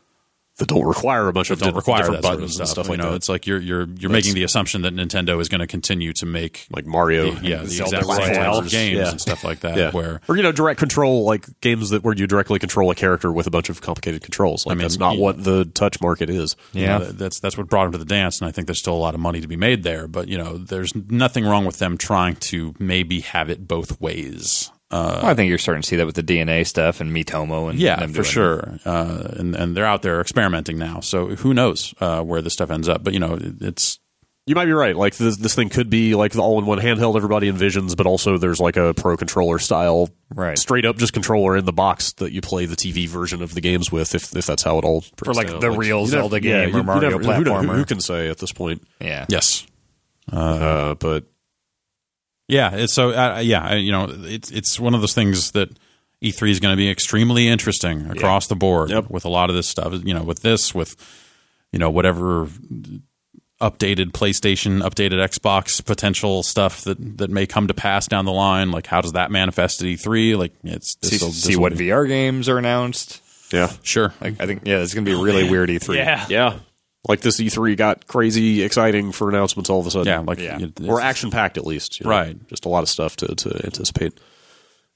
[SPEAKER 1] that don't require a bunch of
[SPEAKER 2] that don't
[SPEAKER 1] di-
[SPEAKER 2] require
[SPEAKER 1] different
[SPEAKER 2] that sort of
[SPEAKER 1] buttons
[SPEAKER 2] stuff,
[SPEAKER 1] and stuff
[SPEAKER 2] you
[SPEAKER 1] like
[SPEAKER 2] know
[SPEAKER 1] that.
[SPEAKER 2] it's like you're you're you're making the assumption that Nintendo is going to continue to make
[SPEAKER 1] like Mario,
[SPEAKER 2] yeah the
[SPEAKER 4] Zelda
[SPEAKER 2] exact same
[SPEAKER 4] platformers.
[SPEAKER 2] types of games
[SPEAKER 1] Yeah.
[SPEAKER 2] and stuff like that
[SPEAKER 1] yeah,
[SPEAKER 2] where
[SPEAKER 1] or you know, direct control like games that where you directly control a character with a bunch of complicated controls. Like
[SPEAKER 2] mean,
[SPEAKER 1] that's not
[SPEAKER 2] you-
[SPEAKER 1] what the touch market is.
[SPEAKER 4] Yeah.
[SPEAKER 2] yeah, that's that's what brought him to the dance, and I think there's still a lot of money to be made there. But you know, there's nothing wrong with them trying to maybe have it both ways.
[SPEAKER 4] Well, I think you're starting to see that with the DNA stuff and Mitomo and
[SPEAKER 2] Uh, Yeah,
[SPEAKER 4] them
[SPEAKER 2] for
[SPEAKER 4] doing it.
[SPEAKER 2] sure. Uh, and and they're out there experimenting now, so who knows uh, where this stuff ends up? But you know, it- it's
[SPEAKER 1] You might be right. Like this, this thing could be like the all-in-one handheld everybody envisions, but also there's like a pro controller style,
[SPEAKER 4] Right.
[SPEAKER 1] Straight up, just controller in the box that you play the TV version of the games with, if if that's how it all breaks
[SPEAKER 4] For, like,
[SPEAKER 1] down.
[SPEAKER 4] the real
[SPEAKER 1] you
[SPEAKER 4] Zelda
[SPEAKER 1] never- yeah,
[SPEAKER 4] game or
[SPEAKER 1] you- you
[SPEAKER 4] Mario
[SPEAKER 1] never- who know- who-
[SPEAKER 4] platformer.
[SPEAKER 1] Who can say at this point?
[SPEAKER 4] Yeah.
[SPEAKER 2] yes,
[SPEAKER 1] Uh, but
[SPEAKER 2] Yeah, it's so uh, yeah, I- you know, it's it's one of those things that E3 is going to be extremely interesting across the board
[SPEAKER 1] Yep.
[SPEAKER 2] with a lot of this stuff. You know, with this, with you know, whatever updated PlayStation, updated Xbox potential stuff that that may come to pass down the line. Like, how does that manifest at E3? Like, it's
[SPEAKER 4] See,
[SPEAKER 2] this'll-
[SPEAKER 4] see
[SPEAKER 2] this'll
[SPEAKER 4] what
[SPEAKER 2] be-
[SPEAKER 4] VR games are announced.
[SPEAKER 1] yeah,
[SPEAKER 2] Sure,
[SPEAKER 4] Like, I think, yeah, it's going to be
[SPEAKER 2] Oh,
[SPEAKER 4] really weird E E3.
[SPEAKER 3] Yeah.
[SPEAKER 1] yeah. Like this E3 got crazy exciting for announcements all of a sudden.
[SPEAKER 2] yeah, like
[SPEAKER 4] Yeah.
[SPEAKER 2] it-
[SPEAKER 1] or action packed at least. you
[SPEAKER 2] Right.
[SPEAKER 1] Just a lot of stuff to, to anticipate.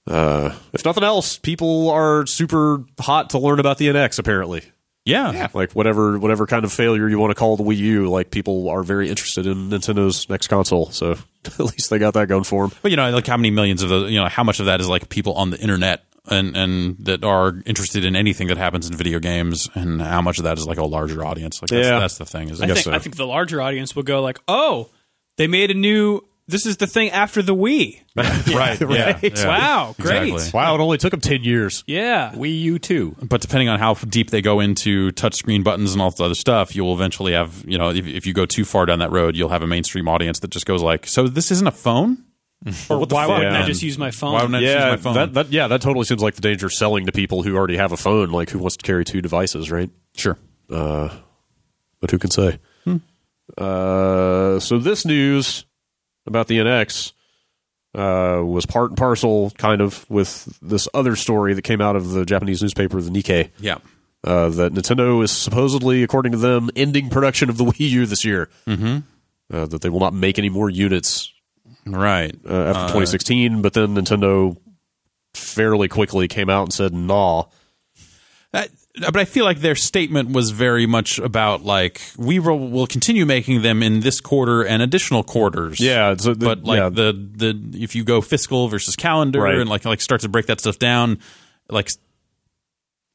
[SPEAKER 1] Uh, if nothing else, people are super hot to learn about the NX. Apparently,
[SPEAKER 2] yeah,
[SPEAKER 1] like whatever whatever kind of failure you want to call the Wii U, like people are very interested in Nintendo's next console. So at least they got that going for them.
[SPEAKER 2] But you know, like how many millions of those, you know, how much of that is like people on the internet and and that are interested in anything that happens in video games, and how much of that is like a larger audience? Like that's,
[SPEAKER 1] Yeah.
[SPEAKER 2] that's the thing. Is
[SPEAKER 3] I think, I think the larger audience will go like, "Oh, they made a new. This is the thing after the Wii.
[SPEAKER 2] right? Yeah, yeah.
[SPEAKER 3] Wow, great.
[SPEAKER 2] Exactly.
[SPEAKER 1] Wow, it only took them ten years.
[SPEAKER 3] Yeah,
[SPEAKER 4] Wii U 2.
[SPEAKER 2] But depending on how deep they go into touchscreen buttons and all this other stuff, you will eventually have, you know, if, if you go too far down that road, you'll have a mainstream audience that just goes like, "So this isn't a phone?
[SPEAKER 3] Or why wouldn't I
[SPEAKER 1] man?
[SPEAKER 3] just use my phone?
[SPEAKER 2] Why wouldn't I just
[SPEAKER 1] Yeah,
[SPEAKER 2] use my phone?"
[SPEAKER 1] that, that yeah, that totally seems like the danger of selling to people who already have a phone. Like who wants to carry two devices, right?
[SPEAKER 2] sure.
[SPEAKER 1] but who can say? Uh, so this news about the NX uh, was part and parcel, kind of, with this other story that came out of the Japanese newspaper, the Nikkei,
[SPEAKER 2] Yeah.
[SPEAKER 1] uh, that Nintendo is supposedly, according to them, ending production of the Wii U this year. Mm-hmm. Uh, that they will not make any more units
[SPEAKER 2] Right.
[SPEAKER 1] uh, after 2016, but then Nintendo fairly quickly came out and said, "Nah,
[SPEAKER 2] That, but I feel like their statement was very much about like we will, will continue making them in this quarter and additional quarters.
[SPEAKER 1] yeah." So the-
[SPEAKER 2] but like
[SPEAKER 1] yeah,
[SPEAKER 2] the the if you go fiscal versus calendar
[SPEAKER 1] Right.
[SPEAKER 2] and like like start to break that stuff down, like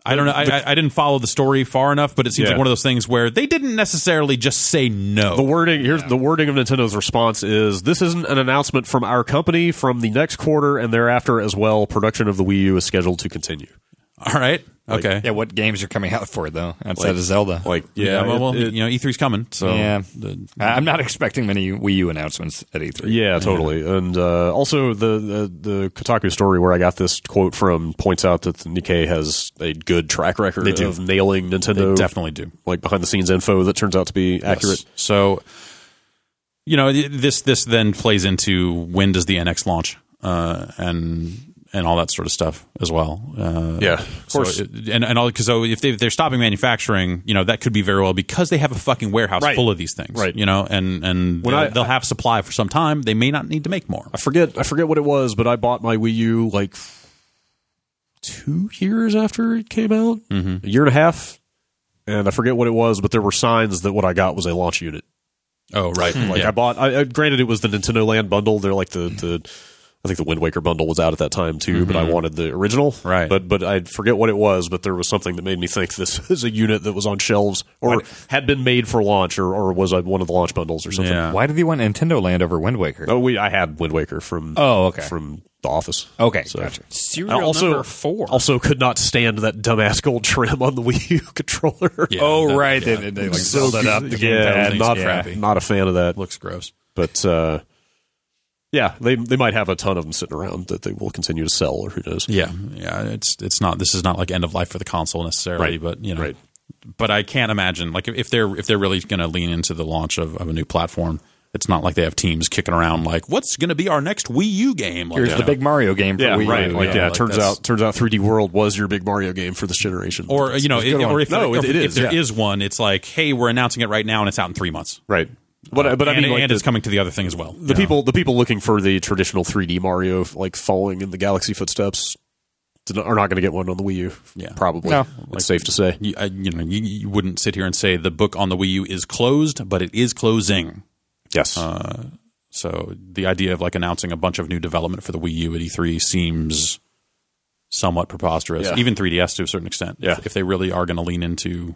[SPEAKER 2] I don't know, I, I I didn't follow the story far enough, but it seems
[SPEAKER 1] Yeah.
[SPEAKER 2] like one of those things where they didn't necessarily just say no.
[SPEAKER 1] The wording here's the wording of Nintendo's response is this isn't an announcement from our company from the next quarter and thereafter as well. Production of the Wii U is scheduled to continue.
[SPEAKER 2] All right, okay,
[SPEAKER 4] Yeah, what games are coming out for it, though, outside of Zelda?
[SPEAKER 1] Like
[SPEAKER 2] yeah. well,
[SPEAKER 1] it-
[SPEAKER 2] well,
[SPEAKER 1] it-
[SPEAKER 2] you know, E 3s coming, so
[SPEAKER 4] yeah.
[SPEAKER 2] the-
[SPEAKER 4] I- I'm not expecting many Wii U announcements at E E3.
[SPEAKER 1] yeah, totally. And uh, also the, the the Kotaku story where I got this quote from points out that the Nikkei has a good track record
[SPEAKER 2] do.
[SPEAKER 1] of nailing Nintendo.
[SPEAKER 2] they definitely do.
[SPEAKER 1] like behind the scenes info that turns out to be accurate.
[SPEAKER 2] Yes. So, you know, th- this this then plays into when does the NX launch, uh, and and all that sort of stuff as well. Uh,
[SPEAKER 1] Yeah, of
[SPEAKER 2] so
[SPEAKER 1] course.
[SPEAKER 2] it- and and all because so if they if they're stopping manufacturing, you know that could be very well because they have a fucking warehouse
[SPEAKER 1] Right.
[SPEAKER 2] full of these things,
[SPEAKER 1] Right.
[SPEAKER 2] You know, and and
[SPEAKER 1] When
[SPEAKER 2] they'll,
[SPEAKER 1] I-
[SPEAKER 2] they'll have supply for some time. They may not need to make more.
[SPEAKER 1] I forget I forget what it was, but I bought my Wii U like two years after it came out, mm-hmm. a year and a half, and I forget what it was, but there were signs that what I got was a launch unit. Hmm.
[SPEAKER 2] Oh right,
[SPEAKER 1] Like I bought. I, I- granted, it was the Nintendo Land bundle. They're like the the. I think the Wind Waker bundle was out at that time too, but I wanted the original.
[SPEAKER 2] Mm-hmm. Right.
[SPEAKER 1] But but I forget what it was. But there was something that made me think this is a unit that was on shelves or had been made for launch or, or was on one of the launch bundles or something.
[SPEAKER 2] yeah.
[SPEAKER 4] Why did they want Nintendo Land over Wind Waker?
[SPEAKER 1] Oh, we I had Wind Waker from
[SPEAKER 4] Oh, okay.
[SPEAKER 1] from the office.
[SPEAKER 4] Okay,
[SPEAKER 1] So-
[SPEAKER 4] gotcha.
[SPEAKER 3] Serial
[SPEAKER 1] I also
[SPEAKER 3] number four.
[SPEAKER 1] also could not stand that dumbass gold trim on the Wii U controller.
[SPEAKER 2] Yeah,
[SPEAKER 4] Oh
[SPEAKER 2] that-
[SPEAKER 4] right,
[SPEAKER 2] yeah.
[SPEAKER 4] they, they like filled it up. The
[SPEAKER 1] yeah,
[SPEAKER 4] gamepad.
[SPEAKER 1] not,
[SPEAKER 4] yeah.
[SPEAKER 1] not a fan of that.
[SPEAKER 2] looks gross.
[SPEAKER 1] But uh, yeah, they they might have a ton of them sitting around that they will continue to sell, or who knows?
[SPEAKER 2] Yeah, yeah. It's it's not. This is not like end of life for the console necessarily,
[SPEAKER 1] Mm. Right.
[SPEAKER 2] but you know.
[SPEAKER 1] Right.
[SPEAKER 2] But I can't imagine like if- if they're if they're really going to lean into the launch of, of a new platform, it's not like they have teams kicking around like what's going to be our next Wii U game. Like,
[SPEAKER 4] Here's
[SPEAKER 2] you
[SPEAKER 4] the
[SPEAKER 2] know.
[SPEAKER 4] big Mario game for
[SPEAKER 1] Yeah,
[SPEAKER 4] Wii U.
[SPEAKER 1] right. Like, yeah,
[SPEAKER 2] yeah, like
[SPEAKER 1] turns
[SPEAKER 2] that's-
[SPEAKER 1] out turns out 3D World was your big Mario game for this generation,
[SPEAKER 2] or you know,
[SPEAKER 1] It's a good
[SPEAKER 2] it, or
[SPEAKER 1] one.
[SPEAKER 2] if,
[SPEAKER 1] no,
[SPEAKER 2] or
[SPEAKER 1] it-
[SPEAKER 2] if,
[SPEAKER 1] it is
[SPEAKER 2] there is
[SPEAKER 1] yeah.
[SPEAKER 2] one, it's like hey, we're announcing it right now and it's out in three months.
[SPEAKER 1] right. But I- but I
[SPEAKER 2] Uh, and,
[SPEAKER 1] mean, like
[SPEAKER 2] and
[SPEAKER 1] the,
[SPEAKER 2] it's coming to the other thing as well.
[SPEAKER 1] the people the people looking for the traditional 3D Mario, like following in the Galaxy footsteps, did not- are not going to get one on the Wii U.
[SPEAKER 2] Yeah.
[SPEAKER 1] probably.
[SPEAKER 4] No.
[SPEAKER 1] It's safe to say.
[SPEAKER 2] you, I, you know, you, you wouldn't sit here and say the book on the Wii U is closed, but it is closing.
[SPEAKER 1] Yes.
[SPEAKER 2] So the idea of like announcing a bunch of new development for the Wii U at E3 seems somewhat preposterous.
[SPEAKER 1] Yeah.
[SPEAKER 2] Even 3DS to a certain extent.
[SPEAKER 1] Yeah.
[SPEAKER 2] If, if they really are going to lean into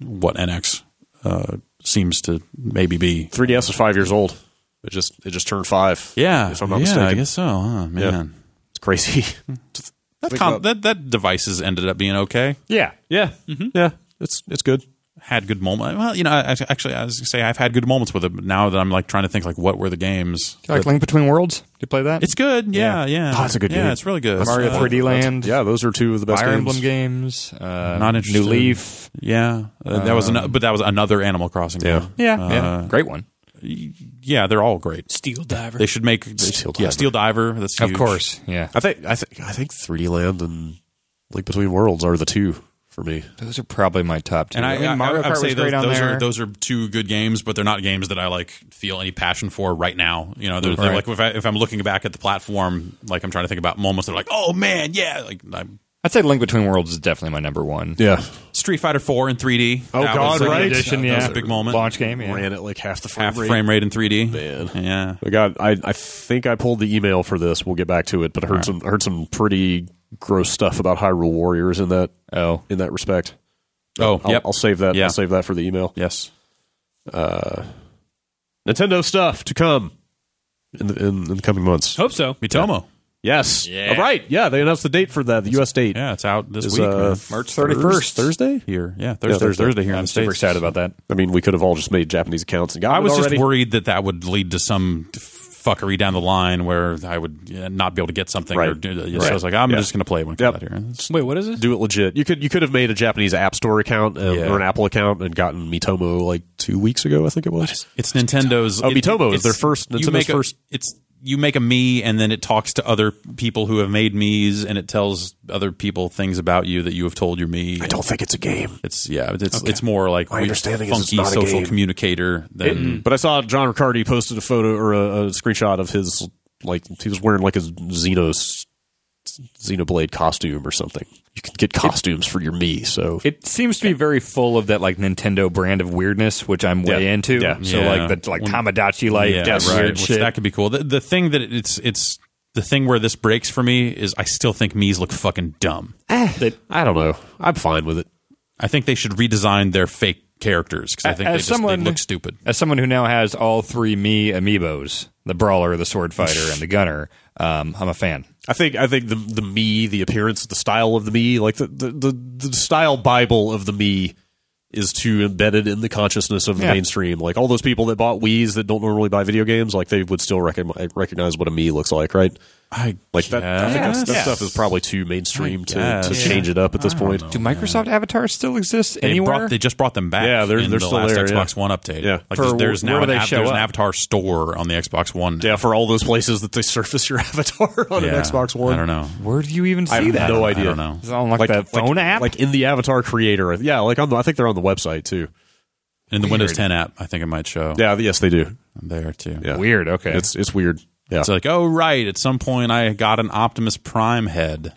[SPEAKER 2] what NX uh, seems to maybe be.
[SPEAKER 1] 3DS is five years old. It just it just turned five.
[SPEAKER 2] Yeah.
[SPEAKER 1] if I'm not
[SPEAKER 2] yeah,
[SPEAKER 1] mistaken,
[SPEAKER 2] I guess so. Oh, man.
[SPEAKER 1] it's crazy.
[SPEAKER 2] That,
[SPEAKER 1] Think
[SPEAKER 2] com-
[SPEAKER 1] about-
[SPEAKER 2] that that device has ended up being okay.
[SPEAKER 4] Yeah.
[SPEAKER 1] yeah, yeah. It's it's good.
[SPEAKER 2] Had good moments. Well, you know, I, I- actually, I was gonna say I've had good moments with it. But now that I'm like trying to think, like, what were the games?
[SPEAKER 4] Like Link Between Worlds. Did you play that?
[SPEAKER 2] It's good. Yeah, yeah.
[SPEAKER 4] Oh, it's a good
[SPEAKER 2] Yeah,
[SPEAKER 4] game.
[SPEAKER 2] it's really good.
[SPEAKER 4] Mario
[SPEAKER 2] Uh,
[SPEAKER 4] 3D Land.
[SPEAKER 1] Yeah, those are two of the best
[SPEAKER 4] Fire
[SPEAKER 1] games.
[SPEAKER 4] Emblem games. Uh,
[SPEAKER 2] Not interested.
[SPEAKER 4] New Leaf.
[SPEAKER 2] Yeah, uh, that was an, but that was another Animal Crossing.
[SPEAKER 1] Yeah.
[SPEAKER 2] game.
[SPEAKER 4] Yeah,
[SPEAKER 2] Uh,
[SPEAKER 4] yeah. Great one.
[SPEAKER 2] yeah, they're all great.
[SPEAKER 3] Steel Diver.
[SPEAKER 2] They should make
[SPEAKER 1] Steel
[SPEAKER 2] yeah,
[SPEAKER 1] Diver.
[SPEAKER 2] Steel Diver. That's huge.
[SPEAKER 4] Of course. Yeah.
[SPEAKER 1] I think I think I think 3D Land and Link Between Worlds are the two for me.
[SPEAKER 4] Those are probably my top two.
[SPEAKER 2] And I,
[SPEAKER 4] mean,
[SPEAKER 2] I-
[SPEAKER 4] Mario
[SPEAKER 2] I, would
[SPEAKER 4] Kart
[SPEAKER 2] say
[SPEAKER 4] was
[SPEAKER 2] those,
[SPEAKER 4] great on
[SPEAKER 2] those
[SPEAKER 4] there.
[SPEAKER 2] are those are two good games, but they're not games that I like feel any passion for right now. You know, they're, they're
[SPEAKER 4] Right.
[SPEAKER 2] like if, I, if I'm looking back at the platform, like I'm trying to think about moments. They're like, oh man, yeah, like I'm,
[SPEAKER 4] I'd say Link Between Worlds is definitely my number one.
[SPEAKER 1] Yeah,
[SPEAKER 2] Street Fighter Four in 3D.
[SPEAKER 1] Oh,
[SPEAKER 2] That
[SPEAKER 1] God,
[SPEAKER 2] was a-
[SPEAKER 1] right?
[SPEAKER 2] that
[SPEAKER 4] Edition,
[SPEAKER 2] was
[SPEAKER 4] yeah.
[SPEAKER 2] a big moment.
[SPEAKER 4] Launch game. Yeah.
[SPEAKER 1] ran it like half the frame
[SPEAKER 2] half
[SPEAKER 1] rate.
[SPEAKER 2] frame rate in 3D.
[SPEAKER 1] Man.
[SPEAKER 2] Yeah.
[SPEAKER 1] I got I I think I pulled the email for this. We'll get back to it, but I heard some I heard some pretty gross stuff about Hyrule Warriors in that
[SPEAKER 4] Oh.
[SPEAKER 1] in that respect.
[SPEAKER 2] Oh,
[SPEAKER 1] I'll,
[SPEAKER 2] yep.
[SPEAKER 1] I'll save that.
[SPEAKER 2] Yeah.
[SPEAKER 1] I'll save that for the email. Uh,
[SPEAKER 2] yes.
[SPEAKER 1] Nintendo stuff to come in the in, in the coming months.
[SPEAKER 3] Hope so.
[SPEAKER 2] Mitomo.
[SPEAKER 1] Yes. All right. Yeah, they announced the date for that. The U.S. date
[SPEAKER 2] Yeah, it's out this
[SPEAKER 1] is
[SPEAKER 2] week.
[SPEAKER 1] uh,
[SPEAKER 2] man.
[SPEAKER 4] March 31st.
[SPEAKER 1] Thursday.
[SPEAKER 2] here. Yeah, Thursday,
[SPEAKER 1] Thursday.
[SPEAKER 2] Thursday, here in
[SPEAKER 4] I'm
[SPEAKER 2] the
[SPEAKER 4] super
[SPEAKER 2] States.
[SPEAKER 4] excited about that.
[SPEAKER 1] I mean, we could have all just made Japanese accounts and got
[SPEAKER 2] I was
[SPEAKER 1] it
[SPEAKER 2] just
[SPEAKER 1] already.
[SPEAKER 2] worried that that would lead to some f- fuckery down the line where I would uh, not be able to get something. Or,
[SPEAKER 1] Right.
[SPEAKER 2] do so
[SPEAKER 1] Right.
[SPEAKER 2] I was like, I'm
[SPEAKER 1] Yeah.
[SPEAKER 2] just going to play when it
[SPEAKER 1] Yep.
[SPEAKER 2] comes out here. It's-
[SPEAKER 3] Wait, what is it?
[SPEAKER 1] do it legit. You could you could have made a Japanese App Store account um,
[SPEAKER 2] Yeah.
[SPEAKER 1] or an Apple account and gotten Mitomo like two weeks ago. I think it was.
[SPEAKER 2] It's Nintendo's.
[SPEAKER 1] Oh, Mitomo is
[SPEAKER 2] it's-
[SPEAKER 1] their first-
[SPEAKER 2] you
[SPEAKER 1] Nintendo's
[SPEAKER 2] make a-
[SPEAKER 1] first-
[SPEAKER 2] It's you make a me, and then it talks to other people who have made me's, and it tells other people things about you that you have told your me.
[SPEAKER 1] I don't think it's a game,
[SPEAKER 2] It's yeah. It's it's more like
[SPEAKER 1] My
[SPEAKER 2] we-
[SPEAKER 1] understanding is it's
[SPEAKER 2] funky
[SPEAKER 1] not a
[SPEAKER 2] social
[SPEAKER 1] game.
[SPEAKER 2] communicator than
[SPEAKER 1] but I saw John Riccardi posted a photo or a, a screenshot of his like he was wearing like a Xenos Xenoblade costume or something. You can get costumes for your me. So
[SPEAKER 4] It seems to be very full of that like Nintendo brand of weirdness, which I'm way
[SPEAKER 1] Yeah.
[SPEAKER 4] into.
[SPEAKER 1] Yeah.
[SPEAKER 4] So
[SPEAKER 2] Yeah.
[SPEAKER 4] like the like Tamagotchi life,
[SPEAKER 2] yeah,
[SPEAKER 4] just
[SPEAKER 2] right.
[SPEAKER 4] weird
[SPEAKER 2] Which
[SPEAKER 4] shit.
[SPEAKER 2] that could be cool. The, the thing that it's it's the thing where this breaks for me is I still think Mii's look fucking dumb.
[SPEAKER 1] Eh, I don't know. I'm fine with it.
[SPEAKER 2] I think they should redesign their fake characters because I think
[SPEAKER 4] As
[SPEAKER 2] they just
[SPEAKER 4] someone-
[SPEAKER 2] they look stupid.
[SPEAKER 4] As someone who now has all three me amiibos, the brawler, the sword fighter, and the gunner, um, I'm a fan.
[SPEAKER 1] I think I think the the me, the appearance, the style of the me, like the the, the, the style bible of the me is too embedded in the consciousness of the
[SPEAKER 4] Yeah.
[SPEAKER 1] mainstream. Like all those people that bought Wii's that don't normally buy video games, like they would still recognize recognize what a me looks like, right?
[SPEAKER 2] I
[SPEAKER 1] Like that, I think that's, that
[SPEAKER 4] Yes.
[SPEAKER 1] stuff is probably too mainstream
[SPEAKER 2] I
[SPEAKER 1] to, to
[SPEAKER 2] guess.
[SPEAKER 1] change it up at this point.
[SPEAKER 4] Do Microsoft avatars still exist
[SPEAKER 2] Oh, They,
[SPEAKER 4] anywhere?
[SPEAKER 2] brought, they just brought them back.
[SPEAKER 1] Yeah, they're-
[SPEAKER 2] in
[SPEAKER 1] they're
[SPEAKER 2] the
[SPEAKER 1] still
[SPEAKER 2] last
[SPEAKER 1] there, yeah.
[SPEAKER 2] Xbox One update.
[SPEAKER 1] Yeah.
[SPEAKER 2] like
[SPEAKER 4] For
[SPEAKER 2] there's
[SPEAKER 4] where
[SPEAKER 2] now
[SPEAKER 4] do
[SPEAKER 2] an,
[SPEAKER 4] they
[SPEAKER 2] av-
[SPEAKER 4] show
[SPEAKER 2] there's an
[SPEAKER 4] up?
[SPEAKER 2] Avatar store on the Xbox One.
[SPEAKER 1] Yeah, for all those places that they surface your avatar on
[SPEAKER 2] Yeah.
[SPEAKER 1] an Xbox One.
[SPEAKER 2] I don't know.
[SPEAKER 4] Where do you even see
[SPEAKER 1] I have
[SPEAKER 4] that?
[SPEAKER 1] no
[SPEAKER 2] I
[SPEAKER 1] idea.
[SPEAKER 2] don't know.
[SPEAKER 4] Is it on like, the phone app?
[SPEAKER 1] like in the avatar creator. Yeah, like on the, I think they're on the website too.
[SPEAKER 2] In the Windows 10 app, I think it might show
[SPEAKER 1] Yeah, yes, they do.
[SPEAKER 2] there too.
[SPEAKER 1] Yeah.
[SPEAKER 4] Weird. Okay.
[SPEAKER 1] It's it's weird. Yeah,
[SPEAKER 2] It's like, oh right, at some point I got an Optimus Prime head.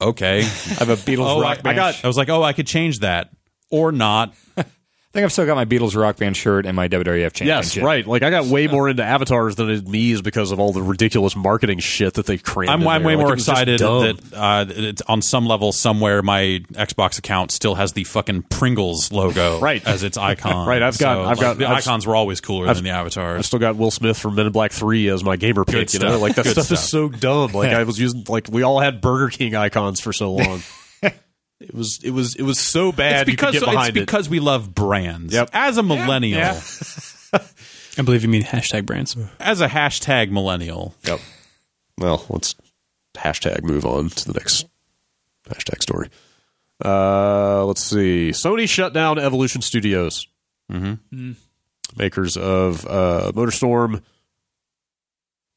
[SPEAKER 2] Okay.
[SPEAKER 4] I have a Beatles
[SPEAKER 2] oh, I,
[SPEAKER 4] rock band.
[SPEAKER 2] I got.
[SPEAKER 4] sh-
[SPEAKER 2] I was like, oh, I could change that or not.
[SPEAKER 4] I think I've still got my Beatles rock band shirt and my WWF championship.
[SPEAKER 1] yes, right. Like I got way more into avatars than it me is because of all the ridiculous marketing shit that they crammed.
[SPEAKER 2] I'm,
[SPEAKER 1] in
[SPEAKER 2] I'm
[SPEAKER 1] there.
[SPEAKER 2] way
[SPEAKER 1] Like,
[SPEAKER 2] more
[SPEAKER 1] it was just
[SPEAKER 2] excited
[SPEAKER 1] dumb.
[SPEAKER 2] that uh, it's on some level somewhere my Xbox account still has the fucking Pringles logo
[SPEAKER 1] Right.
[SPEAKER 2] as its icon.
[SPEAKER 1] Right, I've got-
[SPEAKER 2] So,
[SPEAKER 1] I've
[SPEAKER 2] like,
[SPEAKER 1] got-
[SPEAKER 2] the
[SPEAKER 1] I've-
[SPEAKER 2] icons were always cooler than the
[SPEAKER 1] I
[SPEAKER 2] avatars.
[SPEAKER 1] still got Will Smith from Men in Black Three as my gamer pick. You know,
[SPEAKER 2] stuff.
[SPEAKER 1] like that
[SPEAKER 2] Good
[SPEAKER 1] stuff, is
[SPEAKER 2] stuff.
[SPEAKER 1] so dumb. Like I was using, like we all had Burger King icons for so long. it was, it was, it was so bad.
[SPEAKER 2] It's because
[SPEAKER 1] you could get
[SPEAKER 2] it's
[SPEAKER 1] behind it.
[SPEAKER 2] because we love brands.
[SPEAKER 1] Yep.
[SPEAKER 2] As a millennial,
[SPEAKER 3] I believe you mean hashtag brands.
[SPEAKER 2] as a hashtag millennial,
[SPEAKER 1] Yep. Well, let's hashtag move on to the next hashtag story. Uh, let's see. Sony shut down Evolution Studios, mm-hmm. makers of uh, MotorStorm,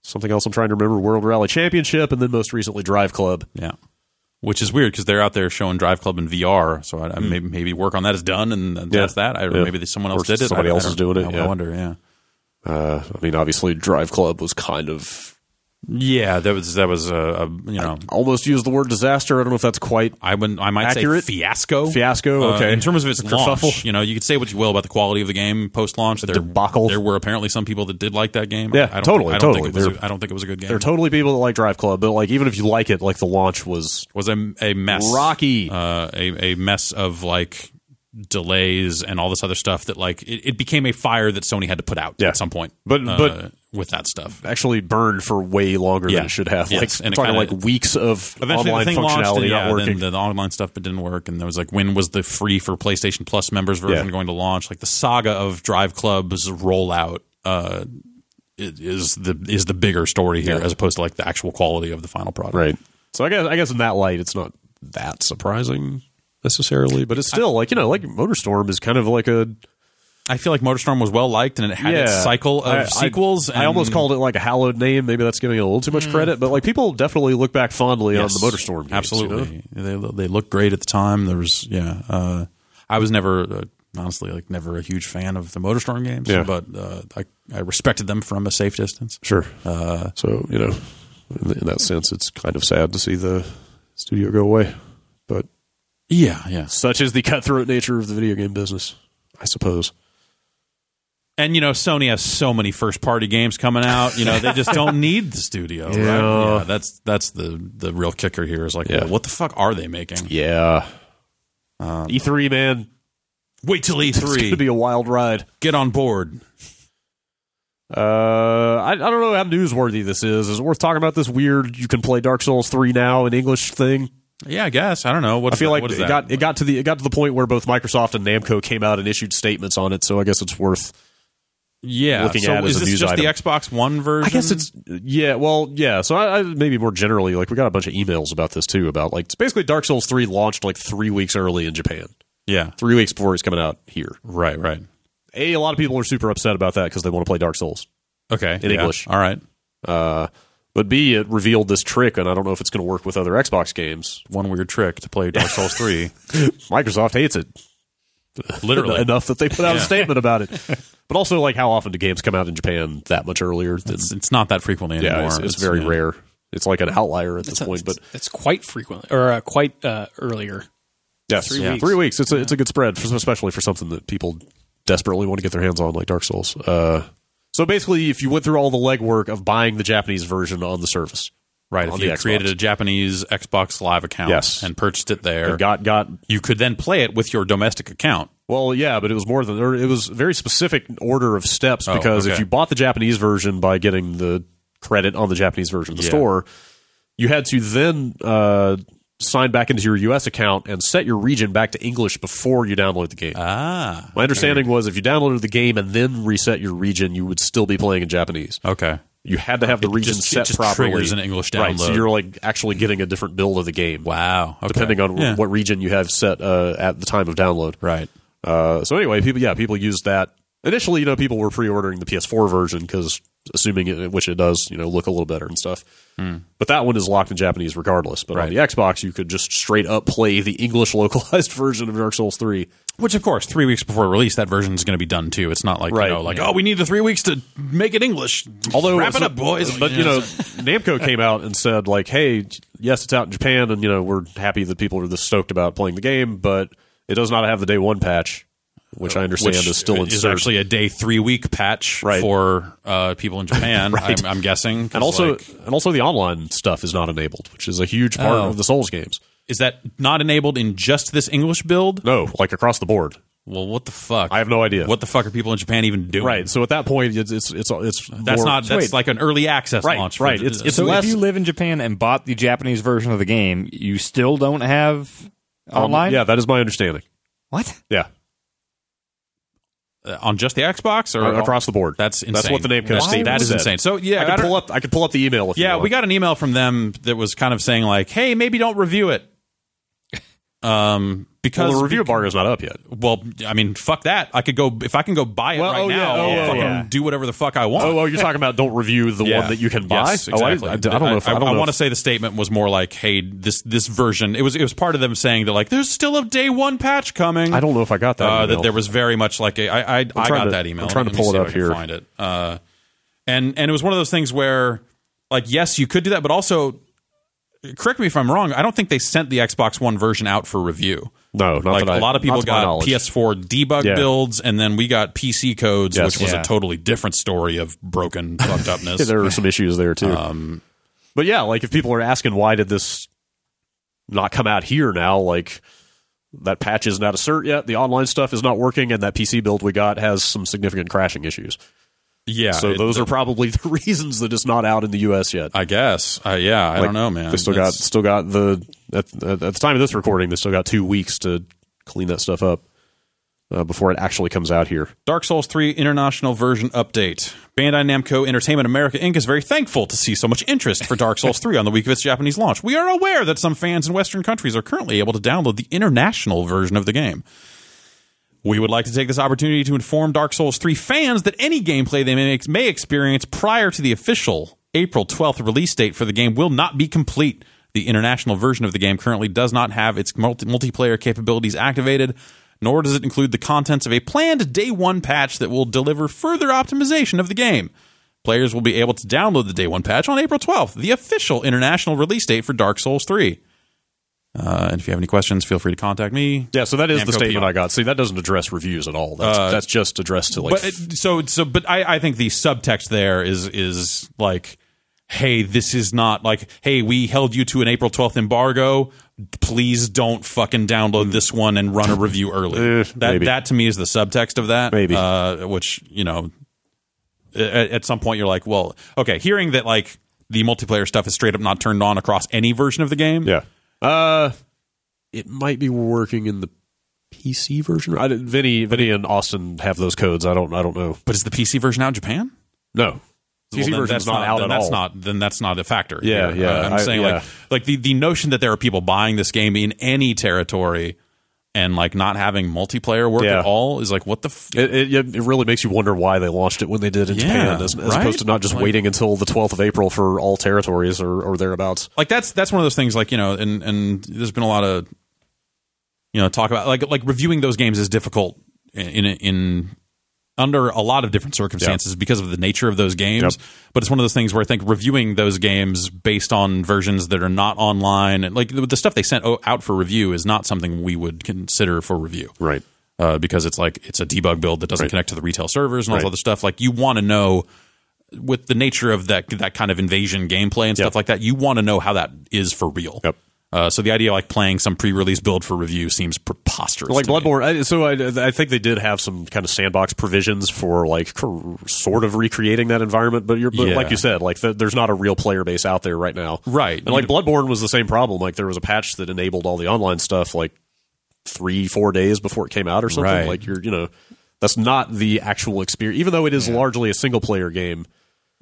[SPEAKER 1] something else I'm trying to remember, World Rally Championship, and then most recently Drive Club.
[SPEAKER 2] yeah, which is weird because they're out there showing Drive Club in VR. So I, I maybe maybe work on that is done and that's that. I,
[SPEAKER 1] Hmm. Yeah.
[SPEAKER 2] Maybe there's someone
[SPEAKER 1] Or
[SPEAKER 2] else did it.
[SPEAKER 1] somebody
[SPEAKER 2] I- I
[SPEAKER 1] else is
[SPEAKER 2] don't-
[SPEAKER 1] doing it,
[SPEAKER 2] I
[SPEAKER 1] yeah.
[SPEAKER 2] wonder. Yeah,
[SPEAKER 1] Uh, I mean, obviously, Drive Club was kind of
[SPEAKER 2] yeah. That was that was a, a you know.
[SPEAKER 1] almost used the word disaster. I don't know if that's quite
[SPEAKER 2] Um, I would I might
[SPEAKER 1] Accurate?
[SPEAKER 2] say fiasco.
[SPEAKER 1] Fiasco,
[SPEAKER 2] Uh,
[SPEAKER 1] okay.
[SPEAKER 2] in terms of its
[SPEAKER 1] Kerfuffle?
[SPEAKER 2] launch, you know, you could say what you will about the quality of the game post launch. There,
[SPEAKER 1] debacle.
[SPEAKER 2] There were apparently some people that did like that game.
[SPEAKER 1] Yeah,
[SPEAKER 2] I don't
[SPEAKER 1] totally,
[SPEAKER 2] Think, I don't
[SPEAKER 1] totally.
[SPEAKER 2] Think it was
[SPEAKER 1] They're-
[SPEAKER 2] a, I don't think it was a good game.
[SPEAKER 1] there are totally people that like Drive Club, but like even if you like it, like the launch was
[SPEAKER 2] was a, a mess.
[SPEAKER 1] rocky.
[SPEAKER 2] Uh, a a mess of like delays and all this other stuff that like it, it became a fire that Sony had to put out
[SPEAKER 1] Yeah.
[SPEAKER 2] at some point.
[SPEAKER 1] But-
[SPEAKER 2] uh,
[SPEAKER 1] but-
[SPEAKER 2] with that stuff.
[SPEAKER 1] actually burned for way longer
[SPEAKER 2] Yeah.
[SPEAKER 1] than it should have.
[SPEAKER 2] Yes,
[SPEAKER 1] Like
[SPEAKER 2] and it
[SPEAKER 1] talking
[SPEAKER 2] kinda-
[SPEAKER 1] like weeks of
[SPEAKER 2] Eventually,
[SPEAKER 1] online
[SPEAKER 2] the thing
[SPEAKER 1] functionality
[SPEAKER 2] launched, and, yeah,
[SPEAKER 1] not working.
[SPEAKER 2] Then the, the online stuff, but didn't work. And there was like, when was the free for PlayStation Plus members version
[SPEAKER 1] Yeah.
[SPEAKER 2] going to launch? Like the saga of Drive Club's rollout uh, i- is the is the bigger story here,
[SPEAKER 1] Yeah.
[SPEAKER 2] as opposed to like the actual quality of the final product.
[SPEAKER 1] right. So I guess I guess in that light, it's not that surprising necessarily, but it's still like you know, like MotorStorm is kind of like a
[SPEAKER 2] I feel like MotorStorm was well liked, and it had its cycle of
[SPEAKER 1] I- I-
[SPEAKER 2] sequels.
[SPEAKER 1] I, almost
[SPEAKER 2] and- Mm.
[SPEAKER 1] called it like a hallowed name. Maybe that's giving it a little too much credit, but like people definitely look back fondly
[SPEAKER 2] Yes.
[SPEAKER 1] on the MotorStorm. Games, you know?
[SPEAKER 2] Absolutely, they they looked great at the time. There was yeah, uh, I was never uh, honestly like never a huge fan of the MotorStorm games,
[SPEAKER 1] Yeah.
[SPEAKER 2] but uh, I I respected them from a safe distance.
[SPEAKER 1] Sure. Uh, so you know, in, in that sense, it's kind of sad to see the studio go away, but
[SPEAKER 2] Yeah, yeah.
[SPEAKER 1] such is the cutthroat nature of the video game business, I suppose.
[SPEAKER 2] And you know, Sony has so many first party games coming out. You know, they just don't need the studio. Right?
[SPEAKER 1] Yeah.
[SPEAKER 2] yeah, that's that's the the real kicker here is like,
[SPEAKER 1] Yeah.
[SPEAKER 2] well, what the fuck are they making?
[SPEAKER 1] Yeah. E3, Um, E man.
[SPEAKER 2] Wait till E
[SPEAKER 1] It's going
[SPEAKER 2] three.
[SPEAKER 1] to be a wild ride.
[SPEAKER 2] Get on board.
[SPEAKER 1] Uh, I, I don't know how newsworthy this is. Is it worth talking about this weird you can play Dark Souls 3 now in English thing?
[SPEAKER 2] Yeah, I guess I don't know. What
[SPEAKER 1] I feel like
[SPEAKER 2] what
[SPEAKER 1] it
[SPEAKER 2] is that?
[SPEAKER 1] got it got to the it got to the point where both Microsoft and Namco came out and issued statements on it, so I guess it's worth
[SPEAKER 2] yeah.
[SPEAKER 1] looking
[SPEAKER 2] Uh, so
[SPEAKER 1] at it
[SPEAKER 2] is
[SPEAKER 1] as a
[SPEAKER 2] this
[SPEAKER 1] news
[SPEAKER 2] just the
[SPEAKER 1] item.
[SPEAKER 2] Xbox One version?
[SPEAKER 1] I guess it's yeah. Well, yeah. So I, I maybe more generally, like we got a bunch of emails about this too. About like it's basically Dark Souls three launched like three weeks early in Japan,
[SPEAKER 2] yeah.
[SPEAKER 1] three weeks before it's coming out here.
[SPEAKER 2] Right, right.
[SPEAKER 1] A, a lot of people are super upset about that because they want to play Dark Souls.
[SPEAKER 2] Okay,
[SPEAKER 1] In
[SPEAKER 2] yeah.
[SPEAKER 1] English.
[SPEAKER 2] All right.
[SPEAKER 1] Uh, but B, it revealed this trick, and I don't know if it's going to work with other Xbox games.
[SPEAKER 2] One weird trick to play Dark Souls three.
[SPEAKER 1] Microsoft hates it
[SPEAKER 2] Literally.
[SPEAKER 1] enough that they put out
[SPEAKER 2] Yeah.
[SPEAKER 1] a statement about it. But also, like, how often do games come out in Japan that much earlier? Than,
[SPEAKER 2] It's, it's not that frequently anymore.
[SPEAKER 1] yeah, it's, it's very
[SPEAKER 2] yeah.
[SPEAKER 1] rare. It's like an outlier at this
[SPEAKER 3] That's-
[SPEAKER 1] point, but
[SPEAKER 3] that's- that's quite frequently or uh, quite uh, earlier.
[SPEAKER 1] yes,
[SPEAKER 3] three
[SPEAKER 1] yeah.
[SPEAKER 3] weeks.
[SPEAKER 1] three weeks. It's a it's a good spread, for, especially for something that people desperately want to get their hands on, like Dark Souls. Uh, so basically, if you went through all the legwork of buying the Japanese version on the service,
[SPEAKER 2] Right.
[SPEAKER 1] on
[SPEAKER 2] If
[SPEAKER 1] the
[SPEAKER 2] you
[SPEAKER 1] Xbox.
[SPEAKER 2] created a Japanese Xbox Live account
[SPEAKER 1] Yes.
[SPEAKER 2] and purchased it there,
[SPEAKER 1] and got got
[SPEAKER 2] you could then play it with your domestic account.
[SPEAKER 1] Well, yeah, but it was more than or it was very specific order of steps
[SPEAKER 2] Oh,
[SPEAKER 1] because if
[SPEAKER 2] okay.
[SPEAKER 1] you bought the Japanese version by getting the credit on the Japanese version of the
[SPEAKER 2] Yeah.
[SPEAKER 1] store, you had to then uh, sign back into your U.S. account and set your region back to English before you download the game.
[SPEAKER 2] Ah.
[SPEAKER 1] My understanding was if you downloaded the game and then reset your region, you would still be playing in Japanese.
[SPEAKER 2] Okay.
[SPEAKER 1] You had to have the
[SPEAKER 2] It
[SPEAKER 1] region
[SPEAKER 2] just- it
[SPEAKER 1] set
[SPEAKER 2] just
[SPEAKER 1] properly.
[SPEAKER 2] triggers an English
[SPEAKER 1] Right, so
[SPEAKER 2] download.
[SPEAKER 1] you're like actually getting a different build of the game.
[SPEAKER 2] Wow. Oh, Okay.
[SPEAKER 1] Depending on
[SPEAKER 2] Yeah.
[SPEAKER 1] what region you have set uh, at the time of download.
[SPEAKER 2] Right.
[SPEAKER 1] Uh, so anyway, people yeah, people used that. Initially, you know, people were pre-ordering the PS4 version because assuming it, which it does, you know, look a little better and stuff.
[SPEAKER 2] Hmm.
[SPEAKER 1] But that one is locked in Japanese regardless. But on the Xbox, you could just straight up play the English localized version of Dark Souls 3.
[SPEAKER 2] Which, of course, three weeks before release, that version is going to be done too. It's not like
[SPEAKER 1] Right.
[SPEAKER 2] you know, like oh, we need the three weeks to make it English.
[SPEAKER 1] Although
[SPEAKER 2] wrap it
[SPEAKER 1] so-
[SPEAKER 2] up, boys.
[SPEAKER 1] But you know, Namco came out and said like, "Hey, yes, it's out in Japan, and you know we're happy that people are this stoked about playing the game, but it does not have the day one patch, which I understand
[SPEAKER 2] Uh, which
[SPEAKER 1] is still in
[SPEAKER 2] is
[SPEAKER 1] surge.
[SPEAKER 2] actually a day three week patch
[SPEAKER 1] Right.
[SPEAKER 2] for uh, people in Japan. I'm, I'm guessing, 'cause,
[SPEAKER 1] and also
[SPEAKER 2] like,
[SPEAKER 1] and also the online stuff is not enabled, which is a huge part
[SPEAKER 2] Oh.
[SPEAKER 1] of the Souls games.
[SPEAKER 2] is that not enabled in just this English build?
[SPEAKER 1] No, like across the board,
[SPEAKER 2] Well, what the fuck?
[SPEAKER 1] I have no idea.
[SPEAKER 2] What the fuck are people in Japan even doing?
[SPEAKER 1] right? So at that point, it's it's it's, it's
[SPEAKER 2] That's
[SPEAKER 1] more-
[SPEAKER 2] not. That's
[SPEAKER 4] wait.
[SPEAKER 2] like an early access
[SPEAKER 1] Right,
[SPEAKER 2] launch.
[SPEAKER 1] right.
[SPEAKER 2] For,
[SPEAKER 1] It's- it's
[SPEAKER 4] so
[SPEAKER 1] less-
[SPEAKER 4] if you live in Japan and bought the Japanese version of the game, you still don't have
[SPEAKER 1] um,
[SPEAKER 4] online.
[SPEAKER 1] Yeah, that is my understanding.
[SPEAKER 4] What?
[SPEAKER 1] Yeah,
[SPEAKER 2] uh, on just the Xbox or
[SPEAKER 1] across the board.
[SPEAKER 2] That's insane.
[SPEAKER 1] That's what the Namco
[SPEAKER 2] That's-
[SPEAKER 1] statement
[SPEAKER 2] That is
[SPEAKER 1] said.
[SPEAKER 2] insane. So
[SPEAKER 1] I
[SPEAKER 2] yeah, I
[SPEAKER 1] could
[SPEAKER 2] don't-
[SPEAKER 1] pull up. I could pull up the email if you
[SPEAKER 2] Yeah,
[SPEAKER 1] want.
[SPEAKER 2] we got an e-, email from them that was kind of saying like, "Hey, maybe don't review it." Um, because
[SPEAKER 1] Well, the review bar is not up yet.
[SPEAKER 2] well, I mean, fuck that. I could go if I can go buy it
[SPEAKER 1] Well,
[SPEAKER 2] right
[SPEAKER 1] oh, yeah,
[SPEAKER 2] now.
[SPEAKER 1] oh,
[SPEAKER 2] I'll
[SPEAKER 1] yeah,
[SPEAKER 2] fucking
[SPEAKER 1] yeah.
[SPEAKER 2] do whatever the fuck I want.
[SPEAKER 1] Oh, oh, you're talking about don't review the
[SPEAKER 2] Yeah.
[SPEAKER 1] one that you can buy.
[SPEAKER 2] Yes,
[SPEAKER 1] Oh, I-
[SPEAKER 2] exactly.
[SPEAKER 1] I, I don't know. If, I, don't know
[SPEAKER 2] want to
[SPEAKER 1] if-
[SPEAKER 2] say the statement was more like, "Hey, this this version." It was it was part of them saying that like, "There's still a day one patch coming."
[SPEAKER 1] I don't know if I got that.
[SPEAKER 2] uh,
[SPEAKER 1] email.
[SPEAKER 2] that there was very much like a, I I, I
[SPEAKER 1] trying
[SPEAKER 2] got
[SPEAKER 1] to-
[SPEAKER 2] that email.
[SPEAKER 1] I'm trying to
[SPEAKER 2] Let me
[SPEAKER 1] pull it
[SPEAKER 2] see if
[SPEAKER 1] up
[SPEAKER 2] I can
[SPEAKER 1] here.
[SPEAKER 2] Find it. Uh, and and it was one of those things where like yes, you could do that, but also correct me if I'm wrong. I don't think they sent the Xbox One version out for review.
[SPEAKER 1] no, not
[SPEAKER 2] like
[SPEAKER 1] that I-
[SPEAKER 2] a lot of people
[SPEAKER 1] not to my
[SPEAKER 2] got
[SPEAKER 1] knowledge.
[SPEAKER 2] PS4 debug
[SPEAKER 1] Yeah.
[SPEAKER 2] builds, and then we got PC codes,
[SPEAKER 1] Yes.
[SPEAKER 2] which was
[SPEAKER 1] Yeah.
[SPEAKER 2] a totally different story of broken fucked upness.
[SPEAKER 1] There were some issues there too. Um, but yeah, like if people are asking why did this not come out here now, like that patch isn't out of cert yet, the online stuff is not working, and that PC build we got has some significant crashing issues.
[SPEAKER 2] yeah,
[SPEAKER 1] So
[SPEAKER 2] it-
[SPEAKER 1] those are probably the reasons that it's not out in the US yet.
[SPEAKER 2] I guess. Uh, yeah, I don't know, man.
[SPEAKER 1] They still got
[SPEAKER 2] It's-
[SPEAKER 1] still got the at, at the time of this recording, they still got two weeks to clean that stuff up uh, before it actually comes out here.
[SPEAKER 2] Dark Souls 3 International Version Update. Bandai Namco Entertainment America Inc. is very thankful to see so much interest for Dark Souls 3 on the week of its Japanese launch. We are aware that some fans in Western countries are currently able to download the international version of the game. We would like to take this opportunity to inform Dark Souls 3 fans that any gameplay they may, may experience prior to the official April 12th release date for the game will not be complete. The international version of the game currently does not have its multi- multiplayer capabilities activated, nor does it include the contents of a planned day one patch that will deliver further optimization of the game. Players will be able to download the day one patch on April 12th, the official international release date for Dark Souls 3. Uh, and if you have any questions, feel free to contact me.
[SPEAKER 1] Yeah, so that is the
[SPEAKER 2] Namco
[SPEAKER 1] statement
[SPEAKER 2] PR.
[SPEAKER 1] I got. See, that doesn't address reviews at all. That's, that's just addressed to like.
[SPEAKER 2] Uh, but it, so so but I, I think the subtext there is is like hey this is not like hey we held you to an april 12th embargo please don't fucking download this one and run a review early
[SPEAKER 1] Eh,
[SPEAKER 2] that
[SPEAKER 1] maybe.
[SPEAKER 2] that to me is the subtext of that
[SPEAKER 1] Maybe.
[SPEAKER 2] uh, which you know at, at some point you're like well okay hearing that like the multiplayer stuff is straight up not turned on across any version of the game
[SPEAKER 1] yeah, uh, it might be working in the PC version. I, didn't- Vinny, Vinny, and Austin have those codes. I don't. I don't know.
[SPEAKER 2] but is the pc version out in japan
[SPEAKER 1] No,
[SPEAKER 2] Well,
[SPEAKER 1] PC
[SPEAKER 2] then
[SPEAKER 1] version's
[SPEAKER 2] that's
[SPEAKER 1] not, out
[SPEAKER 2] then
[SPEAKER 1] at
[SPEAKER 2] that's
[SPEAKER 1] all.
[SPEAKER 2] Not then that's not a factor.
[SPEAKER 1] Yeah,
[SPEAKER 2] here.
[SPEAKER 1] yeah,
[SPEAKER 2] Uh, I'm
[SPEAKER 1] I-
[SPEAKER 2] saying
[SPEAKER 1] yeah.
[SPEAKER 2] like like the the notion that there are people buying this game in any territory and like not having multiplayer work
[SPEAKER 1] Yeah.
[SPEAKER 2] at all is like what the f-
[SPEAKER 1] It, it, yeah, it really makes you wonder why they launched it when they did in
[SPEAKER 2] Yeah,
[SPEAKER 1] Japan, as, as
[SPEAKER 2] right?
[SPEAKER 1] opposed to not just
[SPEAKER 2] Like-
[SPEAKER 1] waiting until the 12th of April for all territories or, or thereabouts.
[SPEAKER 2] like that's that's one of those things like you know and and there's been a lot of you know talk about like like reviewing those games is difficult in in, in under a lot of different circumstances because of the nature of those games but it's one of those things where i think reviewing those games based on versions that are not online and like the, the stuff they sent o- out for review is not something we would consider for review
[SPEAKER 1] Right.
[SPEAKER 2] uh, because it's like it's a debug build that doesn't connect to the retail servers and all
[SPEAKER 1] Right.
[SPEAKER 2] this other stuff. Like you want to know with the nature of that that kind of invasion gameplay and stuff like that, you want to know how that is for real.
[SPEAKER 1] Yep.
[SPEAKER 2] Uh, so the idea of like playing some pre-release build for review seems preposterous.
[SPEAKER 1] Like
[SPEAKER 2] to me.
[SPEAKER 1] Bloodborne, I, so I, I think they did have some kind of sandbox provisions for like cr- sort of recreating that environment, but, you're, but
[SPEAKER 2] Yeah.
[SPEAKER 1] like you said, like the, there's not a real player base out there right now,
[SPEAKER 2] Right.
[SPEAKER 1] And like Bloodborne was the same problem. Like there was a patch that enabled all the online stuff like three, four days before it came out or something.
[SPEAKER 2] Right.
[SPEAKER 1] Like you're, you know, that's not the actual experience, even though it is largely a single player game.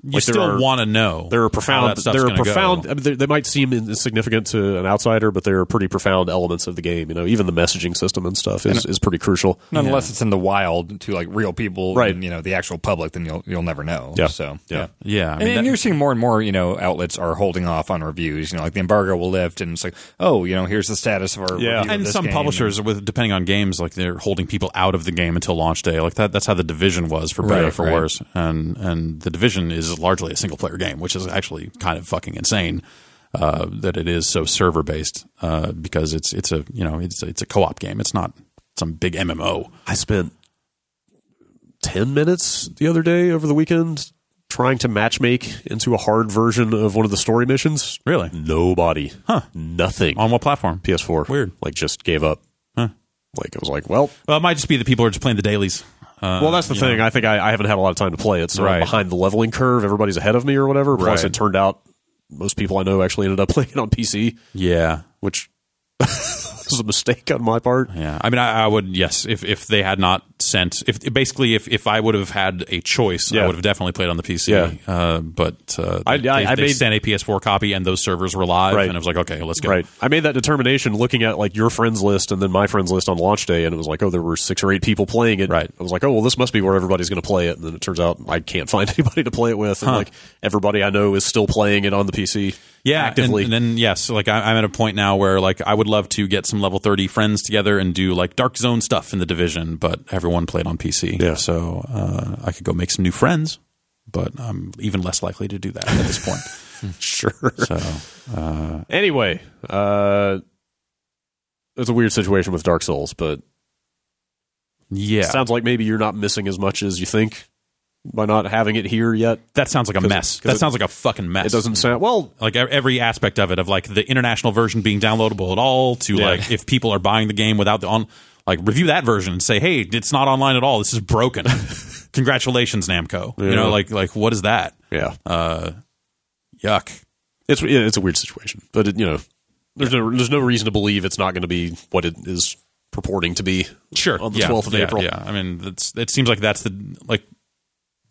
[SPEAKER 2] you
[SPEAKER 1] Like, there
[SPEAKER 2] still
[SPEAKER 1] are-
[SPEAKER 2] want to know.
[SPEAKER 1] There are
[SPEAKER 2] how
[SPEAKER 1] profound.
[SPEAKER 2] that stuff's
[SPEAKER 1] There are
[SPEAKER 2] gonna go.
[SPEAKER 1] profound. I mean, they, they might seem insignificant to an outsider, but there are pretty profound elements of the game. You know, even the messaging system and stuff is, is pretty crucial.
[SPEAKER 4] Unless it's in the wild to like real people,
[SPEAKER 1] Right.
[SPEAKER 4] And, you know, the actual public, then you'll you'll never know.
[SPEAKER 1] Yeah.
[SPEAKER 4] So
[SPEAKER 1] Yeah.
[SPEAKER 2] Yeah, I
[SPEAKER 4] and,
[SPEAKER 2] mean, that-
[SPEAKER 4] you're seeing more and more, you know, outlets are holding off on reviews. You know, like the embargo will lift, and it's like, oh, you know, here's the status of our
[SPEAKER 1] Yeah.
[SPEAKER 4] review of
[SPEAKER 2] and
[SPEAKER 4] this
[SPEAKER 2] some
[SPEAKER 4] game.
[SPEAKER 2] publishers with depending on games like they're holding people out of the game until launch day like that that's how the division was for better
[SPEAKER 4] Right,
[SPEAKER 2] or for
[SPEAKER 4] right.
[SPEAKER 2] worse and and the division is largely a single player game which is actually kind of fucking insane uh, that it is so server based uh, because it's it's a you know it's it's a co-op game it's not some big MMO
[SPEAKER 1] I spent ten minutes the other day over the weekend trying to matchmake into a hard version of one of the story missions.
[SPEAKER 2] Really?
[SPEAKER 1] Nobody. Huh. Nothing.
[SPEAKER 2] on what platform
[SPEAKER 1] PS4.
[SPEAKER 2] Weird.
[SPEAKER 1] Like just gave up.
[SPEAKER 2] Huh.
[SPEAKER 1] Like it was like, well,
[SPEAKER 2] well it might just be that people are just playing the dailies uh,
[SPEAKER 1] well, that's the thing. I think I, I haven't had a lot of time to play it, so I'm
[SPEAKER 2] Right.
[SPEAKER 1] behind the leveling curve. Everybody's ahead of me or whatever. Plus,
[SPEAKER 2] Right.
[SPEAKER 1] it turned out most people I know actually ended up playing it on PC,
[SPEAKER 2] yeah
[SPEAKER 1] which was a mistake on my part.
[SPEAKER 2] Yeah, I mean, I, I would yes. If if they had not sent, if basically if, if I would have had a choice,
[SPEAKER 1] Yeah.
[SPEAKER 2] I would have definitely played on the PC.
[SPEAKER 1] Yeah.
[SPEAKER 2] Uh, but uh,
[SPEAKER 1] I- I-
[SPEAKER 2] they,
[SPEAKER 1] I
[SPEAKER 2] they
[SPEAKER 1] made-
[SPEAKER 2] sent a PS4 copy, and those servers were live,
[SPEAKER 1] Right.
[SPEAKER 2] and I was like, okay, let's go.
[SPEAKER 1] Right. I made that determination looking at like your friends list and then my friends list on launch day, and it was like, oh, there were six or eight people playing it.
[SPEAKER 2] Right.
[SPEAKER 1] I was like, oh, well, this must be where everybody's going to play it. And then it turns out I can't find anybody to play it with. And like everybody I know is still playing it on the PC.
[SPEAKER 2] Yeah, and-
[SPEAKER 1] Actively.
[SPEAKER 2] And, then yes, like I, I'm at a point now where like I would love to get some level 30 friends together and do like Dark Zone stuff in the division, but everyone played on PC.
[SPEAKER 1] Yeah.
[SPEAKER 2] so uh, I could go make some new friends, but I'm even less likely to do that at this point.
[SPEAKER 1] sure.
[SPEAKER 2] So
[SPEAKER 1] Anyway, uh, it's a weird situation with Dark Souls, but
[SPEAKER 2] yeah,
[SPEAKER 1] sounds like maybe you're not missing as much as you think by not having it here yet.
[SPEAKER 2] that sounds like a
[SPEAKER 1] 'Cause-
[SPEAKER 2] mess.
[SPEAKER 1] 'cause
[SPEAKER 2] That
[SPEAKER 1] it-
[SPEAKER 2] sounds like a fucking mess.
[SPEAKER 1] It doesn't sound well.
[SPEAKER 2] like e- every aspect of it of like the international version being downloadable at all to
[SPEAKER 1] Yeah.
[SPEAKER 2] like if people are buying the game without the on like review that version and say hey it's not online at all this is broken congratulations namco you
[SPEAKER 1] Yeah.
[SPEAKER 2] know like like what is that
[SPEAKER 1] Yeah,
[SPEAKER 2] yuck
[SPEAKER 1] uh, it's yeah, it's a weird situation, but it, you know, there's no there's no reason to believe it's not going to be what it is purporting to be.
[SPEAKER 2] sure
[SPEAKER 1] on the
[SPEAKER 2] yeah,
[SPEAKER 1] 12th of
[SPEAKER 2] yeah,
[SPEAKER 1] April.
[SPEAKER 2] yeah i mean that's it seems like that's the like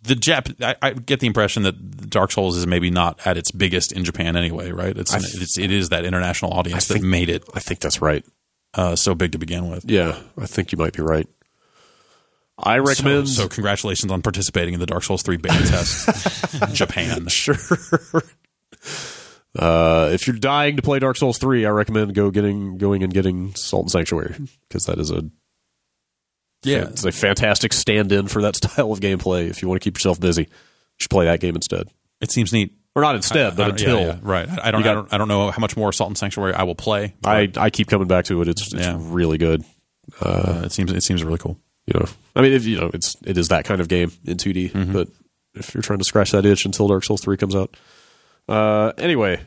[SPEAKER 2] the Jap, I, I get the impression that Dark Souls is maybe not at its biggest in Japan anyway, right? It's, it's it is that international audience that made it
[SPEAKER 1] I think that's right.
[SPEAKER 2] uh, so big to begin with.
[SPEAKER 1] Yeah, I think you might be right. I
[SPEAKER 2] So-
[SPEAKER 1] recommend.
[SPEAKER 2] So, congratulations on participating in the Dark Souls 3 beta test in Japan.
[SPEAKER 1] sure. Uh, if you're dying to play Dark Souls three, I recommend go getting going and getting Salt and Sanctuary because that is a
[SPEAKER 2] Yeah.
[SPEAKER 1] it's a fantastic stand-in for that style of gameplay. If you want to keep yourself busy, you should play that game instead,
[SPEAKER 2] It seems neat.
[SPEAKER 1] or not instead, but
[SPEAKER 2] I don't- yeah,
[SPEAKER 1] until
[SPEAKER 2] yeah, right. I I don't,
[SPEAKER 1] You got-
[SPEAKER 2] I don't I don't know how much more Assault and Sanctuary I will play.
[SPEAKER 1] I I keep coming back to it. It's it's
[SPEAKER 2] Yeah.
[SPEAKER 1] really good.
[SPEAKER 2] Uh, it seems it seems really cool.
[SPEAKER 1] you know i mean if you know it's it is that kind of game in 2d
[SPEAKER 2] Mm-hmm.
[SPEAKER 1] but if you're trying to scratch that itch until dark souls 3 comes out uh anyway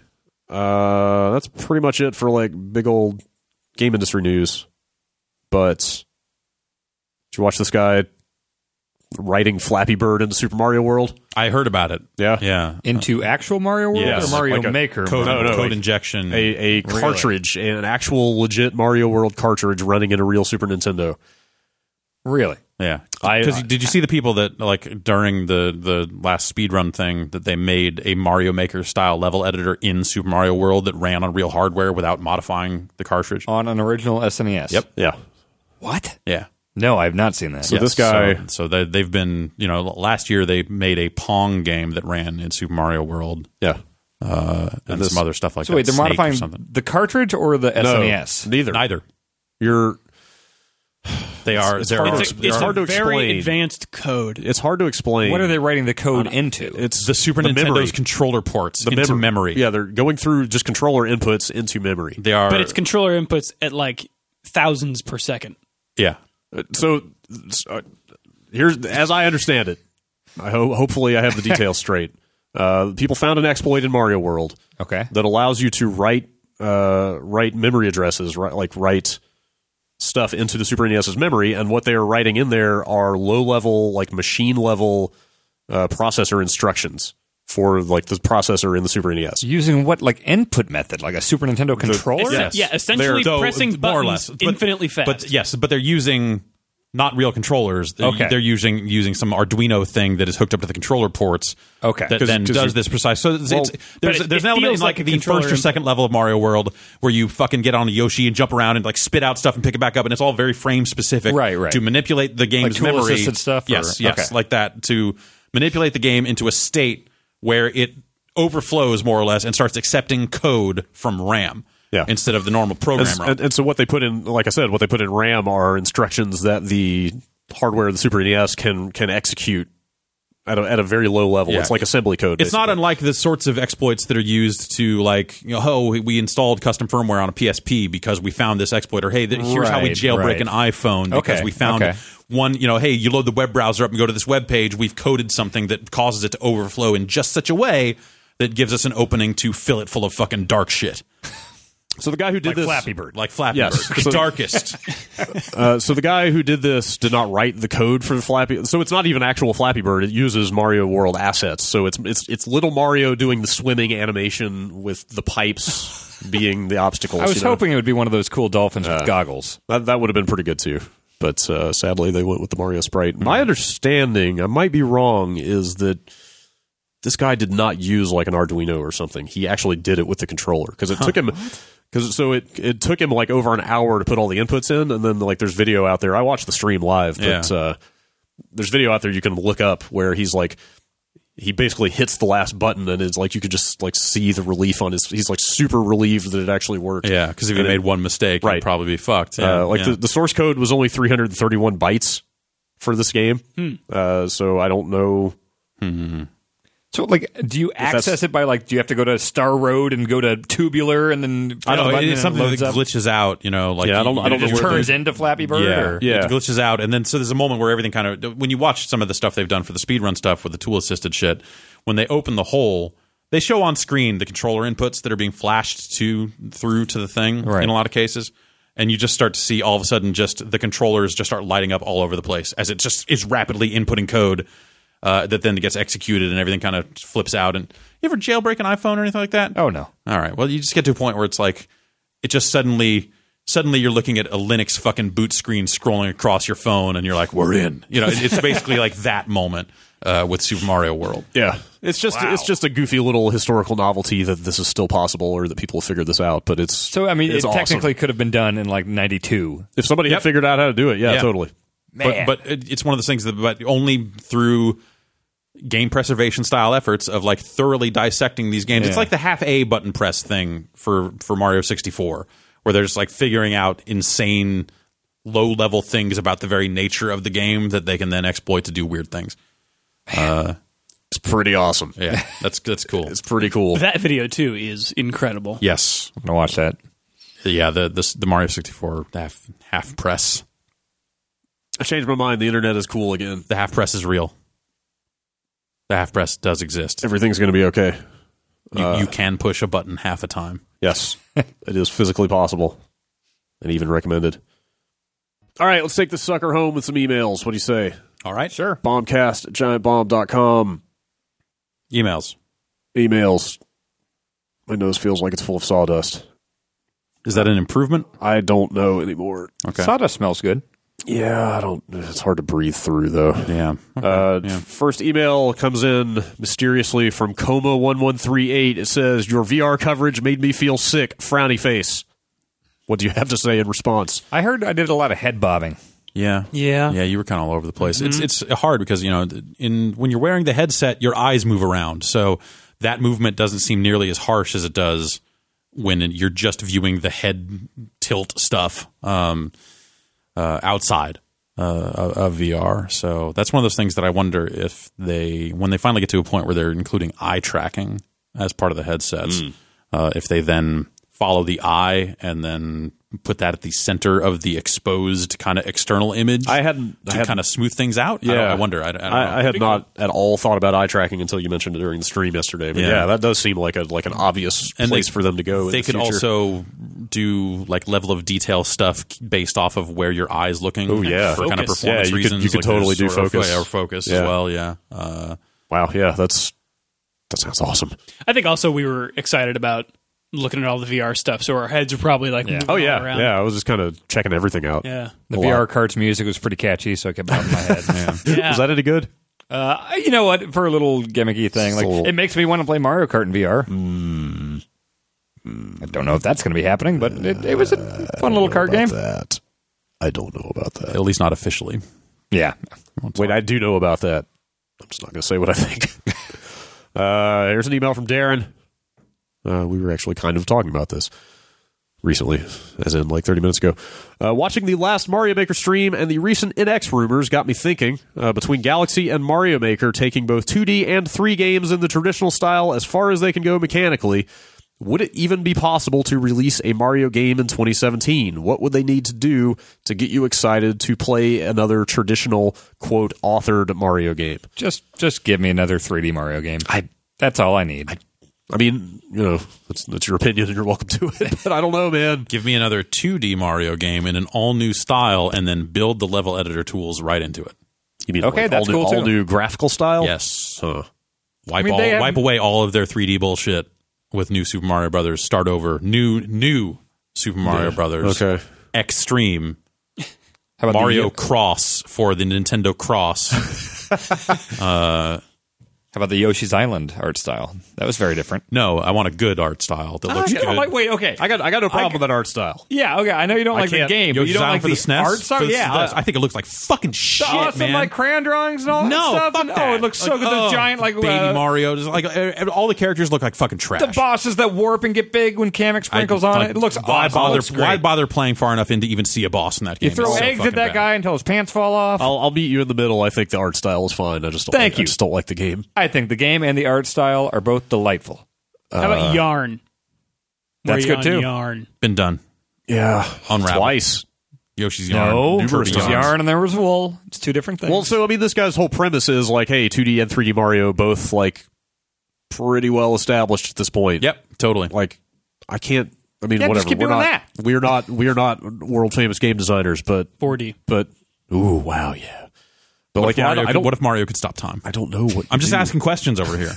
[SPEAKER 1] uh that's pretty much it for like big old game industry news but did you watch this guy writing flappy bird into super mario world
[SPEAKER 2] I heard about it.
[SPEAKER 1] yeah
[SPEAKER 2] Yeah.
[SPEAKER 4] into actual Mario World
[SPEAKER 1] Yes.
[SPEAKER 4] or Mario
[SPEAKER 1] Like a
[SPEAKER 4] Maker.
[SPEAKER 2] Code,
[SPEAKER 1] No, no,
[SPEAKER 2] code
[SPEAKER 1] like-
[SPEAKER 2] injection.
[SPEAKER 1] a, a cartridge an actual legit mario world cartridge running in a real super nintendo
[SPEAKER 4] Really?
[SPEAKER 2] yeah.
[SPEAKER 1] I-
[SPEAKER 2] Because did you see the people that like during the the last speedrun thing that they made a Mario Maker style level editor in Super Mario World that ran on real hardware without modifying the cartridge?
[SPEAKER 4] On an original SNES.
[SPEAKER 2] Yep.
[SPEAKER 1] yeah
[SPEAKER 4] What?
[SPEAKER 2] Yeah.
[SPEAKER 4] No, I've not seen that.
[SPEAKER 1] So this guy-
[SPEAKER 2] So, so they, they've been, you know, last year they made a Pong game that ran in Super Mario World
[SPEAKER 1] yeah
[SPEAKER 2] uh, and
[SPEAKER 1] this-
[SPEAKER 2] some other stuff like
[SPEAKER 4] So
[SPEAKER 2] that.
[SPEAKER 4] wait, they're
[SPEAKER 2] Snake or
[SPEAKER 4] modifying
[SPEAKER 2] something.
[SPEAKER 4] the cartridge or the E SNES?
[SPEAKER 1] neither
[SPEAKER 2] Neither.
[SPEAKER 1] you're
[SPEAKER 2] They are.
[SPEAKER 1] it's
[SPEAKER 2] there
[SPEAKER 1] hard
[SPEAKER 2] are-
[SPEAKER 1] to
[SPEAKER 3] It's,
[SPEAKER 1] It's
[SPEAKER 3] it's
[SPEAKER 1] hard
[SPEAKER 3] a
[SPEAKER 1] to
[SPEAKER 3] very
[SPEAKER 1] explain.
[SPEAKER 3] advanced code.
[SPEAKER 1] it's hard to explain
[SPEAKER 4] What are they writing the code into?
[SPEAKER 1] it's
[SPEAKER 2] the Super Nintendo's
[SPEAKER 1] memory.
[SPEAKER 2] controller ports
[SPEAKER 1] the
[SPEAKER 2] into
[SPEAKER 1] memor-
[SPEAKER 2] memory.
[SPEAKER 1] Yeah, they're going through just controller inputs into memory.
[SPEAKER 2] They are.
[SPEAKER 3] But it's controller inputs at like thousands per second.
[SPEAKER 2] yeah.
[SPEAKER 1] Uh, So, so, here's as I understand it. I ho- hopefully I have the details straight. Uh, people found an exploit in Mario World
[SPEAKER 4] okay.
[SPEAKER 1] that allows you to write uh, write memory addresses, right, like write stuff into the Super NES's memory, and what they are writing in there are low level, like machine level uh, processor instructions for like the processor in the Super E NES.
[SPEAKER 4] Using what like input method, like a Super Nintendo controller?
[SPEAKER 3] Yeah, essentially
[SPEAKER 2] Though,
[SPEAKER 3] pressing
[SPEAKER 2] more or
[SPEAKER 3] buttons
[SPEAKER 2] less, but-
[SPEAKER 3] infinitely fast.
[SPEAKER 2] But yes, but they're using not real controllers. They-
[SPEAKER 4] Okay.
[SPEAKER 2] They're using using some Arduino thing that is hooked up to the controller ports.
[SPEAKER 4] Okay.
[SPEAKER 2] That
[SPEAKER 4] 'Cause-
[SPEAKER 2] then
[SPEAKER 4] 'cause
[SPEAKER 2] does
[SPEAKER 4] you-
[SPEAKER 2] this precise. So it's, it's- there's,
[SPEAKER 3] but it-
[SPEAKER 2] there's
[SPEAKER 3] it
[SPEAKER 2] an element in
[SPEAKER 3] feels
[SPEAKER 2] like,
[SPEAKER 3] like a
[SPEAKER 2] the first or
[SPEAKER 3] controller.
[SPEAKER 2] second level of Mario World where you fucking get on a Yoshi and jump around and like spit out stuff and pick it back up, and it's all very frame specific.
[SPEAKER 4] Right, right.
[SPEAKER 2] To manipulate the game's
[SPEAKER 4] tool
[SPEAKER 2] memory.
[SPEAKER 4] assisted stuff, or-
[SPEAKER 2] Yes, yes,
[SPEAKER 4] okay.
[SPEAKER 2] like that to manipulate the game into a state where it overflows more or less and starts accepting code from RAM.
[SPEAKER 1] Yeah.
[SPEAKER 2] Instead of the normal program
[SPEAKER 1] And,
[SPEAKER 2] ROM.
[SPEAKER 1] and, and so what they put in, like I said, what they put in RAM are instructions that the hardware of the Super NES can can execute at a, at a very low level.
[SPEAKER 2] Yeah.
[SPEAKER 1] It's like assembly code.
[SPEAKER 2] It's not
[SPEAKER 1] basically.
[SPEAKER 2] unlike the sorts of exploits that are used to like, you know, oh, we installed custom firmware on a PSP because we found this exploit, or hey, th- here's how we
[SPEAKER 4] Right,
[SPEAKER 2] jailbreak
[SPEAKER 4] right.
[SPEAKER 2] an iPhone because
[SPEAKER 4] Okay,
[SPEAKER 2] we found
[SPEAKER 4] okay.
[SPEAKER 2] one. You know, hey, you load the web browser up and go to this web page. We've coded something that causes it to overflow in just such a way that gives us an opening to fill it full of fucking dark shit,
[SPEAKER 1] So the guy who did
[SPEAKER 2] like
[SPEAKER 1] this,
[SPEAKER 2] Flappy Bird, like Flappy
[SPEAKER 1] Yes.
[SPEAKER 2] Bird, the
[SPEAKER 1] So-
[SPEAKER 2] darkest.
[SPEAKER 1] Uh, so the guy who did this did not write the code for the Flappy. So it's not even actual Flappy Bird. It uses Mario World assets. So it's it's it's little Mario doing the swimming animation with the pipes being the obstacles.
[SPEAKER 4] I was
[SPEAKER 1] you know?
[SPEAKER 4] hoping it would be one of those cool dolphins with goggles.
[SPEAKER 1] that that would have been pretty good too. But uh, sadly, they went with the Mario sprite. My understanding, I might be wrong, is that this guy did not use like an Arduino or something. He actually did it with the controller because it took him. Because so it it took him like over an hour to put all the inputs in, and then like there's video out there. I watched the stream live, but
[SPEAKER 2] Yeah.
[SPEAKER 1] uh, there's video out there you can look up where he's like he basically hits the last button, and it's like you could just like see the relief on his. He's like super relieved that it actually worked.
[SPEAKER 2] yeah, because if you
[SPEAKER 1] And it-
[SPEAKER 2] made one mistake,
[SPEAKER 1] Right.
[SPEAKER 2] you'd probably be fucked. Yeah,
[SPEAKER 1] uh, like
[SPEAKER 2] yeah.
[SPEAKER 1] the, the source code was only 331 bytes for this game. Uh, so I don't know.
[SPEAKER 4] So, like, do you access
[SPEAKER 1] that's-
[SPEAKER 4] it by like? Do you have to go to Star Road and go to Tubular and then?
[SPEAKER 2] I don't know.
[SPEAKER 4] button
[SPEAKER 2] It's
[SPEAKER 4] and it
[SPEAKER 2] something that
[SPEAKER 4] loads up?
[SPEAKER 2] glitches out. You know, like
[SPEAKER 1] Yeah, I don't-
[SPEAKER 2] you-
[SPEAKER 1] I don't
[SPEAKER 2] you
[SPEAKER 1] know
[SPEAKER 4] It
[SPEAKER 2] just
[SPEAKER 1] where
[SPEAKER 4] turns
[SPEAKER 1] the-
[SPEAKER 4] into Flappy Bird. Or?
[SPEAKER 1] Yeah.
[SPEAKER 2] It glitches out, and then so there's a moment where everything kind of when you watch some of the stuff they've done for the speedrun stuff with the tool assisted shit. When they open the hole, they show on screen the controller inputs that are being flashed to through to the thing
[SPEAKER 4] Right.
[SPEAKER 2] in a lot of cases, and you just start to see all of a sudden just the controllers just start lighting up all over the place as it just is rapidly inputting code. Uh, that then gets executed and everything kind of flips out. And you ever jailbreak an iPhone or anything like that?
[SPEAKER 4] Oh no.
[SPEAKER 2] All right. Well, you just get to a point where it's like it just suddenly suddenly you're looking at a Linux fucking boot screen scrolling across your phone, and you're like, we're in. You know, it- it's basically like that moment uh, with Super Mario World.
[SPEAKER 1] Yeah, it's just it's just a goofy little historical novelty that this is still possible or that people have figured this out. But it's
[SPEAKER 4] So I mean,
[SPEAKER 1] it's
[SPEAKER 4] it
[SPEAKER 1] awesome.
[SPEAKER 4] technically could have been done in like '92.
[SPEAKER 1] if somebody
[SPEAKER 2] Yep.
[SPEAKER 1] had figured out how to do it, yeah,
[SPEAKER 2] Yeah.
[SPEAKER 1] totally.
[SPEAKER 4] Man.
[SPEAKER 2] But, but it, it's one of those things that, but only through game preservation style efforts of like thoroughly dissecting these games. It's
[SPEAKER 4] Yeah.
[SPEAKER 2] like the half A button press thing for for Mario 64, where they're just like figuring out insane low level things about the very nature of the game that they can then exploit to do weird things.
[SPEAKER 1] It's pretty awesome.
[SPEAKER 2] Yeah, that's that's cool.
[SPEAKER 1] It's pretty cool.
[SPEAKER 3] That video too is incredible.
[SPEAKER 2] yes,
[SPEAKER 4] I'm gonna watch that.
[SPEAKER 2] yeah. The the, the Mario sixty four half half press.
[SPEAKER 1] I changed my mind. The internet is cool again.
[SPEAKER 2] The half press is real. The half press does exist.
[SPEAKER 1] Everything's going to be okay.
[SPEAKER 2] You, you can push a button half a time.
[SPEAKER 1] Yes, it is physically possible and even recommended. All right, let's take this sucker home with some emails. What do you say?
[SPEAKER 2] All right, sure.
[SPEAKER 1] Bombcast at giantbomb.com.
[SPEAKER 2] Emails.
[SPEAKER 1] emails. My nose feels like it's full of sawdust.
[SPEAKER 2] Is that an improvement?
[SPEAKER 1] I don't know anymore.
[SPEAKER 2] Okay.
[SPEAKER 4] Sawdust smells good.
[SPEAKER 1] Yeah, I don't. It's hard to breathe through though.
[SPEAKER 2] Yeah.
[SPEAKER 1] Uh,
[SPEAKER 2] Yeah.
[SPEAKER 1] First email comes in mysteriously from coma one one three eight. It says your VR coverage made me feel sick. Frowny face. What do you have to say in response?
[SPEAKER 4] I heard I did a lot of head bobbing.
[SPEAKER 2] Yeah.
[SPEAKER 3] Yeah.
[SPEAKER 2] Yeah, Mm-hmm. you were kind of all over the place. It's it's hard because you know in when you're wearing the headset, your eyes move around, so that movement doesn't seem nearly as harsh as it does when you're just viewing the head tilt stuff um, uh, outside uh, of of VR. So that's one of those things that I wonder if they when they finally get to a point where they're including eye tracking as part of the headsets,
[SPEAKER 1] Hmm.
[SPEAKER 2] uh, if they then follow the eye and then put that at the center of the exposed kind of external image
[SPEAKER 1] I hadn't- I
[SPEAKER 2] to
[SPEAKER 1] hadn't-
[SPEAKER 2] kind of smooth things out. I, don't- I wonder. I, I don't know.
[SPEAKER 1] I, had not at all thought about eye tracking until you mentioned it during the stream yesterday. But yeah,
[SPEAKER 2] Yeah.
[SPEAKER 1] that does seem like a like an obvious
[SPEAKER 2] And
[SPEAKER 1] place
[SPEAKER 2] they-
[SPEAKER 1] for them to go. in
[SPEAKER 2] they
[SPEAKER 1] the
[SPEAKER 2] could
[SPEAKER 1] future.
[SPEAKER 2] also do like level of detail stuff based off of where your eyes looking. Oh
[SPEAKER 1] yeah.
[SPEAKER 2] for kind of
[SPEAKER 1] Focus.
[SPEAKER 2] performance
[SPEAKER 1] Yeah, you could-
[SPEAKER 2] reasons.
[SPEAKER 1] you could
[SPEAKER 2] like
[SPEAKER 1] totally
[SPEAKER 2] there's
[SPEAKER 1] do
[SPEAKER 2] sort of- oh,
[SPEAKER 1] focus.
[SPEAKER 2] yeah, or focus
[SPEAKER 1] Yeah.
[SPEAKER 2] as well. Yeah, uh,
[SPEAKER 1] wow. Yeah, that's that sounds awesome.
[SPEAKER 3] I think also we were excited about looking at all the VR stuff, so our heads are probably like, moving
[SPEAKER 1] Oh
[SPEAKER 3] all
[SPEAKER 1] yeah,
[SPEAKER 3] around.
[SPEAKER 1] yeah. I was just kind of checking everything out.
[SPEAKER 3] yeah.
[SPEAKER 4] The VR carts music was pretty catchy, so I kept it in my head.
[SPEAKER 3] Yeah.
[SPEAKER 1] Was that any good?
[SPEAKER 4] Uh, you know what? For a little gimmicky thing, like
[SPEAKER 1] So-
[SPEAKER 4] it makes me want to play Mario Kart in VR.
[SPEAKER 2] Hmm.
[SPEAKER 4] I don't know if that's going to be happening, but it, it was a
[SPEAKER 2] Uh,
[SPEAKER 4] fun little card game.
[SPEAKER 7] That I don't know about that.
[SPEAKER 2] At least not officially.
[SPEAKER 4] Yeah,
[SPEAKER 1] Wait, I do know about that. I'm just not going to say what I think. uh, here's an email from Darren. Uh, we were actually kind of talking about this recently, as in like 30 minutes ago. Uh, watching the last Mario Maker stream and the recent NX rumors got me thinking uh, between Galaxy and Mario Maker taking both 2D and 3 games in the traditional style as far as they can go mechanically. Would it even be possible to release a Mario game in 2017? What would they need to do to get you excited to play another traditional, quote, authored Mario game?
[SPEAKER 4] just just give me another 3D Mario game. I that's all I need.
[SPEAKER 1] I mean, you know, that's, that's your opinion and you're welcome to it, but I don't know, man.
[SPEAKER 2] Give me another 2D Mario game in an all new style and then build the level editor tools right into it.
[SPEAKER 1] You mean
[SPEAKER 4] Okay,
[SPEAKER 1] like,
[SPEAKER 4] that's
[SPEAKER 1] all, new,
[SPEAKER 4] cool, too.
[SPEAKER 1] all new graphical style?
[SPEAKER 2] Yes.
[SPEAKER 1] Huh.
[SPEAKER 2] Wipe,
[SPEAKER 4] Oh. mean,
[SPEAKER 2] all,
[SPEAKER 4] they have-
[SPEAKER 2] wipe away all of their 3D bullshit with new Super Mario Brothers. Start over. New, new Super Mario Brothers.
[SPEAKER 1] Okay.
[SPEAKER 2] Extreme.
[SPEAKER 4] How about the-
[SPEAKER 2] Mario Cross for the Nintendo Cross.
[SPEAKER 4] how about the Yoshi's Island art style? That was very different.
[SPEAKER 2] no, I want a good art style
[SPEAKER 3] Ah,
[SPEAKER 2] that looks good.
[SPEAKER 4] wait, okay.
[SPEAKER 1] I got, I got no problem with that art style.
[SPEAKER 4] yeah, okay. I know you don't like the
[SPEAKER 1] can't-
[SPEAKER 4] game, but
[SPEAKER 2] Yoshi's
[SPEAKER 4] you don't
[SPEAKER 2] Island
[SPEAKER 4] like
[SPEAKER 2] for
[SPEAKER 4] the, E
[SPEAKER 2] SNES?
[SPEAKER 4] art style.
[SPEAKER 2] For the- E
[SPEAKER 4] Yeah,
[SPEAKER 2] I think it looks like fucking shit,
[SPEAKER 4] awesome,
[SPEAKER 2] man.
[SPEAKER 4] like crayon drawings and all
[SPEAKER 2] no,
[SPEAKER 4] that stuff.
[SPEAKER 2] fuck
[SPEAKER 4] and,
[SPEAKER 2] that.
[SPEAKER 4] Oh, it looks so
[SPEAKER 2] Like,
[SPEAKER 4] good. The
[SPEAKER 2] oh,
[SPEAKER 4] giant like
[SPEAKER 2] baby
[SPEAKER 4] uh,
[SPEAKER 2] Mario, just like uh, all the characters look like fucking trash.
[SPEAKER 4] the bosses that warp and get big when Kamek
[SPEAKER 2] I-
[SPEAKER 4] sprinkles on
[SPEAKER 2] like,
[SPEAKER 4] it. It looks
[SPEAKER 2] why
[SPEAKER 4] awesome.
[SPEAKER 2] bother
[SPEAKER 4] It looks
[SPEAKER 2] why
[SPEAKER 4] great.
[SPEAKER 2] bother playing far enough in to even see a boss in that game?
[SPEAKER 4] You throw
[SPEAKER 2] It's so
[SPEAKER 4] eggs
[SPEAKER 2] fucking
[SPEAKER 4] at that
[SPEAKER 2] bad.
[SPEAKER 4] guy until his pants fall off.
[SPEAKER 1] I'll, I'll meet you in the middle. I think the art style is fine. I just don't,
[SPEAKER 4] Thank
[SPEAKER 1] like, I
[SPEAKER 4] you.
[SPEAKER 1] just don't like the game.
[SPEAKER 4] I think the game and the art style are both delightful.
[SPEAKER 3] How
[SPEAKER 1] uh,
[SPEAKER 3] about yarn?
[SPEAKER 4] That's
[SPEAKER 3] Were you
[SPEAKER 4] good,
[SPEAKER 3] on
[SPEAKER 4] too.
[SPEAKER 3] Yarn.
[SPEAKER 2] Been done.
[SPEAKER 1] Yeah.
[SPEAKER 2] Unravel.
[SPEAKER 1] Twice.
[SPEAKER 2] Yoshi's yarn. Numerous
[SPEAKER 4] first was
[SPEAKER 2] times.
[SPEAKER 4] yarn and there was wool. It's two different things.
[SPEAKER 1] Well, so I mean, this guy's whole premise is like, hey, 2D and 3D Mario both like pretty well established at this point.
[SPEAKER 2] Yep, totally.
[SPEAKER 1] Like, I can't. I mean,
[SPEAKER 4] Yeah, just
[SPEAKER 1] whatever.
[SPEAKER 4] keep
[SPEAKER 1] we're
[SPEAKER 4] doing
[SPEAKER 1] not. We're not. We're not world famous game designers, but
[SPEAKER 3] 4D.
[SPEAKER 1] but. Ooh, wow, yeah. But
[SPEAKER 2] What
[SPEAKER 1] like,
[SPEAKER 2] if
[SPEAKER 1] yeah, I
[SPEAKER 2] Mario
[SPEAKER 1] don't.
[SPEAKER 2] could-
[SPEAKER 1] I don't,
[SPEAKER 2] what if Mario could stop time?
[SPEAKER 1] I don't know what.
[SPEAKER 2] I'm just
[SPEAKER 1] you
[SPEAKER 2] asking questions over here.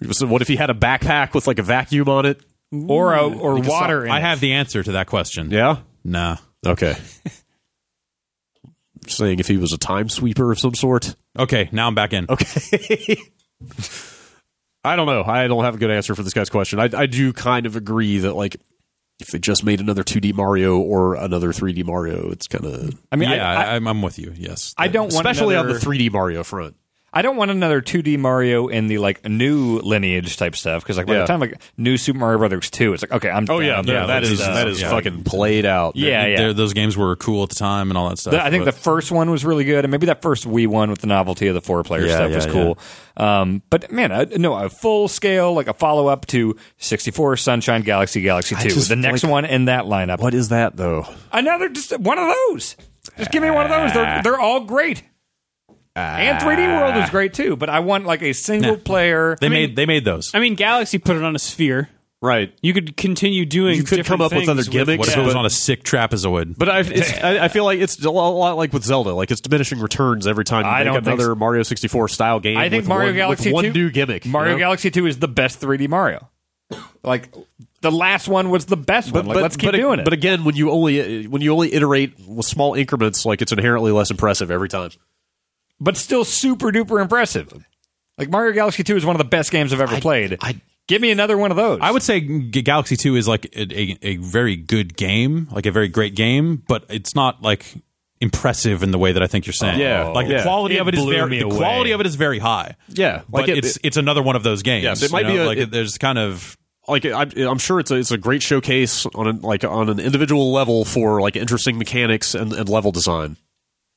[SPEAKER 1] do. So what if he had a backpack with like a vacuum on it?
[SPEAKER 4] or a,
[SPEAKER 1] mm,
[SPEAKER 4] or water. in
[SPEAKER 2] I
[SPEAKER 4] it.
[SPEAKER 2] have the answer to that question.
[SPEAKER 1] Yeah.
[SPEAKER 2] Nah.
[SPEAKER 1] Okay. Saying if he was a time sweeper of some sort.
[SPEAKER 2] Okay, now I'm back in.
[SPEAKER 1] Okay. I don't know. I don't have a good answer for this guy's question. I, I do kind of agree that like if they just made another 2D Mario or another 3D Mario, it's kind of
[SPEAKER 4] I mean,
[SPEAKER 2] yeah,
[SPEAKER 4] I, I,
[SPEAKER 2] I, am I'm with you. Yes.
[SPEAKER 4] I don't want
[SPEAKER 1] especially
[SPEAKER 4] another,
[SPEAKER 1] on the 3D Mario front.
[SPEAKER 4] I don't want another 2D Mario in the like new lineage type stuff because like by
[SPEAKER 1] Yeah. Oh,
[SPEAKER 4] the time like new Super Mario Brothers two, it's like okay, I'm done.
[SPEAKER 1] that
[SPEAKER 4] let's
[SPEAKER 1] is
[SPEAKER 4] just-
[SPEAKER 1] that is
[SPEAKER 4] yeah.
[SPEAKER 1] fucking played out.
[SPEAKER 4] yeah, yeah.
[SPEAKER 2] They're- Those games were cool at the time and all that stuff.
[SPEAKER 4] The- I think
[SPEAKER 2] but-
[SPEAKER 4] the first one was really good, and maybe that first Wii one with the novelty of the four player
[SPEAKER 1] Yeah,
[SPEAKER 4] stuff
[SPEAKER 1] yeah,
[SPEAKER 4] was cool. Um, but man, I, no, a full scale like a follow up to sixty four Sunshine Galaxy Galaxy two,
[SPEAKER 1] just,
[SPEAKER 4] the next
[SPEAKER 1] like-
[SPEAKER 4] one in that lineup.
[SPEAKER 1] What is that though?
[SPEAKER 4] Another just one of those. Just give me one of those. They're they're all great.
[SPEAKER 1] Ah.
[SPEAKER 4] and 3D World is great too, but I want like a single player.
[SPEAKER 2] they made they made those.
[SPEAKER 3] I mean, Galaxy put it on a sphere.
[SPEAKER 1] Right.
[SPEAKER 3] You could continue doing.
[SPEAKER 1] You could
[SPEAKER 3] different
[SPEAKER 1] come up with
[SPEAKER 3] things
[SPEAKER 1] other gimmicks,
[SPEAKER 2] What if
[SPEAKER 1] Yeah.
[SPEAKER 2] it was
[SPEAKER 1] But-
[SPEAKER 2] on a sick trapezoid?
[SPEAKER 1] But I, it's, I I feel like it's a lot, a lot like with Zelda. Like it's diminishing returns every time you
[SPEAKER 4] I
[SPEAKER 1] make
[SPEAKER 4] don't think
[SPEAKER 1] another
[SPEAKER 4] so.
[SPEAKER 1] Mario 64 style game.
[SPEAKER 4] I think
[SPEAKER 1] with
[SPEAKER 4] Mario
[SPEAKER 1] one,
[SPEAKER 4] Galaxy
[SPEAKER 1] with one
[SPEAKER 4] 2,
[SPEAKER 1] new gimmick. you
[SPEAKER 4] Mario
[SPEAKER 1] know?
[SPEAKER 4] Galaxy Two is the best 3D Mario. Like the last one was the best one. Like, let's keep
[SPEAKER 1] but,
[SPEAKER 4] doing it.
[SPEAKER 1] But again, when you only uh, when you only iterate with small increments, like it's inherently less impressive every time.
[SPEAKER 4] but still super duper impressive. Like Mario Galaxy 2 is one of the best games I've ever played. Give me another one of those.
[SPEAKER 2] I would say G- Galaxy Two is like a, a, a very good game, like a very great game, but it's not like impressive in the way that I think you're saying.
[SPEAKER 1] Yeah.
[SPEAKER 2] like
[SPEAKER 1] Yeah.
[SPEAKER 2] the quality of it is
[SPEAKER 4] blew
[SPEAKER 2] very
[SPEAKER 4] me
[SPEAKER 2] the
[SPEAKER 4] away.
[SPEAKER 2] quality of it is very high.
[SPEAKER 1] Yeah, like
[SPEAKER 2] but
[SPEAKER 1] it-
[SPEAKER 2] it's it's another one of those games.
[SPEAKER 1] Yes, it
[SPEAKER 2] you
[SPEAKER 1] might be
[SPEAKER 2] know?
[SPEAKER 1] a-
[SPEAKER 2] like
[SPEAKER 1] it-
[SPEAKER 2] there's kind of
[SPEAKER 1] Like I'm, I'm sure it's a, it's a great showcase on an, like on an individual level for like interesting mechanics and, and level design,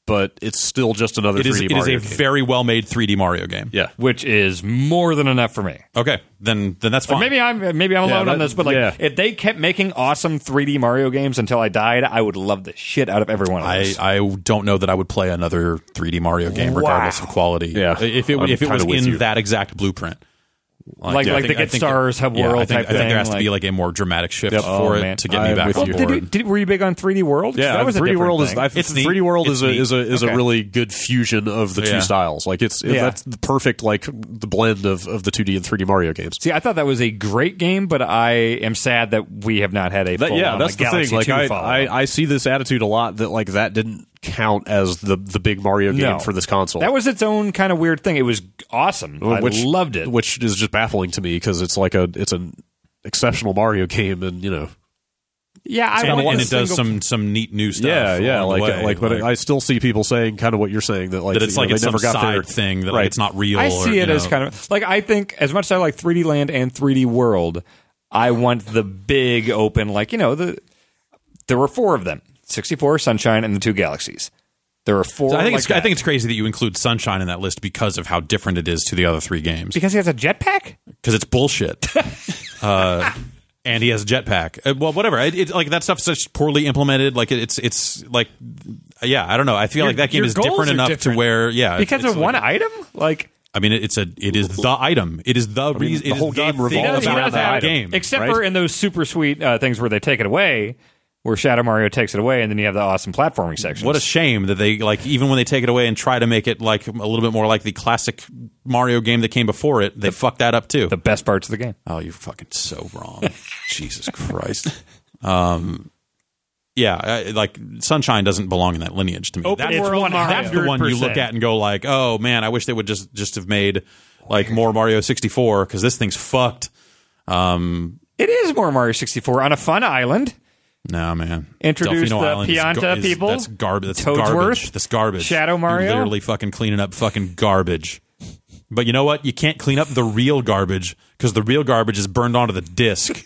[SPEAKER 1] but it's still just another
[SPEAKER 2] it is
[SPEAKER 1] 3D
[SPEAKER 2] it is a
[SPEAKER 1] Mario game.
[SPEAKER 2] very well made 3D Mario game.
[SPEAKER 1] yeah.
[SPEAKER 4] which is more than enough for me.
[SPEAKER 2] Okay, then then that's fine.
[SPEAKER 4] Maybe I'm maybe I'm alone
[SPEAKER 1] that-
[SPEAKER 4] on this, but like
[SPEAKER 1] yeah.
[SPEAKER 4] if they kept making awesome 3D Mario games until I died, I would love the shit out of every one of
[SPEAKER 2] I,
[SPEAKER 4] those.
[SPEAKER 2] I don't know that I would play another 3D Mario game, regardless of quality.
[SPEAKER 1] Yeah.
[SPEAKER 2] if it
[SPEAKER 1] I'm
[SPEAKER 2] if it
[SPEAKER 1] kinda
[SPEAKER 2] was
[SPEAKER 1] with
[SPEAKER 2] in
[SPEAKER 1] you.
[SPEAKER 2] that exact blueprint,
[SPEAKER 4] Like like,
[SPEAKER 2] Yeah, I
[SPEAKER 4] the
[SPEAKER 2] think- I
[SPEAKER 4] Get
[SPEAKER 2] think-
[SPEAKER 4] Stars Hub
[SPEAKER 2] yeah,
[SPEAKER 4] World
[SPEAKER 2] I think,
[SPEAKER 4] type
[SPEAKER 2] I think
[SPEAKER 4] thing.
[SPEAKER 2] there has to be like a more dramatic shift
[SPEAKER 1] Yep.
[SPEAKER 2] for
[SPEAKER 4] Oh,
[SPEAKER 2] it
[SPEAKER 4] man.
[SPEAKER 2] to get
[SPEAKER 1] I'm
[SPEAKER 2] me back
[SPEAKER 1] with
[SPEAKER 2] on
[SPEAKER 1] you.
[SPEAKER 4] Did
[SPEAKER 2] board.
[SPEAKER 4] you, did, were you big on 3D World? 'Cause
[SPEAKER 1] Yeah,
[SPEAKER 4] that was a
[SPEAKER 1] 3D
[SPEAKER 4] different
[SPEAKER 1] World is
[SPEAKER 4] thing.
[SPEAKER 1] I think
[SPEAKER 2] It's neat.
[SPEAKER 1] 3D World
[SPEAKER 2] It's
[SPEAKER 1] is a,
[SPEAKER 2] neat.
[SPEAKER 1] is a is
[SPEAKER 4] Okay.
[SPEAKER 1] a really good fusion of the two
[SPEAKER 2] Yeah.
[SPEAKER 1] styles. Like it's
[SPEAKER 4] Yeah.
[SPEAKER 1] that's the perfect like the blend of, of the 2D and 3D Mario games.
[SPEAKER 4] See, I thought that was a great game, but I am sad that we have not had a
[SPEAKER 1] That,
[SPEAKER 4] full
[SPEAKER 1] yeah, that's the
[SPEAKER 4] Galaxy
[SPEAKER 1] thing. Like
[SPEAKER 4] 2
[SPEAKER 1] I,
[SPEAKER 4] follow-up.
[SPEAKER 1] I, I see this attitude a lot that like that didn't count as the the big Mario game
[SPEAKER 4] No.
[SPEAKER 1] for this console.
[SPEAKER 4] That was its own kind of weird thing. It was awesome. I loved it.
[SPEAKER 1] which is just baffling to me because it's like a it's an exceptional Mario game, and you know,
[SPEAKER 4] yeah, I
[SPEAKER 2] And,
[SPEAKER 4] want
[SPEAKER 2] and
[SPEAKER 4] the
[SPEAKER 2] it does
[SPEAKER 4] single-
[SPEAKER 2] some some neat new stuff.
[SPEAKER 1] yeah, yeah,
[SPEAKER 2] along
[SPEAKER 1] like
[SPEAKER 2] the way.
[SPEAKER 1] like, but I still see people saying kind of what you're saying that like
[SPEAKER 2] that it's
[SPEAKER 1] you know,
[SPEAKER 2] like
[SPEAKER 1] they
[SPEAKER 2] it's some
[SPEAKER 1] never got
[SPEAKER 2] side
[SPEAKER 1] their-
[SPEAKER 2] thing that like
[SPEAKER 1] right.
[SPEAKER 2] it's not real.
[SPEAKER 4] I
[SPEAKER 2] or,
[SPEAKER 4] see
[SPEAKER 2] you
[SPEAKER 4] it as
[SPEAKER 2] know.
[SPEAKER 4] kind of like I think as much as I like 3D Land and 3D World, I want the big open like you know the there were four of them: 64, Sunshine, and the two Galaxies. There were four.
[SPEAKER 2] So I think
[SPEAKER 4] like
[SPEAKER 2] it's I
[SPEAKER 4] that.
[SPEAKER 2] think it's crazy that you include Sunshine in that list because of how different it is to the other three games.
[SPEAKER 4] because he has a jetpack.
[SPEAKER 2] Because it's bullshit. uh, and he has a jetpack. Uh, well, whatever. It, it, like that stuff's such poorly implemented. Like it, it's it's like yeah. I don't know. I feel like that game
[SPEAKER 8] your
[SPEAKER 2] is
[SPEAKER 8] goals
[SPEAKER 2] different
[SPEAKER 8] are
[SPEAKER 2] enough
[SPEAKER 8] different.
[SPEAKER 2] to where yeah.
[SPEAKER 4] Because
[SPEAKER 2] it's
[SPEAKER 4] of
[SPEAKER 2] like-
[SPEAKER 4] one item, like
[SPEAKER 2] I mean, it, it's a it is the item. It is the reason.
[SPEAKER 1] the
[SPEAKER 2] it is
[SPEAKER 1] whole game
[SPEAKER 2] thing
[SPEAKER 1] revolves
[SPEAKER 2] about
[SPEAKER 1] around
[SPEAKER 2] that
[SPEAKER 1] that item.
[SPEAKER 2] game.
[SPEAKER 4] except
[SPEAKER 1] right?
[SPEAKER 4] for in those super sweet uh, things where they take it away, where Shadow Mario takes it away, and then you have the awesome platforming section.
[SPEAKER 2] What a shame that they like even when they take it away and try to make it like a little bit more like the classic Mario game that came before it, they fucked that up too.
[SPEAKER 4] the best parts of the game.
[SPEAKER 2] oh, you're fucking so wrong. Jesus Christ. Um yeah, I, like Sunshine doesn't belong in that lineage to me.
[SPEAKER 8] Open
[SPEAKER 2] that's,
[SPEAKER 8] world
[SPEAKER 2] one,
[SPEAKER 8] Mario.
[SPEAKER 2] that's the one you look
[SPEAKER 8] 100%.
[SPEAKER 2] at and go like, "Oh man, I wish they would just just have made like more Mario 64 cuz this thing's fucked."
[SPEAKER 4] It is more Mario 64 on a fun island.
[SPEAKER 2] No, man.
[SPEAKER 4] Introduce
[SPEAKER 2] Delfino
[SPEAKER 4] the
[SPEAKER 2] Island is
[SPEAKER 4] Pianta
[SPEAKER 2] is-
[SPEAKER 4] people.
[SPEAKER 2] That's garbage. That's
[SPEAKER 4] Toadsworth.
[SPEAKER 2] garbage. That's garbage.
[SPEAKER 4] Shadow
[SPEAKER 2] You're
[SPEAKER 4] Mario.
[SPEAKER 2] literally fucking cleaning up fucking garbage. But you know what? You can't clean up the real garbage because the real garbage is burned onto the disc.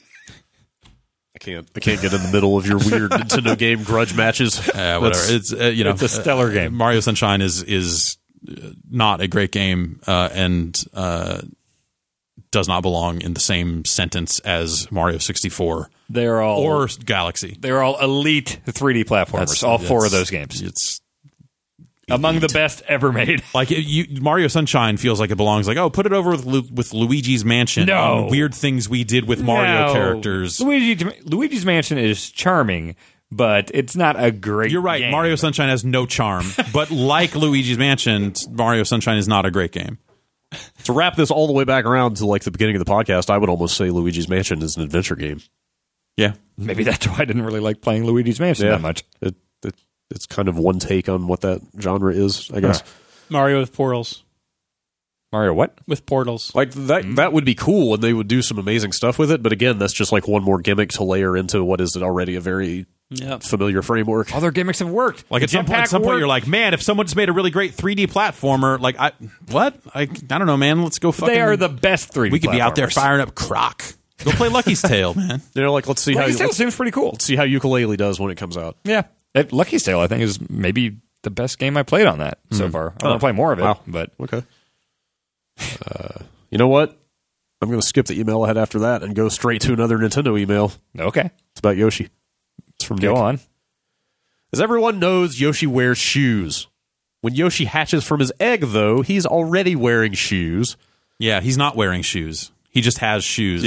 [SPEAKER 1] I can't I can't get in the middle of your weird Nintendo game grudge matches.
[SPEAKER 2] Uh, whatever.
[SPEAKER 1] That's-
[SPEAKER 2] It's uh, you know,
[SPEAKER 4] it's a stellar
[SPEAKER 2] uh,
[SPEAKER 4] game.
[SPEAKER 2] Mario Sunshine is is uh, not a great game uh, and uh, does not belong in the same sentence as Mario 64
[SPEAKER 4] They're all
[SPEAKER 2] or Galaxy.
[SPEAKER 4] They're all elite 3D platformers. all four of those games,
[SPEAKER 2] It's
[SPEAKER 4] among the best ever made.
[SPEAKER 2] Like it, you, Mario Sunshine feels like it belongs. Like, oh, put it over with, Lu- with Luigi's Mansion.
[SPEAKER 4] No.
[SPEAKER 2] and weird things we did with Mario
[SPEAKER 4] No.
[SPEAKER 2] characters.
[SPEAKER 4] Luigi, Luigi's Mansion is charming, but it's not a great.
[SPEAKER 2] You're right.
[SPEAKER 4] game.
[SPEAKER 2] Mario Sunshine has no charm, but like Luigi's Mansion, Mario Sunshine is not a great game.
[SPEAKER 1] to wrap this all the way back around to like the beginning of the podcast, I would almost say Luigi's Mansion is an adventure game.
[SPEAKER 2] Yeah,
[SPEAKER 4] Maybe that's why I didn't really like playing Luigi's Mansion that much.
[SPEAKER 1] It, it, it's kind of one take on what that genre is, I guess.
[SPEAKER 8] Mario with portals.
[SPEAKER 4] Mario, what?
[SPEAKER 8] With portals.
[SPEAKER 1] Like that that would be cool, and they would do some amazing stuff with it. But again, that's just like one more gimmick to layer into what is already a very
[SPEAKER 3] Yep.
[SPEAKER 1] familiar framework.
[SPEAKER 4] All their gimmicks have worked.
[SPEAKER 2] like at some point, at some point, you're like, man, if someone just made a really great 3D platformer, like I, what? I, I don't know, man. Let's go. Fucking,
[SPEAKER 4] they are the best 3D.
[SPEAKER 2] We could be out there
[SPEAKER 4] platformers.
[SPEAKER 2] firing up Croc. Go play Lucky's Tale, man.
[SPEAKER 1] They're like, let's see how
[SPEAKER 4] Lucky's
[SPEAKER 1] you,
[SPEAKER 4] Tale
[SPEAKER 1] let's
[SPEAKER 4] seems pretty cool.
[SPEAKER 1] see how ukulele does when it comes out.
[SPEAKER 4] Yeah, That Lucky's Tale I think is maybe the best game I played on that so far. I want to play more of it,
[SPEAKER 1] Wow.
[SPEAKER 4] but
[SPEAKER 1] Okay. Uh, you know what? I'm going to skip the email ahead after that and go straight to another Nintendo email.
[SPEAKER 4] okay,
[SPEAKER 1] It's about Yoshi. It's from
[SPEAKER 4] go
[SPEAKER 1] Nick.
[SPEAKER 4] on.
[SPEAKER 1] As everyone knows, Yoshi wears shoes. When Yoshi hatches from his egg, though, he's already wearing shoes.
[SPEAKER 2] Yeah, he's not wearing shoes. He just has shoes.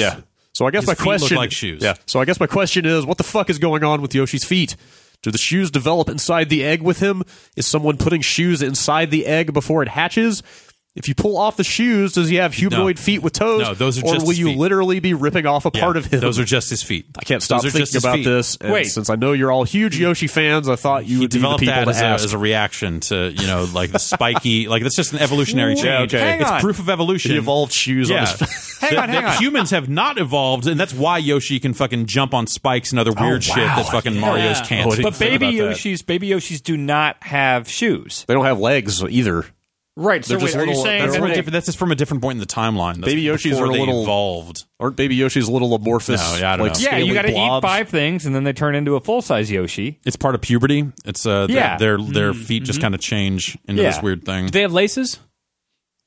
[SPEAKER 1] So I guess
[SPEAKER 2] His
[SPEAKER 1] my
[SPEAKER 2] feet look
[SPEAKER 1] question
[SPEAKER 2] like shoes.
[SPEAKER 1] Yeah. So I guess my question is, what the fuck is going on with Yoshi's feet? Do the shoes develop inside the egg with him? Is someone putting shoes inside the egg before it hatches? If you pull off the shoes, does he have humanoid
[SPEAKER 2] No.
[SPEAKER 1] feet with toes?
[SPEAKER 2] No, those are
[SPEAKER 1] or
[SPEAKER 2] just
[SPEAKER 1] will
[SPEAKER 2] his
[SPEAKER 1] you
[SPEAKER 2] feet.
[SPEAKER 1] literally be ripping off a
[SPEAKER 2] Yeah,
[SPEAKER 1] part of him?
[SPEAKER 2] Those are just his feet.
[SPEAKER 1] I can't stop
[SPEAKER 2] Those are just
[SPEAKER 1] thinking about
[SPEAKER 2] his feet.
[SPEAKER 1] this. and
[SPEAKER 4] Wait.
[SPEAKER 1] since I know you're all huge Yoshi fans, I thought you would
[SPEAKER 2] He
[SPEAKER 1] be the
[SPEAKER 2] developed
[SPEAKER 1] people
[SPEAKER 2] that
[SPEAKER 1] to
[SPEAKER 2] as a,
[SPEAKER 1] ask.
[SPEAKER 2] as a reaction to you know like the spiky like that's just an evolutionary
[SPEAKER 4] Wait,
[SPEAKER 2] change.
[SPEAKER 4] okay. hang
[SPEAKER 2] It's
[SPEAKER 4] on.
[SPEAKER 2] proof of evolution.
[SPEAKER 1] he evolved shoes
[SPEAKER 2] Yeah.
[SPEAKER 1] on his
[SPEAKER 4] Hang
[SPEAKER 2] That-
[SPEAKER 4] on, hang
[SPEAKER 2] that
[SPEAKER 4] on.
[SPEAKER 2] Humans have not evolved, and that's why Yoshi can fucking jump on spikes and other weird shit that fucking Mario's can't.
[SPEAKER 1] Oh, I didn't
[SPEAKER 4] But
[SPEAKER 1] think
[SPEAKER 4] baby
[SPEAKER 1] about that.
[SPEAKER 4] Yoshi's baby Yoshi's do not have shoes.
[SPEAKER 1] They don't have legs either.
[SPEAKER 4] Right. So
[SPEAKER 1] They're
[SPEAKER 4] wait,
[SPEAKER 1] just
[SPEAKER 4] are you
[SPEAKER 1] little-
[SPEAKER 4] saying
[SPEAKER 1] they're
[SPEAKER 4] that
[SPEAKER 2] From a
[SPEAKER 4] they-
[SPEAKER 2] different- that's just from a different point in the timeline. That's
[SPEAKER 1] Baby Yoshis
[SPEAKER 2] before
[SPEAKER 1] are a
[SPEAKER 2] they
[SPEAKER 1] little-
[SPEAKER 2] evolved.
[SPEAKER 1] Aren't baby Yoshi's little amorphous?
[SPEAKER 2] No, yeah, I don't
[SPEAKER 1] like
[SPEAKER 2] know.
[SPEAKER 4] yeah, you
[SPEAKER 1] got to
[SPEAKER 4] eat five things and then they turn into a full size Yoshi.
[SPEAKER 2] It's part of puberty. It's uh, their-
[SPEAKER 4] Yeah.
[SPEAKER 2] their their feet just kind of change into
[SPEAKER 4] Yeah.
[SPEAKER 2] this weird thing.
[SPEAKER 3] Do they have laces?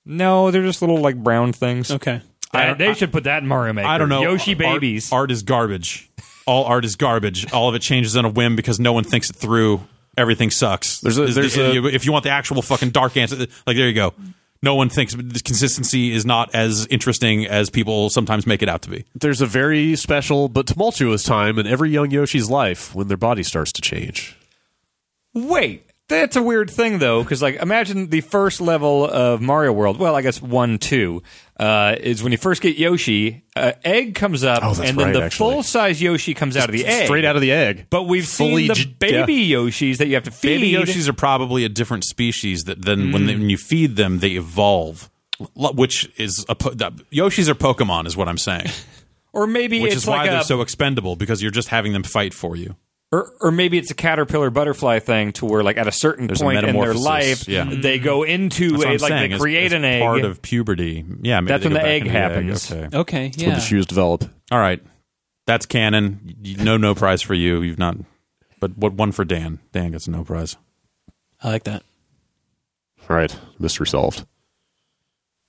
[SPEAKER 4] No, they're just little like brown things.
[SPEAKER 3] Okay.
[SPEAKER 4] I
[SPEAKER 2] don't-
[SPEAKER 4] they should put that in Mario Maker.
[SPEAKER 2] I don't know.
[SPEAKER 4] Yoshi
[SPEAKER 2] Art-
[SPEAKER 4] babies.
[SPEAKER 2] Art, is garbage. All art is garbage. All of it changes on a whim because no one thinks it through. Everything sucks.
[SPEAKER 1] There's a-
[SPEAKER 2] Is-
[SPEAKER 1] there's a-
[SPEAKER 2] if you want the actual fucking dark answer, like there you go. no one thinks the consistency is not as interesting as people sometimes make it out to be.
[SPEAKER 1] There's a very special but tumultuous time in every young Yoshi's life when their body starts to change.
[SPEAKER 4] Wait, that's a weird thing though, because like imagine the first level of Mario World. Well, I guess one, two uh, is when you first get Yoshi. Uh, egg comes up,
[SPEAKER 1] Oh, that's
[SPEAKER 4] and then
[SPEAKER 1] right,
[SPEAKER 4] the
[SPEAKER 1] actually.
[SPEAKER 4] full size Yoshi comes out of the egg,
[SPEAKER 1] Straight out of the egg.
[SPEAKER 4] But we've
[SPEAKER 1] Fully
[SPEAKER 4] seen the
[SPEAKER 1] j-
[SPEAKER 4] baby Yoshis that you have to feed.
[SPEAKER 2] Baby Yoshis are probably a different species that then when, they, when you feed them they evolve, L- which is a po- that- Yoshis are Pokemon is what I'm saying,
[SPEAKER 4] or maybe
[SPEAKER 2] which
[SPEAKER 4] it's
[SPEAKER 2] is why
[SPEAKER 4] like
[SPEAKER 2] they're
[SPEAKER 4] a,
[SPEAKER 2] so expendable because you're just having them fight for you.
[SPEAKER 4] or, or maybe it's a caterpillar butterfly thing to where like at a certain
[SPEAKER 2] There's a
[SPEAKER 4] point in their
[SPEAKER 2] metamorphosis,
[SPEAKER 4] life
[SPEAKER 2] yeah.
[SPEAKER 4] they go
[SPEAKER 2] That's
[SPEAKER 4] into
[SPEAKER 2] what
[SPEAKER 4] a
[SPEAKER 2] I'm
[SPEAKER 4] like
[SPEAKER 2] saying,
[SPEAKER 4] they
[SPEAKER 2] is-
[SPEAKER 4] create
[SPEAKER 2] is
[SPEAKER 4] an egg.
[SPEAKER 2] Part of puberty, yeah. Maybe
[SPEAKER 4] That's
[SPEAKER 2] they
[SPEAKER 4] when
[SPEAKER 2] go
[SPEAKER 4] the
[SPEAKER 2] back
[SPEAKER 4] egg
[SPEAKER 2] into egg.
[SPEAKER 4] happens.
[SPEAKER 2] Okay.
[SPEAKER 3] Okay,
[SPEAKER 1] When
[SPEAKER 3] yeah.
[SPEAKER 1] the shoes develop.
[SPEAKER 2] All right, that's canon. You- No, no prize for you. You've not. But what one for Dan? Dan gets a no prize.
[SPEAKER 3] I like that.
[SPEAKER 1] All right, mystery solved.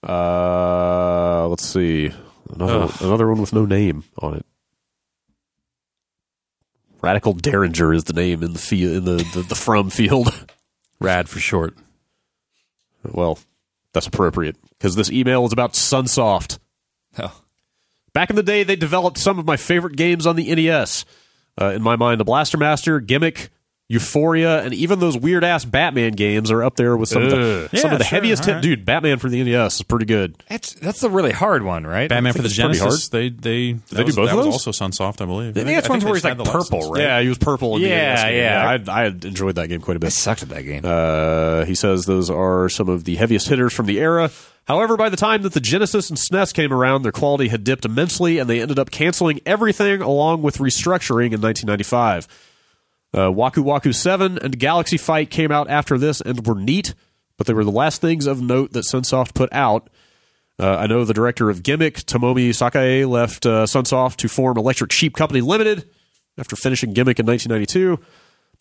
[SPEAKER 1] Uh, let's see another
[SPEAKER 2] Ugh.
[SPEAKER 1] another one with no name on it. Radical Derringer is the name in the field in the, the, the from field.
[SPEAKER 2] Rad for short.
[SPEAKER 1] well, that's appropriate because this email is about Sunsoft.
[SPEAKER 4] Oh.
[SPEAKER 1] Back in the day, they developed some of my favorite games on the NES. Uh, in my mind, the Blaster Master, Gimmick, Euphoria, and even those weird ass Batman games are up there with some of the,
[SPEAKER 2] Ugh.
[SPEAKER 1] some
[SPEAKER 2] Yeah,
[SPEAKER 1] of the
[SPEAKER 2] sure,
[SPEAKER 1] heaviest
[SPEAKER 2] all
[SPEAKER 1] hit.
[SPEAKER 2] right.
[SPEAKER 1] Dude, Batman for the NES is pretty good.
[SPEAKER 4] That's that's the really hard one, right?
[SPEAKER 2] Batman for the
[SPEAKER 1] pretty
[SPEAKER 2] Genesis. They they
[SPEAKER 1] they do both
[SPEAKER 2] that
[SPEAKER 1] of
[SPEAKER 2] was
[SPEAKER 1] those?
[SPEAKER 2] also Sunsoft, I believe.
[SPEAKER 4] The NES one's where he's like purple, right?
[SPEAKER 1] Yeah, he was purple. In
[SPEAKER 4] Yeah,
[SPEAKER 1] the NES game.
[SPEAKER 4] yeah.
[SPEAKER 1] yeah. I, I had enjoyed that game quite a
[SPEAKER 4] I
[SPEAKER 1] bit.
[SPEAKER 4] sucked at that game.
[SPEAKER 1] Uh, he says those are some of the heaviest hitters from the era. However, by the time that the Genesis and SNES came around, their quality had dipped immensely, and they ended up canceling everything along with restructuring in 1995. Uh, Waku Waku 7 and Galaxy Fight came out after this and were neat, but they were the last things of note that Sunsoft put out. Uh, I know the director of Gimmick, Tomomi Sakae, left uh, Sunsoft to form Electric Sheep Company Limited after finishing Gimmick in 1992. But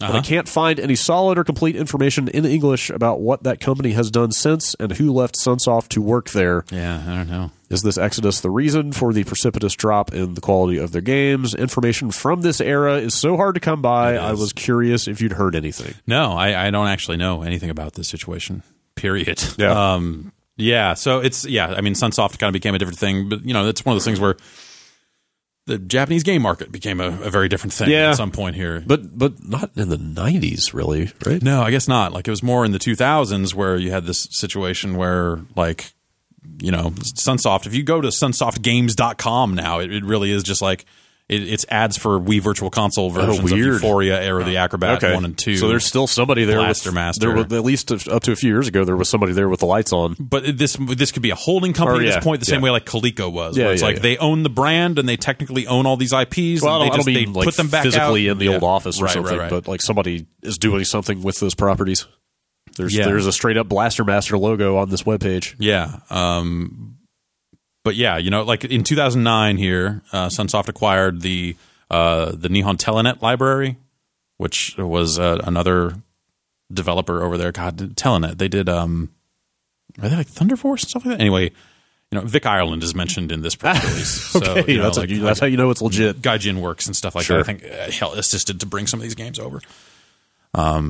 [SPEAKER 2] Uh-huh.
[SPEAKER 1] I can't find any solid or complete information in English about what that company has done since and who left Sunsoft to work there.
[SPEAKER 2] Yeah, I don't know.
[SPEAKER 1] Is this exodus the reason for the precipitous drop in the quality of their games? Information from this era is so hard to come by. I was curious if you'd heard anything.
[SPEAKER 2] No, I, I don't actually know anything about this situation. Period.
[SPEAKER 1] Yeah.
[SPEAKER 2] Um, yeah. So it's yeah. I mean, Sunsoft kind of became a different thing, but you know, it's one of those things where the Japanese game market became a, a very different thing
[SPEAKER 1] Yeah.
[SPEAKER 2] at some point here.
[SPEAKER 1] But but not in the 90s really, right?
[SPEAKER 2] no, I guess not. Like it was more in the 2000s where you had this situation where like you know Sunsoft. If you go to sunsoftgames.com now, it, it really is just like. It, it's ads for Wii Virtual Console versions of
[SPEAKER 1] Oh, weird. Oh,
[SPEAKER 2] Euphoria, Era of the Acrobat, one and two.
[SPEAKER 1] So there's still somebody there
[SPEAKER 2] Blaster
[SPEAKER 1] with
[SPEAKER 2] Master.
[SPEAKER 1] There was, at least up to a few years ago there was somebody there with the lights on.
[SPEAKER 2] but this this could be a holding company
[SPEAKER 1] Or,
[SPEAKER 2] at
[SPEAKER 1] yeah,
[SPEAKER 2] this point, the same
[SPEAKER 1] yeah.
[SPEAKER 2] way like Coleco was,
[SPEAKER 1] Yeah,
[SPEAKER 2] where it's
[SPEAKER 1] yeah,
[SPEAKER 2] like
[SPEAKER 1] yeah.
[SPEAKER 2] they own the brand and they technically own all these IPs.
[SPEAKER 1] Well, I
[SPEAKER 2] and
[SPEAKER 1] don't,
[SPEAKER 2] they
[SPEAKER 1] I don't
[SPEAKER 2] just
[SPEAKER 1] mean
[SPEAKER 2] they
[SPEAKER 1] like
[SPEAKER 2] put them back
[SPEAKER 1] physically
[SPEAKER 2] out.
[SPEAKER 1] in the
[SPEAKER 2] Yeah.
[SPEAKER 1] old office or
[SPEAKER 2] Right,
[SPEAKER 1] something,
[SPEAKER 2] right, right.
[SPEAKER 1] but like somebody is doing something with those properties. There's
[SPEAKER 2] Yeah.
[SPEAKER 1] there's a straight up Blaster Master logo on this webpage.
[SPEAKER 2] yeah, um, but yeah, you know, like in 2009 here, uh, Sunsoft acquired the uh, the Nihon Telenet library, which was uh, another developer over there. God, Telenet, they did. Um, are they like Thunder Force and stuff like that? Anyway, you know, Vic Ireland is mentioned in this press release.
[SPEAKER 1] Ah, Okay,
[SPEAKER 2] so, you know,
[SPEAKER 1] that's,
[SPEAKER 2] like-
[SPEAKER 1] how you- that's how you know it's legit.
[SPEAKER 2] Gaijin works and stuff like
[SPEAKER 1] Sure.
[SPEAKER 2] that. I think uh, hell assisted to bring some of these games over.
[SPEAKER 4] that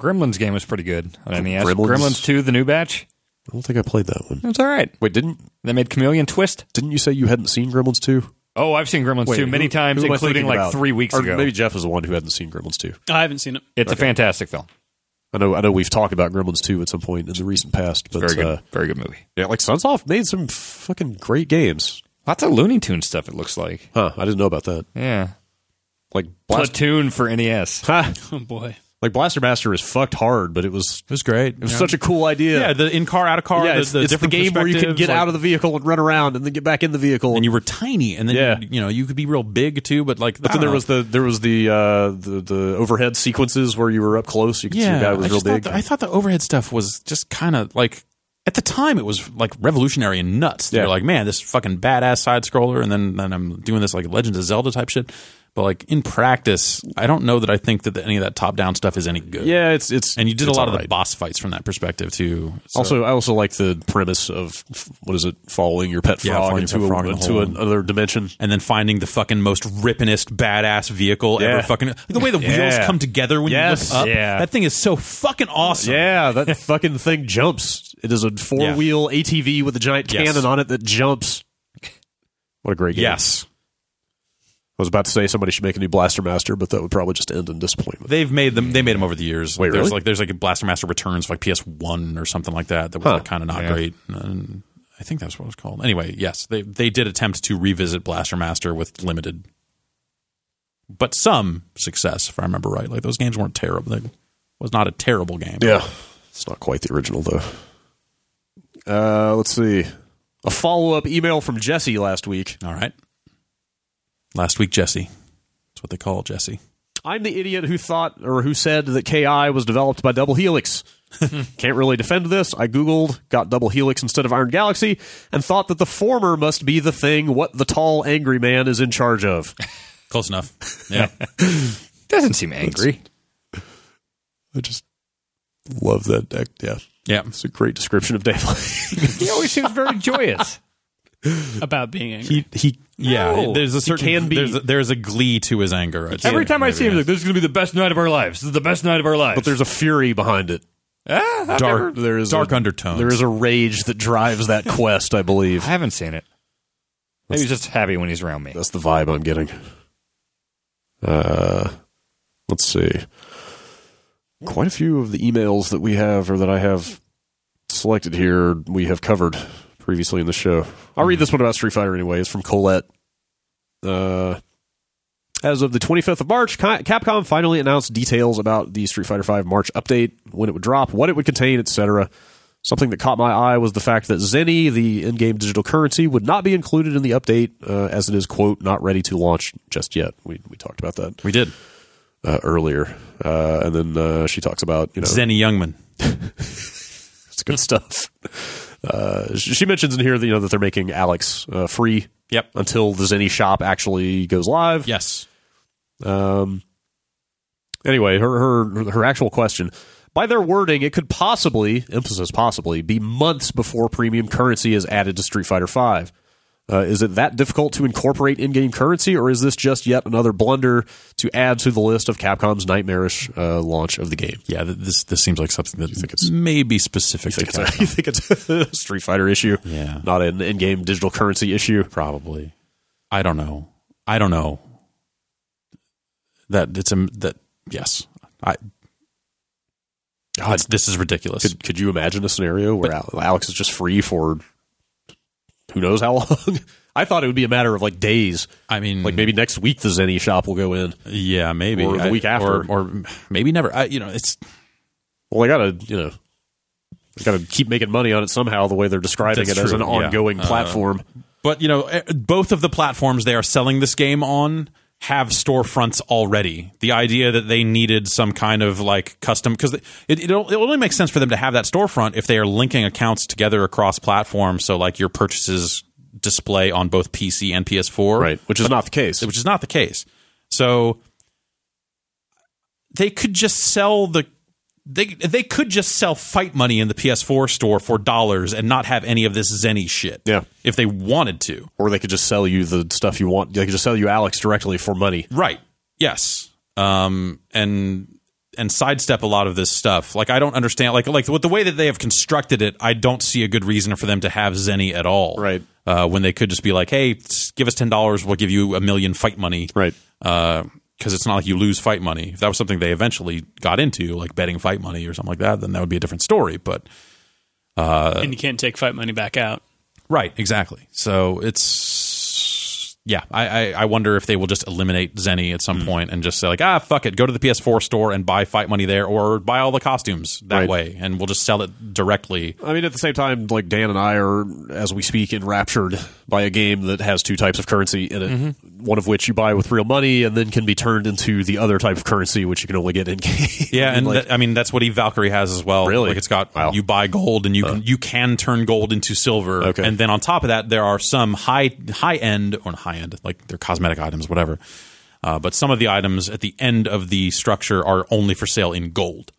[SPEAKER 4] Gremlins game was pretty good on NES.
[SPEAKER 1] Gremlins-
[SPEAKER 4] Gremlins, two, the new batch.
[SPEAKER 1] I don't think I played that one.
[SPEAKER 4] It was all right.
[SPEAKER 1] Wait, didn't
[SPEAKER 4] They made Chameleon Twist.
[SPEAKER 1] didn't you say you hadn't seen Gremlins two?
[SPEAKER 4] Oh, I've seen Gremlins two many times, including like three weeks
[SPEAKER 1] or
[SPEAKER 4] ago.
[SPEAKER 1] Maybe Jeff is the one who hadn't seen Gremlins two.
[SPEAKER 3] I haven't seen it.
[SPEAKER 4] it's a fantastic film.
[SPEAKER 1] I know. I know we've talked about Gremlins two at some point in the recent past, but
[SPEAKER 4] Very good,
[SPEAKER 1] uh,
[SPEAKER 4] very good movie.
[SPEAKER 1] yeah, like Sunsoft made some fucking great games.
[SPEAKER 4] Lots of Looney Tune stuff. It looks like.
[SPEAKER 1] Huh? I didn't know about that.
[SPEAKER 4] Yeah.
[SPEAKER 1] Like Blaster,
[SPEAKER 4] Platoon for E NES.
[SPEAKER 1] ha,
[SPEAKER 3] Oh boy.
[SPEAKER 1] like Blaster Master is fucked hard, but it was
[SPEAKER 2] It was great.
[SPEAKER 1] it was such a cool idea.
[SPEAKER 2] yeah, the in car out of car.
[SPEAKER 1] yeah,
[SPEAKER 2] the,
[SPEAKER 1] it's
[SPEAKER 2] the
[SPEAKER 1] the, it's the
[SPEAKER 2] different
[SPEAKER 1] game where you can
[SPEAKER 2] perspectives,
[SPEAKER 1] get
[SPEAKER 2] like-
[SPEAKER 1] out of the vehicle and run around and then get back in the vehicle.
[SPEAKER 2] and you were tiny, and then
[SPEAKER 1] Yeah.
[SPEAKER 2] you, you know you could be real big too. But like,
[SPEAKER 1] but then there was the there was the uh, the the overhead sequences where you were up close. You could see
[SPEAKER 2] yeah,
[SPEAKER 1] the guy was
[SPEAKER 2] I
[SPEAKER 1] real
[SPEAKER 2] just thought
[SPEAKER 1] big.
[SPEAKER 2] the- I thought the overhead stuff was just kind of like at the time it was like revolutionary and nuts. They
[SPEAKER 1] Yeah.
[SPEAKER 2] were like, man, this fucking badass side scroller, and then then I'm doing this like Legend of Zelda type shit. But like in practice, I don't know that I think that any of that top down stuff is any good.
[SPEAKER 1] yeah, it's it's
[SPEAKER 2] and you did a
[SPEAKER 1] it's
[SPEAKER 2] lot of the
[SPEAKER 1] alright.
[SPEAKER 2] boss fights from that perspective too. So-
[SPEAKER 1] Also, I also like the premise of what is it? Following your pet
[SPEAKER 2] Yeah,
[SPEAKER 1] frog
[SPEAKER 2] following your
[SPEAKER 1] into
[SPEAKER 2] pet
[SPEAKER 1] a,
[SPEAKER 2] frog in a
[SPEAKER 1] into
[SPEAKER 2] hole.
[SPEAKER 1] another dimension.
[SPEAKER 2] and then finding the fucking most rippinest badass vehicle
[SPEAKER 1] Yeah.
[SPEAKER 2] ever fucking like the way the
[SPEAKER 1] Yeah.
[SPEAKER 2] wheels come together when
[SPEAKER 1] Yes.
[SPEAKER 2] you look up
[SPEAKER 4] Yeah.
[SPEAKER 2] that thing is so fucking awesome
[SPEAKER 1] Yeah, that fucking thing jumps. It is a four wheel ATV with a giant
[SPEAKER 2] Yes.
[SPEAKER 1] cannon on it that jumps. What a great game!
[SPEAKER 2] Yes.
[SPEAKER 1] I was about to say somebody should make a new Blaster Master, but that would probably just end in disappointment.
[SPEAKER 2] They've made them. They made them over the years.
[SPEAKER 1] Wait,
[SPEAKER 2] there's
[SPEAKER 1] really?
[SPEAKER 2] like there's like a Blaster Master Returns for like PS One or something like that. That was
[SPEAKER 1] Huh.
[SPEAKER 2] like kind of not great. And I think that's what it was called. Anyway, yes, they they did attempt to revisit Blaster Master with limited, but some success, if I remember right. Like those games weren't terrible. They was not a terrible game.
[SPEAKER 1] Yeah, it's not quite the original though. Uh, let's see. A follow up email from Jesse last week.
[SPEAKER 2] All right. Last week, Jesse. That's what they call Jesse.
[SPEAKER 1] I'm the idiot who thought or who said that KI was developed by Double Helix. Can't really defend this. I Googled, got Double Helix instead of Iron Galaxy, and thought that the former must be the thing what the tall, angry man is in charge of.
[SPEAKER 2] Close enough. Yeah.
[SPEAKER 8] Doesn't seem angry.
[SPEAKER 1] I just love that deck. Yeah.
[SPEAKER 2] yeah.
[SPEAKER 1] It's a great description of Daylight.
[SPEAKER 4] He always seems very joyous.
[SPEAKER 3] about being angry.
[SPEAKER 1] he, he,
[SPEAKER 2] Yeah.
[SPEAKER 4] No.
[SPEAKER 2] There's a certain
[SPEAKER 1] can be-
[SPEAKER 2] There's a, there's a glee to his anger. I'd say.
[SPEAKER 4] Every time I
[SPEAKER 2] Maybe,
[SPEAKER 4] see him, he's
[SPEAKER 2] yeah.
[SPEAKER 4] like, this is going to be the best night of our lives. This is the best night of our lives.
[SPEAKER 1] but there's a fury behind it.
[SPEAKER 2] dark
[SPEAKER 1] There is
[SPEAKER 2] Ah, dark
[SPEAKER 1] a,
[SPEAKER 2] undertones.
[SPEAKER 1] There is a rage that drives that quest, I believe.
[SPEAKER 8] I haven't seen it. Maybe he's just happy when he's around me.
[SPEAKER 1] That's the vibe I'm getting. Uh, let's see. Quite a few of the emails that we have or that I have selected here, we have covered previously in the show. I'll read this one about Street Fighter anyway. It's from Colette. Uh, as of the 25th of March, Ca- Capcom finally announced details about the Street Fighter V March update, when it would drop, what it would contain, etc. Something that caught my eye was the fact that Zenny, the in-game digital currency, would not be included in the update, uh, as it is quote not ready to launch just yet. We we talked about that
[SPEAKER 2] we did.
[SPEAKER 1] uh, earlier, uh, and then uh, she talks about you know
[SPEAKER 2] Zenny Youngman.
[SPEAKER 1] it's good stuff. Uh, sh- she mentions in here that you know that they're making Alex uh, free
[SPEAKER 2] Yep.
[SPEAKER 1] until the Zenny shop actually goes live.
[SPEAKER 2] Yes.
[SPEAKER 1] Um, anyway, her, her her actual question. By their wording, it could possibly, emphasis possibly, be months before premium currency is added to Street Fighter V. Uh, is it that difficult to incorporate in-game currency, or is this just yet another blunder to add to the list of Capcom's nightmarish uh, launch of the game?
[SPEAKER 2] Yeah. th- This this seems like something that you
[SPEAKER 1] think it's-
[SPEAKER 2] maybe specific
[SPEAKER 1] You think,
[SPEAKER 2] to
[SPEAKER 1] it's a, you think it's a Street Fighter issue,
[SPEAKER 2] Yeah.
[SPEAKER 1] not an in-game digital currency issue?
[SPEAKER 2] probably. I don't know. I don't know. That it's a that yes. I. It's- this is ridiculous.
[SPEAKER 1] Could, could you imagine a scenario where Al- Alex is just free for who knows how long? I thought it would be a matter of like days.
[SPEAKER 2] I mean,
[SPEAKER 1] Like maybe next week the Zenny shop will go in.
[SPEAKER 2] yeah, maybe
[SPEAKER 1] or the
[SPEAKER 2] I-
[SPEAKER 1] week after.
[SPEAKER 2] or, or maybe never. I, you know, it's
[SPEAKER 1] Well, they gotta you know, they gotta keep making money on it somehow. The way they're describing
[SPEAKER 2] That's
[SPEAKER 1] it as
[SPEAKER 2] true,
[SPEAKER 1] an
[SPEAKER 2] yeah. Uh,
[SPEAKER 1] ongoing platform.
[SPEAKER 2] But you know, eh, both of the platforms they are selling this game on have storefronts already. The idea that they needed some kind of like custom because it it it'll- it only makes sense for them to have that storefront if they are linking accounts together across platforms. So like your purchases display on both PC and PS4,
[SPEAKER 1] which is not the case.
[SPEAKER 2] which is not the case. So they could just sell the they they could just sell fight money in the PS4 store for dollars and not have any of this Zenny shit.
[SPEAKER 1] Yeah.
[SPEAKER 2] if they wanted to.
[SPEAKER 1] Or they could just sell you the stuff you want. They could just sell you Alex directly for money.
[SPEAKER 2] Right. Yes. Um. And and sidestep a lot of this stuff. Like I don't understand. Like like with the way that they have constructed it, I don't see a good reason for them to have Zenny at all.
[SPEAKER 1] Right.
[SPEAKER 2] Uh, when they could just be like, hey, s- give us ten dollars, we'll give you a million fight money.
[SPEAKER 1] Right.
[SPEAKER 2] because it's not like you lose fight money. If that was something they eventually got into, like betting fight money or something like that, then that would be a different story. But
[SPEAKER 3] and you can't take fight money back out.
[SPEAKER 2] right, exactly. So it's yeah, I, I, I wonder if they will just eliminate Zenny at some
[SPEAKER 1] Hmm.
[SPEAKER 2] point and just say like, ah, fuck it, go to the PS4 store and buy fight money there, or buy all the costumes that
[SPEAKER 1] Right.
[SPEAKER 2] way, and we'll just sell it directly.
[SPEAKER 1] I mean, at the same time, like Dan and I are, as we speak, enraptured by a game that has two types of currency in it.
[SPEAKER 2] Mm-hmm.
[SPEAKER 1] One of which you buy with real money, and then can be turned into the other type of currency, which you can only get in game.
[SPEAKER 2] Yeah, and
[SPEAKER 1] like,
[SPEAKER 2] that- I mean that's what Eve Valkyrie has as well.
[SPEAKER 1] Really?
[SPEAKER 2] like it's got
[SPEAKER 1] Wow.
[SPEAKER 2] you buy gold and you can you can turn gold into silver.
[SPEAKER 1] Okay.
[SPEAKER 2] and then on top of that, there are some high high end or high end like they're cosmetic items, whatever. Uh, but some of the items at the end of the structure are only for sale in gold.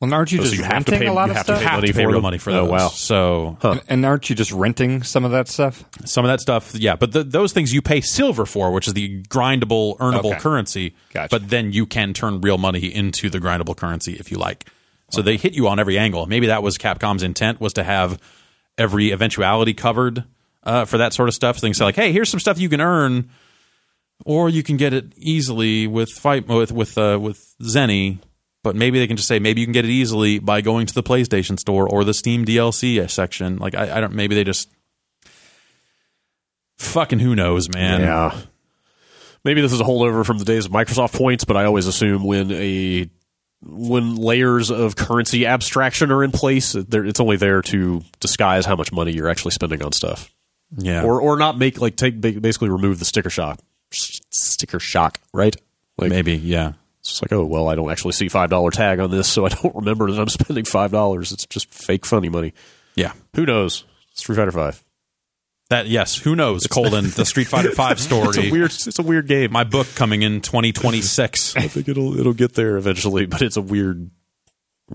[SPEAKER 8] Well, aren't you
[SPEAKER 1] so
[SPEAKER 8] just
[SPEAKER 1] you have to
[SPEAKER 8] renting
[SPEAKER 1] pay-
[SPEAKER 8] a lot
[SPEAKER 1] you
[SPEAKER 8] of
[SPEAKER 1] have to
[SPEAKER 8] stuff?
[SPEAKER 2] Have
[SPEAKER 1] money
[SPEAKER 2] to pay
[SPEAKER 1] for
[SPEAKER 2] real
[SPEAKER 1] them?
[SPEAKER 2] money for
[SPEAKER 1] Oh,
[SPEAKER 2] those.
[SPEAKER 1] wow.
[SPEAKER 2] So
[SPEAKER 8] And- And aren't you just renting some of that stuff?
[SPEAKER 2] some of that stuff, yeah. But th those things you pay silver for, which is the grindable, earnable
[SPEAKER 8] Okay.
[SPEAKER 2] currency.
[SPEAKER 8] Gotcha.
[SPEAKER 2] But then you can turn real money into the grindable currency if you like. So they hit you on every angle. Maybe that was Capcom's intent was to have every eventuality covered uh, for that sort of stuff. Things like, hey, here's some stuff you can earn, or you can get it easily with fight with with uh, with Zenny. But maybe they can just say maybe you can get it easily by going to the PlayStation Store or the Steam DLC section. Like I, I don't. Maybe they just fucking who knows, man.
[SPEAKER 1] yeah. Maybe this is a holdover from the days of Microsoft points, but I always assume when a when layers of currency abstraction are in place, there- it's only there to disguise how much money you're actually spending on stuff,
[SPEAKER 2] Yeah.
[SPEAKER 1] or or not make like take ba- basically remove the sticker shock, S- sticker shock, right? Like
[SPEAKER 2] maybe. Yeah.
[SPEAKER 1] it's just like oh well, I don't actually see five dollar tag on this, so I don't remember that I'm spending five dollars. It's just fake funny money.
[SPEAKER 2] Yeah.
[SPEAKER 1] Who knows? Street Fighter Five.
[SPEAKER 2] That yes. Who knows? Colon the Street Fighter Five story.
[SPEAKER 1] It's a weird. It's a weird game.
[SPEAKER 2] My book coming in 2026.
[SPEAKER 1] I think it'll it'll get there eventually, but it's a weird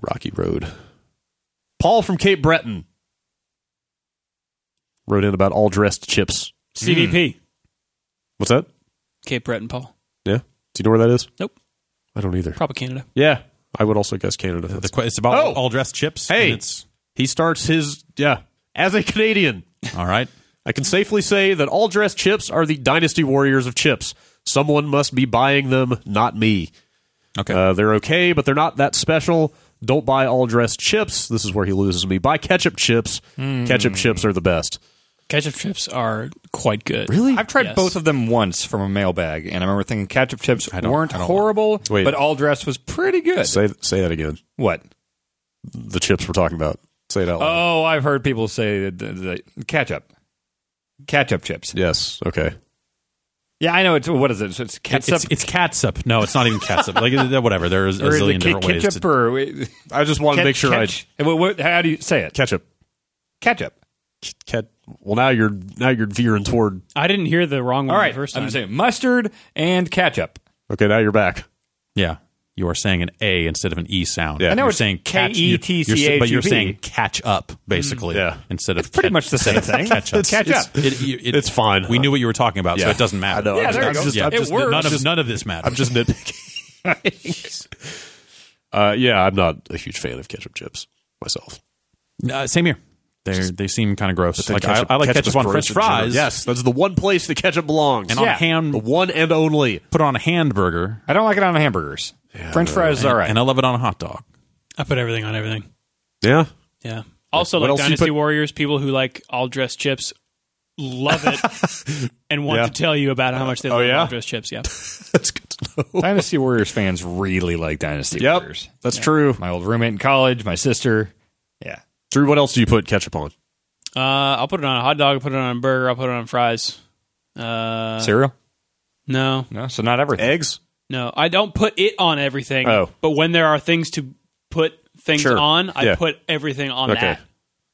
[SPEAKER 1] rocky road. Paul from Cape Breton wrote in about all dressed chips. Hmm.
[SPEAKER 3] CVP.
[SPEAKER 1] What's that?
[SPEAKER 3] Cape Breton Paul.
[SPEAKER 1] Yeah. Do you know where that is?
[SPEAKER 3] Nope.
[SPEAKER 1] I don't either.
[SPEAKER 3] Probably Canada.
[SPEAKER 1] Yeah. I would also guess Canada.
[SPEAKER 2] The que- it's about
[SPEAKER 1] Oh.
[SPEAKER 2] all dressed chips.
[SPEAKER 1] Hey.
[SPEAKER 2] and it's,
[SPEAKER 1] he starts his yeah. As a Canadian,
[SPEAKER 2] all right.
[SPEAKER 1] I can safely say that all dressed chips are the dynasty warriors of chips. Someone must be buying them, not me.
[SPEAKER 2] Okay.
[SPEAKER 1] Uh, they're okay, but they're not that special. Don't buy all dressed chips. This is where he loses me. Buy ketchup chips. Ketchup chips are the best.
[SPEAKER 3] Ketchup chips are quite good.
[SPEAKER 4] I've tried
[SPEAKER 3] Yes.
[SPEAKER 4] both of them once from a mailbag, and I remember thinking ketchup chips
[SPEAKER 2] don't-
[SPEAKER 4] weren't
[SPEAKER 2] I don't-
[SPEAKER 4] horrible,
[SPEAKER 1] Wait.
[SPEAKER 4] but all dress was pretty good.
[SPEAKER 1] Say say that again.
[SPEAKER 4] what?
[SPEAKER 1] The chips we're talking about. Say it out loud.
[SPEAKER 4] Oh, I've heard people say that, that, that ketchup, ketchup chips. Yeah.
[SPEAKER 1] yes. Okay.
[SPEAKER 4] I know it's what is it? So it's
[SPEAKER 2] It's,
[SPEAKER 4] ketchup.
[SPEAKER 2] it's, it's catsup. No, it's not even catsup. like uh, whatever. There's a
[SPEAKER 4] or is
[SPEAKER 2] zillion
[SPEAKER 4] it
[SPEAKER 2] different
[SPEAKER 4] ke-
[SPEAKER 2] ways.
[SPEAKER 4] ketchup
[SPEAKER 2] to,
[SPEAKER 4] or
[SPEAKER 1] I just want to make sure I
[SPEAKER 4] catch, what, what, how do you say it?
[SPEAKER 1] ketchup.
[SPEAKER 4] Ketchup.
[SPEAKER 1] Ket. Well, now you're now you're veering toward.
[SPEAKER 3] I didn't hear the wrong one
[SPEAKER 4] All right,
[SPEAKER 3] the first
[SPEAKER 4] I'm
[SPEAKER 3] time.
[SPEAKER 4] saying mustard and ketchup.
[SPEAKER 1] Okay, now you're back.
[SPEAKER 2] yeah. You are saying an A instead of an E sound.
[SPEAKER 1] Yeah. I know
[SPEAKER 2] You're
[SPEAKER 4] it's E
[SPEAKER 2] saying catch- you-
[SPEAKER 4] K-E-T-C-H-U-P.
[SPEAKER 2] you're s- But you're saying catch up, basically.
[SPEAKER 1] Yeah.
[SPEAKER 2] Instead of
[SPEAKER 4] Pretty
[SPEAKER 2] cat-
[SPEAKER 4] much the same thing.
[SPEAKER 2] Ketchup.
[SPEAKER 4] Ketchup.
[SPEAKER 2] It, you- it-
[SPEAKER 1] It's fine.
[SPEAKER 2] We knew what you were talking about, so
[SPEAKER 1] Yeah.
[SPEAKER 2] it
[SPEAKER 1] I
[SPEAKER 2] doesn't matter.
[SPEAKER 1] know.
[SPEAKER 4] Yeah,
[SPEAKER 1] I'm
[SPEAKER 4] there you
[SPEAKER 1] just-
[SPEAKER 4] go.
[SPEAKER 1] I'm just-
[SPEAKER 2] Yeah,
[SPEAKER 1] I'm
[SPEAKER 4] It
[SPEAKER 1] just-
[SPEAKER 4] works.
[SPEAKER 2] None of, none of this matters.
[SPEAKER 1] I'm just nitpicking. uh, yeah, I'm not a huge fan of ketchup chips myself.
[SPEAKER 2] Uh, same here. They they seem kind of gross. Like
[SPEAKER 1] Ketchup-
[SPEAKER 2] I, I like ketchup,
[SPEAKER 1] ketchup is
[SPEAKER 2] on
[SPEAKER 1] gross
[SPEAKER 2] French
[SPEAKER 1] in general.
[SPEAKER 2] fries.
[SPEAKER 1] Yes, that's the one place the ketchup belongs.
[SPEAKER 2] and
[SPEAKER 1] yeah.
[SPEAKER 2] on ham,
[SPEAKER 1] the one and only.
[SPEAKER 2] put on a hamburger,
[SPEAKER 4] I don't like it on hamburgers. French fries is all right.
[SPEAKER 2] and I love it on a hot dog.
[SPEAKER 3] I put everything on everything.
[SPEAKER 1] Yeah.
[SPEAKER 3] Yeah. Also,
[SPEAKER 1] What
[SPEAKER 3] like
[SPEAKER 1] else you
[SPEAKER 3] Dynasty
[SPEAKER 1] put-
[SPEAKER 3] Warriors, people who like all dressed chips love it and want
[SPEAKER 1] Yeah. Oh,
[SPEAKER 3] to tell you about how much they love
[SPEAKER 1] yeah?
[SPEAKER 3] all dressed chips. Yeah.
[SPEAKER 1] That's good to know.
[SPEAKER 4] Dynasty Warriors fans really like Dynasty Warriors.
[SPEAKER 1] That's true.
[SPEAKER 4] My old roommate in college, my sister. Yeah.
[SPEAKER 1] Drew, what else do you put ketchup on?
[SPEAKER 3] Uh, I'll put it on a hot dog. I'll put it on a burger. I'll put it on fries. Uh,
[SPEAKER 4] Cereal?
[SPEAKER 3] no,
[SPEAKER 4] No, so not everything.
[SPEAKER 1] Eggs?
[SPEAKER 3] no. I don't put it on everything.
[SPEAKER 1] Oh.
[SPEAKER 3] But when there are things to put things
[SPEAKER 1] Sure.
[SPEAKER 3] on, I
[SPEAKER 1] Yeah.
[SPEAKER 3] put everything on
[SPEAKER 1] Okay.
[SPEAKER 3] that.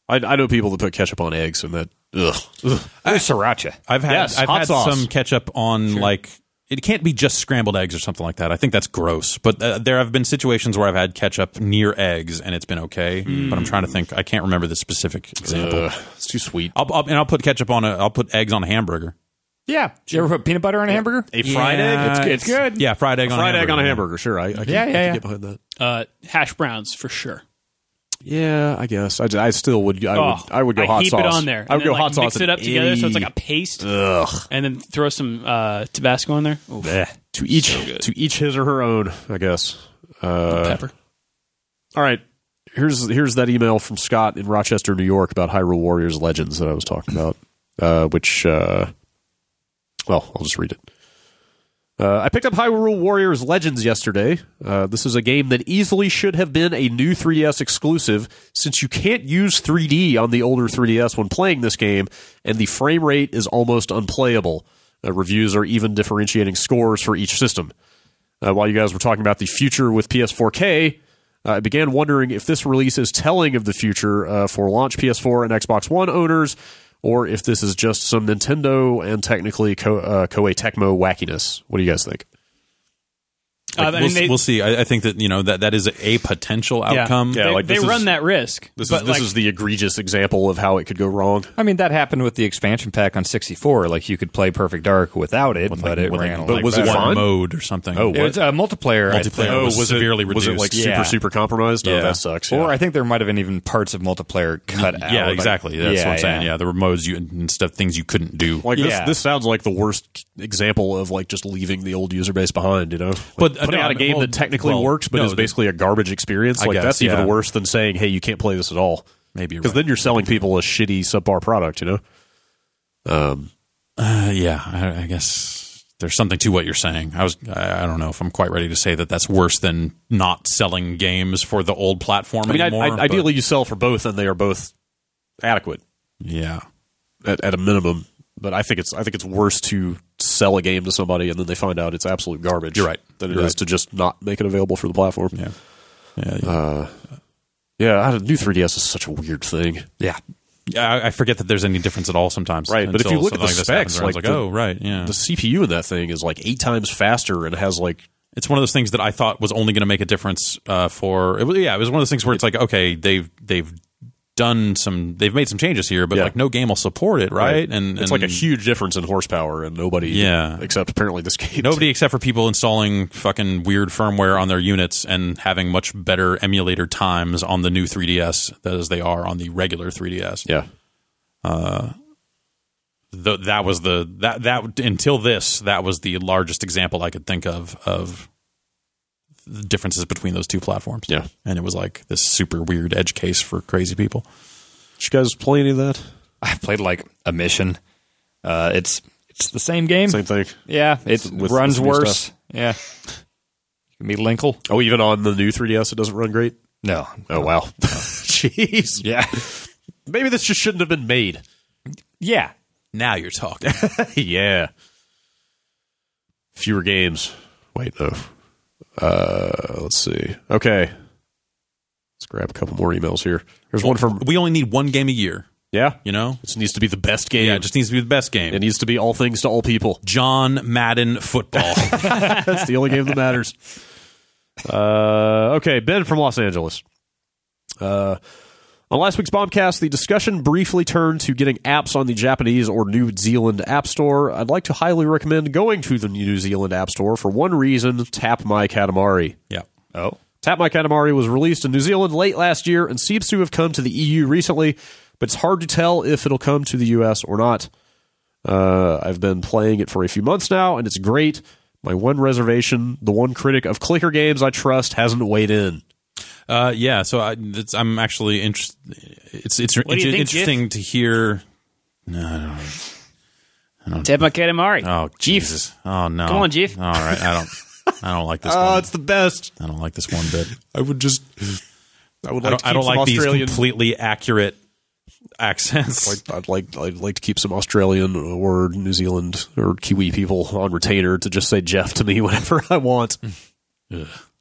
[SPEAKER 1] I, I know people that put ketchup on eggs and that. Ugh. Ugh.
[SPEAKER 4] Ooh, sriracha.
[SPEAKER 2] I've had
[SPEAKER 1] Yes,
[SPEAKER 2] I've
[SPEAKER 1] hot
[SPEAKER 2] had
[SPEAKER 1] sauce.
[SPEAKER 2] some ketchup on like it can't be just scrambled eggs or something like that. I think that's gross. But uh, there have been situations where I've had ketchup near eggs and it's been okay. But I'm trying to think. I can't remember the specific example.
[SPEAKER 1] Ugh. It's too sweet.
[SPEAKER 2] I'll, I'll- and I'll put ketchup on a. I'll put eggs on a hamburger.
[SPEAKER 4] Yeah. Did you ever put peanut butter on a hamburger?
[SPEAKER 1] A fried egg?
[SPEAKER 4] It's- it's good.
[SPEAKER 2] Yeah, fried egg on
[SPEAKER 1] fried
[SPEAKER 2] a
[SPEAKER 1] egg
[SPEAKER 2] hamburger.
[SPEAKER 1] on a hamburger. Sure. I, I can,
[SPEAKER 4] Yeah,
[SPEAKER 1] I
[SPEAKER 4] yeah,
[SPEAKER 1] can
[SPEAKER 4] yeah.
[SPEAKER 1] get behind that.
[SPEAKER 3] Uh, hash browns for sure.
[SPEAKER 1] Yeah, I guess. I, I still would. I
[SPEAKER 3] Oh,
[SPEAKER 1] would. I would go hot
[SPEAKER 3] keep
[SPEAKER 1] sauce.
[SPEAKER 3] it on there.
[SPEAKER 1] I
[SPEAKER 3] and
[SPEAKER 1] would
[SPEAKER 3] then,
[SPEAKER 1] go
[SPEAKER 3] like,
[SPEAKER 1] hot sauce. Uh.
[SPEAKER 3] Mix it
[SPEAKER 1] in
[SPEAKER 3] up together so it's like
[SPEAKER 1] any-
[SPEAKER 3] a paste,
[SPEAKER 1] Ugh.
[SPEAKER 3] and then throw some uh, Tabasco in there. Ooh,
[SPEAKER 1] To each to each his or her own, I guess. Uh,
[SPEAKER 3] pepper.
[SPEAKER 1] All right. Here's here's that email from Scott in Rochester, New York about Hyrule Warriors Legends that I was talking about, uh, which, uh, well, I'll just read it. Uh, I picked up Hyrule Warriors Legends yesterday. Uh, this is a game that easily should have been a new 3DS exclusive since you can't use 3D on the older 3DS when playing this game, and the frame rate is almost unplayable. Uh, reviews are even differentiating scores for each system uh, while you guys were talking about the future with PS4K, uh, I began wondering if this release is telling of the future uh, for launch PS4 and Xbox One owners, or if this is just some Nintendo and technically Ko- uh, Koei Tecmo wackiness. What do you guys think?
[SPEAKER 2] Like,
[SPEAKER 3] Uh, I mean,
[SPEAKER 2] we'll,
[SPEAKER 3] they-
[SPEAKER 2] we'll see. I, I think that you know that that is a potential outcome.
[SPEAKER 1] Yeah,
[SPEAKER 3] they,
[SPEAKER 1] like,
[SPEAKER 3] they
[SPEAKER 1] this
[SPEAKER 3] run
[SPEAKER 1] is-
[SPEAKER 3] that risk.
[SPEAKER 1] This is
[SPEAKER 3] but,
[SPEAKER 1] this
[SPEAKER 3] like,
[SPEAKER 1] is the egregious example of how it could go wrong.
[SPEAKER 4] I mean, that happened with the expansion pack on 64. Like you could play Perfect Dark without it, but it
[SPEAKER 2] With, like,
[SPEAKER 4] ran. a
[SPEAKER 2] but
[SPEAKER 4] lot
[SPEAKER 1] was it
[SPEAKER 4] better.
[SPEAKER 2] one
[SPEAKER 1] fun?
[SPEAKER 2] mode or something?
[SPEAKER 1] Oh, what?
[SPEAKER 4] It's a multiplayer. I
[SPEAKER 2] Multiplayer.
[SPEAKER 4] think.
[SPEAKER 2] Oh, was severely
[SPEAKER 1] it, Was it like
[SPEAKER 2] reduced.
[SPEAKER 4] Yeah.
[SPEAKER 1] super super compromised? Oh,
[SPEAKER 2] Yeah.
[SPEAKER 1] that sucks.
[SPEAKER 4] Or
[SPEAKER 1] yeah.
[SPEAKER 4] I think there might have been even parts of multiplayer cut out.
[SPEAKER 2] yeah,
[SPEAKER 4] Like-
[SPEAKER 2] exactly. That's
[SPEAKER 4] Yeah,
[SPEAKER 2] what I'm saying. Yeah, there were modes you and stuff things you couldn't do.
[SPEAKER 1] like
[SPEAKER 4] yeah.
[SPEAKER 1] this, this sounds like the worst example of like just leaving the old user base behind. You know, Like,
[SPEAKER 2] But, uh,
[SPEAKER 1] putting
[SPEAKER 2] no,
[SPEAKER 1] out
[SPEAKER 2] I
[SPEAKER 1] a
[SPEAKER 2] mean,
[SPEAKER 1] game
[SPEAKER 2] well,
[SPEAKER 1] that technically
[SPEAKER 2] well,
[SPEAKER 1] works but
[SPEAKER 2] no,
[SPEAKER 1] is
[SPEAKER 2] the-
[SPEAKER 1] basically a garbage experience.
[SPEAKER 2] I
[SPEAKER 1] Like
[SPEAKER 2] guess,
[SPEAKER 1] that's
[SPEAKER 2] yeah.
[SPEAKER 1] even worse than saying, "Hey, you can't play this at all."
[SPEAKER 2] Maybe you're
[SPEAKER 1] because
[SPEAKER 2] right.
[SPEAKER 1] then you're selling people a shitty subpar product. You know,
[SPEAKER 2] Uh, yeah, I, I guess there's something to what you're saying. I was I, I don't know if I'm quite ready to say that that's worse than not selling games for the old platform
[SPEAKER 1] I mean, I,
[SPEAKER 2] anymore.
[SPEAKER 1] I,
[SPEAKER 2] but-
[SPEAKER 1] ideally you sell for both, and they are both adequate
[SPEAKER 2] yeah.
[SPEAKER 1] at, at a minimum. But I think it's I think it's worse to sell a game to somebody and then they find out it's absolute garbage.
[SPEAKER 2] You're right.
[SPEAKER 1] Than it is
[SPEAKER 2] You're right.
[SPEAKER 1] to just not make it available for the platform. Yeah,
[SPEAKER 2] Yeah, yeah.
[SPEAKER 1] yeah. I, new 3ds is such a weird thing.
[SPEAKER 4] Yeah.
[SPEAKER 2] Yeah, I, I forget that there's any difference at all sometimes.
[SPEAKER 1] Right, but if you
[SPEAKER 2] until
[SPEAKER 1] look at
[SPEAKER 2] something
[SPEAKER 1] the
[SPEAKER 2] this happens,
[SPEAKER 1] specs,
[SPEAKER 2] where it's
[SPEAKER 1] like
[SPEAKER 2] like,
[SPEAKER 1] the-
[SPEAKER 2] oh, right, yeah,
[SPEAKER 1] The CPU in that thing is like eight times faster and has like
[SPEAKER 2] it's one of those things that I thought was only going to make a difference uh, for. It, was- yeah, it was one of those things where it's like, okay, they've they've done some, they've made some changes here, but
[SPEAKER 1] Yeah.
[SPEAKER 2] like no game will support it, right? And
[SPEAKER 1] it's
[SPEAKER 2] and
[SPEAKER 1] like a huge difference in horsepower and nobody
[SPEAKER 2] Yeah.
[SPEAKER 1] except apparently this game
[SPEAKER 2] Nobody except for people installing fucking weird firmware on their units and having much better emulator times on the new 3DS as they are on the regular 3DS.
[SPEAKER 1] yeah
[SPEAKER 2] Th- that was the that that until this that was the largest example I could think of of the differences between those two platforms.
[SPEAKER 1] Yeah.
[SPEAKER 2] and it was like this super weird edge case for crazy people.
[SPEAKER 1] did you guys play any of that
[SPEAKER 4] I've played like a mission. Uh, it's it's the same game.
[SPEAKER 1] same thing
[SPEAKER 4] Yeah, it
[SPEAKER 1] with-
[SPEAKER 4] runs
[SPEAKER 1] with new
[SPEAKER 4] worse.
[SPEAKER 1] stuff.
[SPEAKER 4] Yeah. You can be Linkle?
[SPEAKER 1] oh even on the new 3ds it doesn't run great
[SPEAKER 4] No.
[SPEAKER 1] oh wow jeez
[SPEAKER 4] Yeah.
[SPEAKER 1] maybe this just shouldn't have been made
[SPEAKER 4] Yeah.
[SPEAKER 2] Now you're talking.
[SPEAKER 1] yeah fewer games wait no uh let's see okay let's grab a couple more emails here there's one from
[SPEAKER 2] we only need one game a year.
[SPEAKER 1] yeah
[SPEAKER 2] You know,
[SPEAKER 1] this needs to be the best game
[SPEAKER 2] yeah, it just needs to be the best game.
[SPEAKER 1] it needs to be all things to all people
[SPEAKER 2] John Madden football.
[SPEAKER 1] That's the only game that matters. Uh, okay, Ben from Los Angeles. Uh, on last week's Bombcast, the discussion briefly turned to getting apps on the Japanese or New Zealand App Store. I'd like to highly recommend going to the New Zealand App Store for one reason Tap My Katamari.
[SPEAKER 2] yeah.
[SPEAKER 4] Oh.
[SPEAKER 1] Tap My Katamari was released in New Zealand late last year and seems to have come to the EU recently, but it's hard to tell if it'll come to the US or not. Uh, I've been playing it for a few months now, and it's great. My one reservation, the one critic of clicker games I trust, hasn't weighed in.
[SPEAKER 2] Uh, yeah, so I, it's, I'm actually interested. It's it's
[SPEAKER 3] do you
[SPEAKER 2] inter-
[SPEAKER 3] think,
[SPEAKER 2] interesting to hear.
[SPEAKER 3] Ted Makatamari.
[SPEAKER 2] Oh Jesus! Oh no!
[SPEAKER 3] Come on, Jeff.
[SPEAKER 2] All right, I don't. I don't like this. one.
[SPEAKER 1] Uh, the best.
[SPEAKER 2] I don't like this one bit.
[SPEAKER 1] I would just. I would
[SPEAKER 2] I
[SPEAKER 1] like
[SPEAKER 2] don't,
[SPEAKER 1] to
[SPEAKER 2] I
[SPEAKER 1] keep
[SPEAKER 2] don't
[SPEAKER 1] some
[SPEAKER 2] like these
[SPEAKER 1] Australian.
[SPEAKER 2] completely accurate accents.
[SPEAKER 1] I'd, I'd like I'd like to keep some Australian or New Zealand or Kiwi people on retainer to just say Jeff to me whenever I want.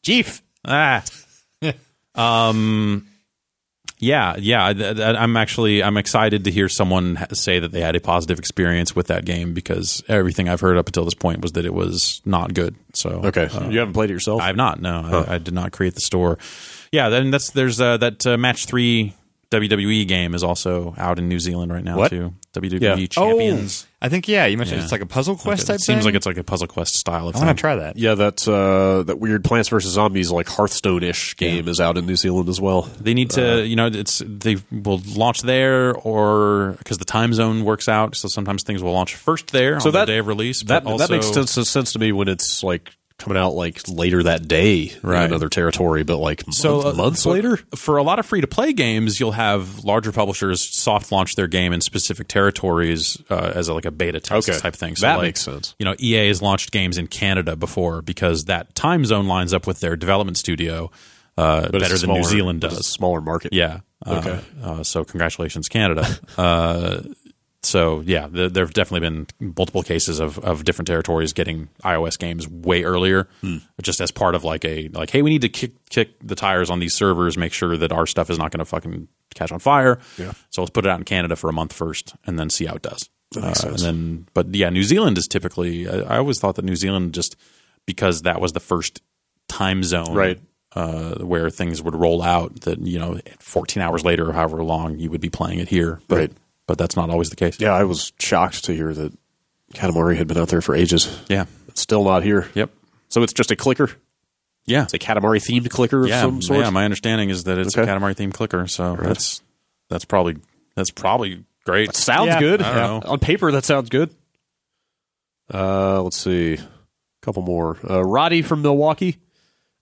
[SPEAKER 1] Jeff.
[SPEAKER 2] ah. um. Yeah, yeah. th- th- I'm actually I'm excited to hear someone ha- say that they had a positive experience with that game because everything I've heard up until this point was that it was not good. So
[SPEAKER 1] Okay,
[SPEAKER 2] uh,
[SPEAKER 1] you haven't played it yourself.
[SPEAKER 2] I've not. No, I, I did not create the store. Yeah, then that's there's uh, that uh, match three WWE game is also out in New Zealand right now
[SPEAKER 4] What?
[SPEAKER 2] too. WWE
[SPEAKER 1] Yeah.
[SPEAKER 2] Champions.
[SPEAKER 4] Oh, I think yeah. You mentioned
[SPEAKER 2] Yeah.
[SPEAKER 4] it's like a puzzle quest
[SPEAKER 2] it
[SPEAKER 4] type
[SPEAKER 2] seems
[SPEAKER 4] thing?
[SPEAKER 2] like it's like a puzzle quest style of
[SPEAKER 4] I want
[SPEAKER 2] thing.
[SPEAKER 4] to try that.
[SPEAKER 1] yeah, that uh, that weird Plants vs Zombies like Hearthstone ish game is out in New Zealand as well.
[SPEAKER 2] They need to, you know, it's they will launch there or because the time zone works out, so sometimes things will launch first there on
[SPEAKER 1] that-
[SPEAKER 2] the day of release.
[SPEAKER 1] That
[SPEAKER 2] but also,
[SPEAKER 1] that makes sense sense to me when it's like coming out like later that day in
[SPEAKER 2] Right.
[SPEAKER 1] another territory, but like
[SPEAKER 2] So
[SPEAKER 1] month-
[SPEAKER 2] uh,
[SPEAKER 1] months
[SPEAKER 2] for-
[SPEAKER 1] later.
[SPEAKER 2] for a lot of free to play games, you'll have larger publishers soft launch their game in specific territories uh, as a, like a beta test
[SPEAKER 1] Okay.
[SPEAKER 2] type thing.
[SPEAKER 1] That
[SPEAKER 2] like,
[SPEAKER 1] makes sense.
[SPEAKER 2] You know, EA has launched games in Canada before because that time zone lines up with their development studio uh,
[SPEAKER 1] But it's
[SPEAKER 2] better
[SPEAKER 1] a
[SPEAKER 2] than New
[SPEAKER 1] smaller-
[SPEAKER 2] Zealand
[SPEAKER 1] but it's a
[SPEAKER 2] does.
[SPEAKER 1] smaller market.
[SPEAKER 2] Yeah. Okay. Uh, so congratulations, Canada. uh, so yeah, th- there have definitely been multiple cases of, of different territories getting iOS games way earlier, just as part of like a like, hey, we need to kick kick the tires on these servers, make sure that our stuff is not going to fucking catch on fire. Yeah. So let's put it out in Canada for a month first, and then see how it does. Uh, And then, but yeah, New Zealand is typically. I, I always thought that New Zealand just because that was the first time zone,
[SPEAKER 1] Right.
[SPEAKER 2] Uh, where things would roll out that you know, 14 hours later or however long you would be playing it here, but
[SPEAKER 7] Right.
[SPEAKER 2] but that's not always the case.
[SPEAKER 7] Yeah, I was shocked to hear that Katamari had been out there for ages.
[SPEAKER 2] yeah,
[SPEAKER 7] It's still not here.
[SPEAKER 2] yep,
[SPEAKER 1] So it's just a clicker.
[SPEAKER 2] yeah,
[SPEAKER 1] It's a Katamari themed clicker of
[SPEAKER 2] yeah,
[SPEAKER 1] some sort.
[SPEAKER 2] yeah. My understanding is that it's
[SPEAKER 7] Okay.
[SPEAKER 2] a Katamari themed clicker, so that's that's probably that's probably great.
[SPEAKER 1] sounds
[SPEAKER 4] Yeah.
[SPEAKER 1] good.
[SPEAKER 2] I don't know.
[SPEAKER 1] On paper, that sounds good. Uh, let's see. A couple more. Uh, Roddy from Milwaukee.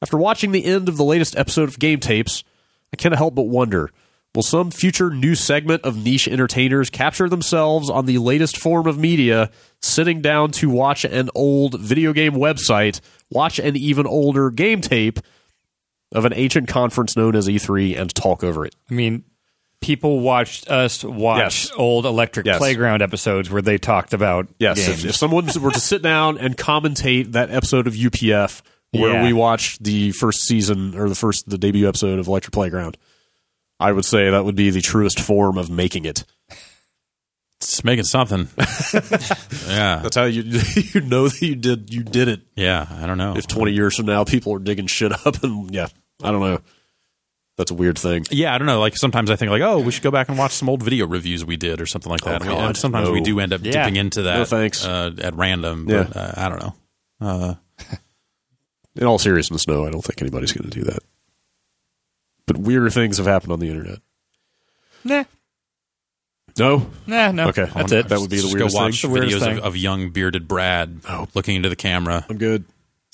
[SPEAKER 1] After watching the end of the latest episode of Game Tapes, I cannot help but wonder will some future new segment of niche entertainers capture themselves on the latest form of media, sitting down to watch an old video game website, watch an even older game tape of an ancient conference known as E3, and talk over it?
[SPEAKER 8] I mean, people watched us watch
[SPEAKER 1] Yes.
[SPEAKER 8] old Electric
[SPEAKER 1] Yes.
[SPEAKER 8] Playground episodes where they talked about
[SPEAKER 1] Yes,
[SPEAKER 8] games.
[SPEAKER 1] if, if someone were to sit down and commentate that episode of UPF where
[SPEAKER 8] Yeah.
[SPEAKER 1] we watched the first season or the first the debut episode of Electric Playground, I would say that would be the truest form of making it.
[SPEAKER 2] It's making something. yeah,
[SPEAKER 1] That's how you you know that you did you did it.
[SPEAKER 2] yeah. I don't know.
[SPEAKER 1] If twenty years from now people are digging shit up and yeah, I don't know. That's a weird thing.
[SPEAKER 2] Yeah, I don't know. Like sometimes I think like, oh, we should go back and watch some old video reviews we did or something like that.
[SPEAKER 1] Oh,
[SPEAKER 2] We- and
[SPEAKER 1] God,
[SPEAKER 2] sometimes
[SPEAKER 1] no.
[SPEAKER 2] we do end up dipping into that.
[SPEAKER 1] No, thanks.
[SPEAKER 2] Uh, at random. But,
[SPEAKER 1] Yeah.
[SPEAKER 2] uh, I don't know. Uh,
[SPEAKER 1] In all seriousness, no, I don't think anybody's going to do that. But weirder things have happened on the internet.
[SPEAKER 8] nah,
[SPEAKER 1] No,
[SPEAKER 8] nah, no.
[SPEAKER 1] okay,
[SPEAKER 8] that's it.
[SPEAKER 1] That would be the
[SPEAKER 2] Just
[SPEAKER 1] weirdest
[SPEAKER 2] go watch
[SPEAKER 1] thing. Oh.
[SPEAKER 8] weirdest
[SPEAKER 2] videos
[SPEAKER 8] thing.
[SPEAKER 2] Of, of young bearded Brad looking into the camera,
[SPEAKER 1] I'm good.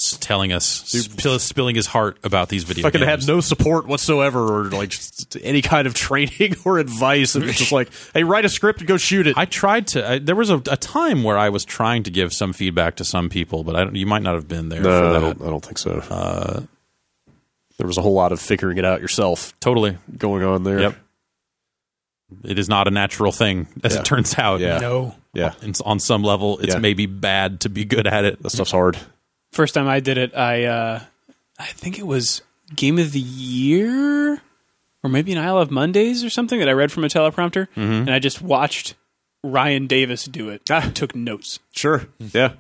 [SPEAKER 2] s- telling us, spill, spilling his heart about these video
[SPEAKER 1] fucking
[SPEAKER 2] games.
[SPEAKER 1] had no support whatsoever or like just any kind of training or advice. It was just like, hey, write a script and go shoot it.
[SPEAKER 2] I tried to. I, there was a, a time where I was trying to give some feedback to some people, but I don't, you might not have been there for
[SPEAKER 1] no, I
[SPEAKER 2] that.
[SPEAKER 1] don't, I don't think so. Uh, there was a whole lot of figuring it out yourself
[SPEAKER 2] Totally.
[SPEAKER 1] going on there.
[SPEAKER 2] Yep. It is not a natural thing, as
[SPEAKER 1] Yeah.
[SPEAKER 2] it turns out.
[SPEAKER 1] Yeah.
[SPEAKER 3] No.
[SPEAKER 1] Yeah.
[SPEAKER 2] And on some level, it's
[SPEAKER 1] Yeah.
[SPEAKER 2] maybe bad to be good at it.
[SPEAKER 1] That stuff's hard.
[SPEAKER 3] First time I did it, I uh, I think it was Game of the Year or maybe an I Love Mondays or something that I read from a teleprompter,
[SPEAKER 1] Mm-hmm.
[SPEAKER 3] and I just watched Ryan Davis do it.
[SPEAKER 1] Ah.
[SPEAKER 3] I took notes.
[SPEAKER 1] Sure. Yeah.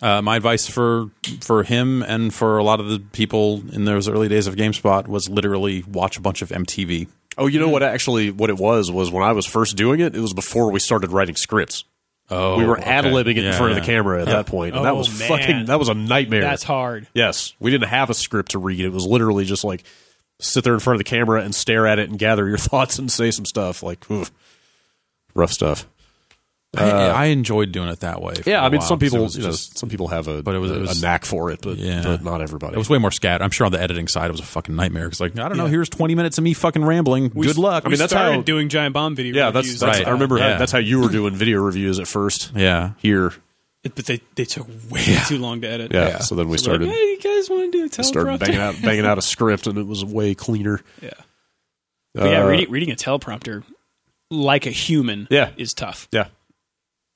[SPEAKER 2] Uh, my advice for for him and for a lot of the people in those early days of GameSpot was literally watch a bunch of MTV.
[SPEAKER 1] Oh, you know what actually what it was was when I was first doing it, it was before we started writing scripts.
[SPEAKER 2] Oh,
[SPEAKER 1] we were ad libbing it in front of the camera at that point, and that
[SPEAKER 3] Oh,
[SPEAKER 1] was
[SPEAKER 3] man.
[SPEAKER 1] fucking that was a nightmare.
[SPEAKER 3] That's hard.
[SPEAKER 1] Yes, we didn't have a script to read. It was literally just like sit there in front of the camera and stare at it and gather your thoughts and say some stuff like oof, rough stuff. Oh,
[SPEAKER 2] I, I enjoyed doing it that way. for
[SPEAKER 1] Uh, Yeah, I
[SPEAKER 2] a
[SPEAKER 1] mean,
[SPEAKER 2] while,
[SPEAKER 1] some
[SPEAKER 2] 'cause
[SPEAKER 1] people
[SPEAKER 2] It was,
[SPEAKER 1] you know,
[SPEAKER 2] just-
[SPEAKER 1] some people have a
[SPEAKER 2] but it was- it
[SPEAKER 1] a- a
[SPEAKER 2] was-
[SPEAKER 1] knack for it, but,
[SPEAKER 2] Yeah.
[SPEAKER 1] but not everybody.
[SPEAKER 2] it was way more scat. I'm sure on the editing side, it was a fucking nightmare. Because like, I don't know, here's 20 minutes of me fucking rambling. Good luck.
[SPEAKER 3] I mean, that's how doing giant bomb video.
[SPEAKER 1] yeah, that's,
[SPEAKER 3] reviews
[SPEAKER 1] that's
[SPEAKER 2] Right.
[SPEAKER 1] I remember how-
[SPEAKER 2] Yeah.
[SPEAKER 1] that's how you were doing video reviews at first
[SPEAKER 2] yeah.
[SPEAKER 1] here.
[SPEAKER 3] It- but they they took way too long to edit.
[SPEAKER 1] Yeah, so then we
[SPEAKER 3] So we're
[SPEAKER 1] started
[SPEAKER 3] Like, hey, you guys want to do a teleprompter?
[SPEAKER 1] started banging out banging out a script, and it was way cleaner.
[SPEAKER 3] Yeah. But yeah,
[SPEAKER 1] Uh,
[SPEAKER 3] reading, reading a teleprompter like a human
[SPEAKER 1] Yeah.
[SPEAKER 3] is tough.
[SPEAKER 1] Yeah,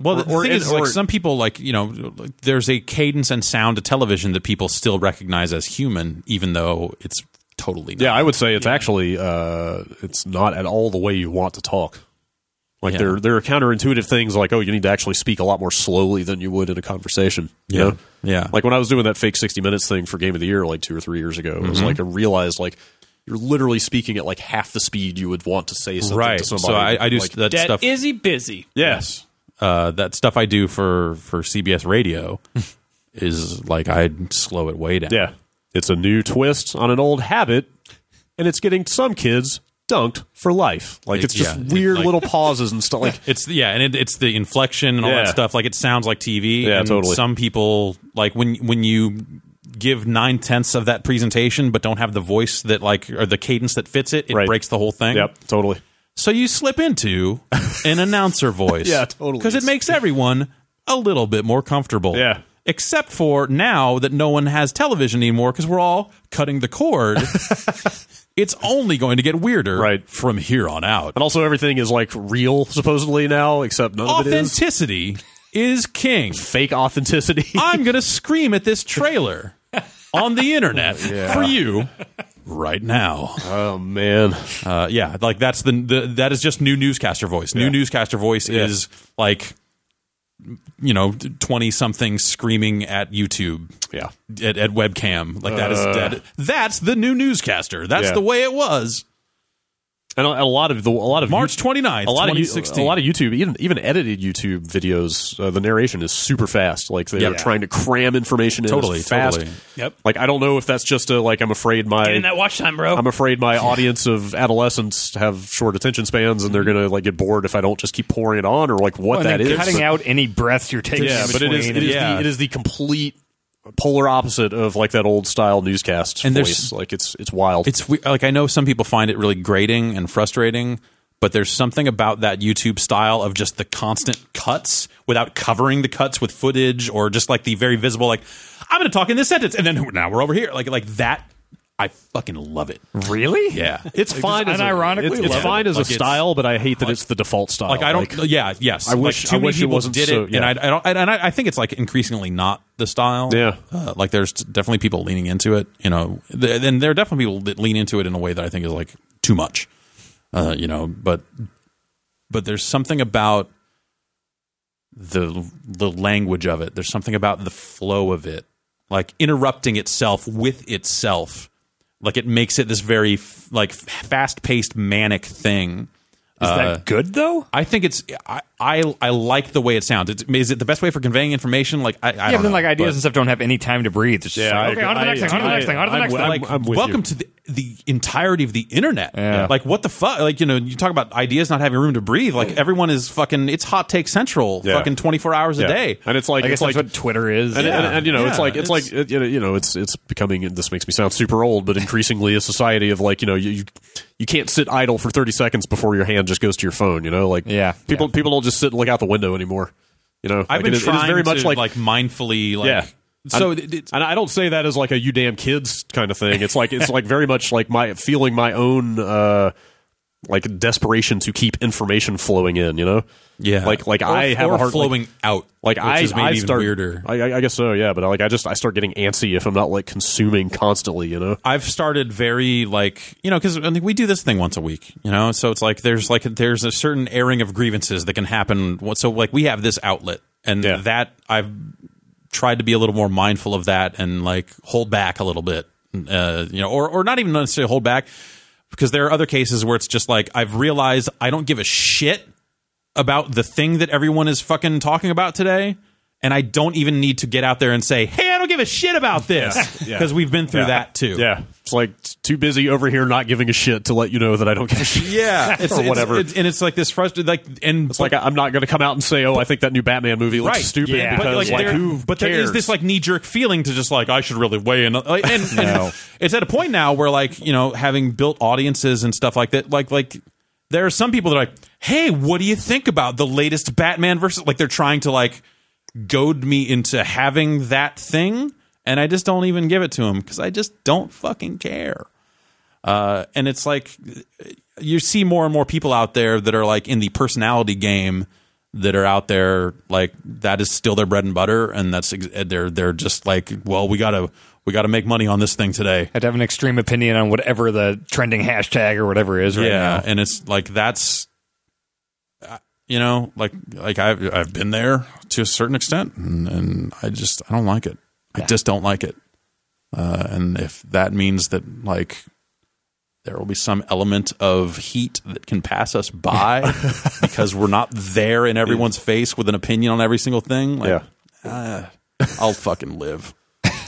[SPEAKER 2] Well, the
[SPEAKER 1] Or- or
[SPEAKER 2] thing
[SPEAKER 1] in-
[SPEAKER 2] is, like,
[SPEAKER 1] or-
[SPEAKER 2] some people like you know, there's a cadence and sound to television that people still recognize as human, even though it's totally not.
[SPEAKER 1] Yeah, I would say it's actually uh, it's not at all the way you want to talk. Like
[SPEAKER 2] Yeah.
[SPEAKER 1] there there are counterintuitive things like oh you need to actually speak a lot more slowly than you would in a conversation. You
[SPEAKER 2] Yeah.
[SPEAKER 1] know?
[SPEAKER 2] Yeah.
[SPEAKER 1] Like when I was doing that fake sixty minutes thing for Game of the Year like two or three years ago, it
[SPEAKER 2] Mm-hmm.
[SPEAKER 1] was like I realized like you're literally speaking at like half the speed you would want to say something
[SPEAKER 2] right.
[SPEAKER 1] to somebody.
[SPEAKER 2] So I, I do
[SPEAKER 1] Like,
[SPEAKER 2] that
[SPEAKER 3] That
[SPEAKER 2] stuff.
[SPEAKER 3] Izzy busy.
[SPEAKER 1] yes.
[SPEAKER 2] uh, that stuff I do for for CBS Radio is like I slow it way down.
[SPEAKER 1] Yeah. It's a new twist on an old habit, and it's getting some kids dunked for life. Like
[SPEAKER 2] It-
[SPEAKER 1] it's just
[SPEAKER 2] yeah. It,
[SPEAKER 1] weird
[SPEAKER 2] like-
[SPEAKER 1] little pauses and stuff. Like
[SPEAKER 2] It's yeah, and it, it's the inflection and all
[SPEAKER 1] Yeah.
[SPEAKER 2] that stuff. Like it sounds like TV.
[SPEAKER 1] Yeah,
[SPEAKER 2] and
[SPEAKER 1] totally.
[SPEAKER 2] Some people like when when you give nine tenths of that presentation, but don't have the voice that like or the cadence that fits it. It
[SPEAKER 1] Right.
[SPEAKER 2] breaks the whole thing.
[SPEAKER 1] yep, totally.
[SPEAKER 2] So you slip into an announcer voice.
[SPEAKER 1] Yeah, totally.
[SPEAKER 2] Because it makes everyone a little bit more comfortable.
[SPEAKER 1] Yeah.
[SPEAKER 2] Except for now that no one has television anymore because we're all cutting the cord. it's only going to get weirder
[SPEAKER 1] Right.
[SPEAKER 2] from here on out.
[SPEAKER 1] And also, everything is like real, supposedly now, except none of it is.
[SPEAKER 2] Authenticity is king.
[SPEAKER 1] Fake authenticity.
[SPEAKER 2] I'm going to scream at this trailer on the internet for you right now.
[SPEAKER 1] oh man,
[SPEAKER 2] Uh, yeah, like that's the, the that is just new newscaster voice. New newscaster voice is like you know, twenty something screaming at YouTube,
[SPEAKER 1] Yeah. Uh.
[SPEAKER 2] at, at webcam. Like that is dead. That's the new newscaster. That's
[SPEAKER 1] Yeah.
[SPEAKER 2] the way it was.
[SPEAKER 1] And a, a lot of the a lot of
[SPEAKER 2] March 29th,
[SPEAKER 1] a lot of you-
[SPEAKER 2] 2016.
[SPEAKER 1] a lot of YouTube, even even edited YouTube videos, uh, the narration is super fast. Like they're
[SPEAKER 2] Yep.
[SPEAKER 1] trying to cram information in
[SPEAKER 2] Totally,
[SPEAKER 1] as fast.
[SPEAKER 2] totally.
[SPEAKER 3] Yep.
[SPEAKER 1] Like I don't know if that's just a like I'm afraid my
[SPEAKER 3] Get in that watch time, bro.
[SPEAKER 1] I'm afraid my audience of adolescents have short attention spans and they're gonna like get bored if I don't just keep pouring it on or like what that is.
[SPEAKER 4] cutting out any breaths you're taking.
[SPEAKER 1] yeah,
[SPEAKER 4] in
[SPEAKER 1] but it is
[SPEAKER 4] between
[SPEAKER 1] it is
[SPEAKER 2] Yeah.
[SPEAKER 1] the it is the complete polar opposite of like that old style newscast
[SPEAKER 2] And there's-
[SPEAKER 1] voice. Like it's it's wild.
[SPEAKER 2] It's we- like I know some people find it really grating and frustrating, but there's something about that YouTube style of just the constant cuts without covering the cuts with footage or just like the very visible like I'm going to talk in this sentence and then now we're over here like like that. I fucking love it.
[SPEAKER 4] and- really?
[SPEAKER 2] Yeah.
[SPEAKER 1] it's fine as
[SPEAKER 4] and
[SPEAKER 1] a-
[SPEAKER 4] ironically
[SPEAKER 1] it's, it's
[SPEAKER 4] love it.
[SPEAKER 1] fine as
[SPEAKER 2] Like,
[SPEAKER 1] a
[SPEAKER 2] it's-
[SPEAKER 1] style, but I hate that it's the default style.
[SPEAKER 2] Like I don't. yeah. Yes.
[SPEAKER 1] I wish-
[SPEAKER 2] Like, too
[SPEAKER 1] I
[SPEAKER 2] many
[SPEAKER 1] wish it
[SPEAKER 2] people
[SPEAKER 1] wasn't
[SPEAKER 2] did
[SPEAKER 1] so-
[SPEAKER 2] it,
[SPEAKER 1] yeah.
[SPEAKER 2] and I, I don't. And I, I think it's like increasingly not the style.
[SPEAKER 1] Yeah.
[SPEAKER 2] Uh, like there's definitely people leaning into it. You know, Th- then there are definitely people that lean into it in a way that I think is like too much. Uh, you know, but but there's something about the the language of it. There's something about the flow of it, like interrupting itself with itself. Like it makes it this very f- like fast paced manic thing.
[SPEAKER 4] Is that good though?
[SPEAKER 2] I think it's I I, I like the way it sounds. It's, is it the best way for conveying information? Like I, I
[SPEAKER 4] Yeah,
[SPEAKER 2] don't
[SPEAKER 4] but then
[SPEAKER 2] know,
[SPEAKER 4] like ideas
[SPEAKER 2] but-
[SPEAKER 4] and stuff don't have any time to breathe. It's just
[SPEAKER 1] Yeah, I
[SPEAKER 4] like, okay,
[SPEAKER 1] agree.
[SPEAKER 4] on to the next
[SPEAKER 1] I-
[SPEAKER 4] thing, on to the
[SPEAKER 1] I-
[SPEAKER 4] next thing, on to the
[SPEAKER 1] I'm
[SPEAKER 4] next
[SPEAKER 1] with-
[SPEAKER 4] thing.
[SPEAKER 1] I'm-
[SPEAKER 2] like
[SPEAKER 1] with
[SPEAKER 2] welcome
[SPEAKER 1] you.
[SPEAKER 2] to the the entirety of the internet.
[SPEAKER 4] Yeah.
[SPEAKER 2] Like what the fuck? Like you know, you talk about ideas not having room to breathe. Like everyone is fucking. It's hot take central.
[SPEAKER 1] Yeah.
[SPEAKER 2] Fucking twenty four hours
[SPEAKER 1] Yeah.
[SPEAKER 2] a day.
[SPEAKER 1] and it's like
[SPEAKER 4] I guess
[SPEAKER 1] it's like
[SPEAKER 4] that's what Twitter is.
[SPEAKER 1] And, and, and you know, it's
[SPEAKER 2] Yeah,
[SPEAKER 1] like it's, like
[SPEAKER 2] it's-
[SPEAKER 1] it, you know, you know, it's it's becoming. and This makes me sound super old, but increasingly a society of like you know, you you, you can't sit idle for thirty seconds before your hand just goes to your phone. You know, like
[SPEAKER 4] Yeah,
[SPEAKER 1] people people don't just sit and look out the window anymore. You know,
[SPEAKER 2] I've
[SPEAKER 1] Like,
[SPEAKER 2] been
[SPEAKER 1] it is- it is
[SPEAKER 2] trying
[SPEAKER 1] very much
[SPEAKER 2] to,
[SPEAKER 1] like,
[SPEAKER 2] like mindfully. Like,
[SPEAKER 1] yeah.
[SPEAKER 2] So
[SPEAKER 1] I'm-
[SPEAKER 2] it, it's,
[SPEAKER 1] and I don't say that as like a you damn kids kind of thing. It's like it's like very much like my feeling my own uh like desperation to keep information flowing in. You know,
[SPEAKER 2] yeah.
[SPEAKER 1] Like like
[SPEAKER 2] Or-
[SPEAKER 1] I have
[SPEAKER 2] or
[SPEAKER 1] a hard like-
[SPEAKER 2] flowing out.
[SPEAKER 1] like
[SPEAKER 2] which
[SPEAKER 1] I,
[SPEAKER 2] is maybe
[SPEAKER 1] I
[SPEAKER 2] even
[SPEAKER 1] start
[SPEAKER 2] weirder.
[SPEAKER 1] I, I- I guess so, yeah. But like I just I start getting antsy if I'm not like consuming constantly, you know.
[SPEAKER 2] I've started very like you know because I think we do this thing once a week, you know. So it's like there's like there's a certain airing of grievances that can happen. What- So like we have this outlet, and
[SPEAKER 1] Yeah.
[SPEAKER 2] that I've tried to be a little more mindful of that and like hold back a little bit, uh, you know, or or not even necessarily hold back because there are other cases where it's just like I've realized I don't give a shit about the thing that everyone is fucking talking about today. And I don't even need to get out there and say, "Hey, I don't give a shit about this," because
[SPEAKER 1] Yeah.
[SPEAKER 2] we've been through that too.
[SPEAKER 1] Yeah, it's like it's too busy over here not giving a shit to let you know that I don't give a shit.
[SPEAKER 2] Yeah, it's,
[SPEAKER 1] or
[SPEAKER 2] it's-
[SPEAKER 1] whatever. It's,
[SPEAKER 2] it's- and it's like this frustrated, like, and
[SPEAKER 1] like I, am not going to come out and say, "Oh, I think that new Batman movie looks
[SPEAKER 2] right,
[SPEAKER 1] stupid,"
[SPEAKER 4] Yeah.
[SPEAKER 1] because like,
[SPEAKER 2] there,
[SPEAKER 1] who
[SPEAKER 2] but there is
[SPEAKER 1] cares?
[SPEAKER 2] this like knee jerk feeling to just like I should really weigh in, like, and, and it's at a point now where like you know having built audiences and stuff like that, like like there are some people that are like, hey, what do you think about the latest Batman versus? Like they're trying to like goad me into having that thing, and I just don't even give it to them because I just don't fucking care. Uh, and it's like you see more and more people out there that are like in the personality game that are out there like that is still their bread and butter and that's ex- they're they're just like well we gotta we gotta make money on this thing today
[SPEAKER 4] I'd have an extreme opinion on whatever the trending hashtag or whatever is right
[SPEAKER 2] yeah
[SPEAKER 4] now.
[SPEAKER 2] and it's like that's uh, you know like like I've I've been there to a certain extent and, and I just I don't like it I just don't like it uh, and if that means that like there will be some element of heat that can pass us by because we're not there in everyone's face with an opinion on every single thing like, uh,
[SPEAKER 1] yeah.
[SPEAKER 2] I'll fucking live.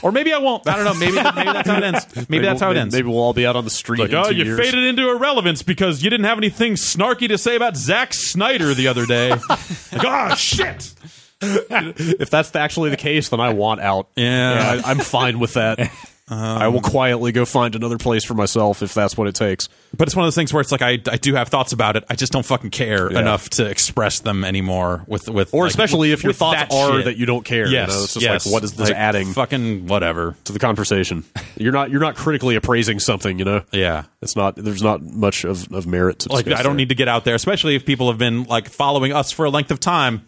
[SPEAKER 2] Or maybe I won't. I don't know. Maybe, maybe that's how it ends. Maybe, that's how it
[SPEAKER 1] maybe,
[SPEAKER 2] ends.
[SPEAKER 1] Maybe we'll all be out on the street.
[SPEAKER 2] Like,
[SPEAKER 1] in
[SPEAKER 2] oh,
[SPEAKER 1] two
[SPEAKER 2] you
[SPEAKER 1] years.
[SPEAKER 2] faded into irrelevance because you didn't have anything snarky to say about Zack Snyder the other day. like, oh, shit.
[SPEAKER 1] If that's actually the case, then I want out.
[SPEAKER 2] Yeah.
[SPEAKER 1] I, I'm fine with that. I will quietly go find another place for myself if that's what it takes.
[SPEAKER 2] But it's one of those things where it's like I, I do have thoughts about it. I just don't fucking care
[SPEAKER 1] Yeah.
[SPEAKER 2] enough to express them anymore. With with
[SPEAKER 1] Or
[SPEAKER 2] like,
[SPEAKER 1] especially if your
[SPEAKER 2] with
[SPEAKER 1] thoughts
[SPEAKER 2] that
[SPEAKER 1] are
[SPEAKER 2] shit.
[SPEAKER 1] that you don't care. you
[SPEAKER 2] Yes,
[SPEAKER 1] know? It's just
[SPEAKER 2] yes.
[SPEAKER 1] like what is this
[SPEAKER 2] Like,
[SPEAKER 1] adding?
[SPEAKER 2] Fucking whatever.
[SPEAKER 1] to the conversation. You're not you're not critically appraising something, you know.
[SPEAKER 2] Yeah.
[SPEAKER 1] It's not there's not much of, of merit to
[SPEAKER 2] Like
[SPEAKER 1] discuss
[SPEAKER 2] I don't
[SPEAKER 1] there.
[SPEAKER 2] need to get out there, especially if people have been like following us for a length of time.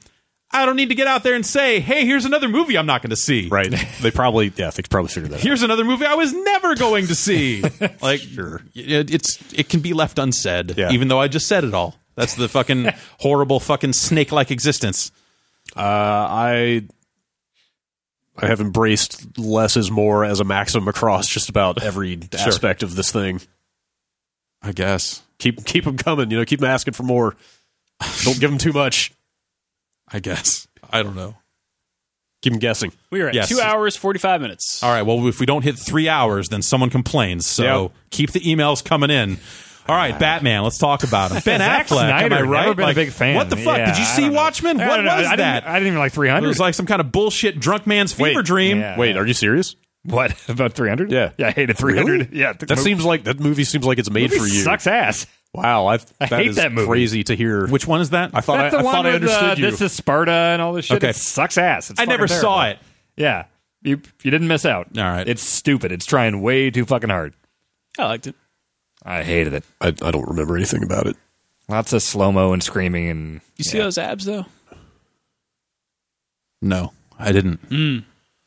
[SPEAKER 2] I don't need to get out there and say, "Hey, here's another movie I'm not going to see."
[SPEAKER 1] right. they probably yeah they probably figured that. out.
[SPEAKER 2] Here's another movie I was never going to see. like it, it's it can be left unsaid,
[SPEAKER 1] Yeah.
[SPEAKER 2] even though I just said it all. That's the fucking horrible fucking snake like existence.
[SPEAKER 1] Uh, I I have embraced less is more as a maxim across just about every aspect of this thing.
[SPEAKER 2] I guess.
[SPEAKER 1] Keep keep them coming. You know, keep them asking for more. Don't give them too much.
[SPEAKER 2] I guess. I don't know.
[SPEAKER 1] Keep them guessing.
[SPEAKER 3] We are at
[SPEAKER 2] Yes.
[SPEAKER 3] two hours forty five minutes.
[SPEAKER 2] All right. Well, if we don't hit three hours, then someone complains. So
[SPEAKER 1] Yep.
[SPEAKER 2] keep the emails coming in. All right, Batman. Let's talk about him. Ben
[SPEAKER 4] Zack
[SPEAKER 2] Affleck. am
[SPEAKER 4] Snyder,
[SPEAKER 2] I right?
[SPEAKER 4] never been a
[SPEAKER 2] Like,
[SPEAKER 4] big fan.
[SPEAKER 2] What the fuck?
[SPEAKER 4] Yeah,
[SPEAKER 2] Did you
[SPEAKER 4] I
[SPEAKER 2] see
[SPEAKER 4] don't know.
[SPEAKER 2] Watchmen?
[SPEAKER 4] I
[SPEAKER 2] What
[SPEAKER 4] don't know.
[SPEAKER 2] was
[SPEAKER 4] I didn't,
[SPEAKER 2] that?
[SPEAKER 4] I didn't even like
[SPEAKER 2] it
[SPEAKER 4] 300.
[SPEAKER 2] was like some kind of bullshit drunk man's fever dream.
[SPEAKER 4] Yeah.
[SPEAKER 1] Wait, are you serious?
[SPEAKER 4] what about 300?
[SPEAKER 1] Yeah.
[SPEAKER 4] yeah, I hated 300. Yeah,
[SPEAKER 1] That seems like that movie seems like it's made for you.
[SPEAKER 4] Sucks ass.
[SPEAKER 1] Wow, I've,
[SPEAKER 4] I
[SPEAKER 1] that
[SPEAKER 4] hate
[SPEAKER 1] is
[SPEAKER 4] that movie.
[SPEAKER 1] crazy to hear.
[SPEAKER 2] Which one is that? I
[SPEAKER 1] thought I-
[SPEAKER 4] That's the
[SPEAKER 1] I
[SPEAKER 4] one
[SPEAKER 1] thought I
[SPEAKER 4] with, uh,
[SPEAKER 1] understood you.
[SPEAKER 4] This is Sparta and all this shit.
[SPEAKER 2] Okay.
[SPEAKER 4] It sucks ass. It's
[SPEAKER 2] I never
[SPEAKER 4] fucking
[SPEAKER 2] saw
[SPEAKER 4] terrible.
[SPEAKER 2] it.
[SPEAKER 4] Yeah, you you didn't miss out.
[SPEAKER 2] All right.
[SPEAKER 4] it's stupid. It's trying way too fucking hard.
[SPEAKER 3] I liked it.
[SPEAKER 4] I hated it.
[SPEAKER 1] I, I don't remember anything about it.
[SPEAKER 4] Lots of slow mo and screaming and
[SPEAKER 3] You see those abs though?
[SPEAKER 2] No, I didn't.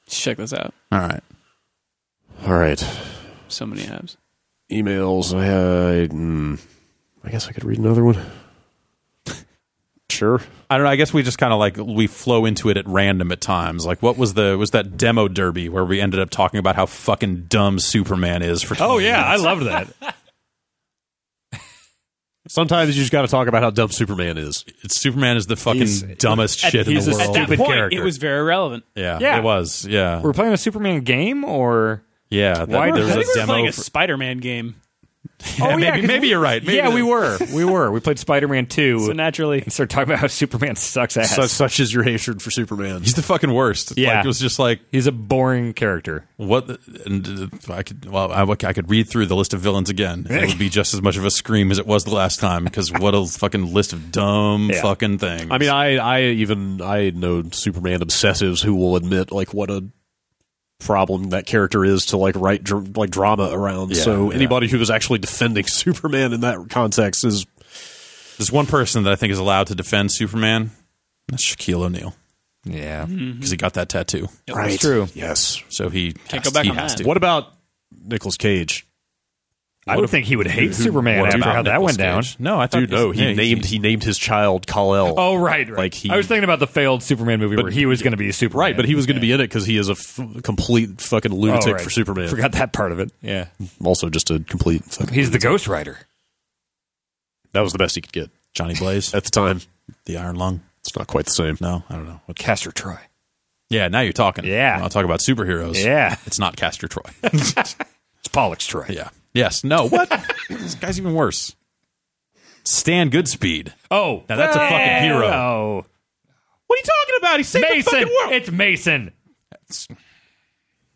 [SPEAKER 3] Check this out.
[SPEAKER 2] All right.
[SPEAKER 1] All right,
[SPEAKER 3] So many abs.
[SPEAKER 1] emails. I had. mm, I guess I could read another one. sure.
[SPEAKER 2] I don't know. I guess we just kind of like we flow into it at random at times. Like, what was the was that demo derby where we ended up talking about how fucking dumb Superman is for? 20
[SPEAKER 4] oh yeah, I
[SPEAKER 2] minutes?
[SPEAKER 4] loved that.
[SPEAKER 1] Sometimes you just got to talk about how dumb Superman is.
[SPEAKER 2] It's- Superman is the fucking
[SPEAKER 4] He's-
[SPEAKER 2] dumbest shit in
[SPEAKER 4] he's
[SPEAKER 2] the
[SPEAKER 4] a
[SPEAKER 2] world.
[SPEAKER 4] stupid
[SPEAKER 3] Point,
[SPEAKER 4] character.
[SPEAKER 3] It was very relevant.
[SPEAKER 2] yeah,
[SPEAKER 4] Yeah.
[SPEAKER 2] it was. Yeah,
[SPEAKER 4] We're playing a Superman game or
[SPEAKER 2] yeah. that-
[SPEAKER 4] Why-
[SPEAKER 2] there was
[SPEAKER 3] I
[SPEAKER 2] a
[SPEAKER 3] think we were
[SPEAKER 2] demo.
[SPEAKER 3] playing a
[SPEAKER 2] for-
[SPEAKER 3] Spider Man game.
[SPEAKER 2] yeah,
[SPEAKER 4] Oh, yeah,
[SPEAKER 2] maybe
[SPEAKER 4] 'cause
[SPEAKER 2] maybe you're right. Maybe
[SPEAKER 4] yeah,
[SPEAKER 2] the-
[SPEAKER 4] we were, we were. We played Spider Man Two
[SPEAKER 3] So naturally,
[SPEAKER 4] and started talking about how Superman sucks ass.
[SPEAKER 1] Such, such is your hatred for Superman.
[SPEAKER 2] He's the fucking worst. It's
[SPEAKER 4] Yeah.
[SPEAKER 2] like, it was just like
[SPEAKER 4] He's a boring character.
[SPEAKER 2] what. the- and uh, I could well, I, would- I could read through the list of villains again. and It would be just as much of a scream as it was the last time because what a fucking list of dumb
[SPEAKER 4] Yeah.
[SPEAKER 2] fucking things.
[SPEAKER 1] I mean, I, I even I know Superman obsessives who will admit like what a problem that character is to like write dr- like drama around.
[SPEAKER 2] Yeah,
[SPEAKER 1] so
[SPEAKER 2] yeah.
[SPEAKER 1] anybody who is actually defending Superman in that context is
[SPEAKER 2] There's one person that I think is allowed to defend Superman. That's Shaquille O'Neal
[SPEAKER 4] Yeah,
[SPEAKER 2] because he got that tattoo,
[SPEAKER 1] right.
[SPEAKER 4] true.
[SPEAKER 1] Yes.
[SPEAKER 2] so he
[SPEAKER 3] Can't
[SPEAKER 2] has,
[SPEAKER 3] go back
[SPEAKER 2] he
[SPEAKER 3] on
[SPEAKER 2] has
[SPEAKER 3] that.
[SPEAKER 2] to.
[SPEAKER 1] What about Nicolas Cage?
[SPEAKER 4] I would think he would hate Superman
[SPEAKER 2] What
[SPEAKER 4] after
[SPEAKER 2] about
[SPEAKER 4] how that
[SPEAKER 2] Nicolas
[SPEAKER 4] went down.
[SPEAKER 2] Cage? No, I thought
[SPEAKER 1] Dude, no, he
[SPEAKER 2] yeah,
[SPEAKER 1] named he named his child Kal El.
[SPEAKER 4] Oh right, right.
[SPEAKER 1] Like he-
[SPEAKER 4] I was thinking about the failed Superman movie
[SPEAKER 1] But-
[SPEAKER 4] where he was going to be Superman.
[SPEAKER 1] Right, but he was going to be in it because he is a f- complete fucking
[SPEAKER 4] Oh,
[SPEAKER 1] lunatic
[SPEAKER 4] right.
[SPEAKER 1] for Superman.
[SPEAKER 4] Forgot that part of it. Yeah,
[SPEAKER 1] Also, just a complete. Fucking,
[SPEAKER 4] he's the Ghost Rider.
[SPEAKER 1] that was the best he could get
[SPEAKER 2] Johnny Blaze,
[SPEAKER 1] at the time.
[SPEAKER 2] the Iron Lung.
[SPEAKER 1] It's not quite the same.
[SPEAKER 2] No, I don't know. What-
[SPEAKER 4] Caster Troy.
[SPEAKER 2] Yeah, now you're talking.
[SPEAKER 4] Yeah.
[SPEAKER 2] I'll talk about superheroes.
[SPEAKER 4] Yeah,
[SPEAKER 2] It's not Castor Troy.
[SPEAKER 4] it's Pollux Troy.
[SPEAKER 2] yeah. Yes. No. What? this guy's even worse. Stan Goodspeed.
[SPEAKER 4] Oh,
[SPEAKER 2] Now that's a fucking hero.
[SPEAKER 4] Oh,
[SPEAKER 2] What are you talking about? He's saved
[SPEAKER 4] Mason. It's Mason.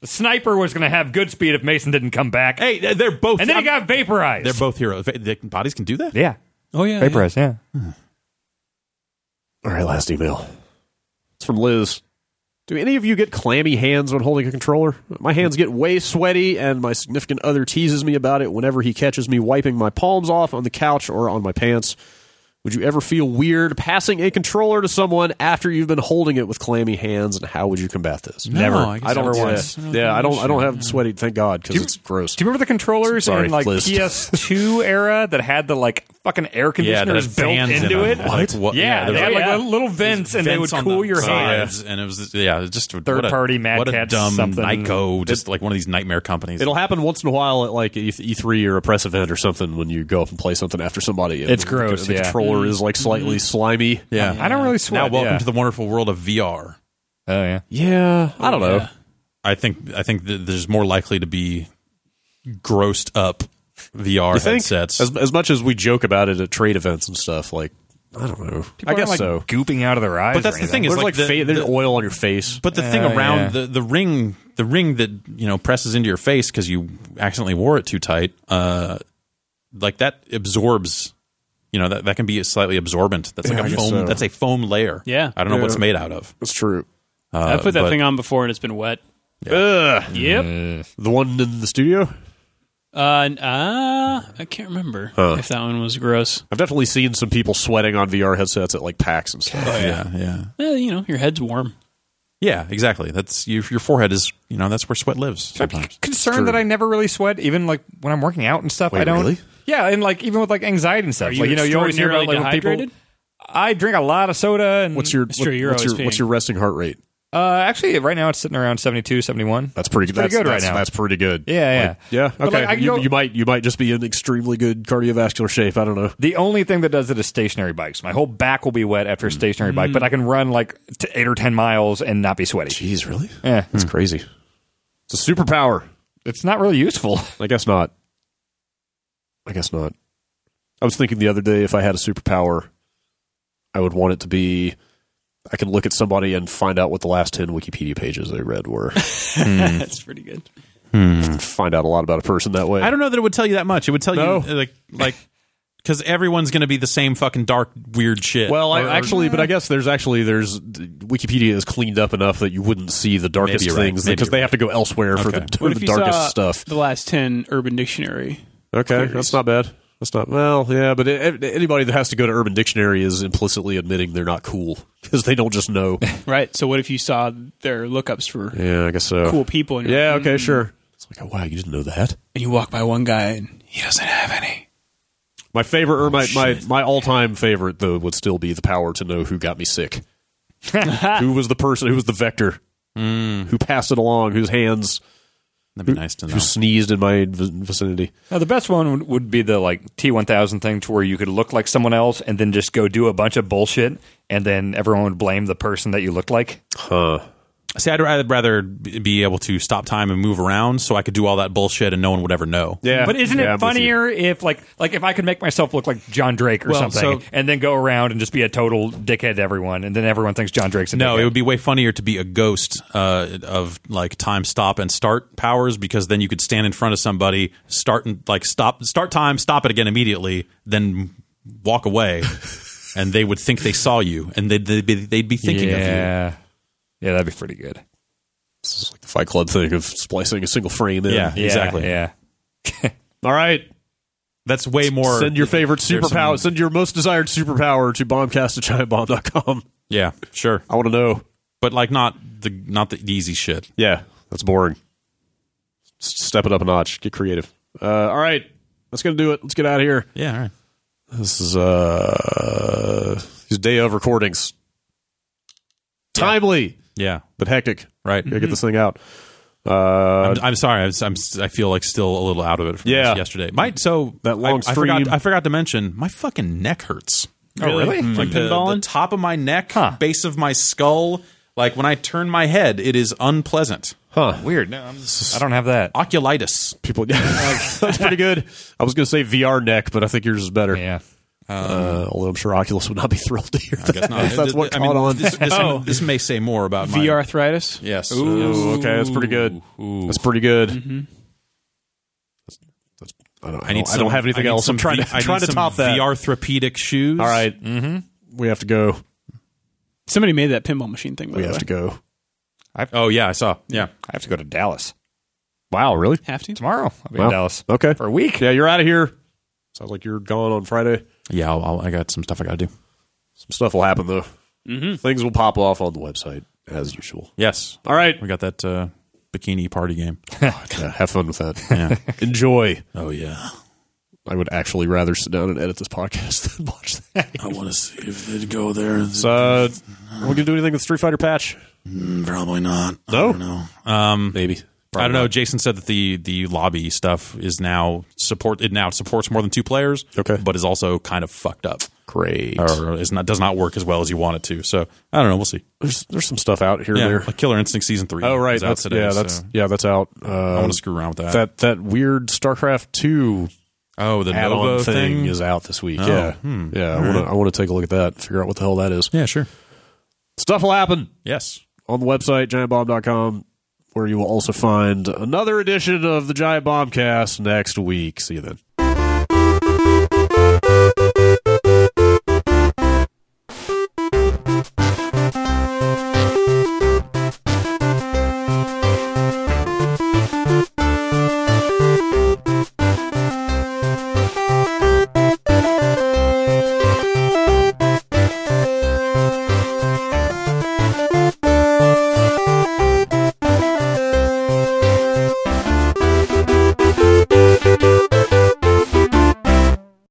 [SPEAKER 4] The sniper was going to have good speed if Mason didn't come back,
[SPEAKER 2] hey, they're- they're both.
[SPEAKER 4] and then he
[SPEAKER 2] I'm-
[SPEAKER 4] got vaporized.
[SPEAKER 2] They're both heroes. They- they- bodies can do that.
[SPEAKER 4] yeah,
[SPEAKER 2] Oh yeah. yeah.
[SPEAKER 4] vaporized. Yeah.
[SPEAKER 1] All right, last email. It's from Liz. Do any of you get clammy hands when holding a controller? My hands get way sweaty, and my significant other teases me about it whenever he catches me wiping my palms off on the couch or on my pants. Would you ever feel weird passing a controller to someone after you've been holding it with clammy hands, and how would you combat this?
[SPEAKER 2] No, Never. I guess
[SPEAKER 1] I don't
[SPEAKER 2] that's-
[SPEAKER 1] want
[SPEAKER 2] that's- I don't
[SPEAKER 1] Yeah,
[SPEAKER 2] think
[SPEAKER 1] I don't.
[SPEAKER 2] I
[SPEAKER 1] I don't
[SPEAKER 2] should.
[SPEAKER 1] have sweaty. Thank God, because it's gross.
[SPEAKER 4] Do you remember the controllers
[SPEAKER 1] Sorry,
[SPEAKER 4] in like
[SPEAKER 1] Liz.
[SPEAKER 4] PS2 era that had the like fucking air
[SPEAKER 2] Yeah, that
[SPEAKER 4] conditioners
[SPEAKER 2] had
[SPEAKER 4] built
[SPEAKER 2] fans in
[SPEAKER 4] into
[SPEAKER 2] them.
[SPEAKER 4] it?
[SPEAKER 2] Like, what? there
[SPEAKER 4] Yeah, they
[SPEAKER 2] was
[SPEAKER 4] had
[SPEAKER 2] like
[SPEAKER 4] like
[SPEAKER 3] yeah.
[SPEAKER 4] little vents, and they would
[SPEAKER 2] vents on Oh,
[SPEAKER 4] cool
[SPEAKER 2] the
[SPEAKER 4] your hands.
[SPEAKER 2] sides, and it was yeah, it's just
[SPEAKER 4] Third
[SPEAKER 2] what a-
[SPEAKER 4] party Mad
[SPEAKER 2] what a
[SPEAKER 4] Catz
[SPEAKER 2] dumb
[SPEAKER 4] something.
[SPEAKER 2] Nyko, just like one of these nightmare companies.
[SPEAKER 1] It'll happen once in a while at like E- E3 or a press event or something when you go up and play something after somebody.
[SPEAKER 4] It's
[SPEAKER 1] The-
[SPEAKER 4] gross,
[SPEAKER 1] The
[SPEAKER 4] yeah.
[SPEAKER 1] controller is like slightly slimy.
[SPEAKER 2] Mm-hmm. yeah,
[SPEAKER 4] I don't really sweat.
[SPEAKER 2] now welcome
[SPEAKER 4] yeah.
[SPEAKER 2] to the wonderful world of VR.
[SPEAKER 4] Oh yeah.
[SPEAKER 1] Yeah, I don't know.
[SPEAKER 2] I think I think that there's more likely to be grossed up VR
[SPEAKER 1] I think
[SPEAKER 2] headsets.
[SPEAKER 1] as as much as we joke about it at trade events and stuff, like I don't know. I guess
[SPEAKER 4] like,
[SPEAKER 1] so.
[SPEAKER 4] Gooping out of their eyes.
[SPEAKER 2] But that's
[SPEAKER 4] or
[SPEAKER 2] the thing
[SPEAKER 4] anything.
[SPEAKER 1] There's
[SPEAKER 2] is like,
[SPEAKER 1] like,
[SPEAKER 2] the,
[SPEAKER 1] fa- there's
[SPEAKER 2] the-
[SPEAKER 1] oil on your face.
[SPEAKER 2] but the thing
[SPEAKER 4] Yeah,
[SPEAKER 2] around
[SPEAKER 4] yeah.
[SPEAKER 2] the the ring the ring that you know presses into your face because you accidentally wore it too tight, uh, like that absorbs. You know that, that can be slightly absorbent. That's like
[SPEAKER 1] I
[SPEAKER 2] a
[SPEAKER 1] guess
[SPEAKER 2] foam.
[SPEAKER 1] so.
[SPEAKER 2] That's a foam layer.
[SPEAKER 3] Yeah.
[SPEAKER 2] I don't know
[SPEAKER 1] Yeah.
[SPEAKER 2] what's made out of.
[SPEAKER 1] That's true.
[SPEAKER 3] I put that
[SPEAKER 2] but-
[SPEAKER 3] thing on before and it's been wet.
[SPEAKER 1] Ugh,
[SPEAKER 3] Yep.
[SPEAKER 1] the one in the studio.
[SPEAKER 3] Uh, n- uh, I can't remember if that one was gross.
[SPEAKER 1] I've definitely seen some people sweating on VR headsets at like PAX and stuff.
[SPEAKER 2] Oh, yeah, yeah,
[SPEAKER 3] Well, you know, your head's warm.
[SPEAKER 2] yeah. Exactly. That's your your forehead is you know that's where sweat lives. Sometimes.
[SPEAKER 4] concerned that I never really sweat, even like when I'm working out and stuff.
[SPEAKER 1] Wait,
[SPEAKER 4] I don't.
[SPEAKER 1] really?
[SPEAKER 4] Yeah, and like even with like anxiety and stuff.
[SPEAKER 3] Are you,
[SPEAKER 4] like you know, you always hear about
[SPEAKER 3] extraordinarily
[SPEAKER 4] like when people.
[SPEAKER 3] dehydrated?
[SPEAKER 4] I drink a lot of soda. And,
[SPEAKER 1] What's your
[SPEAKER 3] It's true, you're
[SPEAKER 1] what's your
[SPEAKER 3] always
[SPEAKER 1] what's
[SPEAKER 3] peeing.
[SPEAKER 1] your resting heart rate?
[SPEAKER 4] Uh, actually, right now it's sitting around 72, 71.
[SPEAKER 1] That's pretty,
[SPEAKER 4] pretty
[SPEAKER 1] that's,
[SPEAKER 4] good right
[SPEAKER 1] that's-
[SPEAKER 4] now.
[SPEAKER 1] That's pretty good.
[SPEAKER 4] Yeah, yeah.
[SPEAKER 1] Yeah.
[SPEAKER 4] But,
[SPEAKER 1] Okay.
[SPEAKER 4] like, I can
[SPEAKER 1] you,
[SPEAKER 4] go-
[SPEAKER 1] you might you might just be in extremely good cardiovascular shape. I don't know.
[SPEAKER 4] The only thing that does it is stationary bikes. My whole back will be wet after a stationary bike, but I can run like t- eight or ten miles and not be sweaty.
[SPEAKER 1] Jeez, really?
[SPEAKER 4] Yeah,
[SPEAKER 1] That's
[SPEAKER 2] Hmm.
[SPEAKER 1] crazy. It's a superpower.
[SPEAKER 4] it's not really useful.
[SPEAKER 1] I guess not. I guess not. I was thinking the other day if I had a superpower, I would want it to be I could look at somebody and find out what the last 10 Wikipedia pages they read were. Mm.
[SPEAKER 3] That's pretty good.
[SPEAKER 1] find out a lot about a person that way.
[SPEAKER 2] I don't know that it would tell you that much. It would tell
[SPEAKER 1] No.
[SPEAKER 2] you uh, like like because everyone's going to be the same fucking dark weird shit.
[SPEAKER 1] well, I,
[SPEAKER 2] Or- or-
[SPEAKER 1] actually, but I guess there's actually there's Wikipedia is cleaned up enough that you wouldn't see the darkest
[SPEAKER 2] Maybe you're right.
[SPEAKER 1] things
[SPEAKER 2] Maybe
[SPEAKER 1] because
[SPEAKER 2] you're
[SPEAKER 1] they have to go elsewhere for
[SPEAKER 2] Okay.
[SPEAKER 1] the, for
[SPEAKER 3] What if
[SPEAKER 1] the
[SPEAKER 3] you
[SPEAKER 1] darkest
[SPEAKER 3] saw
[SPEAKER 1] stuff.
[SPEAKER 3] The last ten Urban Dictionary.
[SPEAKER 1] Okay, that's not bad. That's not well, yeah. But it, anybody that has to go to Urban Dictionary is implicitly admitting they're not cool because they don't just know.
[SPEAKER 3] Right. So what if you saw their lookups for
[SPEAKER 1] yeah, I guess so.
[SPEAKER 3] cool people? And you're
[SPEAKER 1] Yeah.
[SPEAKER 3] like,
[SPEAKER 1] Okay.
[SPEAKER 3] "Mm,"
[SPEAKER 1] Sure. It's like, oh, wow, you didn't know that.
[SPEAKER 3] And you walk by one guy and he doesn't have any.
[SPEAKER 1] My favorite, or my my, my all time favorite though, would still be the power to know who got me sick. who was the person? Who was the vector? Who passed it along? Whose hands?
[SPEAKER 2] that'd be nice to know.
[SPEAKER 1] Who sneezed in my vi- vicinity?
[SPEAKER 4] Now, the best one would, would be the like T1000 thing to where you could look like someone else and then just go do a bunch of bullshit and then everyone would blame the person that you looked like.
[SPEAKER 2] See, I'd rather, rather be able to stop time and move around, so I could do all that bullshit and no one would ever know.
[SPEAKER 1] Yeah.
[SPEAKER 4] But isn't
[SPEAKER 1] Yeah,
[SPEAKER 4] it
[SPEAKER 1] I'm with you.
[SPEAKER 4] funnier if like like if I could make myself look like John Drake or
[SPEAKER 2] Well, so-
[SPEAKER 4] something and then go around and just be a total dickhead to everyone and then everyone thinks John Drake's a
[SPEAKER 2] No,
[SPEAKER 4] dickhead.
[SPEAKER 2] it would be way funnier to be a ghost uh, of like time stop and start powers because then you could stand in front of somebody, start and like stop start time, stop it again immediately, then walk away, and they would think they saw you and they'd they'd be, they'd be thinking of
[SPEAKER 4] yeah. Yeah, that'd be pretty good.
[SPEAKER 1] This is like the Fight Club thing of splicing a single frame in.
[SPEAKER 2] you. Yeah,
[SPEAKER 4] Yeah,
[SPEAKER 2] exactly.
[SPEAKER 4] Yeah.
[SPEAKER 1] All right.
[SPEAKER 2] That's way more.
[SPEAKER 1] send your favorite
[SPEAKER 2] there's
[SPEAKER 1] superpower.
[SPEAKER 2] some-
[SPEAKER 1] send your most desired superpower to bombcast at giantbomb.com.
[SPEAKER 2] yeah, sure,
[SPEAKER 1] I want to know.
[SPEAKER 2] but like not the not the easy shit.
[SPEAKER 1] Yeah, that's boring. S- Step it up a notch. Get creative. Uh, all right, that's gonna do it. Let's get out of here.
[SPEAKER 2] Yeah, all right.
[SPEAKER 1] This is uh, this is day of recordings. Timely
[SPEAKER 2] Yeah,
[SPEAKER 1] but hectic.
[SPEAKER 2] right.
[SPEAKER 1] Gotta get this thing out. Uh,
[SPEAKER 2] I'm, I'm sorry. I, was, I'm, s- I feel like still a little out of it from
[SPEAKER 1] Yeah.
[SPEAKER 2] yesterday. My so
[SPEAKER 1] That long
[SPEAKER 2] I, I forgot,
[SPEAKER 1] stream.
[SPEAKER 2] I forgot to mention my fucking neck hurts.
[SPEAKER 4] Oh, really?
[SPEAKER 2] Like the, the top of my neck, base of my skull. Like when I turn my head, it is unpleasant.
[SPEAKER 4] Weird. No, I'm I don't have that.
[SPEAKER 2] Oculitis.
[SPEAKER 1] people, that's pretty good. I was gonna say VR neck, but I think yours is better.
[SPEAKER 4] Yeah.
[SPEAKER 1] Uh, although I'm sure Oculus would not be thrilled to hear that.
[SPEAKER 2] Guess not.
[SPEAKER 1] if that's what
[SPEAKER 2] I mean,
[SPEAKER 1] caught on. Oh.
[SPEAKER 2] This, this, this may say more about my
[SPEAKER 3] VR arthritis.
[SPEAKER 2] Yes.
[SPEAKER 1] Ooh, okay, that's pretty good. That's pretty good. That's- I don't, I
[SPEAKER 2] I need.
[SPEAKER 1] don't- I
[SPEAKER 2] Some,
[SPEAKER 1] don't have anything
[SPEAKER 2] I need
[SPEAKER 1] else.
[SPEAKER 2] Some
[SPEAKER 1] I'm trying
[SPEAKER 2] v,
[SPEAKER 1] to,
[SPEAKER 2] I
[SPEAKER 1] I'm trying
[SPEAKER 2] need
[SPEAKER 1] to top
[SPEAKER 2] some
[SPEAKER 1] that.
[SPEAKER 2] VR therapeutic shoes.
[SPEAKER 1] All Mm-hmm. We have to go.
[SPEAKER 3] Somebody made that pinball machine thing. By
[SPEAKER 1] We
[SPEAKER 3] the
[SPEAKER 1] have
[SPEAKER 3] way.
[SPEAKER 1] to go.
[SPEAKER 2] Oh yeah, I saw. Yeah.
[SPEAKER 4] I have to go to Dallas
[SPEAKER 1] Wow, really?
[SPEAKER 3] Have to.
[SPEAKER 4] tomorrow. I'll be
[SPEAKER 1] Wow.
[SPEAKER 4] in Dallas
[SPEAKER 1] Okay.
[SPEAKER 4] for a week.
[SPEAKER 1] Yeah, you're out of here. Sounds like you're gone on Friday.
[SPEAKER 2] Yeah. I'll, I'll, I got some stuff I got to do.
[SPEAKER 1] Some stuff will happen, though. Things will pop off on the website, as usual.
[SPEAKER 2] Yes.
[SPEAKER 1] All right.
[SPEAKER 2] We got that uh, bikini party game.
[SPEAKER 1] Yeah, have fun with that.
[SPEAKER 2] Yeah.
[SPEAKER 1] Enjoy.
[SPEAKER 2] oh yeah.
[SPEAKER 1] I would actually rather sit down and edit this podcast than watch that.
[SPEAKER 7] I want to see if they'd go there. and-
[SPEAKER 1] So, uh, are we going to do anything with Street Fighter Patch?
[SPEAKER 7] Mm, Probably not. I
[SPEAKER 1] No?
[SPEAKER 7] don't know.
[SPEAKER 2] Um,
[SPEAKER 1] Maybe.
[SPEAKER 2] I don't know. Jason said that the the lobby stuff is now support. It now supports more than two players.
[SPEAKER 1] Okay.
[SPEAKER 2] but is also kind of fucked up,
[SPEAKER 1] Great.
[SPEAKER 2] or is not does not work as well as you want it to. So I don't know. We'll see.
[SPEAKER 1] There's, there's some stuff out here and
[SPEAKER 2] Yeah,
[SPEAKER 1] there.
[SPEAKER 2] like Killer Instinct season three.
[SPEAKER 1] Oh right,
[SPEAKER 2] is out
[SPEAKER 1] that's,
[SPEAKER 2] today.
[SPEAKER 1] yeah, that's
[SPEAKER 2] so
[SPEAKER 1] yeah, that's out. Uh,
[SPEAKER 2] I want to screw around with that.
[SPEAKER 1] that that weird StarCraft two
[SPEAKER 2] oh, the
[SPEAKER 1] add-on
[SPEAKER 2] Nova
[SPEAKER 1] thing,
[SPEAKER 2] thing. Oh, hmm.
[SPEAKER 1] is out this week. yeah, yeah. I want to I want to take a look at that, figure out what the hell that is.
[SPEAKER 2] yeah, sure.
[SPEAKER 1] Stuff will happen
[SPEAKER 2] Yes.
[SPEAKER 1] on the website giantbomb.com, where you will also find another edition of the Giant Bombcast next week. See you then.